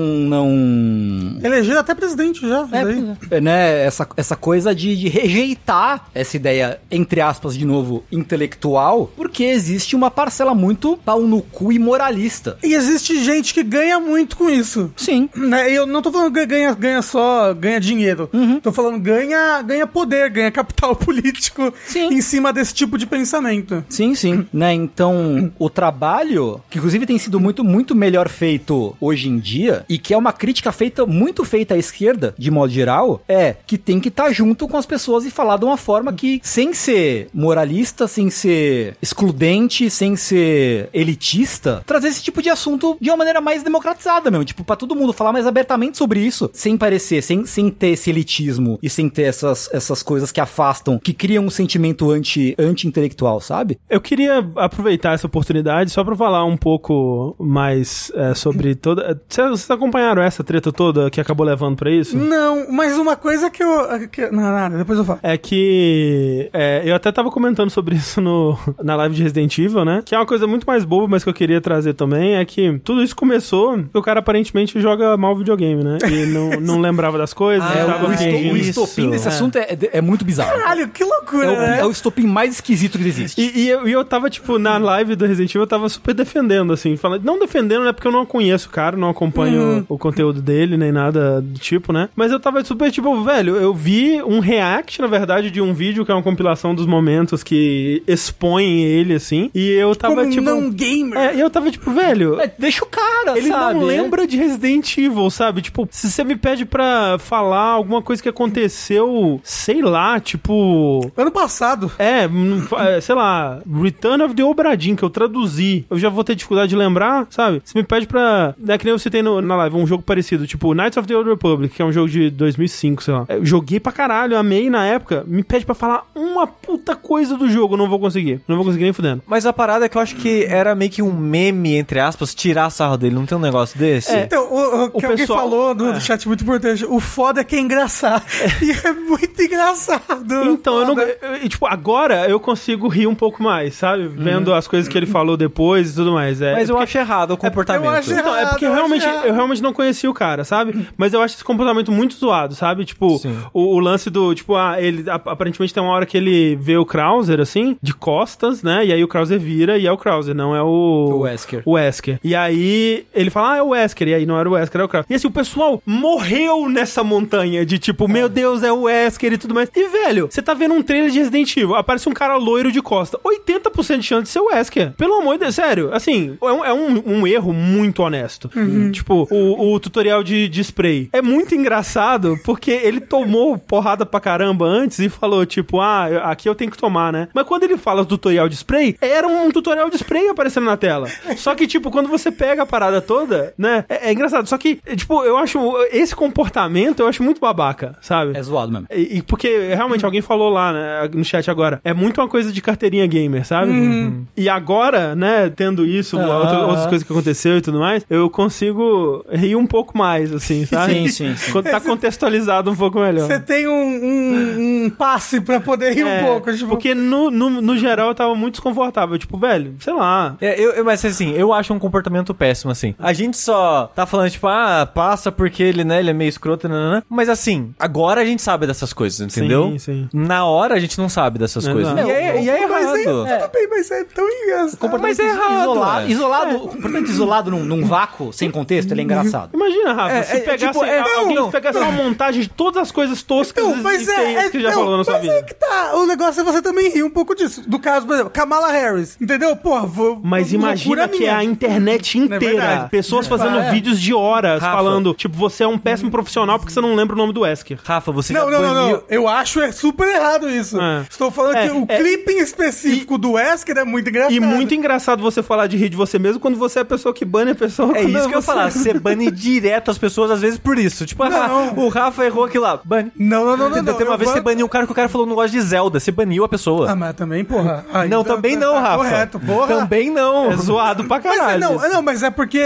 [SPEAKER 4] não
[SPEAKER 2] Eleger até presidente já. isso aí.
[SPEAKER 4] É, né, essa, essa coisa de, de rejeitar essa ideia, entre aspas, de novo, intelectual, porque existe uma parcela muito pau no cu e moralista.
[SPEAKER 2] E existe gente que ganha muito com isso.
[SPEAKER 4] Sim.
[SPEAKER 2] Né? E Eu não tô falando que ganha, ganha só, ganha dinheiro.
[SPEAKER 4] Uhum.
[SPEAKER 2] Tô falando ganha, ganha poder, ganha capital *laughs* político
[SPEAKER 4] Sim.
[SPEAKER 2] em cima desse tipo de pensamento.
[SPEAKER 4] Sim, sim, né? Então, o trabalho, que inclusive tem sido muito, muito melhor feito hoje em dia, e que é uma crítica feita, muito feita à esquerda, de modo geral, é que tem que estar junto com as pessoas e falar de uma forma que, sem ser moralista, sem ser excludente, sem ser elitista, trazer esse tipo de assunto de uma maneira mais democratizada mesmo. Tipo, pra todo mundo falar mais abertamente sobre isso, sem parecer, sem, sem ter esse elitismo e sem ter essas, essas coisas que afastam, que criam um sentimento anti- anti-intelectual, sabe?
[SPEAKER 1] Eu queria aproveitar essa oportunidade só pra falar um pouco mais é, sobre toda. Cê- Vocês acompanharam essa treta toda que acabou levando pra isso?
[SPEAKER 2] Não, mas uma coisa que eu. que- não, nada, depois eu falo.
[SPEAKER 1] É que. é, eu até tava comentando sobre *laughs* isso no, na live de Resident Evil, né? Que é uma coisa muito mais boba, mas que eu queria trazer também. É que tudo isso começou porque o cara aparentemente joga mal videogame, né? E não, não *laughs* lembrava das coisas.
[SPEAKER 4] É,
[SPEAKER 1] tava
[SPEAKER 4] o, esto-
[SPEAKER 1] fingindo.
[SPEAKER 4] o estopim desse assunto é, é- é muito bizarro.
[SPEAKER 2] Caralho, que loucura,
[SPEAKER 4] É o,
[SPEAKER 2] né?
[SPEAKER 4] é o estopim mais esquisito que existe.
[SPEAKER 1] E, e eu, e eu tava, tipo, na live do Resident Evil, eu tava super defendendo, assim, falando. Não defendendo, né? Porque eu não conheço o cara, não acompanho o conteúdo dele, nem nada do tipo, né? Mas eu tava super é tipo, velho, eu vi um react, na verdade, de um vídeo que é uma compilação dos momentos que expõem ele, assim, e eu tava
[SPEAKER 2] Como
[SPEAKER 1] tipo.
[SPEAKER 2] não gamer.
[SPEAKER 1] É, e eu tava tipo, velho.
[SPEAKER 4] É, Deixa o cara,
[SPEAKER 1] Ele
[SPEAKER 4] sabe? né?
[SPEAKER 1] não lembra de Resident Evil, sabe? Tipo, se você me pede pra falar alguma coisa que aconteceu, sei lá, tipo.
[SPEAKER 2] Ano passado.
[SPEAKER 1] É, hum, fa- é, sei lá, Return of the Obradin, que eu traduzi. Eu já vou ter dificuldade de lembrar, sabe? Se me pede pra. É que nem eu citei no, na live um jogo parecido, tipo Knights of the Old Republic, que é um jogo de 2005, sei lá. Eu joguei pra caralho, amei na época. Me pede pra falar uma puta coisa do jogo, eu não vou conseguir. Não vou conseguir nem fudendo.
[SPEAKER 3] Mas a parada é que eu acho que era meio que um meme, entre aspas, tirar sarro dele. Não tem um negócio desse?
[SPEAKER 2] Então, o, o que alguém
[SPEAKER 1] pessoal- É.
[SPEAKER 2] falou no no chat muito importante, o foda é que é engraçado. *laughs* E é muito engraçado.
[SPEAKER 1] Então, eu não.
[SPEAKER 2] Foda.
[SPEAKER 1] eu- eu- tipo, agora eu consigo rir um pouco mais, sabe? Vendo as coisas que ele falou depois e tudo mais. É,
[SPEAKER 3] Mas eu acho errado o comportamento.
[SPEAKER 2] acho errado.
[SPEAKER 1] Então, é porque
[SPEAKER 2] eu
[SPEAKER 1] eu realmente,
[SPEAKER 2] acho errado.
[SPEAKER 1] eu realmente não conhecia o cara, sabe? Mas eu acho esse comportamento muito zoado, sabe? Tipo,
[SPEAKER 3] Sim.
[SPEAKER 1] o, o lance do, tipo, ah, ele ap- aparentemente tem uma hora que ele vê o Krauser, assim, de costas, né? E aí o Krauser vira e é o Krauser, não é o...
[SPEAKER 4] O Wesker.
[SPEAKER 1] O Wesker. E aí ele fala, ah, é o Wesker. E aí não era o Wesker, era o Krauser. E assim, o pessoal morreu nessa montanha de tipo, meu Deus, é o Wesker e tudo mais. E, velho, você tá vendo um trailer de Resident Evil, aparece um cara loiro de costa. 80% de chance de ser o Wesker. Pelo amor de Deus, sério. Assim, é um, é um- um erro muito honesto. Tipo, o, o tutorial de, de spray. É muito engraçado porque ele tomou porrada pra caramba antes e falou, tipo, ah, eu- aqui eu tenho que tomar, né? Mas quando ele fala tutorial de spray, era um tutorial de spray aparecendo na tela. Só que, tipo, quando você pega a parada toda, né? É, é engraçado. Só que, é, tipo, eu acho esse comportamento, eu acho muito babaca, sabe?
[SPEAKER 4] É zoado mesmo.
[SPEAKER 1] E, e porque realmente alguém falou lá né, no chat agora, é muito uma coisa de carteirinha gamer,
[SPEAKER 2] Uhum.
[SPEAKER 1] sabe?
[SPEAKER 4] Uhum.
[SPEAKER 1] E agora, né, tendo isso,
[SPEAKER 4] Ah.
[SPEAKER 1] outra- outras coisas que aconteceu e tudo mais, eu consigo rir um pouco mais,
[SPEAKER 4] *laughs*
[SPEAKER 1] assim, sabe?
[SPEAKER 4] Sim, sim, sim.
[SPEAKER 1] Quando tá contextualizado um pouco melhor.
[SPEAKER 2] Você tem um, um- um passe pra poder rir
[SPEAKER 1] É,
[SPEAKER 2] um pouco. Tipo,
[SPEAKER 1] Porque no, no, no geral eu tava muito desconfortável. Tipo, velho, sei lá.
[SPEAKER 3] É, eu, eu- mas assim, eu acho um comportamento péssimo, assim. A gente só tá falando, tipo, ah, passa porque ele, né, ele é meio escroto, nananã. Mas assim, agora a gente sabe dessas coisas, entendeu?
[SPEAKER 1] Sim, sim.
[SPEAKER 3] Na hora a gente não sabe dessas
[SPEAKER 1] Exato.
[SPEAKER 3] coisas. E é, e é
[SPEAKER 2] mas é,
[SPEAKER 3] errado.
[SPEAKER 2] tudo bem, mas é tão engraçado.
[SPEAKER 3] Mas é errado.
[SPEAKER 4] Isolado,
[SPEAKER 3] é.
[SPEAKER 4] isolado, o comportamento isolado num, num vácuo, sem contexto, ele é engraçado.
[SPEAKER 1] Imagina, Rafa,
[SPEAKER 3] É,
[SPEAKER 1] se
[SPEAKER 3] é,
[SPEAKER 1] pegasse,
[SPEAKER 3] tipo, é,
[SPEAKER 1] a- alguém
[SPEAKER 3] não,
[SPEAKER 1] pegasse uma montagem de todas as coisas toscas
[SPEAKER 2] Então,
[SPEAKER 1] e-
[SPEAKER 2] mas
[SPEAKER 1] e
[SPEAKER 2] é,
[SPEAKER 1] feias
[SPEAKER 2] é
[SPEAKER 1] que já
[SPEAKER 2] não,
[SPEAKER 1] falou na sua
[SPEAKER 2] mas
[SPEAKER 1] vida.
[SPEAKER 2] é que tá. O negócio é você também rir um pouco disso. Do caso, por exemplo, Kamala Harris, entendeu? Porra, vou.
[SPEAKER 1] Mas
[SPEAKER 2] loucura
[SPEAKER 1] imagina que é
[SPEAKER 2] minha.
[SPEAKER 1] a internet inteira.
[SPEAKER 2] verdade.
[SPEAKER 1] pessoas fazendo
[SPEAKER 4] é.
[SPEAKER 1] vídeos de horas
[SPEAKER 3] Rafa.
[SPEAKER 1] falando, tipo, você é um péssimo profissional porque você não lembra o nome do Wesker.
[SPEAKER 3] Rafa, você
[SPEAKER 2] Não,
[SPEAKER 3] já
[SPEAKER 2] não, não,
[SPEAKER 3] baniu-
[SPEAKER 2] não. Eu acho é super errado isso.
[SPEAKER 1] É.
[SPEAKER 2] Estou falando
[SPEAKER 1] É,
[SPEAKER 2] que o
[SPEAKER 1] é.
[SPEAKER 2] clipe em específico do Wesker é muito engraçado.
[SPEAKER 1] E muito engraçado você falar de rir de você mesmo quando você é a pessoa que bane a pessoa.
[SPEAKER 3] É
[SPEAKER 1] quando
[SPEAKER 3] isso que eu ia
[SPEAKER 1] você-
[SPEAKER 3] falar. Você bane direto as pessoas, às vezes, por isso. Tipo, ah,
[SPEAKER 2] Não.
[SPEAKER 3] o Rafa errou aqui lá. Bane.
[SPEAKER 2] Não, não, não, não. não.
[SPEAKER 3] Teve uma
[SPEAKER 2] Eu
[SPEAKER 3] vez que você
[SPEAKER 2] vou-
[SPEAKER 3] baniu um cara que o cara falou não gosta de Zelda. Você baniu a pessoa.
[SPEAKER 2] Ah, mas também, porra. Aí
[SPEAKER 3] não,
[SPEAKER 2] tá-
[SPEAKER 3] também
[SPEAKER 2] tá-
[SPEAKER 3] não,
[SPEAKER 2] tá
[SPEAKER 3] Rafa.
[SPEAKER 2] Correto, porra.
[SPEAKER 3] Também não.
[SPEAKER 1] *laughs* É zoado pra
[SPEAKER 2] Mas é,
[SPEAKER 1] caralho.
[SPEAKER 2] não, é, não, mas é porque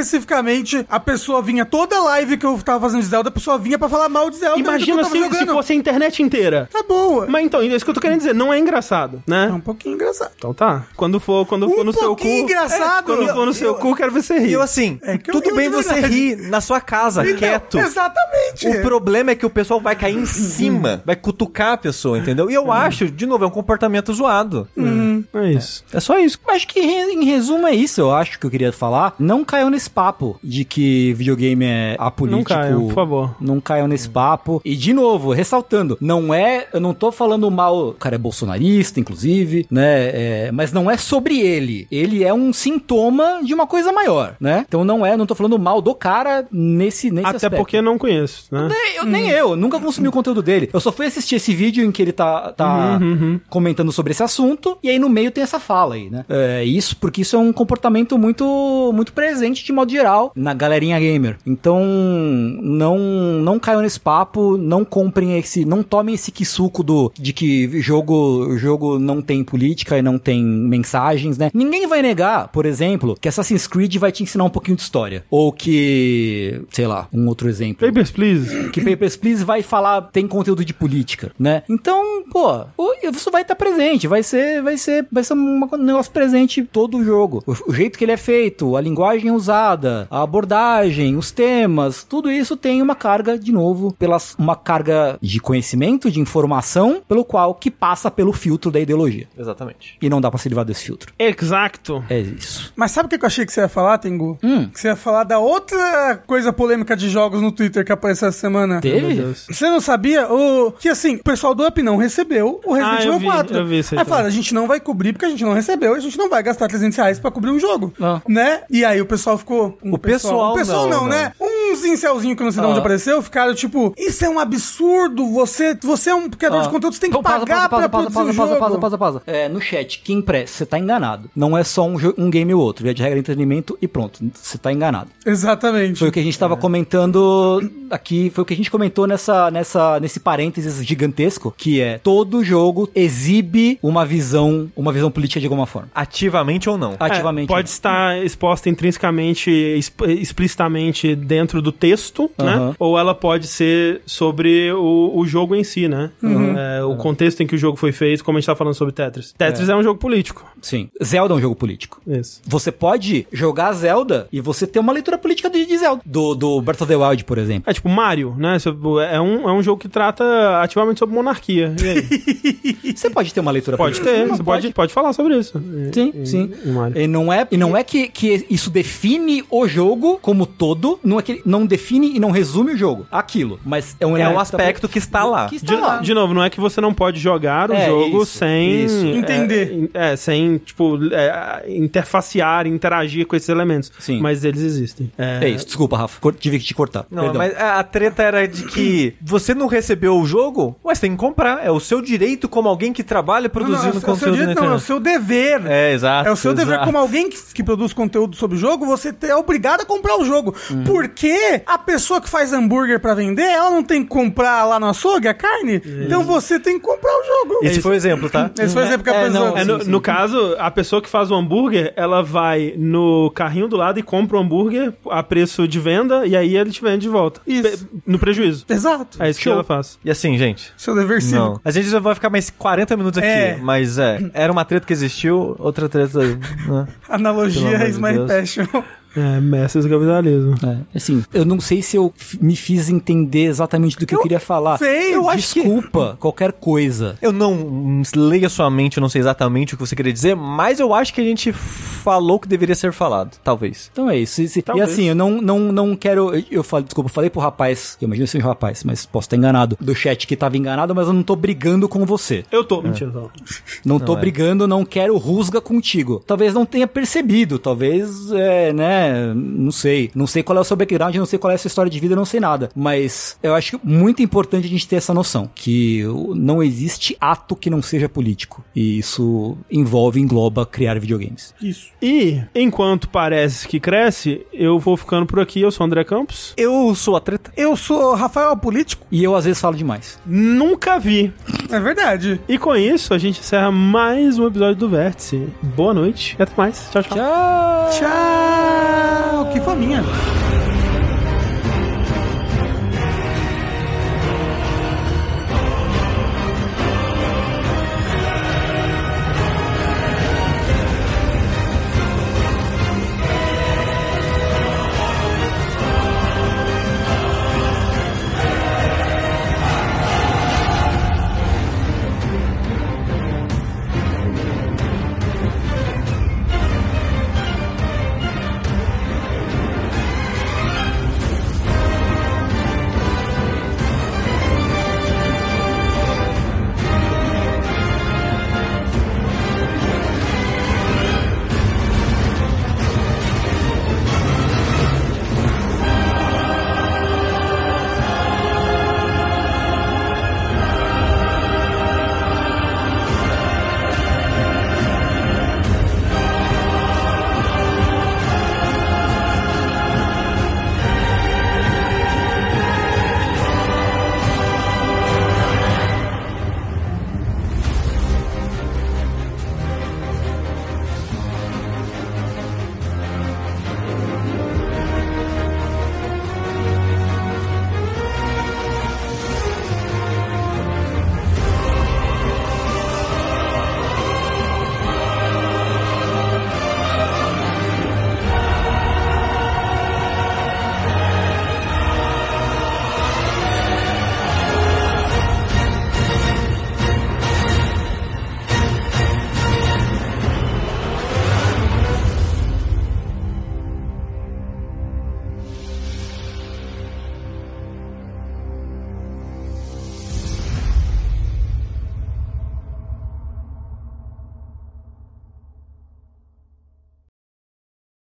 [SPEAKER 2] especificamente a pessoa vinha toda live que eu tava fazendo de Zelda, a pessoa vinha pra falar mal de Zelda. do que
[SPEAKER 1] Imagina
[SPEAKER 2] eu
[SPEAKER 1] se,
[SPEAKER 2] tava
[SPEAKER 1] se
[SPEAKER 2] jogando.
[SPEAKER 1] fosse a internet inteira.
[SPEAKER 2] Tá boa.
[SPEAKER 1] Mas então, é isso que eu tô querendo dizer. Não é engraçado, né?
[SPEAKER 2] É um pouquinho engraçado.
[SPEAKER 1] Então tá. Quando for, quando for no seu cu.
[SPEAKER 2] Um
[SPEAKER 1] É,
[SPEAKER 2] pouquinho engraçado.
[SPEAKER 1] Quando for no seu cu, quero ver você
[SPEAKER 3] E
[SPEAKER 1] rir.
[SPEAKER 3] eu assim,
[SPEAKER 2] É que eu
[SPEAKER 3] tudo
[SPEAKER 2] rio
[SPEAKER 3] bem
[SPEAKER 2] de
[SPEAKER 3] você
[SPEAKER 2] verdade.
[SPEAKER 3] rir na sua casa,
[SPEAKER 2] Então,
[SPEAKER 3] quieto.
[SPEAKER 2] Exatamente. Uhum.
[SPEAKER 3] O problema é que o pessoal vai cair em cima, vai cutucar a pessoa, entendeu? E eu acho, de novo, é um comportamento zoado.
[SPEAKER 2] Uhum.
[SPEAKER 1] É isso.
[SPEAKER 3] É só isso.
[SPEAKER 4] Mas acho que re- em resumo é isso, eu acho que eu queria falar. Não caiam nesse papo de que videogame é apolítico.
[SPEAKER 1] Não caiam, por favor. É.
[SPEAKER 4] Não caiam nesse papo. E de novo, ressaltando, não é, eu não tô falando mal, o cara é bolsonarista, inclusive, né? é, mas não é sobre ele. Ele é um sintoma de uma coisa maior, né? Então não é, não tô falando mal do cara nesse, nesse
[SPEAKER 1] Até
[SPEAKER 4] aspecto.
[SPEAKER 1] porque não conheço, né?
[SPEAKER 4] Nem eu, nem eu, nunca consumi o conteúdo dele. Eu só fui assistir esse vídeo em que ele tá, tá comentando sobre esse assunto, e aí no meio tem essa fala aí, né? É, isso porque isso é um comportamento muito muito presente, de modo geral, na galerinha gamer. Então, não não caiam nesse papo, não comprem esse, não tomem esse quissuco do, de que jogo, jogo não tem política e não tem mensagens, né? Ninguém vai negar, por exemplo, que Assassin's Creed vai te ensinar um pouquinho de história. Ou que, sei lá, um outro exemplo
[SPEAKER 1] Papers, please.
[SPEAKER 4] que Papers, Please vai falar, tem conteúdo de política, né? Então, pô, o- isso vai estar presente, vai ser, vai ser ser, vai ser uma- um negócio presente em todo o jogo. O, o jeito que ele é feito, a linguagem usada, a abordagem, os temas, tudo isso tem uma carga, de novo, pelas, uma carga de conhecimento, de informação, pelo qual que passa pelo filtro da ideologia.
[SPEAKER 3] Exatamente.
[SPEAKER 4] E não dá pra se livrar desse filtro.
[SPEAKER 1] Exacto.
[SPEAKER 4] É isso.
[SPEAKER 2] Mas sabe o que eu achei que você ia falar, Tengu?
[SPEAKER 4] Hum.
[SPEAKER 2] Que você ia falar da outra coisa polêmica de jogos no Twitter que apareceu essa semana.
[SPEAKER 4] Teve?
[SPEAKER 2] Você não sabia o... que, assim, o pessoal do Up não recebeu o Resident
[SPEAKER 1] Ah, eu
[SPEAKER 2] Evil
[SPEAKER 1] vi,
[SPEAKER 2] 4.
[SPEAKER 1] eu vi isso aí
[SPEAKER 2] aí
[SPEAKER 1] também.
[SPEAKER 2] falaram, a gente não vai cobrir porque a gente não recebeu, a gente não vai gastar 300 reais pra cobrir um jogo,
[SPEAKER 4] Ah.
[SPEAKER 2] né? E aí o pessoal ficou... um
[SPEAKER 3] O pessoal
[SPEAKER 2] o pessoal
[SPEAKER 3] não,
[SPEAKER 2] não, né? Uns incelzinhos que não sei de
[SPEAKER 4] Ah.
[SPEAKER 2] onde apareceu ficaram tipo, isso é um absurdo, você, você é um criador de conteúdo, você tem que pagar pra
[SPEAKER 4] Ah. pausa,
[SPEAKER 2] produzir o
[SPEAKER 4] pausa,
[SPEAKER 2] jogo.
[SPEAKER 4] pausa, pausa, pausa. É, no chat, Kim Press, você tá enganado. Não é só um, jo- um game ou outro. Via de regra, entretenimento e pronto. Você tá enganado.
[SPEAKER 2] Exatamente.
[SPEAKER 4] Foi o que a gente
[SPEAKER 2] É.
[SPEAKER 4] tava comentando aqui, foi o que a gente comentou nessa, nessa, nesse parênteses gigantesco, que é todo jogo exibe uma visão, uma visão política de alguma forma.
[SPEAKER 3] Ativamente ou
[SPEAKER 2] Ah,
[SPEAKER 3] não.
[SPEAKER 4] Ativamente.
[SPEAKER 1] É, pode estar exposta intrinsecamente, exp- explicitamente dentro do texto, né?
[SPEAKER 4] Aham.
[SPEAKER 1] Ou ela pode ser sobre o, o jogo em si, né?
[SPEAKER 4] Uhum.
[SPEAKER 1] É, o contexto em que o jogo foi feito, como a gente tá falando sobre Tetris. Tetris é, um jogo político.
[SPEAKER 4] Sim. Zelda é um jogo político.
[SPEAKER 1] Isso.
[SPEAKER 4] Você pode jogar Zelda e você ter uma leitura política de de Zelda. Do, do Breath of the Wild,
[SPEAKER 2] *laughs*
[SPEAKER 4] por exemplo.
[SPEAKER 1] É tipo Mario, né? Você- É um, é um jogo que trata ativamente sobre monarquia. E aí?
[SPEAKER 4] Você pode ter uma leitura *laughs*
[SPEAKER 1] pode
[SPEAKER 4] política.
[SPEAKER 1] ter,
[SPEAKER 4] Não,
[SPEAKER 1] você pode, pode falar sobre isso. E-
[SPEAKER 4] Sim,
[SPEAKER 1] e-
[SPEAKER 4] sim.
[SPEAKER 1] e Mario.
[SPEAKER 4] E não é, e não é que, que isso define o jogo como todo, não é que não define e não resume o jogo, aquilo, mas é um
[SPEAKER 3] É um
[SPEAKER 2] tá
[SPEAKER 4] elemento
[SPEAKER 3] aspecto que está lá.
[SPEAKER 4] que está
[SPEAKER 1] De,
[SPEAKER 4] lá.
[SPEAKER 1] de novo, não é que você não pode jogar o
[SPEAKER 4] É,
[SPEAKER 1] jogo
[SPEAKER 4] isso,
[SPEAKER 1] sem
[SPEAKER 4] isso.
[SPEAKER 1] é,
[SPEAKER 2] Entender.
[SPEAKER 1] in- É, sem, tipo, é, interfacear, interagir com esses elementos.
[SPEAKER 4] Sim.
[SPEAKER 1] Mas eles existem.
[SPEAKER 4] É isso, desculpa, Rafa, cor- tive que te cortar.
[SPEAKER 3] Não,
[SPEAKER 4] Perdão.
[SPEAKER 3] mas a a treta era de
[SPEAKER 2] *clears throat*
[SPEAKER 3] que você não recebeu o jogo, mas tem que comprar. É o seu direito como alguém que trabalha
[SPEAKER 2] Não, não, é o seu- é o
[SPEAKER 3] produzindo
[SPEAKER 2] seu
[SPEAKER 3] conteúdo na
[SPEAKER 2] direito, não, é o
[SPEAKER 3] internet.
[SPEAKER 2] seu dever.
[SPEAKER 3] É, exato.
[SPEAKER 2] É o seu dever
[SPEAKER 3] exato.
[SPEAKER 2] como alguém que, que produz conteúdo sobre o jogo, você te- é obrigado a comprar o jogo.
[SPEAKER 3] Hum.
[SPEAKER 2] Porque a pessoa que faz hambúrguer pra vender, ela não tem que comprar lá no açougue a carne. Então você tem que comprar o jogo.
[SPEAKER 3] Esse foi o exemplo, tá?
[SPEAKER 2] Esse foi o exemplo que a
[SPEAKER 4] É,
[SPEAKER 2] pessoa...
[SPEAKER 4] não,
[SPEAKER 1] É, no, no caso, a pessoa que faz o hambúrguer, ela vai no carrinho do lado e compra o hambúrguer a preço de venda e aí ele te vende de volta.
[SPEAKER 2] Isso.
[SPEAKER 1] Pe- no prejuízo.
[SPEAKER 2] Exato.
[SPEAKER 1] É isso que
[SPEAKER 3] Show.
[SPEAKER 1] ela faz.
[SPEAKER 3] E assim, gente.
[SPEAKER 2] Seu dever cívico.
[SPEAKER 3] Não. A gente já vai ficar mais 40 minutos aqui,
[SPEAKER 2] É.
[SPEAKER 3] mas é. Era uma treta que existiu, outra treta. né? Pelo
[SPEAKER 2] Analogia
[SPEAKER 3] amor de
[SPEAKER 2] is my
[SPEAKER 3] Deus.
[SPEAKER 2] passion.
[SPEAKER 1] É, mestres do capitalismo.
[SPEAKER 4] É, assim, eu não sei se eu f- me fiz entender exatamente do que eu, queria falar.
[SPEAKER 2] sei, eu acho que-
[SPEAKER 4] Desculpa, qualquer coisa.
[SPEAKER 3] Eu não hum, leio a sua mente, eu não sei exatamente o que você queria dizer, mas eu acho que a gente falou o que deveria ser falado, talvez.
[SPEAKER 4] Então é isso. E, se- e
[SPEAKER 1] Talvez.
[SPEAKER 4] assim, eu não, não, não quero. Eu, eu falei, desculpa, eu falei pro rapaz, eu imagino que seja um rapaz, mas posso estar enganado, do chat que tava enganado, mas eu não tô brigando com você.
[SPEAKER 1] Eu tô. Mentira, não.
[SPEAKER 4] Não tô brigando, não quero rusga contigo. Talvez não tenha percebido, talvez, é, né, não sei. Não sei qual é o seu background, não sei qual é a sua história de vida, não sei nada. Mas eu acho muito importante a gente ter essa noção, que o- não existe ato que não seja político. E isso envolve, engloba criar videogames.
[SPEAKER 2] Isso.
[SPEAKER 1] E, enquanto parece que cresce, eu vou ficando por aqui. Eu sou o André Campos.
[SPEAKER 3] *laughs* Eu sou a treta.
[SPEAKER 2] Eu sou Rafael Político?
[SPEAKER 4] E eu às vezes falo demais.
[SPEAKER 1] Nunca vi.
[SPEAKER 2] É verdade.
[SPEAKER 1] E com isso, a gente encerra mais um episódio do
[SPEAKER 3] Ah.
[SPEAKER 1] Vértice. Boa noite e até mais. Tchau, tchau.
[SPEAKER 4] Tchau!
[SPEAKER 2] Tchau. Que faminha.